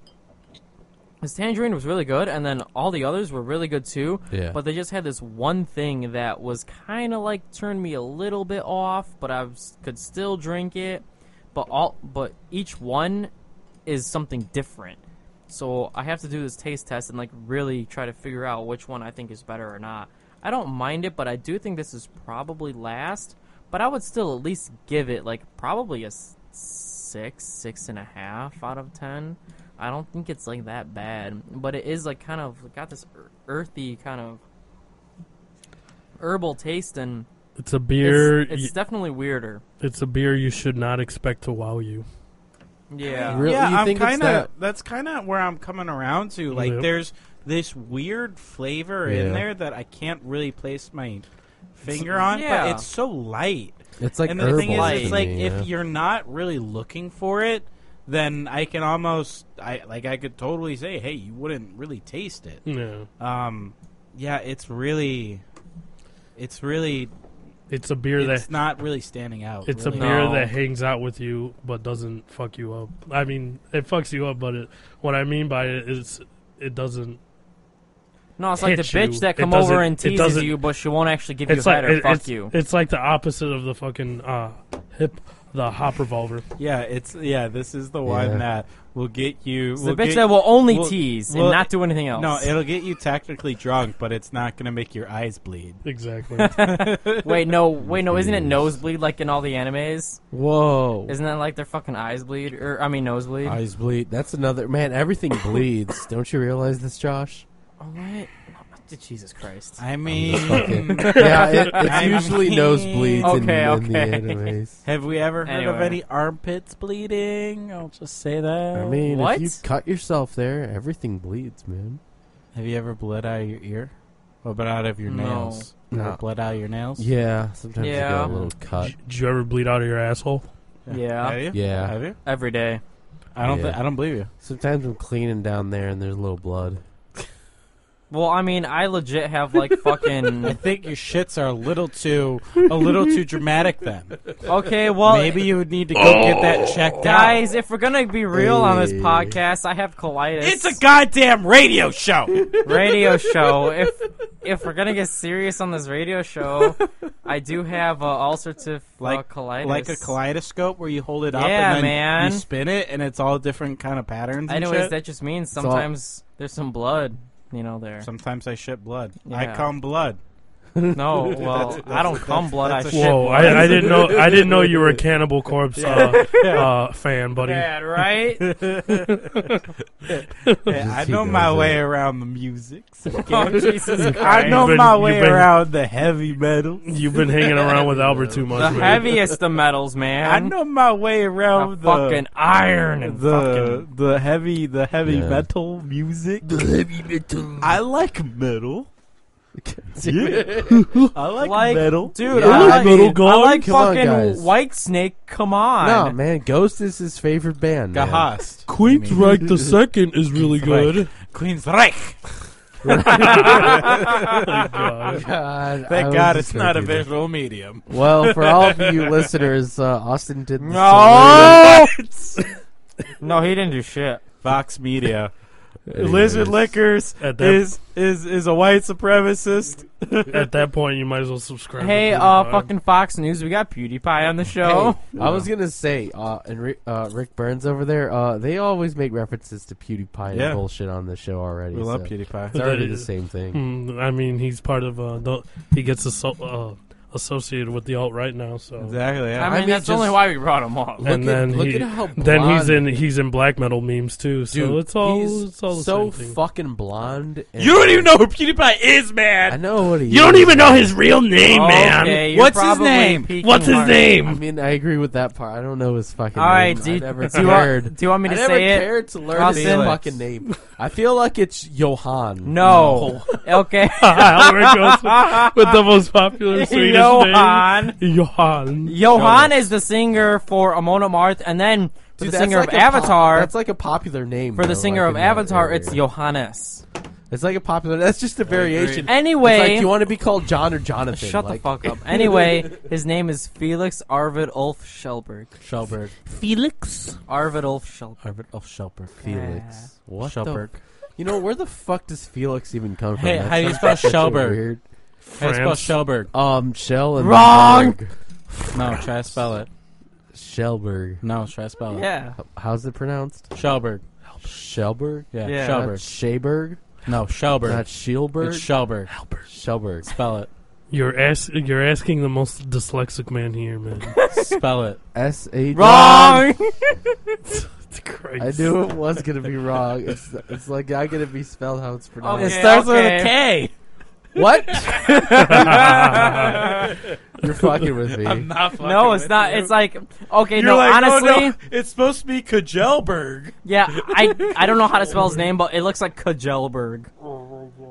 Speaker 1: this tangerine was really good, and then all the others were really good too.
Speaker 2: Yeah.
Speaker 1: But they just had this one thing that was kind of like turned me a little bit off, but I was, could still drink it. But all, but each one is something different. So I have to do this taste test and like really try to figure out which one I think is better or not. I don't mind it, but I do think this is probably last. But I would still at least give it like probably a s- six, six and a half out of ten. I don't think it's like that bad, but it is like kind of got this ear- earthy kind of herbal taste, and
Speaker 4: It's a beer. y-
Speaker 1: it's, it's definitely weirder.
Speaker 4: a beer you should not expect to wow you.
Speaker 1: Yeah,
Speaker 2: Really?
Speaker 3: Yeah,
Speaker 2: You
Speaker 3: I'm
Speaker 2: think it's
Speaker 3: kind of.
Speaker 2: that-
Speaker 3: That's kind of where I'm coming around to. Like,
Speaker 4: Yep.
Speaker 3: there's this weird flavor
Speaker 2: Yeah.
Speaker 3: in there that I can't really place my finger on,
Speaker 1: Yeah.
Speaker 3: but it's so light.
Speaker 2: It's like
Speaker 3: and the
Speaker 2: herbal.
Speaker 3: thing is, it's
Speaker 2: to
Speaker 3: like
Speaker 2: me, yeah.
Speaker 3: if you're not really looking for it, then I can almost, I like, I could totally say, hey, you wouldn't really taste it.
Speaker 4: No,
Speaker 3: Um, yeah, it's really, it's really,
Speaker 4: it's a beer
Speaker 3: it's
Speaker 4: that
Speaker 3: not really standing out.
Speaker 4: it's
Speaker 3: really.
Speaker 4: a beer
Speaker 1: No.
Speaker 4: that hangs out with you but doesn't fuck you up. I mean, it fucks you up, but it, what I mean by it is it doesn't.
Speaker 1: no, it's like the
Speaker 4: hit you.
Speaker 1: bitch that
Speaker 4: It
Speaker 1: come
Speaker 4: doesn't-
Speaker 1: over and
Speaker 4: it
Speaker 1: teases
Speaker 4: doesn't-
Speaker 1: you, but she won't actually give you
Speaker 4: It's like
Speaker 1: head or
Speaker 4: it-
Speaker 1: fuck
Speaker 4: it's,
Speaker 1: you.
Speaker 4: it's like the opposite of the fucking uh, hip, the hop revolver.
Speaker 3: Yeah, it's yeah. This is the one
Speaker 2: Yeah.
Speaker 3: that will get you.
Speaker 1: It's
Speaker 3: will
Speaker 1: the bitch
Speaker 3: get-
Speaker 1: that will only
Speaker 3: we'll-
Speaker 1: tease
Speaker 3: we'll-
Speaker 1: and not do anything else.
Speaker 3: No, it'll get you technically drunk, but it's not going to make your eyes bleed.
Speaker 4: Exactly.
Speaker 1: wait, no, wait, no, isn't it nosebleed like in all the animes?
Speaker 2: Whoa.
Speaker 1: Isn't that like their fucking eyes bleed or I mean nosebleed?
Speaker 2: Eyes bleed. That's another man. Everything bleeds. Don't you realize this, Josh?
Speaker 1: Oh, what? Oh, Jesus Christ!
Speaker 3: I
Speaker 1: Hmm.
Speaker 2: Fucking-
Speaker 3: mean,
Speaker 2: yeah, it, it's
Speaker 3: I'm
Speaker 2: usually
Speaker 3: kidding.
Speaker 2: nosebleeds
Speaker 1: Okay,
Speaker 2: in,
Speaker 1: okay.
Speaker 2: in the animes.
Speaker 3: have we ever heard of
Speaker 1: Anyway.
Speaker 3: any armpits bleeding? I'll just say that.
Speaker 2: I mean,
Speaker 1: What?
Speaker 2: if you cut yourself there, everything bleeds, man.
Speaker 3: have you ever bled out of your ear? What about out of your
Speaker 1: No.
Speaker 3: nails? You ever
Speaker 2: No.
Speaker 3: bled out of your nails?
Speaker 2: Yeah, sometimes
Speaker 1: Yeah.
Speaker 2: you get a little cut.
Speaker 4: Did you ever bleed out of your asshole?
Speaker 1: Yeah.
Speaker 3: Have you?
Speaker 2: Yeah.
Speaker 3: Have you?
Speaker 1: Every day.
Speaker 3: I don't.
Speaker 2: Yeah.
Speaker 3: thi- I don't believe you.
Speaker 2: Sometimes I'm cleaning down there and there's a little blood.
Speaker 1: Well, I mean, I legit have like
Speaker 3: I
Speaker 1: fucking.
Speaker 3: think your shits are a little too a little too dramatic. Then
Speaker 1: Okay, well,
Speaker 3: maybe you would need to go get that checked out.
Speaker 1: guys, if we're gonna be real on this
Speaker 2: Hey.
Speaker 1: podcast, I have colitis.
Speaker 3: It's a goddamn radio show.
Speaker 1: radio show. If if we're gonna get serious on this radio show, I do have uh, ulcerative
Speaker 3: Like-
Speaker 1: uh, colitis.
Speaker 3: like a kaleidoscope where you hold it up
Speaker 1: Yeah,
Speaker 3: and then
Speaker 1: man.
Speaker 3: you spin it and it's all different kind of patterns. and
Speaker 1: Anyways,
Speaker 3: shit.
Speaker 1: that just means
Speaker 2: all-
Speaker 1: sometimes there's some blood, you know. There.
Speaker 3: sometimes I shit blood. I
Speaker 1: Yeah.
Speaker 3: come blood.
Speaker 1: No, well, I don't cum blood. I
Speaker 3: that's a
Speaker 1: shit
Speaker 4: Whoa!
Speaker 1: blood.
Speaker 4: I, I didn't know. I didn't know you were a Cannibal Corpse uh, uh, fan, buddy.
Speaker 1: Bad, right?
Speaker 3: Yeah, I
Speaker 2: he
Speaker 3: know
Speaker 2: does
Speaker 3: my
Speaker 2: it.
Speaker 3: way around the music.
Speaker 1: oh, Jesus
Speaker 3: I
Speaker 1: Christ.
Speaker 3: know
Speaker 4: You've
Speaker 3: my
Speaker 4: been-
Speaker 3: way
Speaker 4: you've been-
Speaker 3: around the heavy metal.
Speaker 4: You've been hanging around with Albert too much.
Speaker 1: The
Speaker 4: man.
Speaker 1: heaviest of metals, man.
Speaker 3: I know my way
Speaker 1: A
Speaker 3: around the
Speaker 1: fucking iron and
Speaker 3: the the heavy the heavy
Speaker 2: Yeah.
Speaker 3: metal music. The heavy metal. I like metal. Yeah. I like,
Speaker 1: Like,
Speaker 3: metal.
Speaker 1: Dude,
Speaker 2: Yeah.
Speaker 1: I
Speaker 2: Like
Speaker 1: like,
Speaker 2: Little
Speaker 1: I
Speaker 2: Gold?
Speaker 1: like
Speaker 2: Come on,
Speaker 1: fucking
Speaker 2: guys.
Speaker 1: White Snake. Come
Speaker 2: No,
Speaker 1: on.
Speaker 2: man, Ghost is his favorite band. man.
Speaker 3: Gahast.
Speaker 4: Queen's
Speaker 3: I mean-
Speaker 4: Reich the second is really good.
Speaker 3: Queensryche.
Speaker 2: Oh, God, I
Speaker 3: Thank
Speaker 2: was
Speaker 3: God
Speaker 2: just
Speaker 3: it's not a
Speaker 2: gonna do that.
Speaker 3: visual medium.
Speaker 2: Well, for all of you listeners, uh, Austin did. the
Speaker 1: No!
Speaker 2: song.
Speaker 1: No, he didn't do shit.
Speaker 3: Fox Media.
Speaker 2: Anyways.
Speaker 3: Elizabeth Liquors
Speaker 4: At that-
Speaker 3: is is is a white supremacist.
Speaker 4: At that point, you might as well subscribe.
Speaker 1: Hey,
Speaker 4: to
Speaker 1: uh,
Speaker 4: PewDiePie.
Speaker 1: fucking Fox News, we got PewDiePie on the show.
Speaker 2: Hey, I was gonna say, uh, and Rick, uh, Rick Burns over there, uh, they always make references to PewDiePie
Speaker 3: Yeah.
Speaker 2: and bullshit on the show already.
Speaker 3: We love
Speaker 2: so
Speaker 3: PewDiePie.
Speaker 2: It's already
Speaker 4: That
Speaker 2: the
Speaker 4: is-
Speaker 2: same thing.
Speaker 4: Hmm, I mean, he's part of uh, the. He gets asso- uh, associated with the alt right now. So
Speaker 3: Exactly.
Speaker 1: I
Speaker 3: Yeah.
Speaker 1: mean,
Speaker 2: mean,
Speaker 1: that's
Speaker 2: just-
Speaker 1: only why we brought him up.
Speaker 2: Look
Speaker 4: and
Speaker 2: at-
Speaker 4: then
Speaker 2: look
Speaker 4: he-
Speaker 2: at how
Speaker 4: then he's
Speaker 2: blonde-
Speaker 4: in he's in black metal memes too. So
Speaker 2: Dude,
Speaker 4: it's all
Speaker 2: he's
Speaker 4: it's all the
Speaker 2: so
Speaker 4: same thing.
Speaker 2: fucking blonde. And
Speaker 6: You don't even know who PewDiePie is, man.
Speaker 2: I know what he.
Speaker 6: you don't even know his real name, man.
Speaker 1: Okay, you're
Speaker 3: What's his
Speaker 1: probably
Speaker 3: name?
Speaker 1: peeking
Speaker 6: What's his
Speaker 1: hard.
Speaker 2: I
Speaker 6: name?
Speaker 2: mean, I agree with that part. I don't know his fucking.
Speaker 1: All right,
Speaker 2: name.
Speaker 1: do,
Speaker 2: I never
Speaker 1: do, you want,
Speaker 2: cared.
Speaker 1: do you want me to
Speaker 2: I never
Speaker 1: say it?
Speaker 2: cared to learn his
Speaker 1: Austin?
Speaker 2: fucking name. I feel like it's Johan.
Speaker 1: No. okay.
Speaker 4: There it goes with the most popular Swedish
Speaker 1: Johan.
Speaker 4: name. Johan.
Speaker 1: Johan is the singer for Amona Marth, and then for
Speaker 2: Dude,
Speaker 1: the
Speaker 2: that's
Speaker 1: singer
Speaker 2: like
Speaker 1: of
Speaker 2: a pop-
Speaker 1: Avatar,
Speaker 2: that's like a popular name
Speaker 1: for
Speaker 2: though,
Speaker 1: the singer
Speaker 2: like
Speaker 1: of
Speaker 2: in that
Speaker 1: Avatar,
Speaker 2: area.
Speaker 1: it's Johannes.
Speaker 2: It's like a popular. That's just a variation.
Speaker 1: Anyway,
Speaker 2: It's like you want to be called John or Jonathan.
Speaker 1: shut
Speaker 2: like,
Speaker 1: the fuck up. Anyway, his name is Felix Arvid Ulf Schellberg.
Speaker 2: Shelberg.
Speaker 6: Felix.
Speaker 1: Arvid Ulf Schellberg.
Speaker 2: Harvard of Shelberg.
Speaker 1: Yeah.
Speaker 2: Felix. What
Speaker 3: Shelberg.
Speaker 2: the? You know where the fuck does Felix even come from?
Speaker 3: Hey,
Speaker 2: That
Speaker 3: how do you
Speaker 2: sounds
Speaker 3: spell
Speaker 2: such a
Speaker 3: Shelberg?
Speaker 2: Weird.
Speaker 3: How do you
Speaker 4: France.
Speaker 3: spell Shelberg?
Speaker 2: Um, Shell and
Speaker 1: Wrong!
Speaker 2: Berg.
Speaker 3: No, try to spell it.
Speaker 2: Shelberg.
Speaker 3: No, try to spell it.
Speaker 1: Yeah.
Speaker 2: H- How's it pronounced?
Speaker 3: Shelberg.
Speaker 2: Shelberg.
Speaker 3: Yeah,
Speaker 1: Yeah.
Speaker 2: Not
Speaker 3: Shelberg.
Speaker 2: Sheberg.
Speaker 3: No, Shelberg.
Speaker 2: Not Shielberg.
Speaker 3: It's Shelberg.
Speaker 2: Shelberg.
Speaker 3: Spell it.
Speaker 4: You're ask you're asking the most dyslexic man here, man.
Speaker 3: Spell it.
Speaker 2: S A.
Speaker 1: Wrong.
Speaker 4: Christ.
Speaker 2: I knew it was gonna be wrong. It's it's like I gotta be spelled how it's pronounced.
Speaker 1: Okay,
Speaker 3: It starts with
Speaker 1: okay.
Speaker 3: a K.
Speaker 2: What? You're fucking with me.
Speaker 3: not
Speaker 1: no, it's not. It's like okay.
Speaker 3: You're
Speaker 1: no,
Speaker 3: like, oh,
Speaker 1: honestly,
Speaker 3: no, it's supposed to be Kajelberg.
Speaker 1: yeah. I I don't know how to spell his name, but it looks like Kajelberg.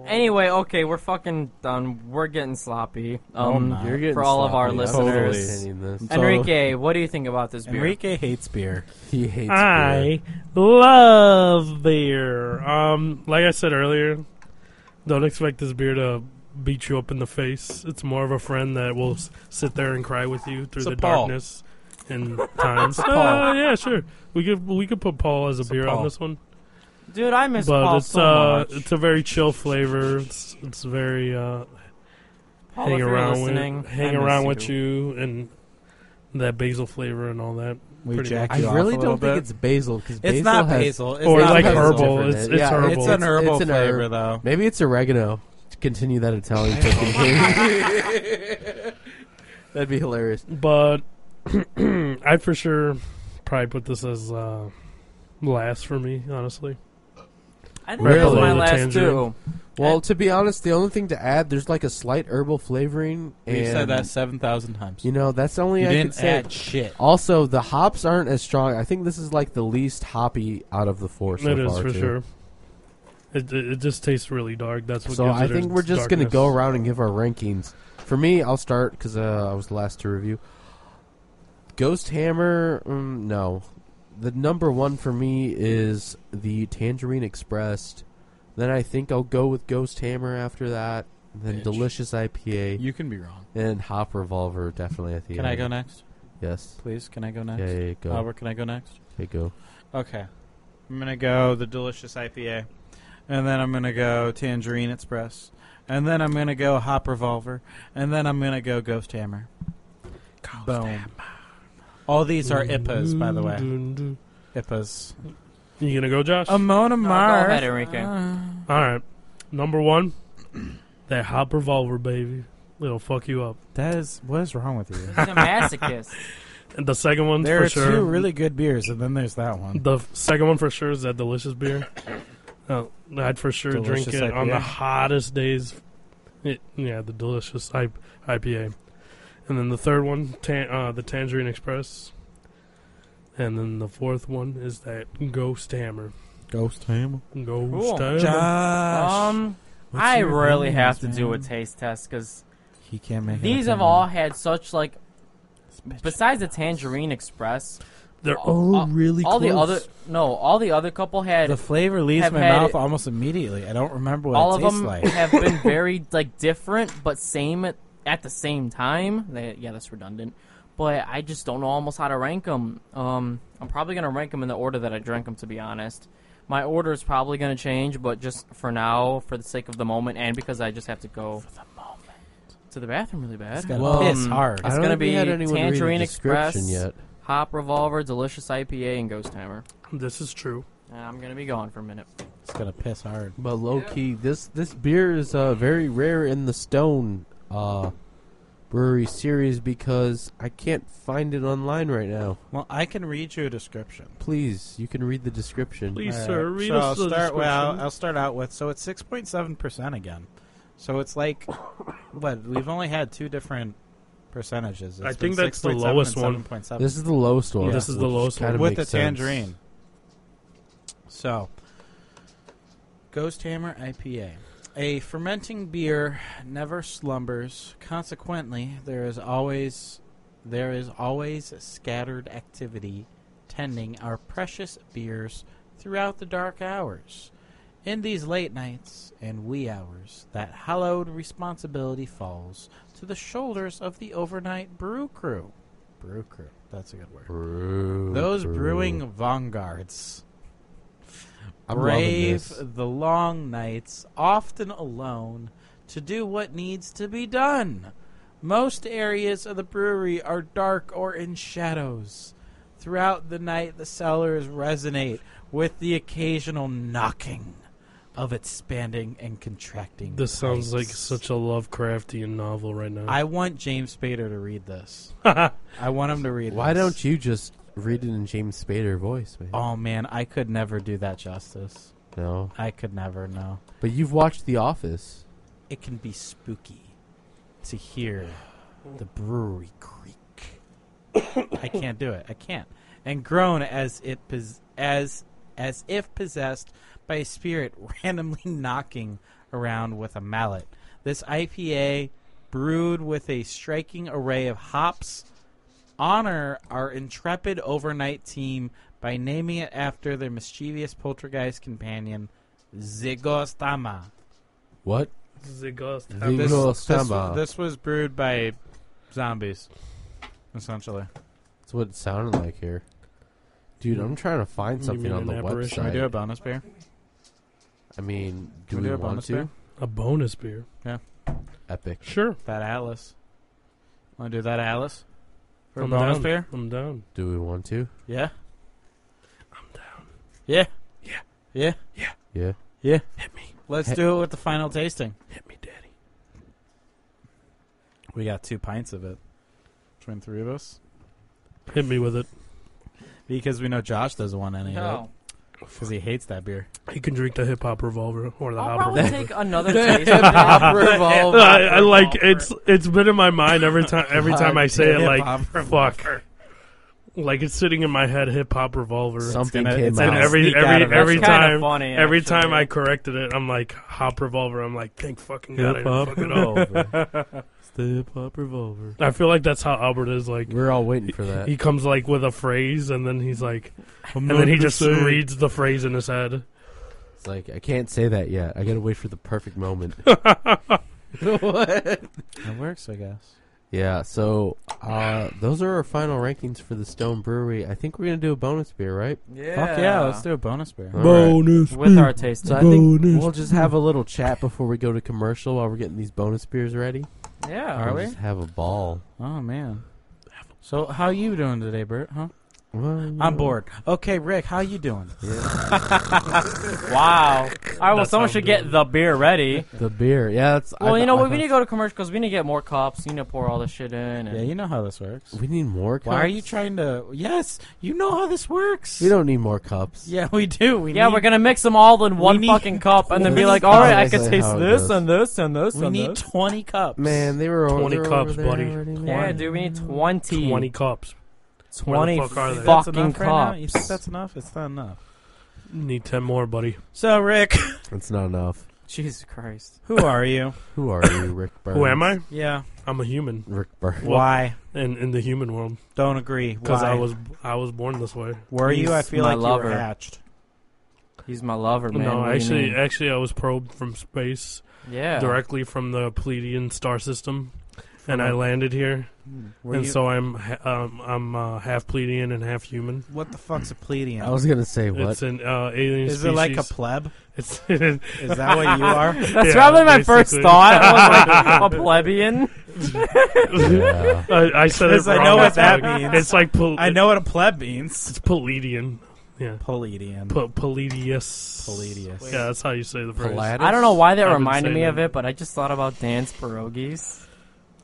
Speaker 1: Anyway, okay, we're fucking done. We're getting sloppy. Um,
Speaker 3: not.
Speaker 2: You're getting
Speaker 1: for all of our
Speaker 2: sloppy. I'm
Speaker 1: listeners.
Speaker 2: totally hating this.
Speaker 1: Enrique, what do you think about this beer?
Speaker 3: Enrique hates beer.
Speaker 2: He hates beer.
Speaker 4: I love beer. Um, like I said earlier, don't expect this beer to beat you up in the face. It's more of a friend that will s- sit there and cry with you through
Speaker 3: It's a
Speaker 4: the
Speaker 3: Paul.
Speaker 4: darkness and times.
Speaker 3: Paul.
Speaker 4: Uh, yeah, sure. We could we could put Paul as a beer
Speaker 3: Paul.
Speaker 4: on this one,
Speaker 1: Dude, I miss
Speaker 4: but
Speaker 1: Paul
Speaker 4: it's
Speaker 1: so
Speaker 4: uh
Speaker 1: much.
Speaker 4: it's a very chill flavor. It's it's very uh
Speaker 1: Paul,
Speaker 4: hang
Speaker 1: if you're
Speaker 4: around
Speaker 1: listening,
Speaker 4: with
Speaker 1: I
Speaker 4: hang
Speaker 1: miss
Speaker 4: around with you and that basil flavor and all that.
Speaker 3: We
Speaker 4: Pretty
Speaker 3: jack
Speaker 2: I
Speaker 3: you off
Speaker 2: really
Speaker 3: a
Speaker 2: don't
Speaker 3: little
Speaker 2: think
Speaker 3: bit.
Speaker 2: it's basil because basil
Speaker 3: It's not
Speaker 2: has-
Speaker 3: basil. It's
Speaker 4: Or
Speaker 3: not
Speaker 4: like
Speaker 2: basil.
Speaker 3: basil.
Speaker 4: herbal.
Speaker 2: Different.
Speaker 4: It's- it's
Speaker 2: Yeah,
Speaker 4: herbal.
Speaker 3: It's an herbal
Speaker 2: it's an herb.
Speaker 3: flavor, though.
Speaker 2: Maybe it's oregano. To continue that Italian cooking thing. That'd be hilarious.
Speaker 4: but I'd for sure probably put this as uh, last for me, honestly.
Speaker 1: I think that was
Speaker 2: Really?
Speaker 1: my last two.
Speaker 4: Tangerine.
Speaker 2: Well, to be honest, the only thing to add, there's like a slight herbal flavoring, and
Speaker 3: We've said that 7,000 times.
Speaker 2: you know that's the only
Speaker 3: You
Speaker 2: I
Speaker 3: didn't
Speaker 2: could say.
Speaker 3: add shit.
Speaker 2: Also, the hops aren't as strong. I think this is like the least hoppy out of the four so
Speaker 4: it is
Speaker 2: far,
Speaker 4: for
Speaker 2: too.
Speaker 4: sure. It, it, it just tastes really dark. That's what.
Speaker 2: So
Speaker 4: gives
Speaker 2: I
Speaker 4: it
Speaker 2: think
Speaker 4: its
Speaker 2: we're just
Speaker 4: darkness.
Speaker 2: gonna go around and give our rankings. For me, I'll start because uh, I was the last to review. Ghost Hammer, mm, no. The number one for me is the Tangerine Express. Then I think I'll go with Ghost Hammer after that. Then
Speaker 3: Bitch.
Speaker 2: Delicious IPA
Speaker 3: You can be wrong.
Speaker 2: and Hop Revolver definitely at the
Speaker 3: Can
Speaker 2: end.
Speaker 3: I go next?
Speaker 2: Yes.
Speaker 3: Please, can I go
Speaker 2: Yeah,
Speaker 3: next?
Speaker 2: yeah, yeah, go.
Speaker 3: Albert, can I go next?
Speaker 2: Okay, go.
Speaker 3: Okay. I'm going to go the Delicious IPA. And then I'm going to go Tangerine Express. And then I'm going to go Hop Revolver. And then I'm going to go Ghost Hammer. Boom. All these are IPAs, by the way.
Speaker 4: Dun-dun-dun.
Speaker 3: IPAs.
Speaker 4: You gonna go, Josh?
Speaker 3: Amona
Speaker 1: No,
Speaker 3: Mars.
Speaker 1: Oh, go ahead, Enrique.
Speaker 3: Uh,
Speaker 4: All right. Number one, that hop revolver, baby. It'll fuck you up.
Speaker 3: That is, what is wrong with you?
Speaker 1: He's a masochist.
Speaker 4: And the second one's
Speaker 3: there
Speaker 4: for
Speaker 3: are
Speaker 4: sure.
Speaker 3: two really good beers, and then there's that one.
Speaker 4: The second one for sure is that delicious beer. Oh, I'd for sure
Speaker 3: Delicious
Speaker 4: drink it on
Speaker 3: IPA.
Speaker 4: the hottest days. It- yeah, the delicious I- IPA, and then the third one, tan- uh, the Tangerine Express, and then the fourth one is that Ghost Hammer.
Speaker 3: Ghost Hammer.
Speaker 4: Ghost
Speaker 1: Cool.
Speaker 4: Hammer.
Speaker 3: Josh.
Speaker 1: Um,
Speaker 3: What's
Speaker 1: I
Speaker 3: your
Speaker 1: really have
Speaker 3: opinions,
Speaker 1: to do a
Speaker 3: man?
Speaker 1: taste test because
Speaker 3: He can't make
Speaker 1: these
Speaker 3: an
Speaker 1: have all
Speaker 3: opinion.
Speaker 1: had such like. Besides the Tangerine Express,
Speaker 4: They're
Speaker 1: all-
Speaker 4: all, Oh, really
Speaker 1: all the
Speaker 4: close.
Speaker 1: other no, all the other couple had
Speaker 3: The flavor leaves
Speaker 1: have
Speaker 3: my
Speaker 1: had
Speaker 3: mouth
Speaker 1: it-
Speaker 3: almost immediately. I don't remember what
Speaker 1: all of
Speaker 3: it tastes
Speaker 1: them
Speaker 3: like.
Speaker 1: have been very like different but same at, at the same time. They, yeah, that's redundant. but I just don't know almost how to rank them. Um, I'm probably gonna rank them in the order that I drank them, to be honest. My order is probably gonna change, but just for now, for the sake of the moment, and because I just have to go to the bathroom really bad. Um,
Speaker 5: gotta
Speaker 2: Well,
Speaker 5: piss hard.
Speaker 2: I
Speaker 1: It's
Speaker 2: don't
Speaker 1: gonna
Speaker 2: think we
Speaker 1: be
Speaker 2: had anyone read the
Speaker 1: Tangerine Express.
Speaker 2: description yet.
Speaker 1: Hop Revolver, Delicious IPA, and Ghost Hammer.
Speaker 4: This is true.
Speaker 1: And I'm gonna be gone for a minute.
Speaker 5: It's gonna piss hard.
Speaker 2: But low key, this this beer is uh, very rare in the Stone uh, Brewery series because I can't find it online right now.
Speaker 3: Well, I can read you a description.
Speaker 2: Please, you can read the description.
Speaker 4: Please,
Speaker 3: All
Speaker 4: sir,
Speaker 3: right.
Speaker 4: read
Speaker 3: so
Speaker 4: us
Speaker 3: I'll
Speaker 4: the
Speaker 3: start. Well,
Speaker 4: description.
Speaker 3: I'll start out with. So it's six point seven percent again. So it's like, what? We've only had two different percentages.
Speaker 4: I
Speaker 3: It's
Speaker 4: think
Speaker 3: been
Speaker 4: that's the
Speaker 3: 6.7 and
Speaker 4: lowest one.
Speaker 3: 7.7.
Speaker 2: This is the lowest one.
Speaker 4: Yeah. This is the
Speaker 2: which
Speaker 4: lowest
Speaker 2: kinda
Speaker 4: one.
Speaker 3: with the
Speaker 2: makes sense.
Speaker 3: tangerine. So, Ghost Hammer IPA. A fermenting beer never slumbers. Consequently, there is always there is always scattered activity tending our precious beers throughout the dark hours. In these late nights and wee hours, that hallowed responsibility falls to the shoulders of the overnight brew crew. Brew crew. That's a good word.
Speaker 2: Brew,
Speaker 3: Those
Speaker 2: brew.
Speaker 3: brewing vanguards
Speaker 2: I'm loving
Speaker 3: brave
Speaker 2: this.
Speaker 3: the long nights, often alone, to do what needs to be done. Most areas of the brewery are dark or in shadows. Throughout the night, the cellars resonate with the occasional knocking of expanding and contracting.
Speaker 4: This sounds like
Speaker 3: pipes.
Speaker 4: such a Lovecraftian novel right now.
Speaker 3: I want James Spader to read this. I want him to read.
Speaker 2: Why
Speaker 3: this.
Speaker 2: don't you just read it in James Spader voice, man?
Speaker 3: Oh man, I could never do that justice.
Speaker 2: No,
Speaker 3: I could never know.
Speaker 2: but you've watched The Office.
Speaker 3: It can be spooky to hear the brewery creak. I can't do it. I can't. And groan as it pos- as as if possessed by a spirit randomly knocking around with a mallet. This IPA brewed with a striking array of hops honor our intrepid overnight team by naming it after their mischievous poltergeist companion Zigostama.
Speaker 2: What?
Speaker 4: Zygust.
Speaker 2: The-
Speaker 3: This, this,
Speaker 2: Zigostama.
Speaker 3: this was brewed by zombies, essentially.
Speaker 2: That's what it sounded like here. Dude, I'm trying to find
Speaker 4: Hmm. You
Speaker 2: something
Speaker 4: mean
Speaker 2: on the
Speaker 4: an
Speaker 2: website.
Speaker 4: apparition?
Speaker 3: Can we do a bonus beer?
Speaker 2: I mean, do
Speaker 3: we
Speaker 2: we,
Speaker 3: do a
Speaker 2: want
Speaker 3: bonus
Speaker 2: to?
Speaker 3: beer?
Speaker 4: A bonus beer.
Speaker 2: Epic.
Speaker 4: Sure.
Speaker 3: That Atlas. Want to do that Atlas? For a
Speaker 4: I'm
Speaker 3: bonus
Speaker 4: down.
Speaker 3: beer?
Speaker 4: I'm down.
Speaker 2: Do we want to?
Speaker 3: Yeah.
Speaker 4: I'm down.
Speaker 3: Yeah.
Speaker 4: Yeah.
Speaker 3: Yeah.
Speaker 2: Yeah.
Speaker 3: Yeah.
Speaker 4: Hit me.
Speaker 3: Let's
Speaker 2: Hey.
Speaker 3: do it with the final tasting.
Speaker 4: Hit me, Daddy.
Speaker 3: We got two pints of it. Between three of us.
Speaker 4: Hit me with it.
Speaker 3: Because we know Josh doesn't want any of
Speaker 1: No,
Speaker 3: it. Because he hates that beer.
Speaker 4: He can drink the hip hop revolver or the
Speaker 1: I'll
Speaker 4: hop
Speaker 1: probably
Speaker 4: revolver.
Speaker 1: take another
Speaker 5: Hip
Speaker 1: taste.
Speaker 5: hop
Speaker 4: I,
Speaker 5: revolver.
Speaker 4: I like it's it's been in my mind every time every time I say it like fuck like it's sitting in my head hip hop revolver
Speaker 2: Something
Speaker 3: gonna-
Speaker 2: came
Speaker 3: it's
Speaker 2: out.
Speaker 4: and every
Speaker 3: Sneak out
Speaker 4: every
Speaker 3: of it.
Speaker 4: every
Speaker 1: That's kinda
Speaker 4: time
Speaker 1: funny,
Speaker 4: every
Speaker 1: actually.
Speaker 4: time I corrected it I'm like hop revolver I'm like thank fucking god I didn't fuck it up.
Speaker 2: it's the hip hop revolver.
Speaker 4: I feel like that's how Albert is like
Speaker 2: We're all waiting for that.
Speaker 4: he comes like with a phrase and then he's like and then he just reads the phrase in his head
Speaker 2: It's like I can't say that yet. I gotta wait for the perfect moment.
Speaker 3: It works, I guess.
Speaker 2: yeah. So uh, those are our final rankings for the Stone Brewery. I think we're gonna do a bonus beer, right?
Speaker 1: Yeah.
Speaker 3: Fuck yeah, let's do a bonus beer.
Speaker 2: All right.
Speaker 1: with our taste.
Speaker 2: So I think we'll just have a little chat before we go to commercial while we're getting these bonus beers ready.
Speaker 1: yeah.
Speaker 2: We'll Just have a ball.
Speaker 3: Oh man. So how you doing today, Bert? Huh?
Speaker 2: Well,
Speaker 3: I'm bored. Okay, Rick, how you doing?
Speaker 1: Wow. All right. Well,
Speaker 4: That's
Speaker 1: someone
Speaker 4: how
Speaker 1: should
Speaker 4: I'm
Speaker 1: get
Speaker 4: doing.
Speaker 1: the beer ready.
Speaker 2: The beer. Yeah. That's. I
Speaker 1: Well, you
Speaker 2: th-
Speaker 1: know
Speaker 2: I
Speaker 1: what? We
Speaker 2: thought-
Speaker 1: need to go to commercial because we need to get more cups. You need to pour all this shit in.
Speaker 3: Yeah,
Speaker 1: And
Speaker 3: you know how this works.
Speaker 2: We need more. Cups?
Speaker 3: Why are you trying to? Yes, you know how this works.
Speaker 2: We don't need more cups.
Speaker 3: Yeah, we do. We
Speaker 1: Yeah,
Speaker 3: need,
Speaker 1: we're gonna mix them all in one
Speaker 3: need-
Speaker 1: fucking cup and then be
Speaker 2: That's
Speaker 1: like, all right, I can
Speaker 2: honestly how
Speaker 1: taste
Speaker 2: it
Speaker 1: this
Speaker 2: goes.
Speaker 1: and this and this
Speaker 3: We
Speaker 1: and
Speaker 3: need
Speaker 1: this.
Speaker 3: twenty cups,
Speaker 2: Man, they were
Speaker 4: 20
Speaker 2: they were
Speaker 4: cups,
Speaker 2: over there
Speaker 4: buddy.
Speaker 2: already, man.
Speaker 1: Yeah, dude, we need 20.
Speaker 4: 20 cups
Speaker 1: 20
Speaker 4: Where the fuck are they?
Speaker 3: That's
Speaker 1: fucking
Speaker 3: enough right now? You think
Speaker 1: cups.
Speaker 3: that's enough? It's not enough.
Speaker 4: need 10 more buddy
Speaker 3: So, Rick,
Speaker 2: That's not enough.
Speaker 1: Jesus Christ.
Speaker 3: who are you?
Speaker 2: Who are you, Rick Burns?
Speaker 4: who am I
Speaker 3: Yeah.
Speaker 4: I'm a human
Speaker 2: Rick Burns.
Speaker 3: Why?
Speaker 4: in in the human world
Speaker 3: Don't agree.
Speaker 4: because
Speaker 3: Why?
Speaker 4: I was I was born this way.
Speaker 3: Were you? I
Speaker 1: He's
Speaker 3: feel
Speaker 1: my
Speaker 3: like you
Speaker 1: lover.
Speaker 3: were hatched.
Speaker 1: He's my lover, man.
Speaker 4: no,
Speaker 1: What do you
Speaker 4: actually,
Speaker 1: mean?
Speaker 4: actually, I was probed from space
Speaker 1: yeah.
Speaker 4: directly from the Pleiadian star system, and I landed here,
Speaker 3: Were
Speaker 4: and
Speaker 3: you-
Speaker 4: so I'm ha- um, I'm uh, half Pleiadian and half human.
Speaker 3: what the fuck's a Pleiadian?
Speaker 2: I was gonna say what?
Speaker 4: It's an uh, alien
Speaker 3: Is
Speaker 4: species.
Speaker 3: it like a pleb?
Speaker 4: It's, it is-
Speaker 3: Is that what you are?
Speaker 1: That's
Speaker 4: Yeah,
Speaker 1: probably my first
Speaker 4: basically.
Speaker 1: thought. I was like, a plebeian?
Speaker 2: yeah.
Speaker 4: I, I said it
Speaker 3: Because I
Speaker 4: wrong.
Speaker 3: know what
Speaker 4: It's
Speaker 3: that
Speaker 4: like-
Speaker 3: means.
Speaker 4: It's like pol-
Speaker 3: I know what a pleb means.
Speaker 4: It's Palladian. Yeah.
Speaker 3: Palladian.
Speaker 4: P- Palladius.
Speaker 3: Palladius.
Speaker 4: Yeah, that's how you say the phrase.
Speaker 2: Pilatus?
Speaker 1: I don't know why that
Speaker 4: I've been
Speaker 1: reminded
Speaker 4: saying
Speaker 1: me of
Speaker 4: that.
Speaker 1: it, but I just thought about dance pierogies.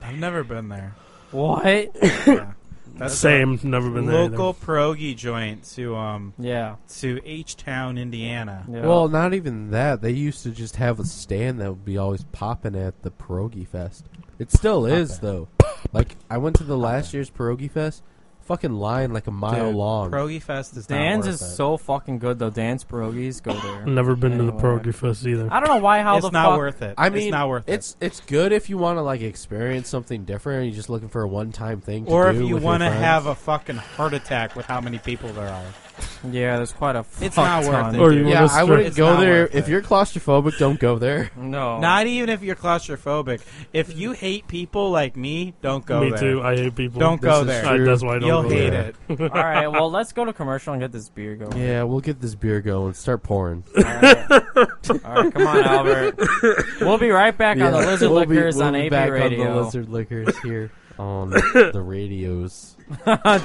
Speaker 3: I've never been there.
Speaker 1: What?
Speaker 3: Yeah. That's
Speaker 4: Same. Never
Speaker 3: a
Speaker 4: been there. either.
Speaker 3: local pierogi joint to um
Speaker 1: Yeah.
Speaker 3: to H Town, Indiana.
Speaker 1: yeah.
Speaker 2: Well, not even that. They used to just have a stand that would be always popping at the pierogi fest. It still is though. Like I went to the last year's pierogi fest, fucking line like a mile
Speaker 3: Dude,
Speaker 2: long.
Speaker 3: Pierogi Fest is
Speaker 1: Dan's
Speaker 3: not
Speaker 1: is
Speaker 3: worth it.
Speaker 1: so fucking good though. Dan's pierogies go there.
Speaker 4: Never been to the
Speaker 1: Anyway.
Speaker 4: Pierogi Fest either.
Speaker 1: I don't know why. How the
Speaker 3: it's not
Speaker 1: fuck?
Speaker 3: worth it.
Speaker 2: I mean,
Speaker 3: it's not worth it.
Speaker 2: it's it's good if you want to like experience something different. And you're just looking for a one time thing, to
Speaker 3: Or if
Speaker 2: do
Speaker 3: you
Speaker 2: want to
Speaker 3: have a fucking heart attack with how many people there are.
Speaker 1: Yeah, there's quite a. Fuck
Speaker 3: It's not worth
Speaker 1: ton.
Speaker 3: it.
Speaker 4: Or
Speaker 3: dude.
Speaker 4: you
Speaker 2: yeah,
Speaker 4: wanna
Speaker 2: I
Speaker 4: stri-
Speaker 2: wouldn't
Speaker 3: It's
Speaker 2: go
Speaker 3: not
Speaker 2: there.
Speaker 3: worth
Speaker 2: If
Speaker 3: it.
Speaker 2: you're claustrophobic, don't go there.
Speaker 1: No.
Speaker 3: Not even if you're claustrophobic. If you hate people like me, don't go
Speaker 4: Me
Speaker 3: there.
Speaker 4: too. I hate people.
Speaker 3: Don't
Speaker 2: This
Speaker 3: go
Speaker 2: is
Speaker 3: there.
Speaker 4: I, that's why I don't
Speaker 3: You'll
Speaker 4: go
Speaker 3: hate
Speaker 4: there.
Speaker 3: it.
Speaker 1: All right. Well, let's go to commercial and get this beer going.
Speaker 2: Yeah, we'll get this beer going. Start pouring.
Speaker 1: All right, come on, Albert. We'll be right back on the
Speaker 2: Yeah,
Speaker 1: Lizard
Speaker 2: we'll be-
Speaker 1: Liquors
Speaker 2: we'll
Speaker 1: on
Speaker 2: be
Speaker 1: AB
Speaker 2: back
Speaker 1: Radio.
Speaker 2: On the lizard liquors here on the radios.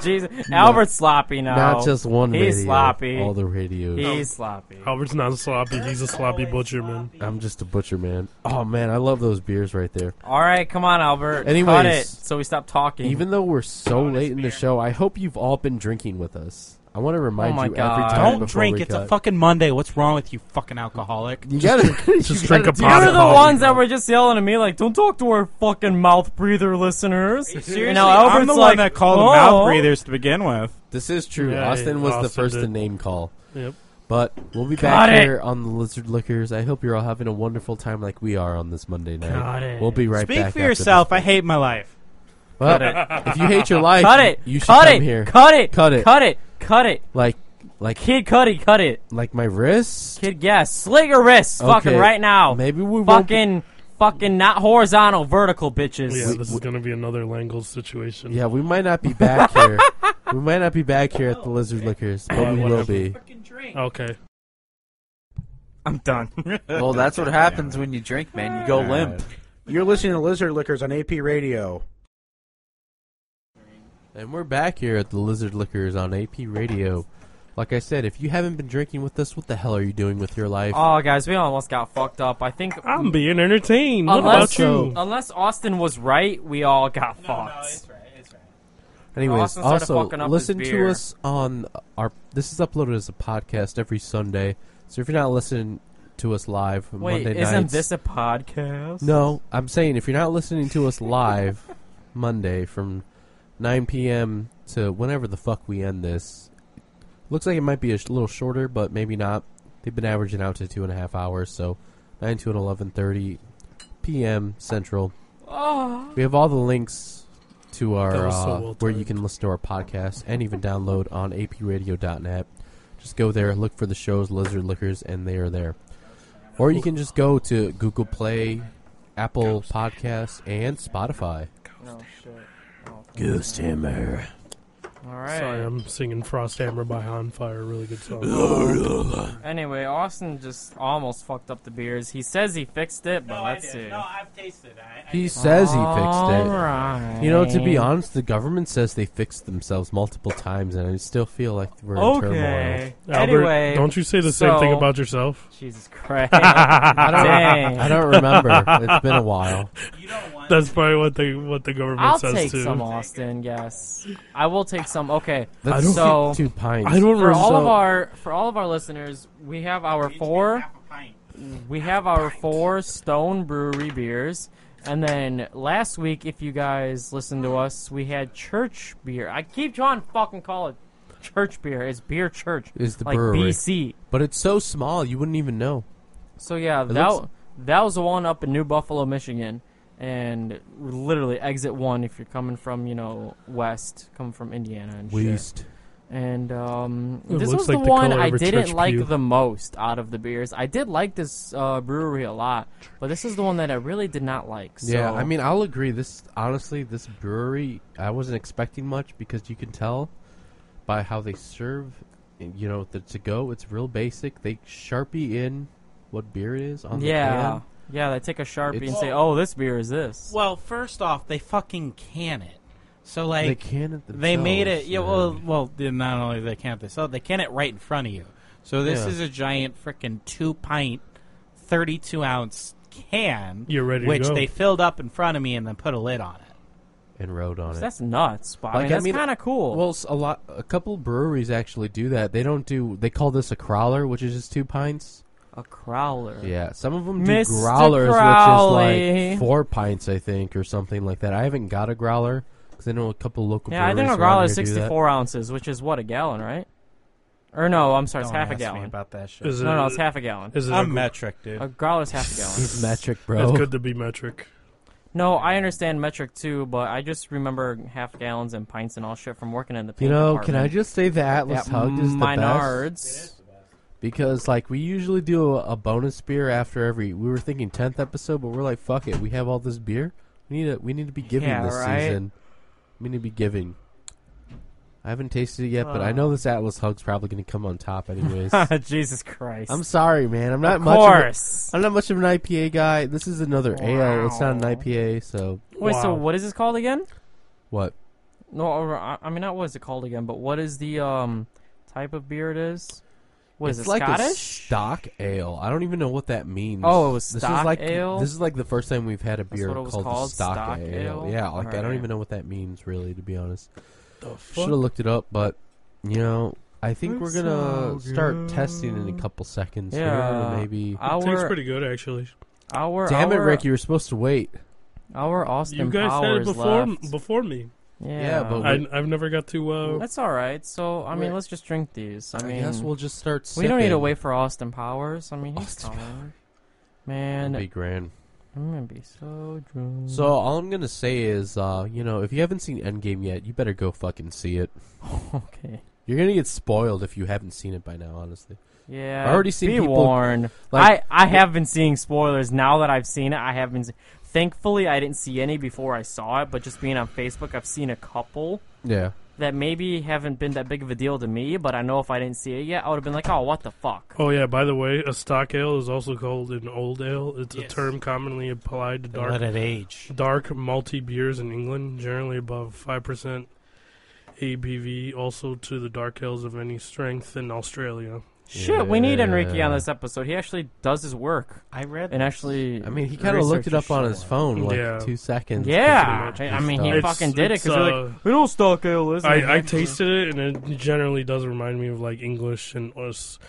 Speaker 1: Jesus, Albert's sloppy now.
Speaker 2: Not just one
Speaker 1: He's
Speaker 2: radio.
Speaker 1: sloppy.
Speaker 2: All the radios.
Speaker 1: He's sloppy.
Speaker 4: Albert's not a sloppy. He's a sloppy butcher, man.
Speaker 2: I'm just a butcher man. Oh man, I love those beers right there.
Speaker 1: All right, come on, Albert. cut
Speaker 2: Anyways.
Speaker 1: it so we stop talking.
Speaker 2: Even though we're so late in the show, I hope you've all been drinking with us. I want to remind
Speaker 1: Oh my
Speaker 2: you
Speaker 1: God.
Speaker 2: every time.
Speaker 3: Don't
Speaker 2: before
Speaker 3: drink.
Speaker 2: we
Speaker 3: It's
Speaker 2: cut.
Speaker 3: a fucking Monday. What's wrong with you, fucking alcoholic?
Speaker 2: You gotta
Speaker 4: Just
Speaker 2: you
Speaker 4: drink
Speaker 2: gotta
Speaker 4: a
Speaker 2: do
Speaker 4: pot
Speaker 1: You're
Speaker 4: of
Speaker 2: that.
Speaker 1: the
Speaker 4: coffee.
Speaker 1: ones that were just yelling at me, like, don't talk to our fucking mouth breather listeners.
Speaker 3: Seriously,
Speaker 1: and now Albert's
Speaker 3: I'm the
Speaker 1: like,
Speaker 3: one that called
Speaker 1: oh.
Speaker 3: them mouth breathers to begin with.
Speaker 2: This is true.
Speaker 4: Yeah,
Speaker 2: Austin was the
Speaker 4: Austin
Speaker 2: first to
Speaker 4: did.
Speaker 2: name call.
Speaker 4: Yep.
Speaker 2: But we'll be
Speaker 1: Got
Speaker 2: back
Speaker 1: it.
Speaker 2: here on the Lizard Liquors. I hope you're all having a wonderful time like we are on this Monday night.
Speaker 4: Got it.
Speaker 2: We'll be right back.
Speaker 3: Speak for
Speaker 2: after this.
Speaker 3: yourself. I hate my life.
Speaker 2: Well,
Speaker 1: Cut it.
Speaker 2: if you hate your life,
Speaker 1: Cut it.
Speaker 2: you should
Speaker 1: Cut
Speaker 2: come
Speaker 1: it.
Speaker 2: here.
Speaker 1: Cut it.
Speaker 2: Cut it.
Speaker 1: Cut it. Cut it.
Speaker 2: Like, like,
Speaker 1: Kid Cuddy, cut it.
Speaker 2: like my wrist.
Speaker 1: Kid, yes. Slit your wrists fucking
Speaker 2: Okay.
Speaker 1: right now.
Speaker 2: Maybe we won't.
Speaker 1: fucking, fucking not horizontal, vertical bitches.
Speaker 4: Yeah, this is going to be another Langle situation.
Speaker 2: Yeah, we might not be back here. we might not be back here at the Lizard Liquors,
Speaker 4: Oh,
Speaker 2: but we will be.
Speaker 4: Okay.
Speaker 1: I'm done.
Speaker 5: Well, that's what happens when you drink, man. You go limp.
Speaker 7: You're listening to Lizard Lickers on AP Radio.
Speaker 2: And we're back here at the Lizard Liquors on AP Radio. Like I said, if you haven't been drinking with us, what the hell are you doing with your life?
Speaker 1: oh, guys, we almost got fucked up. I think.
Speaker 4: I'm being entertained. What about
Speaker 1: Unless,
Speaker 4: you?
Speaker 1: unless Austin was right, we all got fucked.
Speaker 2: Anyways,
Speaker 1: Austin started
Speaker 2: also
Speaker 1: fucking up his
Speaker 2: listen to
Speaker 1: beer.
Speaker 2: us on our. This is uploaded as a podcast every Sunday. So if you're not listening to us live on
Speaker 1: Wait,
Speaker 2: Monday
Speaker 1: isn't
Speaker 2: nights,
Speaker 1: this a podcast?
Speaker 2: No, I'm saying if you're not listening to us live Monday from 9 p.m. to whenever the fuck we end this, looks like it might be a sh- little shorter, but maybe not. They've been averaging out to two and a half hours, so 9 to 11:30 p.m. Central. We have all the links to our
Speaker 4: Ah. That was so
Speaker 2: uh,
Speaker 4: well
Speaker 2: where you
Speaker 4: timed.
Speaker 2: can listen to our podcast and even download on apradio.net. Just go there, look for the shows Lizard Liquors, and they are there. Or you can just go to Google Play, Apple Podcasts, and Spotify.
Speaker 1: Oh, shit.
Speaker 2: Ghost Hammer.
Speaker 1: All right.
Speaker 4: Sorry, I'm singing Frost Hammer by Hanfire. Really good song.
Speaker 1: Anyway, Austin just almost fucked up the beers. He says he fixed it, but let's see.
Speaker 3: I've tasted it.
Speaker 2: He says he fixed it.
Speaker 1: Alright.
Speaker 2: You know, to be honest, the government says they fixed themselves multiple times, and I still feel like we're in turmoil.
Speaker 1: Okay.
Speaker 4: Albert,
Speaker 1: anyway,
Speaker 4: don't you say the same thing
Speaker 1: so-
Speaker 4: about yourself?
Speaker 1: Jesus Christ.
Speaker 2: I don't,
Speaker 1: Dang.
Speaker 2: I don't remember. it's been a while.
Speaker 3: You don't want
Speaker 4: That's probably what the what the government
Speaker 1: I'll
Speaker 4: says
Speaker 1: take
Speaker 4: too.
Speaker 1: some, Austin. Yes, I will take some. Okay,
Speaker 2: That's
Speaker 4: don't
Speaker 1: so
Speaker 2: two pints.
Speaker 4: I don't
Speaker 1: for
Speaker 4: remember.
Speaker 1: all of our for all of our listeners, we have our four we have our four Stone Brewery beers, and then last week, if you guys listened to us, we had church beer. I keep trying to fucking call it church beer. It's beer church.
Speaker 2: Is the
Speaker 1: like
Speaker 2: brewery.
Speaker 1: BC.
Speaker 2: But it's so small, you wouldn't even know.
Speaker 1: So yeah, that
Speaker 2: looks-
Speaker 1: that was the one up in New Buffalo, Michigan, and literally exit one if you're coming from you know west, coming from Indiana and shit.
Speaker 2: Weast.
Speaker 1: And um,
Speaker 4: It
Speaker 1: this
Speaker 4: looks
Speaker 1: was
Speaker 4: like
Speaker 1: the,
Speaker 4: the
Speaker 1: one
Speaker 4: color
Speaker 1: I
Speaker 4: of a
Speaker 1: didn't
Speaker 4: church
Speaker 1: like
Speaker 4: pew.
Speaker 1: the most out of the beers. I did like this uh, brewery a lot, but this is the one that I really did not like. So.
Speaker 2: Yeah, I mean, I'll agree. This honestly, this brewery, I wasn't expecting much because you can tell by how they serve. and, You know, the to go, it's real basic. They sharpie in what beer it is on
Speaker 1: yeah, yeah. They take a sharpie and
Speaker 2: It's-
Speaker 1: say, "Oh, this beer is this."
Speaker 3: Well, first off, they fucking can it. So
Speaker 2: the can. They
Speaker 3: like
Speaker 2: can it.
Speaker 3: they made it.
Speaker 2: themselves,
Speaker 3: Yeah,
Speaker 2: man.
Speaker 3: well, well, they- not only they can it, they sell it, they can it right in front of you. So this
Speaker 2: Yeah.
Speaker 3: is a giant freaking two pint, thirty two ounce can,
Speaker 4: You're ready to
Speaker 3: which
Speaker 4: go.
Speaker 3: they filled up in front of me and then put a lid on it.
Speaker 2: and wrote on
Speaker 1: So
Speaker 2: it.
Speaker 1: that's nuts. But I
Speaker 2: Like,
Speaker 1: mean,
Speaker 2: I
Speaker 1: that's
Speaker 2: mean,
Speaker 1: kind of cool.
Speaker 2: Well, s- a lot, a couple breweries actually do that. They don't do. They call this a crowler, which is just two pints.
Speaker 1: a crowler.
Speaker 2: Yeah, some of them
Speaker 1: Mr.
Speaker 2: do growlers, which is
Speaker 1: Crowley.
Speaker 2: like four pints, I think, or something like that. I haven't got a growler because I know a couple local.
Speaker 1: Yeah, I think
Speaker 2: breweries
Speaker 1: a
Speaker 2: around
Speaker 1: growler is
Speaker 2: here do that.
Speaker 1: sixty-four ounces, which is what a gallon, right? Or no, I'm sorry, it's
Speaker 3: Don't
Speaker 1: half a
Speaker 3: ask me
Speaker 1: gallon.
Speaker 3: about that shit.
Speaker 4: Is it,
Speaker 1: No, no, it's half a gallon.
Speaker 4: is it a,
Speaker 3: I'm metric, dude.
Speaker 1: A growler's half a gallon.
Speaker 2: He's metric,
Speaker 4: It's
Speaker 2: bro.
Speaker 4: good to be metric.
Speaker 1: No, I understand metric too, but I just remember half gallons and pints and all shit from working in the
Speaker 2: You
Speaker 1: paint
Speaker 2: know, can I
Speaker 1: department.
Speaker 2: just say the Atlas
Speaker 1: At
Speaker 2: Hugged is the best?
Speaker 1: Menards.
Speaker 2: Because like we usually do a, a bonus beer after every. We were thinking tenth episode, but we're like, fuck it, we have all this beer. We need to we need to be giving
Speaker 1: Yeah,
Speaker 2: this
Speaker 1: right?
Speaker 2: season. We need to be giving. I haven't tasted it yet, but I know this Atlas Hug's probably going to come on top, anyways.
Speaker 1: Ah, Jesus Christ.
Speaker 2: I'm sorry, man. I'm not
Speaker 1: of
Speaker 2: much. Of a,
Speaker 1: course.
Speaker 2: I'm not much of an IPA guy. This is another ale. It's not an
Speaker 1: Wow.
Speaker 2: IPA, so
Speaker 1: Wait, so
Speaker 4: Wow.
Speaker 1: what is this called again?
Speaker 2: what?
Speaker 1: No, or, I I mean not what is it called again, but what is the um type of beer it is? What is
Speaker 2: it's
Speaker 1: it?
Speaker 2: like a
Speaker 1: Scottish?
Speaker 2: stock ale. I don't even know what that means.
Speaker 1: Oh, it was
Speaker 2: this
Speaker 1: stock
Speaker 2: is like,
Speaker 1: ale?
Speaker 2: This is like the first time we've had a beer
Speaker 1: what it was
Speaker 2: called, the
Speaker 1: called,
Speaker 2: stock,
Speaker 1: stock
Speaker 2: ale.
Speaker 1: ale?
Speaker 2: Yeah, like I don't
Speaker 1: Alright.
Speaker 2: even know what that means really, to be honest.
Speaker 4: The
Speaker 2: Should have looked it up, but you know, I think we're gonna start testing in a couple seconds
Speaker 1: Yeah.
Speaker 2: here, maybe.
Speaker 4: It tastes
Speaker 1: our
Speaker 4: pretty good, actually.
Speaker 1: our
Speaker 2: Damn it,
Speaker 1: our,
Speaker 2: Rick! You were supposed to wait.
Speaker 1: our Austin
Speaker 4: You guys had it
Speaker 1: Powers
Speaker 4: before
Speaker 1: left.
Speaker 4: before me.
Speaker 1: yeah.
Speaker 2: Yeah, but we-
Speaker 4: I, I've never got to. Uh,
Speaker 1: that's all right. So I mean,
Speaker 2: Rick.
Speaker 1: let's just drink these. I
Speaker 2: I,
Speaker 1: mean,
Speaker 2: guess we'll just start.
Speaker 1: we don't need to
Speaker 2: sipping.
Speaker 1: wait for Austin Powers. I mean, he's
Speaker 2: Austin
Speaker 1: coming.
Speaker 2: It'll
Speaker 1: Man,
Speaker 2: be grand.
Speaker 1: I'm gonna be so drunk.
Speaker 2: So all I'm gonna say is, uh, you know, if you haven't seen Endgame yet, you better go fucking see it.
Speaker 1: okay.
Speaker 2: You're gonna get spoiled if you haven't seen it by now. Honestly,
Speaker 1: Yeah,
Speaker 2: I've already seen
Speaker 1: be
Speaker 2: people-
Speaker 1: warned.
Speaker 2: like-
Speaker 1: I I have been seeing spoilers now that I've seen it. I have been. se- Thankfully, I didn't see any before I saw it, but just being on Facebook, I've seen a couple
Speaker 2: yeah.
Speaker 1: that maybe haven't been that big of a deal to me. But I know if I didn't see it yet, I would have been like, "Oh, what the fuck."
Speaker 4: oh yeah. By the way, a stock ale is also called an old ale. It's
Speaker 3: Yes.
Speaker 4: a term commonly applied to dark
Speaker 3: Let it age.
Speaker 4: dark malty beers in England, generally above five percent ABV. Also to the dark ales of any strength in Australia.
Speaker 1: Shit, we need Enrique
Speaker 2: Yeah.
Speaker 1: on this episode. He actually does his work
Speaker 3: I read
Speaker 1: and actually.
Speaker 2: I mean, he kind of looked it up
Speaker 1: researches
Speaker 2: on his
Speaker 1: shit.
Speaker 2: phone like
Speaker 4: Yeah.
Speaker 2: two seconds.
Speaker 1: Yeah, I
Speaker 4: pretty
Speaker 2: much.
Speaker 1: I mean, he
Speaker 2: It's-
Speaker 1: fucking did it
Speaker 4: it's,
Speaker 1: because they're like,
Speaker 4: uh,
Speaker 1: we don't stock ale, is it?"
Speaker 4: I, I tasted it, and it generally does remind me of like English and us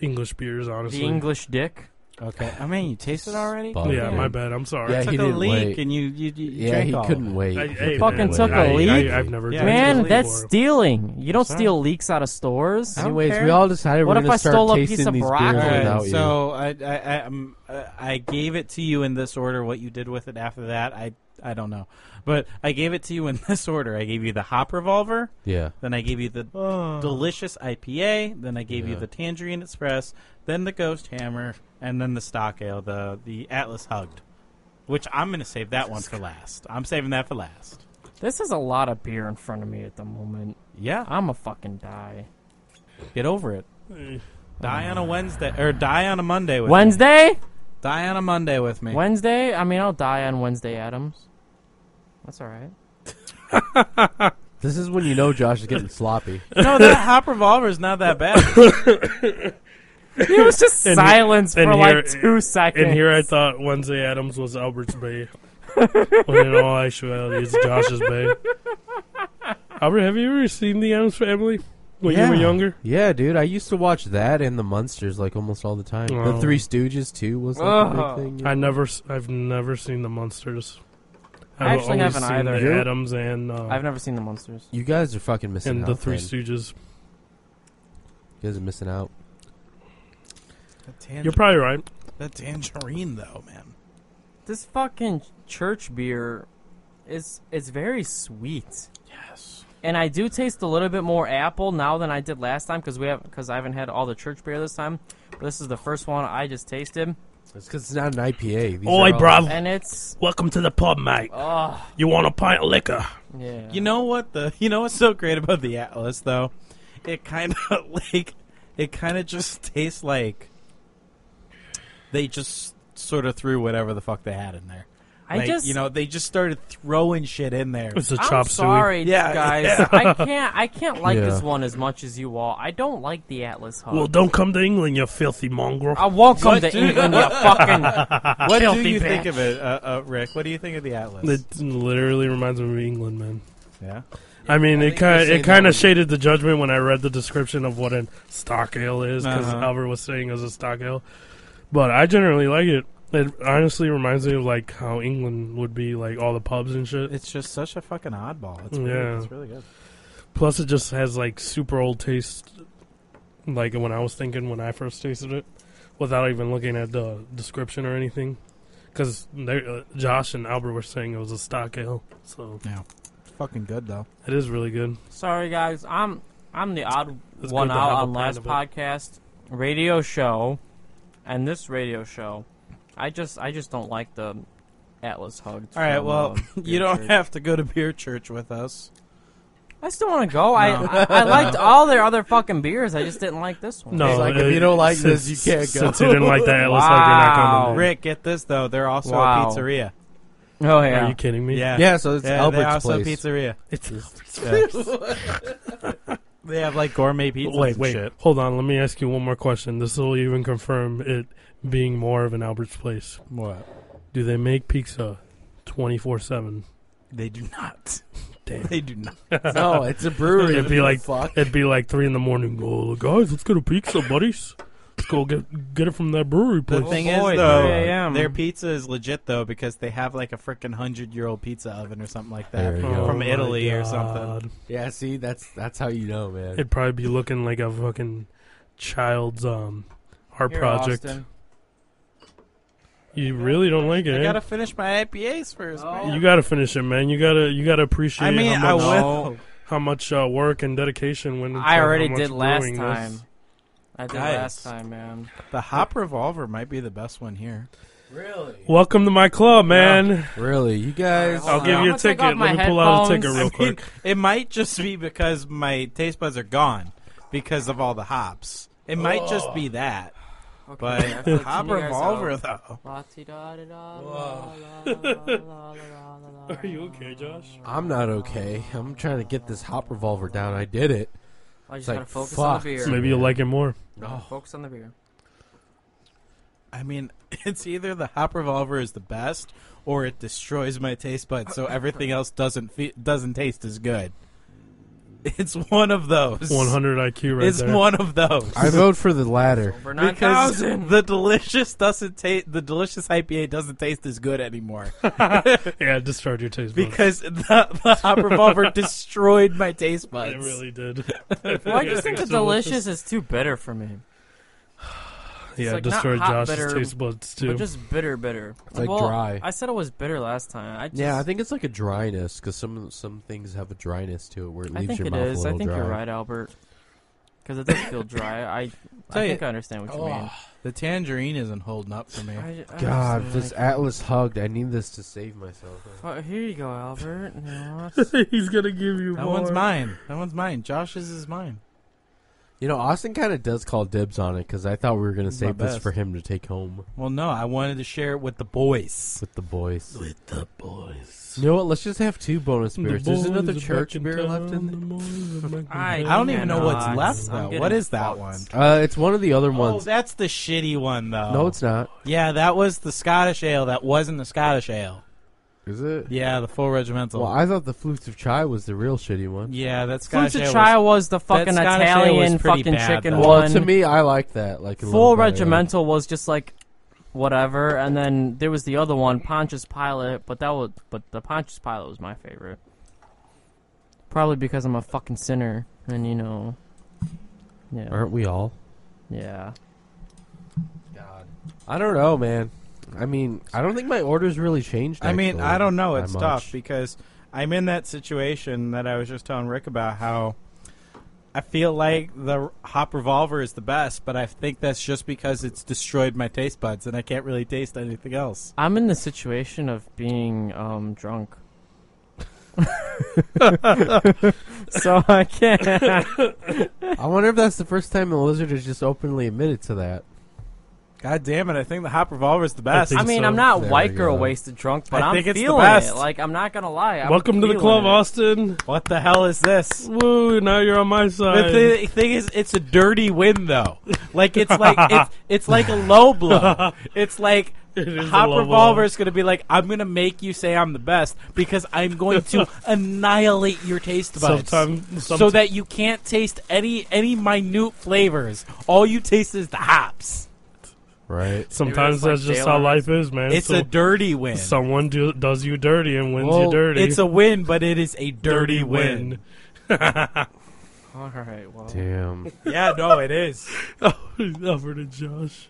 Speaker 4: English beers. Honestly,
Speaker 1: the English dick.
Speaker 3: Okay, I mean, you taste it already.
Speaker 2: Fuck.
Speaker 4: yeah,
Speaker 2: Okay.
Speaker 4: my bad. I'm sorry.
Speaker 2: Yeah,
Speaker 3: Took
Speaker 2: he
Speaker 3: a
Speaker 2: didn't
Speaker 3: leak
Speaker 2: wait.
Speaker 3: and you you, you
Speaker 2: yeah,
Speaker 3: drank
Speaker 2: he
Speaker 3: all of
Speaker 2: couldn't
Speaker 3: it.
Speaker 2: wait.
Speaker 4: I-
Speaker 2: He
Speaker 4: hey,
Speaker 2: couldn't
Speaker 1: Fucking
Speaker 2: wait.
Speaker 1: took a
Speaker 4: I,
Speaker 1: leak?
Speaker 4: I, have never.
Speaker 3: Yeah, it's
Speaker 4: drank
Speaker 1: Man,
Speaker 4: this
Speaker 3: illegal.
Speaker 1: that's
Speaker 4: before.
Speaker 1: stealing. You don't
Speaker 3: Sorry.
Speaker 1: steal leaks out of stores.
Speaker 3: I don't
Speaker 2: Anyways,
Speaker 3: care.
Speaker 2: we all decided
Speaker 1: What
Speaker 2: we're
Speaker 1: if
Speaker 2: gonna
Speaker 1: I
Speaker 2: start
Speaker 1: stole a piece
Speaker 2: tasting
Speaker 1: of
Speaker 2: these
Speaker 1: broccoli?
Speaker 2: beers
Speaker 3: All right,
Speaker 2: without you.
Speaker 3: so I, I, I, um, uh, I gave it to you in this order. What you did with it after that, I I don't know, but I gave it to you in this order. I gave you the hop revolver,
Speaker 2: Yeah.
Speaker 3: then I gave you the delicious IPA, then I gave you
Speaker 2: Yeah.
Speaker 3: the tangerine express, then the ghost hammer, and then the stock ale, the the Atlas hugged, which I'm gonna save that one for last. I'm saving that for last.
Speaker 1: This is a lot of beer in front of me at the moment.
Speaker 3: Yeah,
Speaker 1: I'm a fucking die.
Speaker 3: get over it. Die on a Wednesday or die on a Monday with me.
Speaker 1: Wednesday?
Speaker 3: Die on a Monday with me.
Speaker 1: Wednesday? I mean, I'll die on Wednesday, Adams. That's all right.
Speaker 2: This is when you know Josh is getting sloppy.
Speaker 3: No, that hop revolver is not that bad.
Speaker 1: It was just
Speaker 4: And-
Speaker 1: silence
Speaker 4: and
Speaker 1: for
Speaker 4: here-
Speaker 1: like two seconds.
Speaker 4: And here I thought Wednesday Adams was Albert's Bay, when in all actuality it's Josh's Bay. Albert, have you ever seen The Adams Family when you were
Speaker 2: Yeah.
Speaker 4: younger?
Speaker 2: Yeah, dude, I used to watch that and the Munsters like almost all the time. The
Speaker 4: Oh.
Speaker 2: Three Stooges too was like
Speaker 1: Oh.
Speaker 2: a big thing. you
Speaker 4: I
Speaker 2: know?
Speaker 4: never, s- I've never seen the monsters.
Speaker 1: I actually
Speaker 4: always
Speaker 1: haven't
Speaker 4: seen
Speaker 1: either.
Speaker 4: The
Speaker 1: You?
Speaker 4: Adams and uh,
Speaker 1: I've never seen the monsters.
Speaker 2: You guys are fucking missing
Speaker 4: and
Speaker 2: out.
Speaker 4: the Three
Speaker 2: man.
Speaker 4: Stooges.
Speaker 2: You guys are missing out.
Speaker 3: The, tanger-
Speaker 4: You're probably right.
Speaker 3: the tangerine, though, man.
Speaker 1: This fucking church beer is it's very sweet.
Speaker 3: Yes.
Speaker 1: and I do taste a little bit more apple now than I did last time because we have because I haven't had all the church beer this time. But this is the first one I just tasted,
Speaker 2: It's because it's not an IPA. These
Speaker 6: Oi,
Speaker 2: are all-
Speaker 6: bruv.
Speaker 1: and it's
Speaker 6: Welcome to the pub, mate.
Speaker 1: oh
Speaker 6: You want a pint of liquor?
Speaker 1: yeah.
Speaker 3: You know what the you know what's so great about the Atlas though? It kind of like it kind of just tastes like they just sort of threw whatever the fuck they had in there.
Speaker 1: I
Speaker 3: Like,
Speaker 1: just
Speaker 3: you know they just started throwing shit in there.
Speaker 4: It's a
Speaker 1: I'm
Speaker 4: chop suey.
Speaker 1: sorry,
Speaker 3: Yeah,
Speaker 1: guys.
Speaker 3: yeah.
Speaker 1: I can't. I can't like
Speaker 2: Yeah.
Speaker 1: this one as much as you all. I don't like the Atlas Hub.
Speaker 6: Well, don't come to England, you filthy mongrel.
Speaker 1: I won't come
Speaker 3: What,
Speaker 1: to
Speaker 3: dude?
Speaker 1: England. You fucking.
Speaker 3: What do
Speaker 6: filthy
Speaker 3: you
Speaker 6: bitch.
Speaker 3: think of it, uh, uh, Rick? What do you think of the Atlas?
Speaker 4: It literally reminds me of England, man.
Speaker 3: yeah.
Speaker 4: I mean,
Speaker 2: I
Speaker 4: it
Speaker 2: think you're
Speaker 4: kind
Speaker 2: saying
Speaker 4: it kind
Speaker 2: that
Speaker 4: of shaded the judgment when I read the description of what a stock ale is because
Speaker 3: Uh-huh.
Speaker 4: Albert was saying it was a stock ale, but I generally like it. It honestly reminds me of like how England would be, like all the pubs and shit.
Speaker 3: It's just such a fucking oddball. It's
Speaker 4: really-
Speaker 3: really,
Speaker 4: Yeah.
Speaker 3: it's
Speaker 4: it's
Speaker 3: really good.
Speaker 4: Plus, it just has like super old taste, like when I was thinking when I first tasted it, without even looking at the description or anything. Because uh, Josh and Albert were saying it was a stock ale, so
Speaker 3: It's fucking good though.
Speaker 4: it is really good.
Speaker 1: Sorry, guys. I'm I'm the odd
Speaker 4: It's
Speaker 1: one
Speaker 4: good to
Speaker 1: out
Speaker 4: have a
Speaker 1: on
Speaker 4: pint
Speaker 1: last
Speaker 4: of it.
Speaker 1: podcast, radio show, and this radio show. I just I just don't like the Atlas Hug.
Speaker 3: All right,
Speaker 1: from,
Speaker 3: well,
Speaker 1: uh,
Speaker 3: you
Speaker 1: Beer
Speaker 3: don't
Speaker 1: Church.
Speaker 3: have to go to beer church with us.
Speaker 1: I still want to go. I I, I liked all their other fucking beers. I just didn't like this one.
Speaker 4: No,
Speaker 2: It's like,
Speaker 4: uh,
Speaker 2: if you don't like
Speaker 4: since-
Speaker 2: this, you can't go.
Speaker 4: Since you didn't like that, it looks like you're not coming.
Speaker 3: Rick, get this though. They're also
Speaker 1: Wow.
Speaker 3: a pizzeria.
Speaker 1: Oh
Speaker 4: Are
Speaker 1: yeah.
Speaker 4: you kidding me?
Speaker 3: Yeah.
Speaker 2: Yeah, so it's
Speaker 3: Yeah,
Speaker 2: Albert's
Speaker 3: they also
Speaker 2: place.
Speaker 3: pizzeria.
Speaker 4: It's
Speaker 3: Yeah. they have like gourmet pizza.
Speaker 4: wait, wait, hold on. Let me ask you one more question. This will even confirm it being more of an Albert's place.
Speaker 3: What?
Speaker 4: Do they make pizza twenty four seven?
Speaker 3: They do not.
Speaker 4: Damn.
Speaker 3: They do not.
Speaker 2: no, it's a brewery.
Speaker 4: It'd be like-
Speaker 2: fuck.
Speaker 4: It'd be like three in the morning. Oh, guys, let's get a pizza, buddies. Let's go get get it from that brewery
Speaker 3: The
Speaker 4: place.
Speaker 3: thing
Speaker 1: Oh, boy,
Speaker 3: is though,
Speaker 1: 3 a.m..
Speaker 3: their pizza is legit though because they have like a freaking hundred year old pizza oven or something like
Speaker 2: There
Speaker 3: that
Speaker 2: you go.
Speaker 4: Oh
Speaker 3: from
Speaker 4: my
Speaker 3: Italy or something.
Speaker 4: God.
Speaker 2: Yeah, see, that's that's how you know, man.
Speaker 4: It'd probably be looking like a fucking child's um art project. You really don't like it.
Speaker 3: I
Speaker 4: eh?
Speaker 3: gotta finish my IPAs first. man.
Speaker 4: you gotta finish it, man. You gotta you gotta appreciate.
Speaker 3: I mean, I
Speaker 4: how much,
Speaker 3: will.
Speaker 4: how much uh, work and dedication went into
Speaker 1: I already
Speaker 4: how much
Speaker 1: did last
Speaker 4: brewing this.
Speaker 1: time. I did
Speaker 3: Guys.
Speaker 1: last time, man.
Speaker 3: The Hop Revolver might be the best one here.
Speaker 2: really,
Speaker 4: Welcome to my club, man.
Speaker 2: really, you guys.
Speaker 1: All right,
Speaker 4: I'll
Speaker 1: Hold
Speaker 4: give
Speaker 1: on.
Speaker 4: you
Speaker 1: I'm gonna
Speaker 4: a
Speaker 1: take
Speaker 4: ticket.
Speaker 1: off
Speaker 4: Let me
Speaker 1: my
Speaker 4: pull out a
Speaker 1: headphones.
Speaker 4: ticket real
Speaker 1: I mean,
Speaker 4: quick.
Speaker 3: It might just be because my taste buds are gone because of all the hops. It might just be that.
Speaker 1: Okay,
Speaker 3: But
Speaker 1: I feel
Speaker 3: the
Speaker 1: like
Speaker 3: Hop
Speaker 1: you guys
Speaker 3: Revolver,
Speaker 1: are-
Speaker 3: though.
Speaker 1: Are
Speaker 4: Are you okay, Josh?
Speaker 2: I'm not okay. I'm trying to get this hop revolver down. I did it.
Speaker 1: I just
Speaker 2: like,
Speaker 1: gotta focus on
Speaker 2: fuck.
Speaker 1: the beer.
Speaker 4: Maybe you'll like it more.
Speaker 1: Gotta Focus on the beer.
Speaker 3: I mean, it's either the Hop Revolver is the best or it destroys my taste buds, so everything else doesn't fe- doesn't taste as good. It's one of those.
Speaker 4: 100 IQ right
Speaker 3: It's
Speaker 4: there.
Speaker 3: one of those.
Speaker 2: I vote for the latter.
Speaker 1: Over nine
Speaker 3: because
Speaker 1: thousand.
Speaker 3: the delicious doesn't taste the delicious IPA doesn't taste as good anymore.
Speaker 4: yeah, it destroyed your taste buds.
Speaker 3: because the, the hop revolver destroyed my taste buds.
Speaker 4: it really did.
Speaker 1: Well, I just think the
Speaker 4: It's
Speaker 1: delicious is too bitter for me.
Speaker 4: Yeah,
Speaker 1: like
Speaker 4: it
Speaker 1: not
Speaker 4: destroyed
Speaker 1: hot,
Speaker 4: Josh's
Speaker 1: bitter,
Speaker 4: taste buds too.
Speaker 1: But just bitter, bitter.
Speaker 2: It's like
Speaker 1: well,
Speaker 2: dry.
Speaker 1: I said it was bitter last time. I just,
Speaker 2: yeah, I think it's like a dryness because some some things have a dryness to it where it
Speaker 1: I
Speaker 2: leaves
Speaker 1: think
Speaker 2: your
Speaker 1: it
Speaker 2: mouth a
Speaker 1: is. I
Speaker 2: little
Speaker 1: think
Speaker 2: dry.
Speaker 1: you're right, Albert. Because it does feel dry. I,
Speaker 3: Tell
Speaker 1: I
Speaker 3: you- Oh,
Speaker 1: think I understand what you mean.
Speaker 3: The tangerine isn't holding up for me.
Speaker 1: I, I just
Speaker 2: God,
Speaker 1: don't
Speaker 2: this
Speaker 1: like-
Speaker 2: Atlas hugged. I need this to save myself.
Speaker 1: Oh, here you go, Albert. You know,
Speaker 4: He's gonna give you
Speaker 3: That
Speaker 4: more.
Speaker 3: one's mine. That one's mine. Josh's is mine.
Speaker 2: You know, Austin kind of does call dibs on it because I thought we were gonna
Speaker 3: This is
Speaker 2: save
Speaker 3: my
Speaker 2: this for
Speaker 3: best.
Speaker 2: him to take home
Speaker 3: Well, no, I wanted to share it with the boys.
Speaker 2: with the boys.
Speaker 6: With the boys.
Speaker 2: You know what? Let's just have two bonus
Speaker 4: The
Speaker 2: beers. There's
Speaker 4: boys
Speaker 2: another
Speaker 4: are
Speaker 2: church
Speaker 4: back
Speaker 2: beer
Speaker 4: town,
Speaker 2: left in.
Speaker 4: the
Speaker 2: There.
Speaker 4: boys are back in
Speaker 1: I
Speaker 3: I
Speaker 4: town.
Speaker 3: don't even know what's
Speaker 1: Cannot.
Speaker 3: left
Speaker 1: I'm
Speaker 3: though.
Speaker 1: getting
Speaker 3: What is that
Speaker 1: fucked.
Speaker 3: one?
Speaker 2: Uh, it's one of the other
Speaker 3: Oh,
Speaker 2: ones.
Speaker 3: that's the shitty one though.
Speaker 2: No, it's not.
Speaker 3: Yeah, that was the Scottish ale. That wasn't the Scottish ale.
Speaker 2: Is it?
Speaker 3: Yeah, the full regimental.
Speaker 2: Well, I thought the Flutes of Chai was the real shitty one.
Speaker 3: yeah, that Scottish
Speaker 1: Flutes
Speaker 3: ale.
Speaker 1: of
Speaker 3: was-
Speaker 1: Chai was the fucking
Speaker 3: Scottish ale was
Speaker 1: Italian
Speaker 3: pretty
Speaker 1: fucking
Speaker 3: bad,
Speaker 1: chicken
Speaker 3: though.
Speaker 2: Well,
Speaker 1: one.
Speaker 2: to me, I like that. Like a little
Speaker 1: Full
Speaker 2: better.
Speaker 1: Regimental was just like whatever, and then there was the other one, Pontius Pilate, but that was but the Pontius Pilate was my favorite. Probably because I'm a fucking sinner, and you know, yeah,
Speaker 2: Aren't we all?
Speaker 1: yeah.
Speaker 2: God. I don't know, man. I mean, I don't think my orders really changed.
Speaker 3: I mean,
Speaker 2: actually,
Speaker 3: I don't know.
Speaker 2: that
Speaker 3: It's
Speaker 2: much.
Speaker 3: tough because I'm in that situation that I was just telling Rick about how I feel like the Hop Revolver is the best, but I think that's just because it's destroyed my taste buds and I can't really taste anything else.
Speaker 1: I'm in the situation of being um, drunk. so I can't.
Speaker 2: I wonder if that's the first time the lizard has just openly admitted to that.
Speaker 3: God damn it! I think the Hop Revolver is the best.
Speaker 1: I
Speaker 4: think
Speaker 1: mean,
Speaker 4: so.
Speaker 1: I'm not
Speaker 2: There
Speaker 1: white
Speaker 2: we
Speaker 1: girl
Speaker 2: go.
Speaker 1: wasted drunk, but
Speaker 3: I
Speaker 1: am
Speaker 3: think it's the
Speaker 1: feeling
Speaker 3: best.
Speaker 1: it. Like I'm not gonna lie. I'm
Speaker 4: Welcome to the
Speaker 1: feeling
Speaker 4: club,
Speaker 1: it.
Speaker 4: Austin.
Speaker 3: What the hell is this?
Speaker 4: Woo! Now you're on my
Speaker 3: The
Speaker 4: side.
Speaker 3: thi- thing is, it's a dirty win though. Like it's like it's, it's like a low blow. It's like
Speaker 4: It is a
Speaker 3: Hop
Speaker 4: low
Speaker 3: Revolver is going to be like, I'm going to make you say I'm the best because I'm going to annihilate your taste buds.
Speaker 4: Sometimes,
Speaker 3: so that you can't taste any any minute flavors. All you taste is the hops.
Speaker 2: Right.
Speaker 4: sometimes
Speaker 1: Maybe that's
Speaker 4: that's
Speaker 1: like
Speaker 4: just how
Speaker 1: jailers.
Speaker 4: life is, man.
Speaker 3: It's
Speaker 4: So-
Speaker 3: a dirty win.
Speaker 4: someone do, does you dirty and wins
Speaker 3: Well,
Speaker 4: you dirty.
Speaker 3: It's a win, but it is a dirty, win.
Speaker 1: All right. Well,
Speaker 2: Damn.
Speaker 3: yeah, no, it is.
Speaker 4: win. Over to Josh.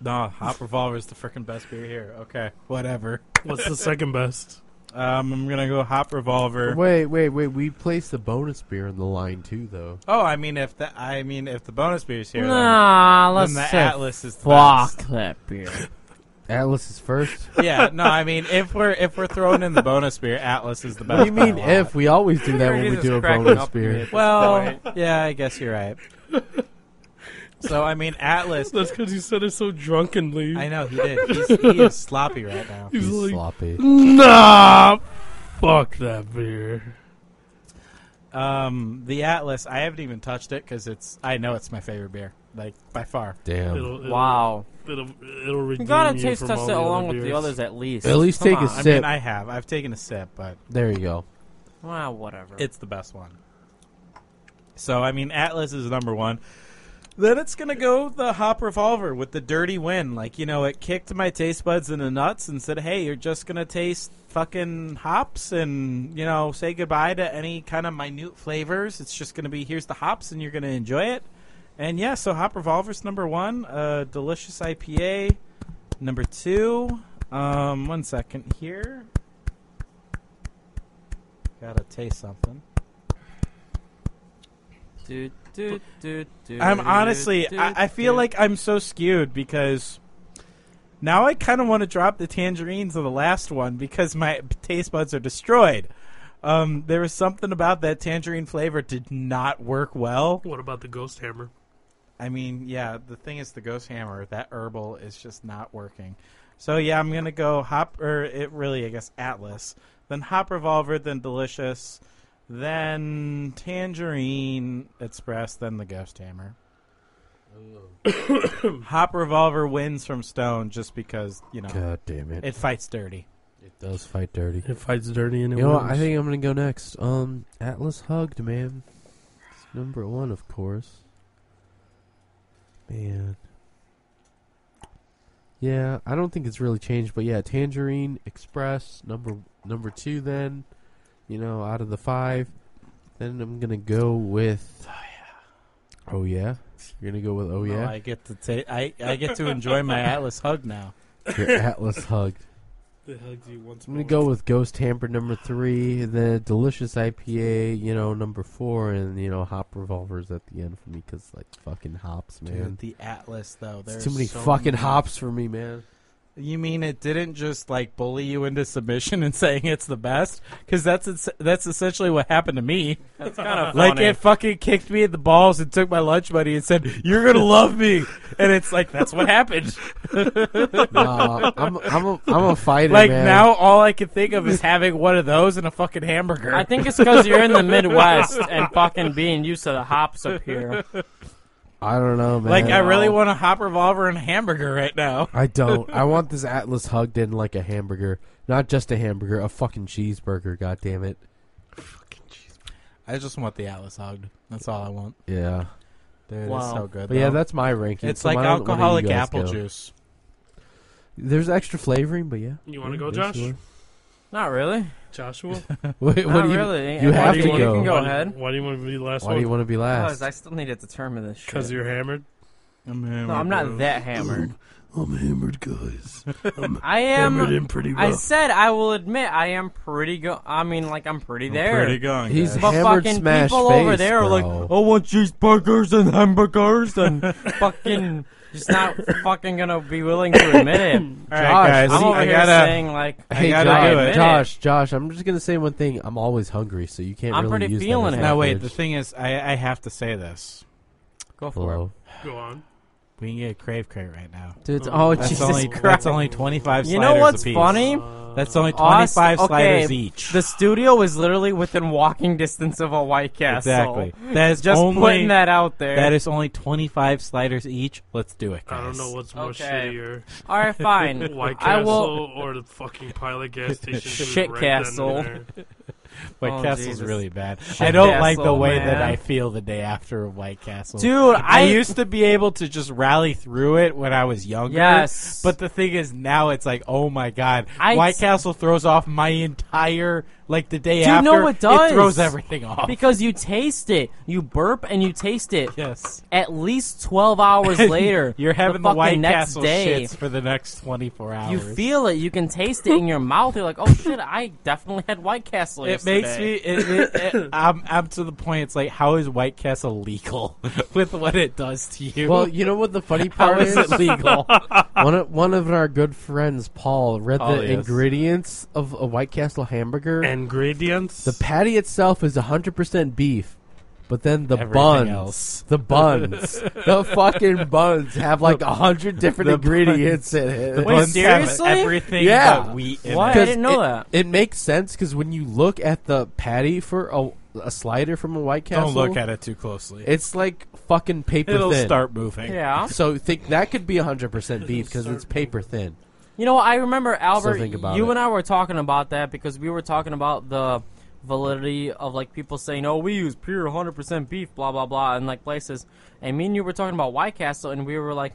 Speaker 3: No, Hop Revolver is the freaking best beer here. Okay, whatever.
Speaker 4: What's the second best?
Speaker 3: Um, I'm gonna go Hop Revolver.
Speaker 2: Wait, wait, wait. We placed the bonus beer in the line too, though.
Speaker 3: Oh, I mean if the I mean if the bonus beer's here,
Speaker 1: nah.
Speaker 3: then,
Speaker 1: Let's
Speaker 3: then the
Speaker 1: say
Speaker 3: Atlas is the
Speaker 1: fuck
Speaker 3: best.
Speaker 1: that beer.
Speaker 2: Atlas is first.
Speaker 3: yeah, no, I mean if we're if we're throwing in the bonus beer, Atlas is the best.
Speaker 2: what do you
Speaker 3: by
Speaker 2: mean
Speaker 3: a lot.
Speaker 2: if? We always do that when we
Speaker 1: Jesus
Speaker 2: do a
Speaker 1: cracking
Speaker 2: bonus
Speaker 1: up to me
Speaker 2: beer.
Speaker 1: at this
Speaker 3: Well,
Speaker 1: point.
Speaker 3: yeah, I guess you're right. So I mean Atlas.
Speaker 4: That's because you said it so drunkenly.
Speaker 3: I know he did. He's, he is sloppy right now.
Speaker 4: He's
Speaker 2: He's
Speaker 4: like,
Speaker 2: sloppy.
Speaker 4: nah, fuck that beer.
Speaker 3: Um, the Atlas. I haven't even touched it because it's. I know it's my favorite beer, like by far.
Speaker 2: Damn.
Speaker 4: It'll, it'll,
Speaker 1: wow.
Speaker 4: It'll, it'll redeem
Speaker 1: You gotta
Speaker 4: you
Speaker 1: taste
Speaker 4: from
Speaker 1: test
Speaker 4: all
Speaker 1: it
Speaker 4: the
Speaker 1: along
Speaker 4: other
Speaker 1: with the
Speaker 4: beers.
Speaker 1: others at least.
Speaker 2: At least
Speaker 1: Come
Speaker 2: take a
Speaker 1: on.
Speaker 3: I
Speaker 2: Sip.
Speaker 3: mean, I have. I've taken a sip, but
Speaker 2: There you go.
Speaker 1: Well, whatever.
Speaker 3: it's the best one. So I mean, Atlas is number one. Then it's gonna go the Hop Revolver with the Dirty Win. Like you know, it kicked my taste buds in the nuts and said, "Hey, you're just gonna taste fucking hops and you know, say goodbye to any kind of minute flavors. It's just gonna be here's the hops and you're gonna enjoy it." And yeah, so Hop Revolver's number one, uh, delicious IPA. Number two, um, one second here. Gotta taste something.
Speaker 1: Do, do, do, do,
Speaker 3: I'm
Speaker 1: do,
Speaker 3: honestly,
Speaker 1: do,
Speaker 3: I, I feel
Speaker 1: do.
Speaker 3: like I'm so skewed because now I kind of want to drop the tangerines of the last one because my taste buds are destroyed. Um, there was something about that tangerine flavor did not work well.
Speaker 4: What about the ghost hammer?
Speaker 3: I mean, yeah, the thing is, the ghost hammer, that herbal is just not working. So yeah, I'm gonna go hop, or it really, I guess, Atlas, then Hop Revolver, then Delicious, then Tangerine Express, then the Ghost Hammer. hop Revolver wins from Stone just because you know
Speaker 2: God damn it.
Speaker 3: it fights dirty.
Speaker 2: It does fight dirty.
Speaker 4: It fights dirty and it
Speaker 2: You know what?
Speaker 4: wins.
Speaker 2: I think I'm gonna go next. Um, Atlas hugged, man. It's number one, of course. Man. Yeah, I don't think it's really changed, but yeah, Tangerine Express number number two. Then, you know, out of the five, then I'm gonna go with. Oh yeah, you're gonna go with oh
Speaker 3: Oh,
Speaker 2: yeah.
Speaker 3: I get to ta- I I get to enjoy my Atlas hug now.
Speaker 2: Your Atlas hugged.
Speaker 4: They hugged you once
Speaker 2: I'm gonna go with Ghost Hamper number three, the Delicious IPA, you know, number four, and you know, Hop Revolvers at the end for me because like fucking hops, man.
Speaker 3: Dude, the Atlas though,
Speaker 2: It's
Speaker 3: there's
Speaker 2: too many
Speaker 3: so
Speaker 2: fucking
Speaker 3: many-
Speaker 2: hops for me, man.
Speaker 3: You mean it didn't just like bully you into submission and saying it's the best? Because that's es- that's essentially what happened to me.
Speaker 1: That's kind of
Speaker 3: Like it fucking kicked me in the balls and took my lunch money and said, "You're gonna love me," and it's like that's what happened.
Speaker 2: Nah, I'm I'm a, I'm a fighter,
Speaker 3: Like
Speaker 2: man.
Speaker 3: now, all I can think of is having one of those and a fucking hamburger.
Speaker 1: I think it's because you're in the Midwest and fucking being used to the hops up here.
Speaker 2: I don't know, man.
Speaker 3: like I really
Speaker 1: Wow.
Speaker 3: want a hop revolver and a hamburger right now.
Speaker 2: I don't. I want this Atlas hugged in like a hamburger, not just a hamburger, a fucking cheeseburger. God damn it.
Speaker 3: I just want the Atlas hugged. That's all I want.
Speaker 2: Yeah,
Speaker 3: Dude, it's
Speaker 1: Wow.
Speaker 3: so good.
Speaker 2: but yeah,
Speaker 3: though.
Speaker 2: that's my ranking.
Speaker 3: it's
Speaker 2: so
Speaker 3: like
Speaker 2: why don't one of you
Speaker 3: alcoholic
Speaker 2: guys
Speaker 3: apple
Speaker 2: go?
Speaker 3: juice.
Speaker 2: There's extra flavoring, but yeah.
Speaker 4: You wanna go,
Speaker 2: Yeah,
Speaker 4: Josh?
Speaker 2: sure.
Speaker 1: Not really.
Speaker 4: Joshua.
Speaker 2: Wait, what
Speaker 1: Not
Speaker 2: do you,
Speaker 1: really.
Speaker 2: You
Speaker 1: Why
Speaker 2: have
Speaker 1: do
Speaker 2: to
Speaker 1: you-
Speaker 2: go.
Speaker 1: you can go
Speaker 4: why
Speaker 1: ahead. Oh,
Speaker 4: Do, why do you want to be the last
Speaker 2: Why
Speaker 4: one?
Speaker 2: do you want to be last?
Speaker 1: Because I still need to determine this shit.
Speaker 4: Because you're hammered.
Speaker 3: I'm hammered.
Speaker 1: No, I'm not that hammered.
Speaker 6: I'm hammered, guys. I'm
Speaker 1: I
Speaker 6: hammered
Speaker 1: am.
Speaker 6: in pretty rough.
Speaker 1: I said I will admit I am pretty go. I mean, like I'm pretty there.
Speaker 3: Pretty going.
Speaker 2: He's
Speaker 3: guys.
Speaker 1: but
Speaker 2: hammered
Speaker 1: fucking
Speaker 2: smash
Speaker 1: people
Speaker 2: face,
Speaker 1: over there are like, "Oh,
Speaker 2: bro.
Speaker 1: I want cheeseburgers and hamburgers and fucking just not fucking gonna be willing to admit it.
Speaker 3: All right,
Speaker 2: Josh,
Speaker 3: guys.
Speaker 1: I'm
Speaker 3: I
Speaker 1: over here
Speaker 3: gotta-
Speaker 1: saying like,
Speaker 2: Hey,
Speaker 3: gotta
Speaker 2: Josh,
Speaker 3: do it.
Speaker 2: Josh, Josh, I'm just gonna say one thing. I'm always hungry, so you can't
Speaker 1: I'm
Speaker 2: really
Speaker 1: pretty
Speaker 2: use
Speaker 1: feeling
Speaker 2: that. as
Speaker 1: it.
Speaker 2: an
Speaker 3: Now wait. The
Speaker 2: advantage.
Speaker 3: thing is, I, I have to say this.
Speaker 1: go for it.
Speaker 2: Hello.
Speaker 4: Go on.
Speaker 3: We can get crave crate right now.
Speaker 1: Dude,
Speaker 4: Oh,
Speaker 1: oh
Speaker 4: that's
Speaker 3: That's
Speaker 1: Jesus
Speaker 3: only
Speaker 1: Christ!
Speaker 3: that's only twenty five.
Speaker 1: You know what's funny?
Speaker 3: That's only twenty
Speaker 1: Us-
Speaker 3: five sliders
Speaker 1: okay,
Speaker 3: each.
Speaker 1: The studio is literally within walking distance of a White Castle.
Speaker 3: exactly. That is
Speaker 1: Just
Speaker 3: only
Speaker 1: putting that out there.
Speaker 3: that is only twenty five sliders each. Let's do it. Guys.
Speaker 4: I don't know what's more
Speaker 1: Okay.
Speaker 4: shittier,
Speaker 1: All right, fine.
Speaker 4: White
Speaker 1: I
Speaker 4: Castle
Speaker 1: will.
Speaker 4: or the fucking pilot gas station. that was
Speaker 1: Shit
Speaker 4: right then and
Speaker 1: Castle.
Speaker 4: there.
Speaker 3: White
Speaker 1: Oh,
Speaker 3: Castle's
Speaker 1: Jesus.
Speaker 3: really bad. I don't like the
Speaker 1: Castle,
Speaker 3: way
Speaker 1: man.
Speaker 3: that I feel the day after a White Castle.
Speaker 1: Dude,
Speaker 3: I,
Speaker 1: I,
Speaker 3: used to be able to just rally through it when I was younger.
Speaker 1: Yes.
Speaker 3: But the thing is, now it's like, oh my god,
Speaker 1: I-
Speaker 3: White Castle throws off my entire like the day
Speaker 1: Dude,
Speaker 3: after.
Speaker 1: no, it does.
Speaker 3: throws everything off.
Speaker 1: because you taste it. You burp and you taste it.
Speaker 3: yes.
Speaker 1: At least 12 hours later.
Speaker 3: You're having the,
Speaker 1: fucking
Speaker 3: White
Speaker 1: next
Speaker 3: Castle
Speaker 1: day.
Speaker 3: shits for the next twenty four hours.
Speaker 1: You feel it. You can taste it in your mouth. You're like, oh shit, I definitely had White Castle
Speaker 3: It
Speaker 1: yesterday.
Speaker 3: makes me. It, it, it, I'm, I'm to the point. It's like, how is White Castle legal with what it does to you?
Speaker 2: Well, you know what the funny
Speaker 3: how
Speaker 2: part
Speaker 3: is
Speaker 2: is?
Speaker 3: it legal?
Speaker 2: one of one of our good friends, Paul, read
Speaker 3: Oh,
Speaker 2: the
Speaker 3: yes.
Speaker 2: ingredients of a White Castle hamburger.
Speaker 4: Ingredients.
Speaker 2: the patty itself is 100% beef, but then the
Speaker 3: Everything
Speaker 2: buns,
Speaker 3: else.
Speaker 2: the buns, the fucking buns have like a hundred different ingredients in it.
Speaker 3: The
Speaker 1: Wait,
Speaker 3: buns have
Speaker 1: seriously?
Speaker 3: Everything
Speaker 2: Yeah.
Speaker 3: but wheat. in
Speaker 1: What?
Speaker 3: it.
Speaker 1: I didn't know
Speaker 2: it,
Speaker 1: that.
Speaker 2: It makes sense because when you look at the patty for a, a slider from a White Castle,
Speaker 3: Don't look at it too closely.
Speaker 2: It's like fucking paper
Speaker 3: It'll
Speaker 2: thin.
Speaker 3: start moving.
Speaker 1: Yeah.
Speaker 2: So think that could be 100% beef because it's paper thin.
Speaker 1: You know, I remember Albert.
Speaker 2: think about
Speaker 1: you
Speaker 2: it.
Speaker 1: and I were talking about that because we were talking about the validity of like people saying, "Oh, we use pure 100% beef," blah blah blah, and like places. And me and you were talking about White Castle, and we were like,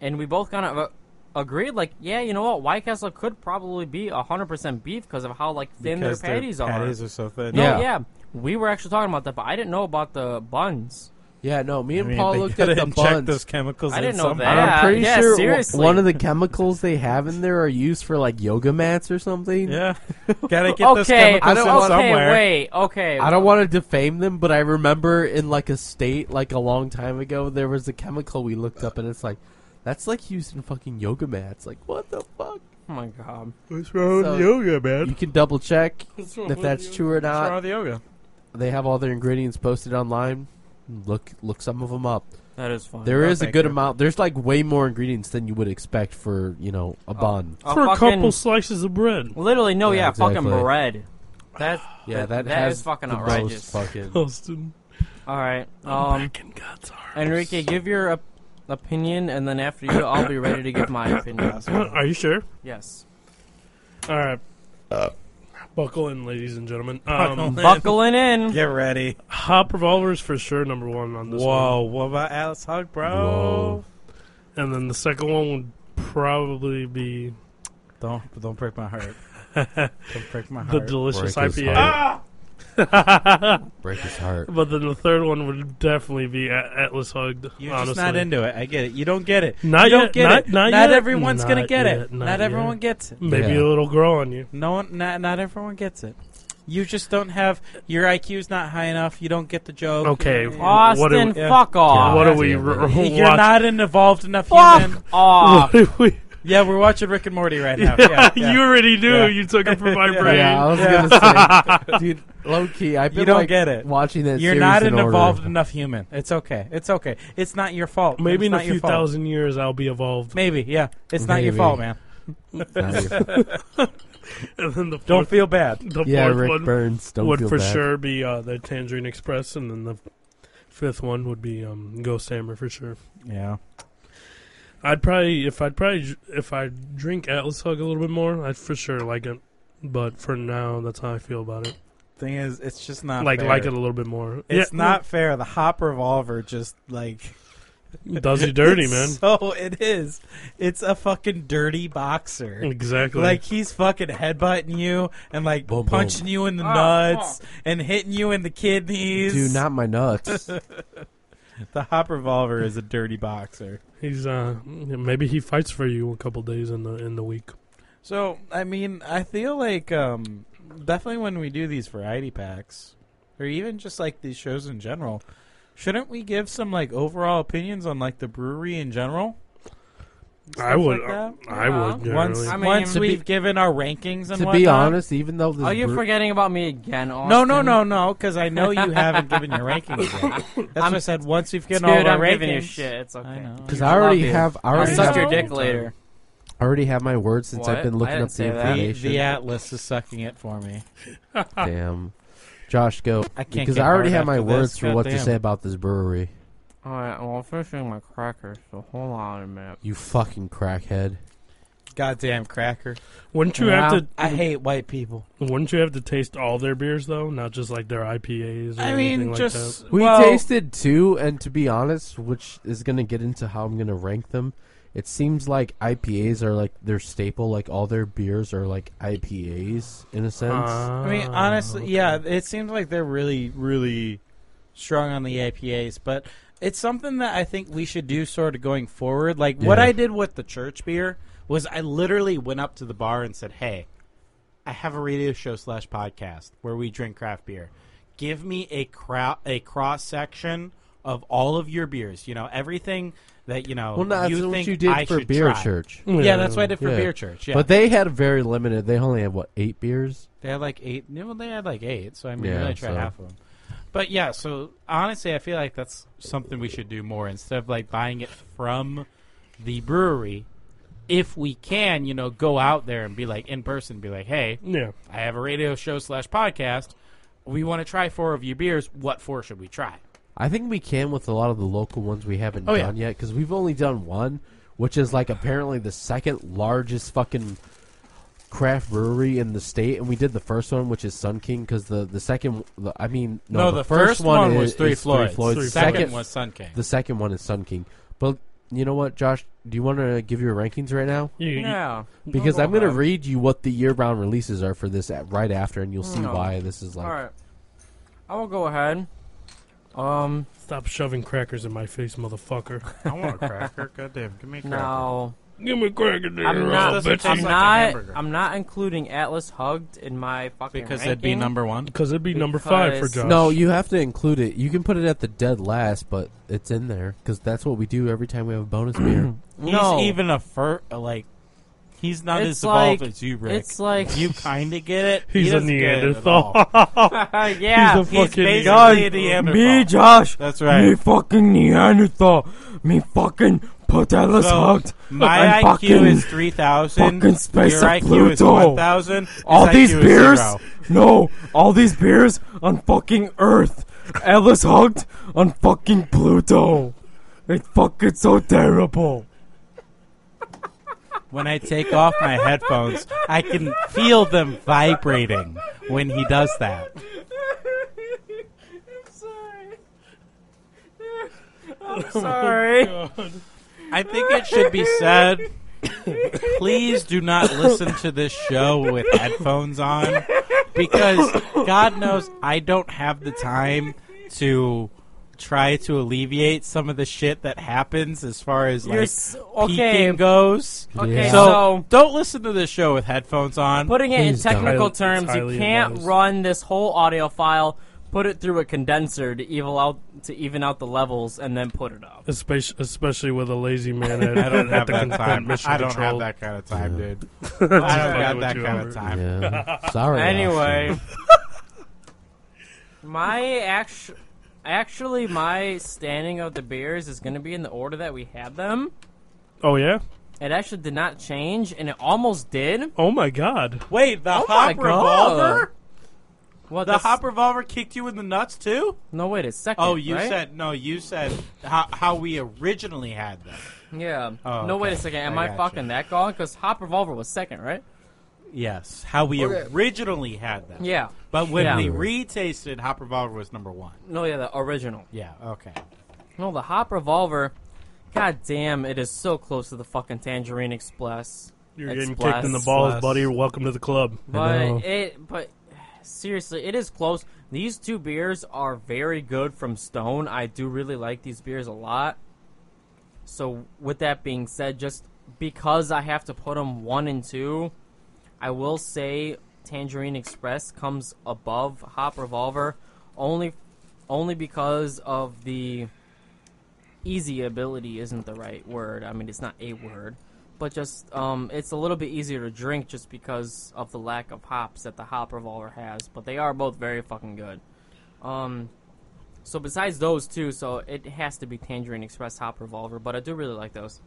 Speaker 1: and we both kind of uh, agreed, like, yeah, you know what, White Castle could probably be 100% beef because of how like thin
Speaker 3: Because
Speaker 1: their patties are.
Speaker 3: patties are so thin.
Speaker 1: no,
Speaker 2: Yeah.
Speaker 1: yeah. we were actually talking about that, but I didn't know about the buns.
Speaker 2: Yeah, no, me
Speaker 3: I
Speaker 2: and
Speaker 3: mean,
Speaker 2: Paul
Speaker 3: they
Speaker 2: looked
Speaker 3: gotta
Speaker 2: at the
Speaker 3: inject
Speaker 2: buns.
Speaker 3: those chemicals
Speaker 1: I
Speaker 3: in
Speaker 1: didn't know
Speaker 3: somehow.
Speaker 2: And
Speaker 1: that.
Speaker 2: I'm pretty
Speaker 1: Yeah,
Speaker 2: sure w-
Speaker 1: seriously.
Speaker 2: one of the chemicals they have in there are used for like yoga mats or something.
Speaker 3: Yeah. Gotta get those
Speaker 1: Okay,
Speaker 3: chemicals in
Speaker 1: okay,
Speaker 3: somewhere.
Speaker 1: wait, okay.
Speaker 2: I don't want to defame them, but I remember in like a state like a long time ago there was a chemical we looked up and it's like that's like used in fucking yoga mats. Like what the
Speaker 1: Oh
Speaker 2: fuck?
Speaker 1: my god.
Speaker 6: What's wrong
Speaker 2: So-
Speaker 6: with yoga, man?
Speaker 2: You can double check if that's true or
Speaker 3: What's wrong
Speaker 2: not.
Speaker 3: with yoga?
Speaker 2: They have all their ingredients posted online. Look look some of them up.
Speaker 1: That is fun.
Speaker 2: There
Speaker 3: no,
Speaker 2: is a
Speaker 3: thank
Speaker 2: good
Speaker 3: you.
Speaker 2: amount. There's like way more ingredients than you would expect for, you know, a bun.
Speaker 4: for a couple slices of bread.
Speaker 1: Literally, no,
Speaker 2: Yeah,
Speaker 1: yeah,
Speaker 2: exactly.
Speaker 1: fucking bread. That's
Speaker 2: Yeah, that,
Speaker 1: that
Speaker 2: has
Speaker 1: is fucking
Speaker 2: the most
Speaker 1: outrageous.
Speaker 2: fucking
Speaker 4: Austin.
Speaker 1: all right. Um, Enrique, give your op- opinion, and then after you, I'll be ready to give my opinion.
Speaker 4: Are you sure?
Speaker 1: Yes.
Speaker 4: All right. Buckle in, ladies and gentlemen.
Speaker 3: Uh, Buckle
Speaker 4: Um,
Speaker 3: in.
Speaker 1: Buckling in.
Speaker 3: Get ready.
Speaker 4: Hop revolvers for sure, number one on this
Speaker 3: Whoa, what about Alice Hug, bro?
Speaker 2: Whoa.
Speaker 4: one. And then the second one would probably be
Speaker 3: Don't don't break my heart. don't break my
Speaker 4: the
Speaker 3: heart.
Speaker 4: delicious
Speaker 2: Break his
Speaker 4: IPA.
Speaker 3: Ah!
Speaker 2: heart. break his heart.
Speaker 4: But then the third one would definitely be At- Atlas Hugged.
Speaker 3: You're
Speaker 4: honestly.
Speaker 3: just not into it. I get it. You don't get it.
Speaker 4: Not
Speaker 3: you don't
Speaker 4: yet,
Speaker 3: get
Speaker 4: not-
Speaker 3: it.
Speaker 4: not
Speaker 3: not
Speaker 4: yet,
Speaker 3: everyone's gonna
Speaker 4: not
Speaker 3: get
Speaker 4: yet,
Speaker 3: it.
Speaker 4: not
Speaker 3: Not,
Speaker 4: yet.
Speaker 3: everyone gets it.
Speaker 4: Maybe
Speaker 2: Yeah.
Speaker 4: a little grow on you.
Speaker 3: No one, not not everyone gets it. You just don't have your IQ's not high enough. You don't get the joke.
Speaker 4: Okay.
Speaker 1: Austin,
Speaker 4: What do we-
Speaker 3: Yeah.
Speaker 1: fuck off.
Speaker 4: what are
Speaker 2: yeah,
Speaker 4: we
Speaker 2: yeah,
Speaker 4: r-
Speaker 2: yeah.
Speaker 4: watching?
Speaker 3: You're not an evolved enough human.
Speaker 1: Fuck off.
Speaker 4: What are we-
Speaker 3: Yeah, we're watching Rick and Morty right now. Yeah, yeah.
Speaker 4: You already knew.
Speaker 3: Yeah.
Speaker 4: You took it from my brain.
Speaker 2: Yeah, I was gonna say, dude. Low key, I've been
Speaker 3: You don't
Speaker 2: like,
Speaker 3: get it.
Speaker 2: watching that.
Speaker 3: You're
Speaker 2: series
Speaker 3: not
Speaker 2: in
Speaker 3: an
Speaker 2: order.
Speaker 3: evolved enough human. It's okay. It's okay. It's not your fault. It's
Speaker 4: Maybe in a
Speaker 3: not your
Speaker 4: few
Speaker 3: fault.
Speaker 4: thousand years, I'll be evolved.
Speaker 3: Maybe, yeah. It's not your
Speaker 2: Maybe.
Speaker 3: fault, man.
Speaker 2: Nah,
Speaker 4: And then the
Speaker 3: Don't
Speaker 4: fourth,
Speaker 3: feel bad.
Speaker 4: the
Speaker 2: yeah,
Speaker 4: fourth
Speaker 2: Rick
Speaker 4: one
Speaker 2: Burns. Don't
Speaker 4: would
Speaker 2: feel
Speaker 4: for
Speaker 2: bad.
Speaker 4: sure be uh, the Tangerine Express, and then the fifth one would be um, Ghost Hammer for sure.
Speaker 3: Yeah.
Speaker 4: I'd probably if I'd probably dr- if I drink Atlas Hug a little bit more, I'd for sure like it. But for now, that's how I feel about it.
Speaker 3: Thing is, it's just not
Speaker 4: like
Speaker 3: fair.
Speaker 4: like it a little bit more.
Speaker 3: It's
Speaker 4: Yeah,
Speaker 3: not fair. The hop revolver just like
Speaker 4: does you dirty, man.
Speaker 3: it's So it is. It's a fucking dirty boxer.
Speaker 4: Exactly.
Speaker 3: Like he's fucking headbutting you and like
Speaker 2: Boom, boom.
Speaker 3: punching you in the
Speaker 1: Ah,
Speaker 3: nuts and hitting you in the kidneys.
Speaker 2: Dude, not my nuts.
Speaker 3: The hop revolver is a dirty boxer.
Speaker 4: He's uh maybe he fights for you a couple days in the in the week.
Speaker 3: So I mean, I feel like um, definitely when we do these variety packs, or even just like these shows in general, shouldn't we give some like overall opinions on like the brewery in general?
Speaker 4: I would uh,
Speaker 3: like that?
Speaker 4: I would
Speaker 1: Yeah.
Speaker 3: Once
Speaker 4: generally.
Speaker 1: I mean,
Speaker 3: once
Speaker 1: to be-
Speaker 3: we've given our rankings and
Speaker 2: To
Speaker 3: whatnot.
Speaker 2: be honest, even though this
Speaker 1: Are you
Speaker 2: bre-
Speaker 1: forgetting about me again, Austin?
Speaker 3: No, no, no, no, because I know you haven't given your rankings yet. That's
Speaker 1: I'm-
Speaker 3: what I said. Once we've
Speaker 1: Dude,
Speaker 3: given all our
Speaker 1: I'm
Speaker 3: rankings,
Speaker 1: giving you shit. It's okay.
Speaker 3: I know.
Speaker 2: Because I already
Speaker 1: Love you.
Speaker 2: have, I
Speaker 1: I'll
Speaker 2: already
Speaker 4: I
Speaker 1: suck
Speaker 2: have,
Speaker 1: your
Speaker 4: know.
Speaker 1: dick later.
Speaker 2: I already have my words since
Speaker 1: What?
Speaker 2: I've been
Speaker 1: I
Speaker 2: looking
Speaker 1: didn't
Speaker 2: up the
Speaker 1: say that.
Speaker 3: The,
Speaker 2: information.
Speaker 3: the Atlas is sucking it for me.
Speaker 1: Ah.
Speaker 2: Damn, Josh, go
Speaker 3: I can't
Speaker 2: because
Speaker 3: get
Speaker 2: I already
Speaker 3: hard
Speaker 2: have my
Speaker 3: after this.
Speaker 2: words for what to
Speaker 3: Goddamn.
Speaker 2: say about this brewery.
Speaker 1: All right, well, I'm finishing my crackers, so hold on a minute.
Speaker 2: You fucking crackhead.
Speaker 3: Goddamn cracker!
Speaker 4: wouldn't you have to
Speaker 3: I hate white people.
Speaker 4: wouldn't you have to taste all their beers though, not just like their IPAs or
Speaker 3: I
Speaker 4: anything
Speaker 3: mean,
Speaker 4: like
Speaker 3: just
Speaker 2: We
Speaker 3: well,
Speaker 2: tasted two, and to be honest, which is going to get into how I'm going to rank them. It seems like IPAs are like their staple. Like all their beers are like IPAs in a
Speaker 4: that?
Speaker 2: sense.
Speaker 4: Ah,
Speaker 3: I mean, honestly,
Speaker 4: okay.
Speaker 3: yeah, it seems like they're really, really strong on the APAs, but it's something that I think we should do sort of going forward. Like what
Speaker 2: Yeah.
Speaker 3: I did with the church beer was I literally went up to the bar and said, "Hey, I have a radio show slash podcast where we drink craft beer. Give me a cra- a cross section of all of your beers. You know, everything that you know.
Speaker 2: well, no,
Speaker 3: you
Speaker 2: that's
Speaker 3: think
Speaker 2: what you did
Speaker 3: I
Speaker 2: for
Speaker 3: should
Speaker 2: Beer
Speaker 3: try."
Speaker 2: Church.
Speaker 3: Yeah, that's what I did for
Speaker 2: Yeah.
Speaker 3: Beer Church. Yeah,
Speaker 2: But they had very limited. They only had what eight beers.
Speaker 3: They had like eight. Well, they had like eight, so I mean,
Speaker 2: Yeah,
Speaker 3: I only tried
Speaker 2: so-
Speaker 3: half of them. But yeah, so honestly, I feel like that's something we should do more instead of like buying it from the brewery. If we can, you know, go out there and be like in person, be like, hey,
Speaker 4: Ah. Yeah.
Speaker 3: I have a radio show slash podcast. We want to try four of your beers. What four should we try?
Speaker 2: I think we can with a lot of the local ones we haven't
Speaker 3: Oh, yeah.
Speaker 2: done yet yet because we've only done one, which is like apparently the second largest fucking craft brewery in the state, and we did the first one, which is Sun King, because the the second, the, I mean, no, the, first, one, is,
Speaker 3: was Three
Speaker 2: is
Speaker 3: Floyds.
Speaker 2: The
Speaker 4: Three
Speaker 2: second,
Speaker 4: Floyds.
Speaker 3: was Sun King.
Speaker 2: the second one is Sun King, but. You know what, Josh? Do you want to give your rankings right now?
Speaker 4: You, you-
Speaker 1: Yeah.
Speaker 2: Because I'm going to
Speaker 1: ahead.
Speaker 2: read you what the year-round releases are for this at, right after, and you'll see
Speaker 1: No.
Speaker 2: why this is like.
Speaker 1: Mm. All right. I will go ahead. Um,
Speaker 4: stop shoving crackers in my face, motherfucker.
Speaker 3: I want a cracker. Goddamn, give me a
Speaker 1: now
Speaker 4: Give me a cracker there.
Speaker 1: I'm not.
Speaker 3: doesn't
Speaker 1: I'm
Speaker 3: taste like a
Speaker 1: not.
Speaker 3: hamburger.
Speaker 1: I'm not including Atlas Hugged in my fucking
Speaker 3: Because
Speaker 1: ranking.
Speaker 3: that'd be number one.
Speaker 4: Because it'd be number five for
Speaker 1: Because-
Speaker 4: Josh.
Speaker 2: No, you have to include it. You can put it at the dead last, but it's in there because that's what we do every time we have a bonus beer.
Speaker 1: No,
Speaker 3: He's even a fur like he's not
Speaker 1: It's
Speaker 3: as evolved
Speaker 1: like-
Speaker 3: as you, Rick.
Speaker 1: it's like
Speaker 3: you kind of get it.
Speaker 4: He's
Speaker 3: He
Speaker 4: a
Speaker 3: doesn't get it at
Speaker 4: Neanderthal.
Speaker 3: all.
Speaker 1: uh, yeah.
Speaker 4: He's a fucking
Speaker 3: basically
Speaker 4: god.
Speaker 3: a Neanderthal.
Speaker 1: me, Josh.
Speaker 3: That's right.
Speaker 1: Me fucking Neanderthal. Me fucking put Atlas
Speaker 3: So,
Speaker 1: Hugged.
Speaker 3: My
Speaker 1: I'm
Speaker 3: IQ
Speaker 1: fucking-
Speaker 3: is three thousand.
Speaker 1: fucking space
Speaker 3: Your
Speaker 1: of
Speaker 3: IQ is
Speaker 1: Pluto.
Speaker 3: one thousand.
Speaker 1: all these beers no all these beers on fucking earth atlas hugged on fucking pluto it's fucking so terrible
Speaker 3: When I take off my headphones, I can feel them vibrating when he does that.
Speaker 1: i'm sorry
Speaker 3: Oh
Speaker 1: i'm sorry
Speaker 3: I think it should be said. Please do not listen to this show with headphones on because God knows I don't have the time to try to alleviate some of the shit that happens as far as
Speaker 1: You're
Speaker 3: like
Speaker 1: s-
Speaker 3: peeking
Speaker 1: okay
Speaker 3: goes.
Speaker 1: okay
Speaker 2: Yeah.
Speaker 3: So,
Speaker 1: so
Speaker 3: don't listen to this show with headphones on.
Speaker 1: putting it in
Speaker 2: Please don't.
Speaker 1: technical
Speaker 4: It's
Speaker 1: terms you
Speaker 4: highly
Speaker 1: can't
Speaker 4: advised.
Speaker 1: run this whole audio file put it through a condenser to evil out to even out the levels and then put it up
Speaker 4: Especially, especially with a lazy man at,
Speaker 3: I don't
Speaker 4: at
Speaker 3: have
Speaker 4: the
Speaker 3: that
Speaker 4: con-
Speaker 3: time.
Speaker 4: mission
Speaker 3: I don't have
Speaker 4: control.
Speaker 3: that kind of time, dude.
Speaker 4: Just
Speaker 3: I don't
Speaker 4: fucking
Speaker 3: got
Speaker 4: with
Speaker 3: that
Speaker 4: you
Speaker 3: kind
Speaker 4: over.
Speaker 3: of time.
Speaker 2: Yeah. Sorry.
Speaker 1: Anyway,
Speaker 2: Austin.
Speaker 1: my actu- actually my standing of the beers is going to be in the order that we had them.
Speaker 4: Oh yeah.
Speaker 1: It actually did not change, and it almost did.
Speaker 4: Oh my god.
Speaker 3: Wait, the
Speaker 1: Oh my
Speaker 3: hop
Speaker 1: God.
Speaker 3: revolver?
Speaker 1: What
Speaker 3: The
Speaker 1: that's-
Speaker 3: hop revolver kicked you in the nuts too?
Speaker 1: No, wait a second.
Speaker 3: Oh, you
Speaker 1: right?
Speaker 3: said no. You said how, how we originally had them.
Speaker 1: yeah.
Speaker 3: Oh,
Speaker 1: no, wait a
Speaker 3: okay.
Speaker 1: second. Am
Speaker 3: I
Speaker 1: I,
Speaker 3: gotcha.
Speaker 1: fucking that gone? Because hop revolver was second, right?
Speaker 3: Yes, how we originally had them.
Speaker 1: Yeah.
Speaker 3: But when
Speaker 1: Yeah.
Speaker 3: we retasted, Hop Revolver was number one.
Speaker 1: No, yeah, the original.
Speaker 3: Yeah. Okay.
Speaker 1: No, the hop revolver. God damn, it is so close to the fucking tangerine express.
Speaker 4: You're getting
Speaker 1: Express.
Speaker 4: kicked in the balls,
Speaker 3: Express.
Speaker 4: buddy. Welcome to the club.
Speaker 1: But it, but seriously, it is close. These two beers are very good from Stone. I do really like these beers a lot. So, with that being said, just because I have to put them one and two, I will say Tangerine Express comes above Hop Revolver, only, only because of the easy ability isn't the right word. I mean, it's not a word, but just um, it's a little bit easier to drink just because of the lack of hops that the Hop Revolver has. But they are both very fucking good. Um, so besides those two, so it has to be Tangerine Express Hop Revolver, but I do really like those.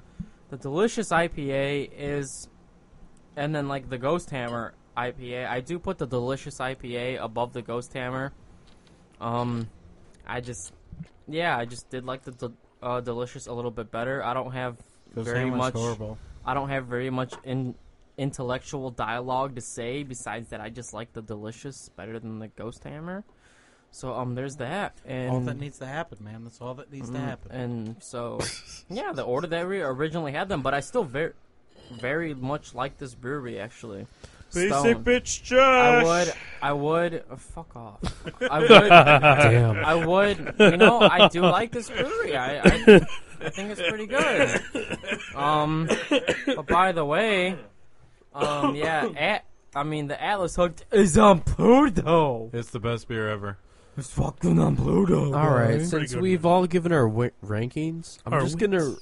Speaker 1: The Delicious IPA is, and then like the Ghost Hammer IPA, I do put the Delicious IPA above the Ghost Hammer. Um, I just, yeah, I just did like the del- uh, Delicious a little bit better. I don't have very much.
Speaker 3: horrible.
Speaker 1: I don't have very much in intellectual dialogue to say besides that I just like the delicious better than the ghost hammer. So um there's that and mm,
Speaker 3: all that needs to happen, man. That's all that needs to happen.
Speaker 1: and so yeah, the order that we originally had them, but I still very very much like this brewery actually. Stone.
Speaker 4: bitch
Speaker 1: I would I would oh, fuck off. I would
Speaker 2: Damn.
Speaker 1: I would. You know, I do like this brewery. I, I, I think it's pretty good. Um, but by the way, um, yeah, at, I mean the Atlas Hooked is on Pluto.
Speaker 3: It's the best beer ever.
Speaker 1: It's fucking on Pluto.
Speaker 2: All right,
Speaker 4: Pretty
Speaker 2: since
Speaker 4: good
Speaker 2: we've
Speaker 4: one.
Speaker 2: all given our wi- rankings, I'm
Speaker 4: Our
Speaker 2: just
Speaker 4: wins.
Speaker 2: gonna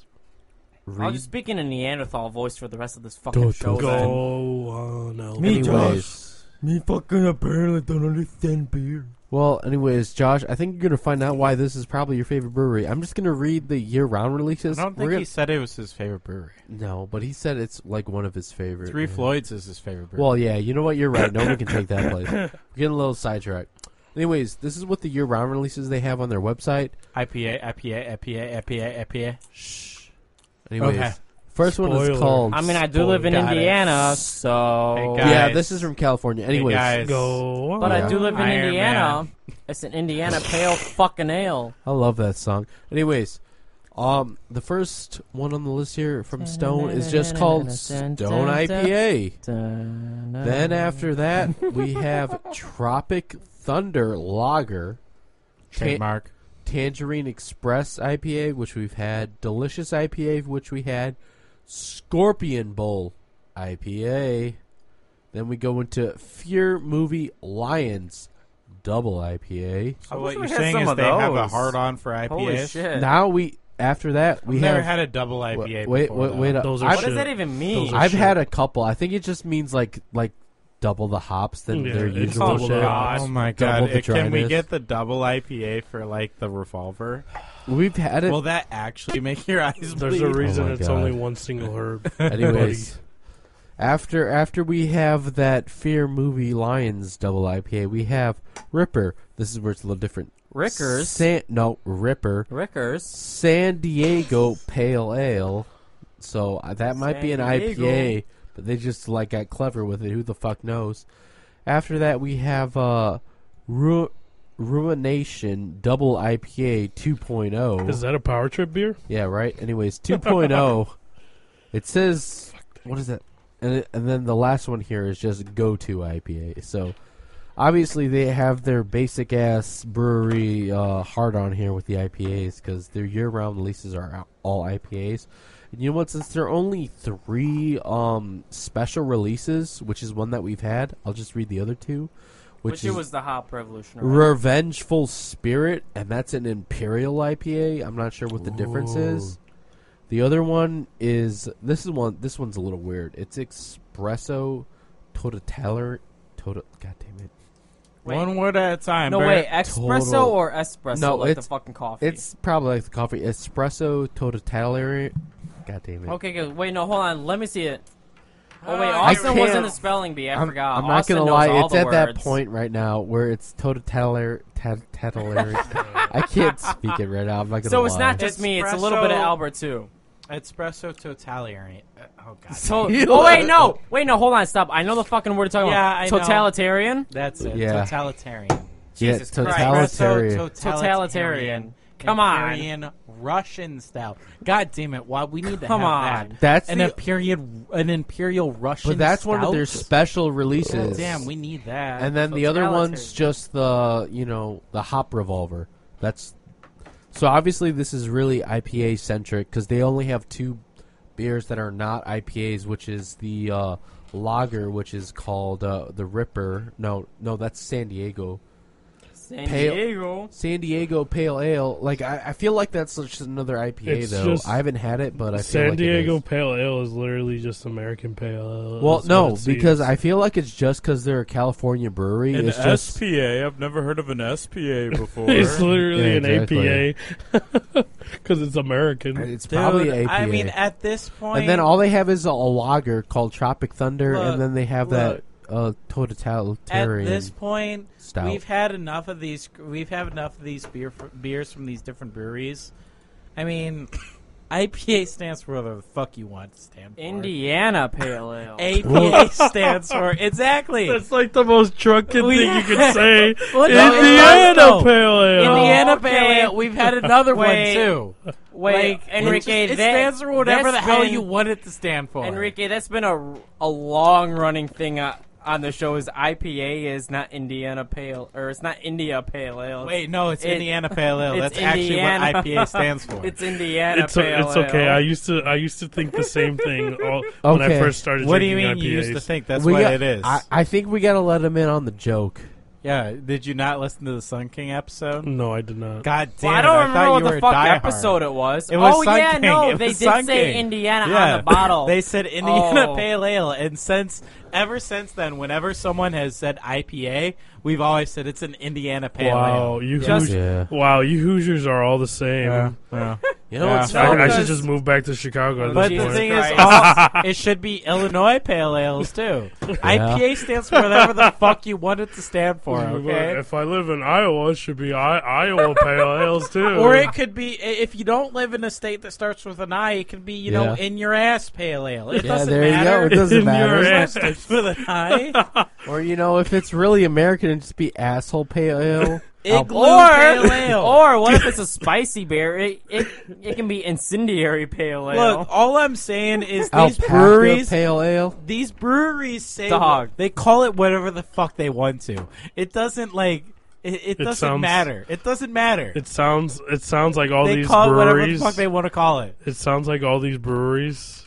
Speaker 1: I'll
Speaker 2: read.
Speaker 1: just speak in a Neanderthal voice for the rest of this fucking
Speaker 2: Go,
Speaker 1: show.
Speaker 2: go.
Speaker 1: then.
Speaker 4: Go on, Elvis.
Speaker 1: Me,
Speaker 2: Anyways,
Speaker 1: Me fucking apparently don't understand beer.
Speaker 2: well, anyways, Josh, I think you're gonna find out why this is probably your favorite brewery. I'm just gonna read the year-round
Speaker 3: I
Speaker 2: releases.
Speaker 3: don't
Speaker 2: We're
Speaker 3: think
Speaker 2: gonna-
Speaker 3: he said it was his favorite brewery.
Speaker 2: No, but he said it's like one of his favorite.
Speaker 3: Three
Speaker 2: yeah.
Speaker 3: Floyds is his favorite brewery.
Speaker 2: Well, yeah, you know what? You're right. No one can take that place. We're getting a little sidetracked. Anyways, this is what the year-round releases they have on their website.
Speaker 3: IPA, IPA, IPA, IPA, IPA.
Speaker 2: Anyways,
Speaker 3: Okay.
Speaker 2: first one
Speaker 4: Spoiler.
Speaker 2: is called.
Speaker 1: I mean, I do live in
Speaker 3: Got it.
Speaker 1: Indiana, so.
Speaker 3: Hey, guys.
Speaker 2: yeah, this is from California. Anyways,
Speaker 3: guys.
Speaker 4: Go on.
Speaker 1: But
Speaker 2: Yeah.
Speaker 1: I do live in
Speaker 3: Iron
Speaker 1: Indiana.
Speaker 3: Man.
Speaker 1: It's an Indiana pale fucking ale.
Speaker 2: I love that song. Anyways, um, the first one on the list here from Stone is just called Stone IPA. Then
Speaker 1: Then
Speaker 2: after that, we have Tropic Thunder Lager, Ta-
Speaker 3: Trademark.
Speaker 2: Tangerine Express IPA, which we've had, Delicious IPA, which we had, Scorpion Bowl IPA. Then we go into Fear Movie Lions Double IPA.
Speaker 5: I
Speaker 3: So what
Speaker 5: wish
Speaker 3: you're
Speaker 5: we had
Speaker 3: saying
Speaker 5: some
Speaker 3: is
Speaker 5: of
Speaker 3: they have a
Speaker 5: those.
Speaker 3: hard on for IPAs.
Speaker 1: Holy shit.
Speaker 2: Now we after that we
Speaker 3: Eh. I've
Speaker 2: have
Speaker 3: never had a double
Speaker 2: Wait,
Speaker 3: IPA.
Speaker 2: wait,
Speaker 3: before,
Speaker 2: wait,
Speaker 3: though.
Speaker 2: wait.
Speaker 4: Those are
Speaker 2: I've,
Speaker 1: what does
Speaker 4: shit.
Speaker 1: that even mean?
Speaker 4: Those are
Speaker 2: I've
Speaker 4: shit.
Speaker 2: had a couple. I think it just means like like double the hops than
Speaker 4: Yeah,
Speaker 2: their
Speaker 4: it's
Speaker 2: usual
Speaker 4: double
Speaker 2: shit.
Speaker 4: the
Speaker 3: God. Oh my
Speaker 2: Double
Speaker 3: god!
Speaker 2: the
Speaker 3: It- Can we
Speaker 2: dryness.
Speaker 3: get the double IPA for like the revolver?
Speaker 2: We've had it.
Speaker 3: Will that actually make your eyes
Speaker 4: There's
Speaker 3: bleed?
Speaker 4: a reason
Speaker 2: my
Speaker 4: it's
Speaker 2: God.
Speaker 4: only one single herb.
Speaker 2: Anyways, after after we have that Fear movie Lions double IPA, we have Ripper. This is where it's a little different.
Speaker 1: Rickers.
Speaker 2: San, no Ripper
Speaker 1: Rickers.
Speaker 2: San Diego Pale Ale. So uh, that might be an
Speaker 1: San
Speaker 2: IPA,
Speaker 1: Diego.
Speaker 2: but they just like got clever with it. Who the fuck knows? After that, we have uh, Ru- Ruination Double IPA 2.0.
Speaker 4: Is that a power trip beer?
Speaker 2: Yeah, right. Anyways, 2.0. it says what is that? And it, and then the last one here is just go to IPA. So obviously they have their basic ass brewery uh, hard on here with the IPAs because their year round releases are out- all IPAs. And you know what? Since there are only three um, special releases, which is one that we've had, I'll just read the other two,
Speaker 1: Which,
Speaker 2: which, is
Speaker 1: it was the hop revolution. right?
Speaker 2: Revengeful Spirit, and that's an Imperial IPA. I'm not sure what the difference is. The other one is this is one. This one's a little weird. It's espresso, totateller, total. God damn it!
Speaker 1: Wait.
Speaker 3: One word at a time.
Speaker 1: no,
Speaker 3: Bert.
Speaker 1: wait. Espresso
Speaker 2: Total-
Speaker 1: or espresso?
Speaker 2: No,
Speaker 1: like the
Speaker 2: it's-
Speaker 1: fucking coffee.
Speaker 2: It's probably like the coffee espresso totateller. God damn it!
Speaker 1: Okay, good. Wait, no, hold on. Let me see it. Oh, wait.
Speaker 3: Ah,
Speaker 2: I
Speaker 1: Austin was in
Speaker 2: can't-
Speaker 1: the spelling bee. I
Speaker 2: I'm,
Speaker 1: forgot.
Speaker 2: I'm not
Speaker 1: Austin
Speaker 2: gonna
Speaker 1: knows
Speaker 2: lie.
Speaker 1: all
Speaker 2: It's
Speaker 1: the
Speaker 2: at that
Speaker 1: words.
Speaker 2: point right now where it's totateller, totateller. I can't speak it right now. I'm not gonna
Speaker 1: So
Speaker 2: lie.
Speaker 1: it's not just me. It's a little bit of
Speaker 3: Espresso-
Speaker 1: Albert, too.
Speaker 3: Espresso totalitarian. Uh, Oh god.
Speaker 1: So, oh, wait, no. Wait, no. Hold on. Stop. I know the fucking word you're talking
Speaker 3: Yeah, I
Speaker 1: about.
Speaker 3: know.
Speaker 1: Totalitarian?
Speaker 3: That's it.
Speaker 2: Yeah.
Speaker 3: Totalitarian.
Speaker 2: Yeah,
Speaker 1: Jesus Christ.
Speaker 2: totalitarian.
Speaker 3: Espresso totalitarian.
Speaker 1: Come on.
Speaker 3: Empyrean Russian style. God damn it! Why we need to
Speaker 1: Come
Speaker 3: have
Speaker 1: on.
Speaker 3: that?
Speaker 2: That's
Speaker 3: an
Speaker 2: the-
Speaker 3: Imperial, an Imperial Russian.
Speaker 2: But that's one of their
Speaker 3: stout?
Speaker 2: special releases.
Speaker 3: God damn, we need that.
Speaker 2: and then the other
Speaker 1: Totalitarian.
Speaker 2: one's just the you know the hop revolver. That's so obviously this is really IPA centric because they only have two beers that are not IPAs, which is the uh, lager, which is called uh, the Ripper. No, no, that's San Diego.
Speaker 1: San
Speaker 2: Pale-
Speaker 1: Diego.
Speaker 2: San Diego Pale Ale. Like I, I feel like that's just another IPA
Speaker 4: It's
Speaker 2: though.
Speaker 4: just
Speaker 2: I haven't had it, but I feel
Speaker 4: San
Speaker 2: like it
Speaker 4: Diego
Speaker 2: is.
Speaker 4: Pale Ale is literally just American Pale Ale.
Speaker 2: Well,
Speaker 4: is what
Speaker 2: no,
Speaker 4: it seems.
Speaker 2: because I feel like it's just because they're a California brewery.
Speaker 8: An
Speaker 2: it's just
Speaker 8: SPA. I've never heard of an SPA before.
Speaker 4: it's literally
Speaker 2: Yeah,
Speaker 4: an APA because it's American.
Speaker 2: it's
Speaker 3: Dude,
Speaker 2: probably APA.
Speaker 3: I mean, at this point,
Speaker 2: and then all they have is a, a lager called Tropic Thunder,
Speaker 3: Look,
Speaker 2: and then they have
Speaker 3: look.
Speaker 2: that uh,
Speaker 3: at
Speaker 2: totalitarian
Speaker 3: this point,
Speaker 2: stout.
Speaker 3: We've had enough of these. We've had enough of these beer beers from these different breweries. I mean, IPA stands for whatever the fuck you want to stand for.
Speaker 1: Indiana Pale Ale.
Speaker 3: APA stands for exactly.
Speaker 4: That's like the most drunken
Speaker 3: We-
Speaker 4: thing you could say.
Speaker 3: Well, no, it does,
Speaker 4: Indiana
Speaker 3: though.
Speaker 4: Pale Ale.
Speaker 3: Indiana
Speaker 1: Oh, okay.
Speaker 3: Pale Ale. We've had another
Speaker 1: Wait.
Speaker 3: one too.
Speaker 1: Wait,
Speaker 3: Like,
Speaker 1: Enrique,
Speaker 3: it, just- it
Speaker 1: that-
Speaker 3: stands for whatever the
Speaker 1: that's
Speaker 3: hell
Speaker 1: been-
Speaker 3: you want it to stand for.
Speaker 1: Enrique, that's been a, a long running thing uh, on the show. Is IPA is not Indiana Pale or it's not India Pale Ale.
Speaker 3: Wait, no, it's
Speaker 1: It-
Speaker 3: Indiana Pale Ale.
Speaker 1: it's
Speaker 3: That's actually
Speaker 1: Indiana.
Speaker 3: what IPA stands for.
Speaker 1: it's Indiana
Speaker 4: It's,
Speaker 1: Pale
Speaker 4: o- it's okay.
Speaker 1: Ale.
Speaker 4: I used to I used to think the same thing all, when I
Speaker 2: Okay.
Speaker 4: first started.
Speaker 3: what do you mean?
Speaker 4: drinking
Speaker 3: You
Speaker 4: IPAs.
Speaker 3: used to think that's
Speaker 2: We
Speaker 3: what
Speaker 2: got-
Speaker 3: it is?
Speaker 2: I, I think we gotta let him in on the joke.
Speaker 3: yeah. Did you not listen to the Sun King episode?
Speaker 4: No, I did not.
Speaker 3: God damn!
Speaker 1: Well, I don't
Speaker 3: it,
Speaker 1: remember
Speaker 3: thought
Speaker 1: what
Speaker 3: you were
Speaker 1: the
Speaker 3: a
Speaker 1: fuck
Speaker 3: diehard.
Speaker 1: episode it was.
Speaker 3: It was
Speaker 1: oh
Speaker 3: Sun
Speaker 1: yeah,
Speaker 3: King.
Speaker 1: no,
Speaker 3: It
Speaker 1: they
Speaker 3: was
Speaker 1: did
Speaker 3: Sun
Speaker 1: say
Speaker 3: King.
Speaker 1: Indiana
Speaker 3: Yeah.
Speaker 1: on the bottle.
Speaker 3: They said Indiana
Speaker 1: Oh.
Speaker 3: Pale Ale, and since ever since then, whenever someone has said IPA, we've always said it's an Indiana Pale
Speaker 4: Wow,
Speaker 3: Ale.
Speaker 4: you
Speaker 1: Just-
Speaker 4: Hoos-
Speaker 2: Yeah.
Speaker 4: wow, you Hoosiers are all the same.
Speaker 2: You know
Speaker 3: Yeah.
Speaker 2: what's
Speaker 4: I, I
Speaker 2: funny?
Speaker 4: should just move back to Chicago.
Speaker 2: Oh,
Speaker 4: At
Speaker 3: But
Speaker 4: this
Speaker 3: the
Speaker 4: point.
Speaker 3: thing is,
Speaker 1: Christ.
Speaker 3: all- it should be Illinois Pale Ales too. IPA stands for whatever the fuck you want it to stand for. Okay.
Speaker 4: If I live in Iowa, it should be I- Iowa Pale Ales too.
Speaker 3: Or it could be i- if you don't live in a state that starts with an I, it could be you know
Speaker 2: Yeah.
Speaker 3: in your ass pale ale. It
Speaker 2: yeah,
Speaker 3: doesn't
Speaker 2: there you go. It
Speaker 3: matter.
Speaker 2: doesn't
Speaker 4: In your
Speaker 2: matter.
Speaker 4: ass.
Speaker 3: starts with an I.
Speaker 2: Or you know, if it's really American, it'd just be asshole pale ale.
Speaker 3: Igloo
Speaker 1: or,
Speaker 3: pale ale.
Speaker 1: or what if it's a spicy beer? It, it, it can be incendiary pale ale.
Speaker 3: Look, all I'm saying is these
Speaker 2: Alpaca
Speaker 3: breweries,
Speaker 2: pale ale.
Speaker 3: these breweries say
Speaker 1: Dog.
Speaker 3: they call it whatever the fuck they want to. It doesn't like it, it, doesn't
Speaker 4: sounds-
Speaker 3: matter. It doesn't matter.
Speaker 4: It sounds it sounds like all
Speaker 3: they
Speaker 4: these
Speaker 3: call it whatever the
Speaker 4: breweries.
Speaker 3: fuck they want to call it.
Speaker 4: it sounds like all these breweries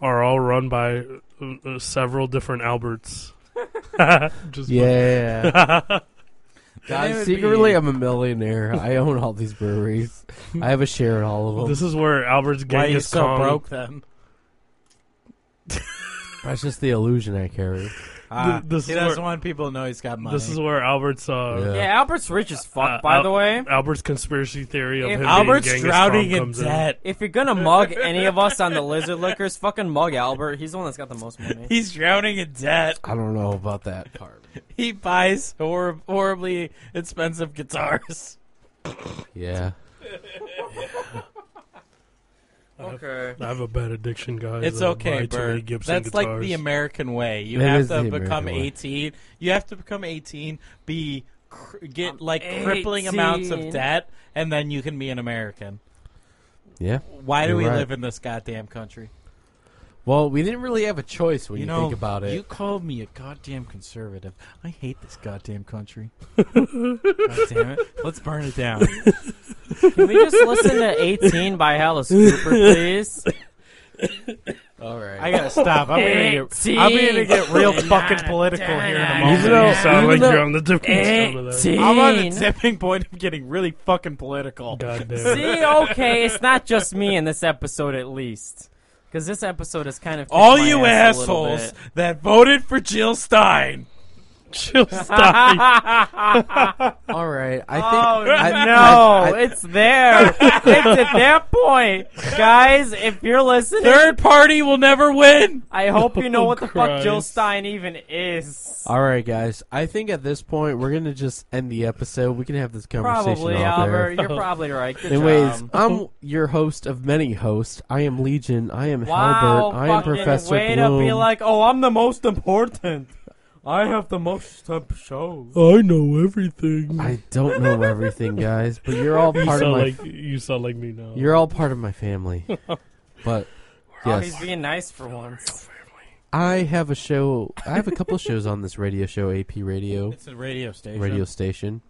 Speaker 4: are all run by uh, uh, several different Alberts. Just
Speaker 2: Yeah. God,
Speaker 3: It would
Speaker 2: secretly,
Speaker 3: be-
Speaker 2: I'm a millionaire. I own all these breweries. I have a share in all of them.
Speaker 4: This is where Albert's
Speaker 3: Why you
Speaker 4: Genghis
Speaker 3: so
Speaker 4: Kong.
Speaker 3: broke then?
Speaker 2: That's just the illusion I carry.
Speaker 3: Ah,
Speaker 4: this
Speaker 3: he
Speaker 4: is
Speaker 3: doesn't
Speaker 4: where-
Speaker 3: want people to know he's got money.
Speaker 4: This is where Albert's uh,
Speaker 1: yeah, Albert's rich as fuck,
Speaker 4: Uh,
Speaker 1: by
Speaker 4: Al-
Speaker 1: the way.
Speaker 4: Albert's conspiracy theory of
Speaker 1: If
Speaker 4: him
Speaker 3: Albert's
Speaker 4: being Genghis
Speaker 3: drowning
Speaker 4: Khan
Speaker 3: in
Speaker 4: comes
Speaker 3: debt.
Speaker 1: If you're gonna mug any of us on the lizard liquors, fucking mug Albert. He's the one that's got the most money.
Speaker 3: He's drowning in debt.
Speaker 2: I don't know about that part.
Speaker 3: He buys hor- horribly expensive guitars.
Speaker 2: Yeah.
Speaker 1: Okay.
Speaker 4: In. I have a bad addiction, guys.
Speaker 3: It's
Speaker 4: I
Speaker 3: okay,
Speaker 4: buy too many
Speaker 3: Bert.
Speaker 4: Gibson
Speaker 3: That's like
Speaker 4: guitars.
Speaker 3: the American way. You
Speaker 2: It
Speaker 3: have
Speaker 2: is
Speaker 3: to
Speaker 2: the
Speaker 3: become
Speaker 2: American way.
Speaker 3: 18. You have to become 18, be cr- get
Speaker 1: I'm
Speaker 3: like crippling amounts of
Speaker 1: 18.
Speaker 3: debt, and then you can be an American.
Speaker 2: Yeah.
Speaker 3: Why do
Speaker 2: You're
Speaker 3: we
Speaker 2: right.
Speaker 3: live in this goddamn country?
Speaker 2: Well, we didn't really have a choice when you,
Speaker 3: know,
Speaker 2: think about it.
Speaker 3: You called me a goddamn conservative. I hate this goddamn country. God damn it. Let's burn it down.
Speaker 1: Can we just listen to 18 by Alice Cooper, please?
Speaker 2: All right.
Speaker 3: I gotta stop. I'm gonna get, I'm gonna get real fucking political here in a
Speaker 4: You
Speaker 3: moment.
Speaker 4: know, you sound like
Speaker 2: even though-
Speaker 4: you're on the different side of that.
Speaker 1: 18.
Speaker 3: I'm on the tipping point of getting really fucking political.
Speaker 4: God damn it.
Speaker 1: See, okay, it's not just me in this episode, at least. Because this episode is kind of. kicked
Speaker 3: All
Speaker 1: my
Speaker 3: you
Speaker 1: ass a little
Speaker 3: assholes that voted for Jill Stein.
Speaker 4: Chill, stop.
Speaker 2: All right. I
Speaker 1: bit. Oh,
Speaker 2: think. I,
Speaker 1: no,
Speaker 2: I- I-
Speaker 1: it's there. it's at that point. Guys, if you're listening,
Speaker 3: Third party will never win.
Speaker 1: I hope you know what the fuck Jill
Speaker 4: Christ.
Speaker 1: Stein even is.
Speaker 2: all right, guys. I think at this point we're gonna just end the episode. We can have this conversation
Speaker 1: Probably,
Speaker 2: off
Speaker 1: Albert.
Speaker 2: air.
Speaker 1: You're probably right. Good
Speaker 2: Anyways,
Speaker 1: job.
Speaker 2: I'm your host of many hosts. I am Legion. I am
Speaker 1: Wow,
Speaker 2: Halbert. I am
Speaker 1: fucking
Speaker 2: Professor
Speaker 1: way
Speaker 2: Bloom.
Speaker 1: to be like, oh, I'm the most important. I have the most temp show.
Speaker 4: I know everything.
Speaker 2: I don't know everything, guys, but you're all
Speaker 4: you
Speaker 2: part of
Speaker 4: sound
Speaker 2: my
Speaker 4: like you sound like me now.
Speaker 2: you're all part of my family. But
Speaker 1: He's
Speaker 2: yes,
Speaker 1: being nice for once.
Speaker 2: I have a show. I have a couple shows on this radio show, AP Radio
Speaker 3: It's a radio station.
Speaker 2: Radio Station.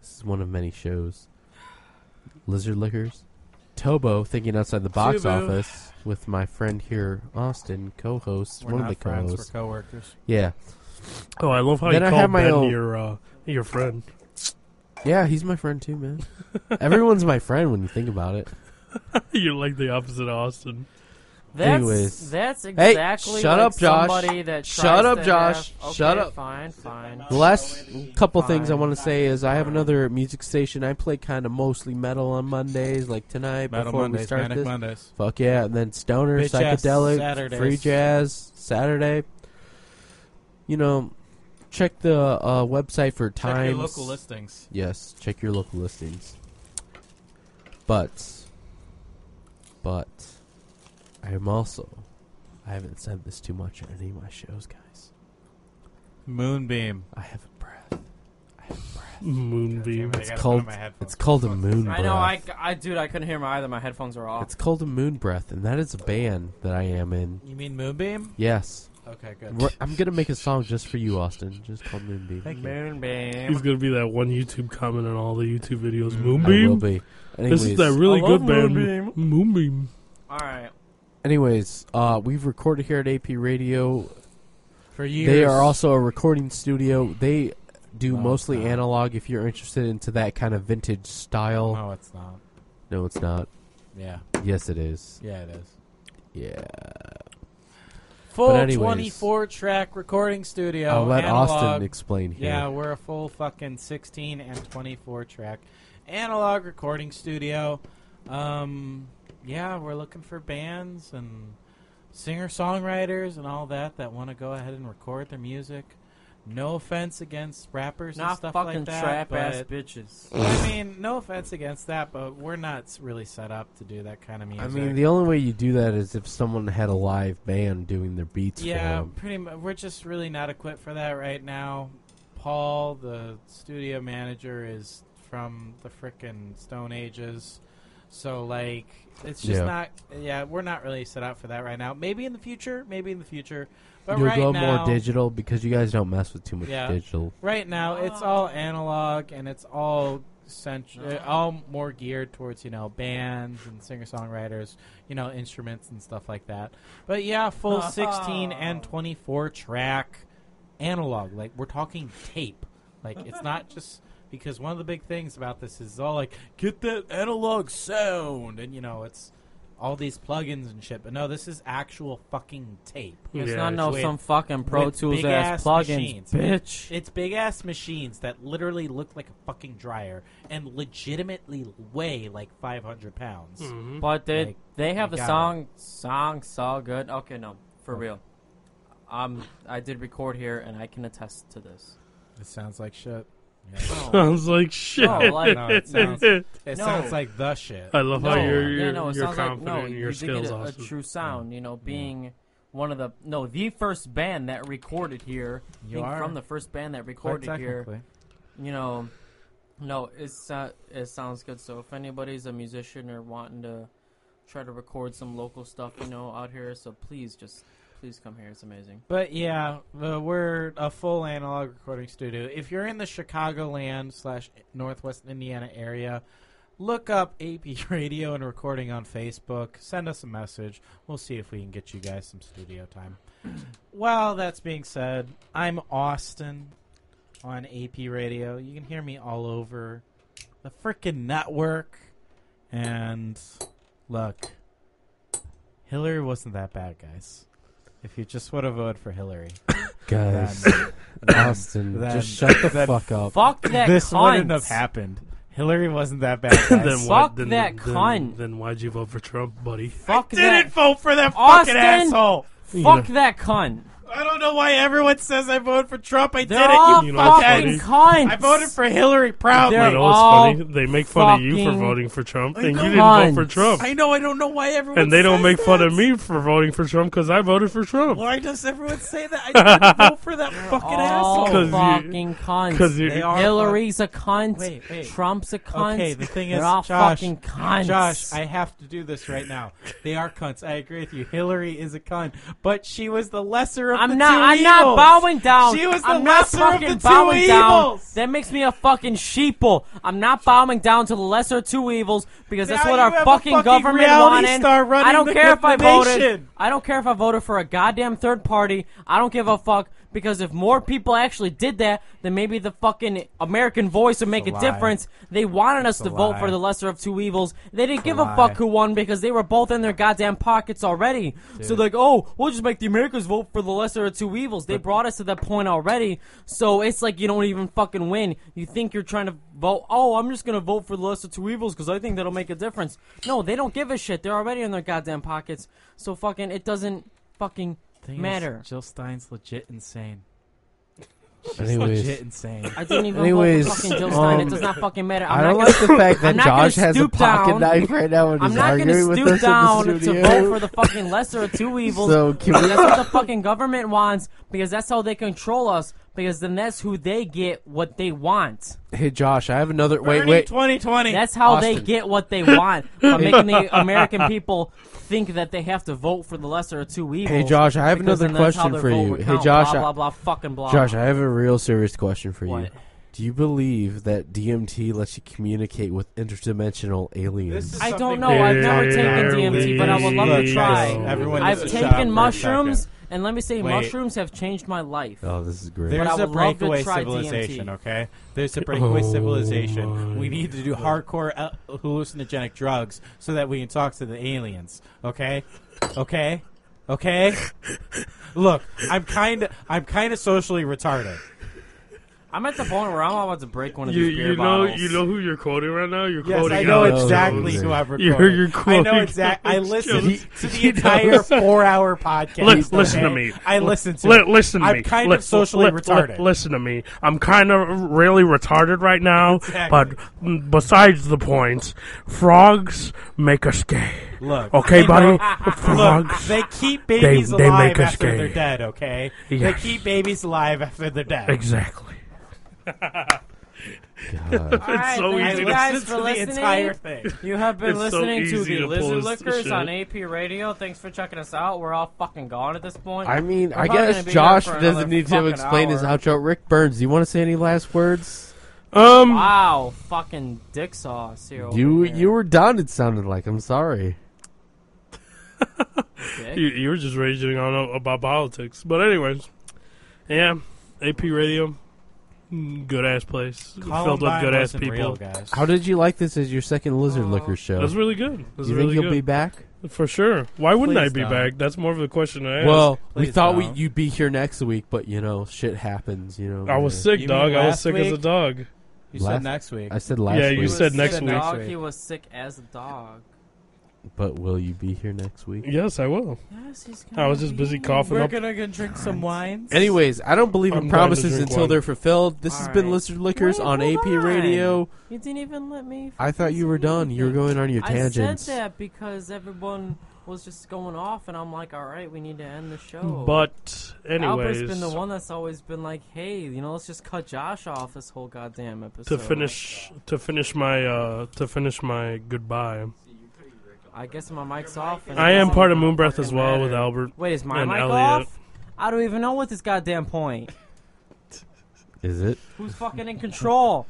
Speaker 2: This is one of many shows. Lizard Lickers, Tobo thinking outside the box
Speaker 3: Tubo.
Speaker 2: office with my friend here, Austin, co-host,
Speaker 3: We're
Speaker 2: one
Speaker 3: not
Speaker 2: of the
Speaker 3: friends.
Speaker 2: co-hosts.
Speaker 3: We're coworkers.
Speaker 2: Yeah,
Speaker 4: Oh, I love how
Speaker 2: Then
Speaker 4: you
Speaker 2: I
Speaker 4: call
Speaker 2: have my
Speaker 4: Ben
Speaker 2: own-
Speaker 4: your uh, your friend.
Speaker 2: yeah, he's my friend too, man. Everyone's my friend when you think about it.
Speaker 4: You're like the opposite of Austin.
Speaker 1: That's,
Speaker 2: Anyways.
Speaker 1: that's exactly
Speaker 2: shut
Speaker 1: like
Speaker 2: up, Josh.
Speaker 1: somebody that
Speaker 2: Shut
Speaker 1: tries
Speaker 2: up,
Speaker 1: to
Speaker 2: Josh.
Speaker 1: have-
Speaker 2: Shut
Speaker 1: okay,
Speaker 2: up.
Speaker 1: Fine, fine.
Speaker 3: Oh,
Speaker 2: The last couple things I
Speaker 1: Fine.
Speaker 2: want to say is I have another music station. I play kind of mostly metal on Mondays, like tonight
Speaker 3: Metal
Speaker 2: before we
Speaker 3: Mondays,
Speaker 2: start
Speaker 3: Manic
Speaker 2: this.
Speaker 3: Mondays.
Speaker 2: Fuck yeah! And then stoner,
Speaker 3: Bitch ass
Speaker 2: psychedelic,
Speaker 3: Saturdays.
Speaker 2: free jazz Saturday. You know, check the uh, website for
Speaker 3: Check
Speaker 2: times.
Speaker 3: your local listings.
Speaker 2: Yes, check your local listings. But, but, I am also. I haven't said this too much at any of my shows, guys.
Speaker 3: Moonbeam.
Speaker 2: I have a breath. I have a breath.
Speaker 4: Moonbeam.
Speaker 3: Damn it, I
Speaker 2: It's
Speaker 3: gotta
Speaker 2: called
Speaker 3: put on my headphones.
Speaker 2: it's called a moon breath.
Speaker 1: I know. I, I, dude, I couldn't hear my either. My headphones are off.
Speaker 2: It's called a moon breath, and that is a band that I am in.
Speaker 3: You mean Moonbeam?
Speaker 2: Yes,
Speaker 3: Okay, good.
Speaker 2: We're- I'm gonna make a song just for you, Austin. Just called Moonbeam.
Speaker 1: Moonbeam.
Speaker 4: He's gonna be that one YouTube comment on all the YouTube videos.
Speaker 1: Mm,
Speaker 2: I will
Speaker 4: Moonbeam.
Speaker 2: be. Anyways,
Speaker 4: This is that really
Speaker 1: I love
Speaker 4: good band.
Speaker 1: Moonbeam.
Speaker 4: Moonbeam.
Speaker 1: All right.
Speaker 2: anyways, uh, we've recorded here at AP Radio.
Speaker 3: For years.
Speaker 2: They are also a recording studio. They do
Speaker 3: No,
Speaker 2: mostly
Speaker 3: it's not.
Speaker 2: analog. If you're interested into that kind of vintage style,
Speaker 3: No, it's not.
Speaker 2: no, it's not.
Speaker 3: Yeah,
Speaker 2: Yes, it is.
Speaker 3: yeah, it is.
Speaker 2: Yeah.
Speaker 3: Full
Speaker 2: anyways.
Speaker 3: 24 track recording studio.
Speaker 2: I'll let
Speaker 3: analog.
Speaker 2: Austin explain here.
Speaker 3: Yeah, we're a full fucking 16 and 24 track analog recording studio. Um, yeah, we're looking for bands and singer songwriters and all that that want to go ahead and record their music. No offense against rappers and
Speaker 1: Not
Speaker 3: stuff
Speaker 1: fucking
Speaker 3: like that.
Speaker 1: trap ass
Speaker 3: but-
Speaker 1: bitches.
Speaker 3: I mean, no offense against that, but we're not s- really set up to do that kind of music.
Speaker 2: I mean, the only way you do that is if someone had a live band doing their beats for
Speaker 3: yeah,
Speaker 2: them.
Speaker 3: pretty much. We're just really not equipped for that right now. Paul, the studio manager, is from the frickin' Stone Ages, so like, it's just
Speaker 2: Yeah.
Speaker 3: not. Yeah, we're not really set up for that right now. Maybe in the future. Maybe in the future. But
Speaker 2: You'll
Speaker 3: right
Speaker 2: go
Speaker 3: now,
Speaker 2: more digital because you guys don't mess with too much
Speaker 3: Yeah.
Speaker 2: digital.
Speaker 3: Right now, it's all analog and it's all cent- uh, all more geared towards you know bands and singer songwriters, you know instruments and stuff like that. But yeah, full sixteen and twenty four track analog. Like we're talking tape. Like it's not just because one of the big things about this is all like get that analog sound and you know it's all these plugins and shit. But no, this is actual fucking tape.
Speaker 1: It's
Speaker 4: Yeah,
Speaker 1: not no
Speaker 3: with-
Speaker 1: some fucking Pro
Speaker 3: with
Speaker 1: Tools
Speaker 3: big
Speaker 1: ass
Speaker 3: ass
Speaker 1: plugins,
Speaker 3: machines.
Speaker 1: bitch.
Speaker 3: It's big ass machines that literally look like a fucking dryer and legitimately weigh like 500 pounds.
Speaker 1: But they
Speaker 3: Like,
Speaker 1: they have
Speaker 3: you
Speaker 1: the
Speaker 3: got
Speaker 1: song song so good. Okay, no, for real. Um, I did record here, and I can attest to this. Oh,
Speaker 3: It sounds like shit.
Speaker 1: No,
Speaker 4: Sounds like shit.
Speaker 1: no, like,
Speaker 3: No, Oh, it sounds, it
Speaker 1: No.
Speaker 3: sounds like the shit.
Speaker 4: I love
Speaker 1: no,
Speaker 4: how you're you're,
Speaker 1: yeah, no, it
Speaker 4: you're
Speaker 1: sounds like
Speaker 4: confident
Speaker 1: no.
Speaker 4: in
Speaker 1: You
Speaker 4: your
Speaker 1: did get
Speaker 4: skills,
Speaker 1: a, a
Speaker 4: Austin.
Speaker 1: true sound, you know, being one of the no, the first band that recorded here,
Speaker 3: You
Speaker 1: being
Speaker 3: are.
Speaker 1: from the first band that
Speaker 3: Quite
Speaker 1: recorded here.
Speaker 3: technically.
Speaker 1: you know, no, it's uh, it sounds good. So if anybody's a musician or wanting to try to record some local stuff, you know, out here, so please just please come here. It's amazing.
Speaker 3: But yeah, uh, we're a full analog recording studio. If you're in the Chicagoland slash Northwest Indiana area, look up AP Radio and Recording on Facebook. Send us a message. We'll see if we can get you guys some studio time. well, that's being said, I'm Austin on AP Radio. You can hear me all over the freaking network. And look, Hillary wasn't that bad, guys. If you just would have voted for Hillary,
Speaker 2: Guys,
Speaker 3: then
Speaker 2: Austin,
Speaker 3: then-
Speaker 2: just shut the fuck up.
Speaker 1: Fuck that
Speaker 3: this
Speaker 1: cunt.
Speaker 3: wouldn't have happened. Hillary wasn't that bad. guys.
Speaker 4: then
Speaker 1: why- Fuck
Speaker 4: then,
Speaker 1: that
Speaker 4: then,
Speaker 1: cunt.
Speaker 4: Then why'd you vote for Trump, buddy?
Speaker 1: Fuck that.
Speaker 3: Didn't vote for that
Speaker 1: Austin!
Speaker 3: fucking asshole.
Speaker 1: Fuck that cunt.
Speaker 3: I don't know why everyone says I voted for Trump. I
Speaker 1: They're
Speaker 3: did it.
Speaker 1: all
Speaker 3: you
Speaker 4: you know what's
Speaker 1: fucking
Speaker 4: funny?
Speaker 1: cunts.
Speaker 3: I voted for Hillary
Speaker 1: They're
Speaker 4: You
Speaker 3: proudly.
Speaker 4: know what's
Speaker 1: all
Speaker 4: funny? They make fun of you for
Speaker 1: fucking
Speaker 4: voting for Trump, and you
Speaker 3: cunts.
Speaker 4: didn't vote for Trump.
Speaker 3: I know. I don't know why everyone.
Speaker 4: And they don't
Speaker 3: says
Speaker 4: make fun
Speaker 3: that.
Speaker 4: of me for voting for Trump because I voted for Trump.
Speaker 3: Why does everyone say that? I didn't vote for that fucking
Speaker 1: all
Speaker 3: asshole.
Speaker 4: 'Cause you-
Speaker 1: fucking cunts.
Speaker 4: Because you,
Speaker 3: They are
Speaker 1: Hillary's a cunt.
Speaker 3: Wait, wait.
Speaker 1: Trump's a cunt.
Speaker 3: Okay, the thing
Speaker 1: They're
Speaker 3: is,
Speaker 1: all
Speaker 3: Josh,
Speaker 1: fucking cunts.
Speaker 3: Josh, I have to do this right now. They are cunts. I agree with you. Hillary is a cunt, but she was the lesser of the
Speaker 1: I'm not.
Speaker 3: two
Speaker 1: I'm not
Speaker 3: evils.
Speaker 1: bowing down.
Speaker 3: She was the
Speaker 1: I'm not
Speaker 3: lesser of
Speaker 1: fucking
Speaker 3: the two
Speaker 1: bowing down.
Speaker 3: evils.
Speaker 1: That makes me a fucking sheeple. I'm not bowing down to the lesser of two evils because that's
Speaker 3: Now
Speaker 1: what
Speaker 3: you
Speaker 1: our
Speaker 3: have a
Speaker 1: fucking,
Speaker 3: fucking
Speaker 1: government
Speaker 3: reality
Speaker 1: wanted.
Speaker 3: star running
Speaker 1: I don't
Speaker 3: the
Speaker 1: care if I voted.
Speaker 3: nation.
Speaker 1: I don't care if I voted for a goddamn third party. I don't give a fuck because if more people actually did that, then maybe the fucking American voice would make a,
Speaker 3: a lie.
Speaker 1: difference. They wanted us to
Speaker 3: a
Speaker 1: vote
Speaker 3: lie.
Speaker 1: for the lesser of two evils. They didn't give a
Speaker 3: lie.
Speaker 1: fuck who won because they were both in their goddamn pockets already. So like, oh, we'll just make the Americans vote for the lesser of two evils. They brought us to that point already. So it's like you don't even fucking win. You think you're trying to vote. Oh, I'm just gonna vote for the lesser of two evils because I think that'll make a difference. No, they don't give a shit. They're already in their goddamn pockets. So fucking, it doesn't fucking matter.
Speaker 3: Jill Stein's legit insane.
Speaker 2: Anyways,
Speaker 3: insane.
Speaker 1: I didn't even
Speaker 2: Anyways,
Speaker 1: vote for fucking Jill Stein.
Speaker 2: um,
Speaker 1: it does not fucking matter. I'm
Speaker 2: I
Speaker 1: not
Speaker 2: don't
Speaker 1: gonna
Speaker 2: like the fact that
Speaker 1: I'm not gonna
Speaker 2: Josh has a
Speaker 1: stoop
Speaker 2: pocket
Speaker 1: down.
Speaker 2: knife right now and
Speaker 1: I'm
Speaker 2: is
Speaker 1: not going
Speaker 2: arguing
Speaker 1: to
Speaker 2: with
Speaker 1: stoop
Speaker 2: us
Speaker 1: down
Speaker 2: in the
Speaker 1: to
Speaker 2: studio.
Speaker 1: vote for the fucking lesser of two evils.
Speaker 2: so can
Speaker 1: Because
Speaker 2: we?
Speaker 1: that's what the fucking government wants. Because that's how they control us. Because then that's who they get what they want.
Speaker 2: Hey, Josh, I have another. Wait,
Speaker 3: Bernie
Speaker 2: wait.
Speaker 3: 2020.
Speaker 1: That's how they
Speaker 2: Austin.
Speaker 1: get what they want by making the American people think that they have to vote for the lesser of two evils.
Speaker 2: Hey, Josh, I have
Speaker 1: because
Speaker 2: another
Speaker 1: then that's how
Speaker 2: question
Speaker 1: their
Speaker 2: for
Speaker 1: vote
Speaker 2: you.
Speaker 1: would
Speaker 2: Hey,
Speaker 1: count,
Speaker 2: Josh,
Speaker 1: blah
Speaker 2: I-
Speaker 1: blah blah, fucking blah.
Speaker 2: Josh, I have a real serious question for you.
Speaker 1: What?
Speaker 2: Do you believe that DMT lets you communicate with interdimensional aliens?
Speaker 1: I don't
Speaker 3: something
Speaker 1: know. I've never
Speaker 4: Here
Speaker 1: taken DMT, but I would love to
Speaker 4: we
Speaker 1: try.
Speaker 4: go.
Speaker 3: Everyone
Speaker 1: I've
Speaker 3: is a shot for a
Speaker 1: taken mushrooms,
Speaker 3: second.
Speaker 1: and let me say,
Speaker 3: Wait.
Speaker 1: mushrooms have changed my life.
Speaker 2: oh, this is great.
Speaker 1: But I
Speaker 3: There's a
Speaker 1: would love to
Speaker 3: breakaway
Speaker 1: try
Speaker 3: civilization,
Speaker 1: DMT.
Speaker 3: okay? There's a breakaway
Speaker 4: Oh
Speaker 3: civilization.
Speaker 4: my
Speaker 3: We need to do hardcore uh, hallucinogenic drugs so that we can talk to the aliens, okay? Okay? Okay? Look, I'm kind of I'm kind of socially retarded.
Speaker 1: I'm at the point where I'm about to break one of
Speaker 4: you,
Speaker 1: these beer
Speaker 4: you know
Speaker 1: bottles.
Speaker 4: you know who you're quoting right now. You're
Speaker 3: Yes,
Speaker 4: quoting. uh,
Speaker 3: I know
Speaker 4: Alex
Speaker 3: exactly
Speaker 4: Jones.
Speaker 3: who I'm recording.
Speaker 4: You're- you're
Speaker 3: I know
Speaker 4: quoting
Speaker 3: exactly. I
Speaker 4: Alex
Speaker 3: listened
Speaker 4: Jones.
Speaker 3: to the entire four-hour podcast.
Speaker 4: Li- listen to
Speaker 3: okay?
Speaker 4: me.
Speaker 3: I listened to.
Speaker 4: Li-
Speaker 3: it.
Speaker 4: listen to
Speaker 3: I'm
Speaker 4: me.
Speaker 3: kind
Speaker 4: Li-
Speaker 3: of socially
Speaker 4: li- li-
Speaker 3: retarded.
Speaker 4: listen to me. I'm kind of really retarded right now.
Speaker 3: Exactly.
Speaker 4: But mm, besides the point, frogs make us gay.
Speaker 3: Look,
Speaker 4: Okay,
Speaker 3: you
Speaker 4: buddy.
Speaker 3: know, Look,
Speaker 4: frogs.
Speaker 3: they keep babies
Speaker 4: They- they
Speaker 3: alive
Speaker 4: make us
Speaker 3: after
Speaker 4: gay.
Speaker 3: they're dead. Okay, they
Speaker 4: Yes.
Speaker 3: keep babies alive after they're dead.
Speaker 4: exactly.
Speaker 1: All right,
Speaker 4: so
Speaker 1: thank
Speaker 4: easy
Speaker 1: you
Speaker 4: to-
Speaker 1: guys
Speaker 3: Listen
Speaker 1: for
Speaker 3: to the
Speaker 1: listening.
Speaker 3: entire thing.
Speaker 1: You have been
Speaker 4: It's so
Speaker 1: listening to
Speaker 4: easy
Speaker 1: the
Speaker 4: to pull
Speaker 1: Lizard
Speaker 4: this
Speaker 1: Lickers
Speaker 4: shit.
Speaker 1: on AP Radio. Thanks for checking us out. We're all fucking gone at this point.
Speaker 2: I mean,
Speaker 1: We're
Speaker 2: I
Speaker 1: probably
Speaker 2: guess
Speaker 1: gonna be
Speaker 2: Josh
Speaker 1: here for
Speaker 2: doesn't
Speaker 1: another
Speaker 2: need to
Speaker 1: fucking
Speaker 2: explain his
Speaker 1: hour.
Speaker 2: outro. Rick Burns, do you want to say any last words?
Speaker 4: Um,
Speaker 1: Wow, fucking dick sauce here. over
Speaker 2: You
Speaker 1: here.
Speaker 2: you were done. It sounded like. I'm sorry.
Speaker 1: Dick.
Speaker 4: you, you were just raging on a- about politics, but anyways, yeah. AP Radio, good ass place, filled with
Speaker 3: Columbine
Speaker 4: good ass
Speaker 3: wasn't
Speaker 4: people.
Speaker 3: real, guys.
Speaker 2: How did you like this as your second Lizard
Speaker 1: Uh,
Speaker 2: Liquor show?
Speaker 4: That's really good. That's
Speaker 2: you
Speaker 4: really
Speaker 2: think you'll be
Speaker 4: good.
Speaker 2: back?
Speaker 4: for sure. Why wouldn't
Speaker 3: Please
Speaker 4: I be
Speaker 3: don't.
Speaker 4: back? That's more of the question I asked.
Speaker 2: Well, we
Speaker 3: Please
Speaker 2: thought we,
Speaker 3: don't.
Speaker 2: you'd be here next week, but you know, shit happens. You know,
Speaker 4: I was
Speaker 2: Yeah.
Speaker 4: sick,
Speaker 3: You mean
Speaker 4: dog. I was
Speaker 3: last
Speaker 4: sick as a
Speaker 3: week?
Speaker 4: dog.
Speaker 3: You
Speaker 2: Last-
Speaker 3: said next week.
Speaker 2: I said last
Speaker 4: Yeah,
Speaker 2: week,
Speaker 4: you
Speaker 1: He was
Speaker 4: said next
Speaker 1: sick
Speaker 4: week.
Speaker 1: Dog,
Speaker 3: Next
Speaker 1: He
Speaker 3: week.
Speaker 1: was sick as a dog.
Speaker 2: but will you be here next week?
Speaker 4: Yes, I will.
Speaker 1: Yes, he's
Speaker 4: I was just busy coughing
Speaker 3: We're
Speaker 4: up.
Speaker 3: gonna go drink some wines.
Speaker 2: Anyways, I don't believe
Speaker 4: I'm
Speaker 2: in
Speaker 4: dying to
Speaker 2: promises
Speaker 4: drink
Speaker 2: until
Speaker 4: wine.
Speaker 2: they're fulfilled. This has
Speaker 1: All
Speaker 2: been
Speaker 1: right.
Speaker 2: Lizard Liquors
Speaker 1: Wait,
Speaker 2: on
Speaker 1: hold
Speaker 2: AP
Speaker 1: on.
Speaker 2: Radio.
Speaker 1: You didn't even let me.
Speaker 2: I thought you were
Speaker 1: fucking say
Speaker 2: done. You were
Speaker 1: anything.
Speaker 2: going on your
Speaker 1: I said
Speaker 2: tangents.
Speaker 1: that because everyone was just going off, and I'm like, all right, we need to end the show.
Speaker 4: But
Speaker 1: Oh. Albert's been
Speaker 4: anyways,
Speaker 1: the one that's always been like, hey, you know, let's just cut Josh off this whole goddamn episode.
Speaker 4: to finish to finish my uh to finish my goodbye.
Speaker 1: I guess my mic's off. and
Speaker 4: I
Speaker 1: it
Speaker 4: am
Speaker 1: doesn't
Speaker 4: part of Moon Breath as
Speaker 1: fucking
Speaker 4: well
Speaker 1: matter.
Speaker 4: with Albert.
Speaker 1: Wait, is my
Speaker 4: and
Speaker 1: mic
Speaker 4: Elliot.
Speaker 1: off? I don't even know what this goddamn point.
Speaker 2: Is it?
Speaker 1: Who's fucking in control?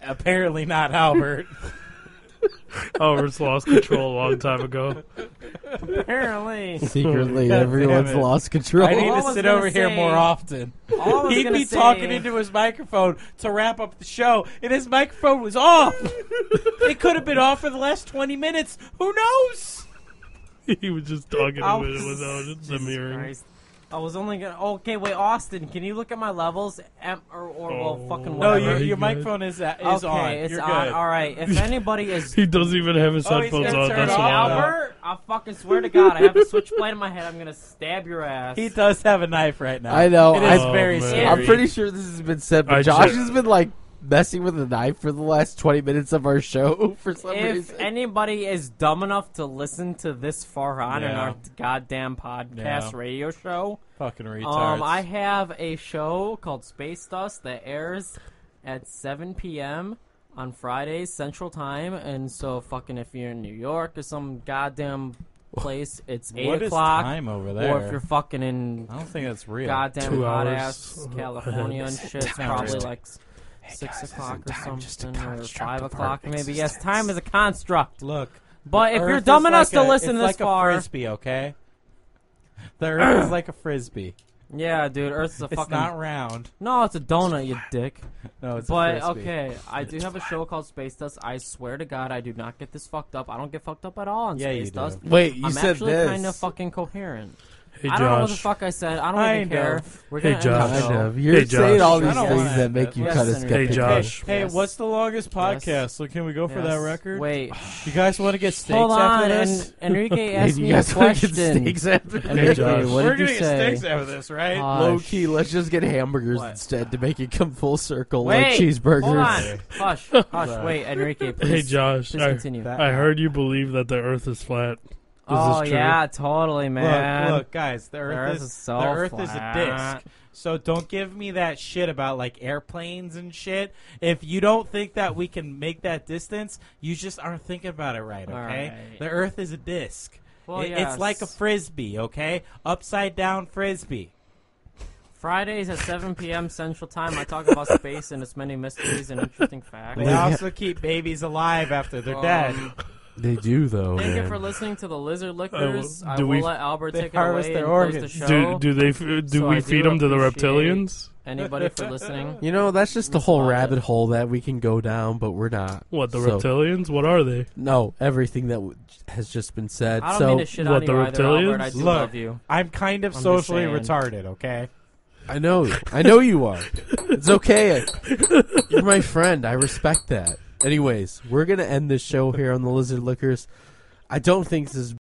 Speaker 3: Apparently not Albert.
Speaker 4: Albert's lost control a long time ago.
Speaker 1: Apparently.
Speaker 2: Secretly,
Speaker 3: God
Speaker 2: everyone's
Speaker 3: damn it.
Speaker 2: lost control.
Speaker 3: I need
Speaker 1: All I
Speaker 3: to
Speaker 1: was
Speaker 3: sit
Speaker 1: gonna
Speaker 3: over here
Speaker 1: say-
Speaker 3: more often.
Speaker 1: All I was
Speaker 3: He'd
Speaker 1: gonna
Speaker 3: be
Speaker 1: say-
Speaker 3: talking into his microphone to wrap up the show, and his microphone was off. it could have been off for the last 20 minutes. Who knows?
Speaker 4: he was just talking
Speaker 1: I
Speaker 4: about it
Speaker 1: was-
Speaker 4: without the
Speaker 1: Jesus
Speaker 4: mirror.
Speaker 1: Christ. I was only gonna. Okay, wait, Austin, can you look at my levels? Em, or, or well,
Speaker 4: Oh.
Speaker 1: fucking
Speaker 3: No,
Speaker 1: whatever.
Speaker 3: your,
Speaker 4: He
Speaker 3: your
Speaker 4: good.
Speaker 3: microphone is, uh, is
Speaker 1: okay,
Speaker 3: on.
Speaker 1: it's
Speaker 3: You're
Speaker 1: on.
Speaker 3: good.
Speaker 1: All right. If anybody is
Speaker 4: He doesn't even have his
Speaker 3: Oh, he's
Speaker 4: headphones
Speaker 3: gonna
Speaker 4: on.
Speaker 3: turn
Speaker 4: That's
Speaker 3: it
Speaker 4: why.
Speaker 3: off.
Speaker 1: Albert, I fucking swear to God, I have a switchblade in my head. I'm gonna stab your ass.
Speaker 3: He does have a knife right now.
Speaker 2: I know.
Speaker 3: It is
Speaker 4: I-
Speaker 3: very
Speaker 4: Oh, man.
Speaker 3: scary.
Speaker 2: I'm pretty sure this has been said, but
Speaker 4: I
Speaker 2: Josh
Speaker 4: ju-
Speaker 2: has been like messing with a knife for the last 20 minutes of our show for some
Speaker 1: if
Speaker 2: reason.
Speaker 1: anybody is dumb enough to listen to this far on in
Speaker 3: Yeah.
Speaker 1: our goddamn podcast
Speaker 3: Yeah.
Speaker 1: radio show,
Speaker 3: fucking retards.
Speaker 1: um, I have a show called Space Dust that airs at 7 p.m. on Fridays Central Time, and so fucking if you're in New York or some goddamn place, it's eight
Speaker 3: what is
Speaker 1: o'clock.
Speaker 3: time over there?
Speaker 1: Or if you're fucking in
Speaker 3: I don't think that's real.
Speaker 1: goddamn
Speaker 4: Two
Speaker 1: hot
Speaker 4: hours.
Speaker 1: ass
Speaker 3: Uh-huh.
Speaker 1: California and shit. It's probably like s- six o'clock or something, or five o'clock maybe. Yes, time is a construct.
Speaker 3: Look,
Speaker 1: But
Speaker 3: the
Speaker 1: if you're
Speaker 3: Earth
Speaker 1: dumb
Speaker 3: is
Speaker 1: enough
Speaker 3: like
Speaker 1: to
Speaker 3: a-
Speaker 1: listen
Speaker 3: it's
Speaker 1: this
Speaker 3: like
Speaker 1: far,
Speaker 3: a frisbee, okay? The Earth is like a frisbee.
Speaker 1: yeah, dude, Earth's a
Speaker 3: It's
Speaker 1: fucking
Speaker 3: not round.
Speaker 1: no, it's a donut, you dick.
Speaker 3: No, it's a
Speaker 1: But
Speaker 3: frisbee.
Speaker 1: okay, I do have a show called Space Dust. I swear to God, I do not get this fucked up. I don't get fucked up at all on
Speaker 3: Yeah, you
Speaker 1: Space
Speaker 3: do.
Speaker 1: Dust.
Speaker 2: Wait, you
Speaker 1: I'm
Speaker 2: said
Speaker 1: actually
Speaker 2: this.
Speaker 1: kind of fucking coherent.
Speaker 4: Hey,
Speaker 1: I don't know what the
Speaker 4: Josh.
Speaker 1: fuck I said. I don't even
Speaker 3: Kind
Speaker 1: care.
Speaker 3: of.
Speaker 1: We're
Speaker 4: Hey,
Speaker 1: gonna end the
Speaker 4: Josh.
Speaker 2: Kind
Speaker 1: show.
Speaker 2: of. You're
Speaker 4: Hey,
Speaker 2: saying
Speaker 4: Josh.
Speaker 2: all
Speaker 3: I
Speaker 2: these
Speaker 3: don't
Speaker 2: things
Speaker 3: wanna
Speaker 2: that
Speaker 3: end
Speaker 2: make
Speaker 3: it.
Speaker 2: you
Speaker 1: Yes,
Speaker 2: kind of
Speaker 1: Henry. Hey,
Speaker 2: skeptical.
Speaker 4: Josh.
Speaker 3: Hey,
Speaker 1: Yes.
Speaker 3: what's the longest podcast?
Speaker 1: Yes.
Speaker 3: Like, can we go for that
Speaker 1: Yes.
Speaker 3: record?
Speaker 1: Wait,
Speaker 3: You guys want to get steaks
Speaker 1: Hold on,
Speaker 3: after this?
Speaker 1: and Enrique
Speaker 2: Hey,
Speaker 1: asked
Speaker 2: do
Speaker 1: me
Speaker 2: you
Speaker 1: a
Speaker 2: guys want to get
Speaker 1: question.
Speaker 2: steaks after this?
Speaker 1: Enrique,
Speaker 4: Josh.
Speaker 1: what
Speaker 3: We're
Speaker 1: did you
Speaker 3: gonna
Speaker 1: say?
Speaker 3: get steaks out of this, right?
Speaker 1: Gosh.
Speaker 2: Low key, let's just get hamburgers
Speaker 1: What?
Speaker 2: instead to make it come full circle like
Speaker 1: Wait,
Speaker 2: cheeseburgers.
Speaker 1: Hold on, hush, hush. Wait, Enrique, please,
Speaker 4: Hey, Josh.
Speaker 1: please
Speaker 4: I,
Speaker 1: continue.
Speaker 3: That-
Speaker 4: I heard you believe that the Earth is flat. Is
Speaker 1: oh
Speaker 4: this true?
Speaker 1: yeah, totally, man.
Speaker 3: Look, look, guys, the
Speaker 1: The
Speaker 3: Earth, is,
Speaker 1: so
Speaker 3: the Earth is a
Speaker 1: flat.
Speaker 3: disc. So don't give me that shit about like airplanes and shit. If you don't think that we can make that distance, you just aren't thinking about it right.
Speaker 1: All
Speaker 3: Okay,
Speaker 1: right.
Speaker 3: the Earth is a disc.
Speaker 1: Well,
Speaker 3: It-
Speaker 1: yes.
Speaker 3: It's like a frisbee. Okay, upside down frisbee.
Speaker 1: Fridays at 7 p.m. Central Time. I talk about space and its many mysteries and interesting facts.
Speaker 3: They
Speaker 2: Yeah.
Speaker 3: also keep babies alive after they're dead.
Speaker 1: Um,
Speaker 2: They do though.
Speaker 1: Thank you
Speaker 2: man.
Speaker 1: for listening to the Lizard Lickers. I
Speaker 4: do
Speaker 1: will
Speaker 4: we-
Speaker 1: let Albert
Speaker 3: They
Speaker 1: take it
Speaker 3: harvest
Speaker 1: away
Speaker 3: their
Speaker 1: and
Speaker 3: organs.
Speaker 1: close the show.
Speaker 4: Do do they f- do
Speaker 1: So
Speaker 4: we
Speaker 1: I do
Speaker 4: feed them to the
Speaker 1: appreciate-
Speaker 4: reptilians?
Speaker 1: Anybody for listening?
Speaker 2: You know, that's just the
Speaker 1: That's
Speaker 2: whole
Speaker 1: about
Speaker 2: rabbit
Speaker 1: it.
Speaker 2: hole that we can go down, but we're not.
Speaker 4: What the
Speaker 2: So-
Speaker 4: reptilians? What are they?
Speaker 2: No, everything that w- has just been said.
Speaker 1: I don't
Speaker 2: so
Speaker 1: mean to shit on
Speaker 4: what,
Speaker 1: you
Speaker 4: the
Speaker 1: either, Albert. I
Speaker 4: reptilians?
Speaker 1: do
Speaker 3: Look.
Speaker 1: love you.
Speaker 3: I'm kind
Speaker 1: I'm
Speaker 3: of
Speaker 1: just
Speaker 3: socially
Speaker 1: saying.
Speaker 3: retarded. Okay.
Speaker 2: I know, I know you are. It's okay. You're my friend. I respect that. Anyways, we're gonna end this show here on the Lizard Lickers. I don't think this is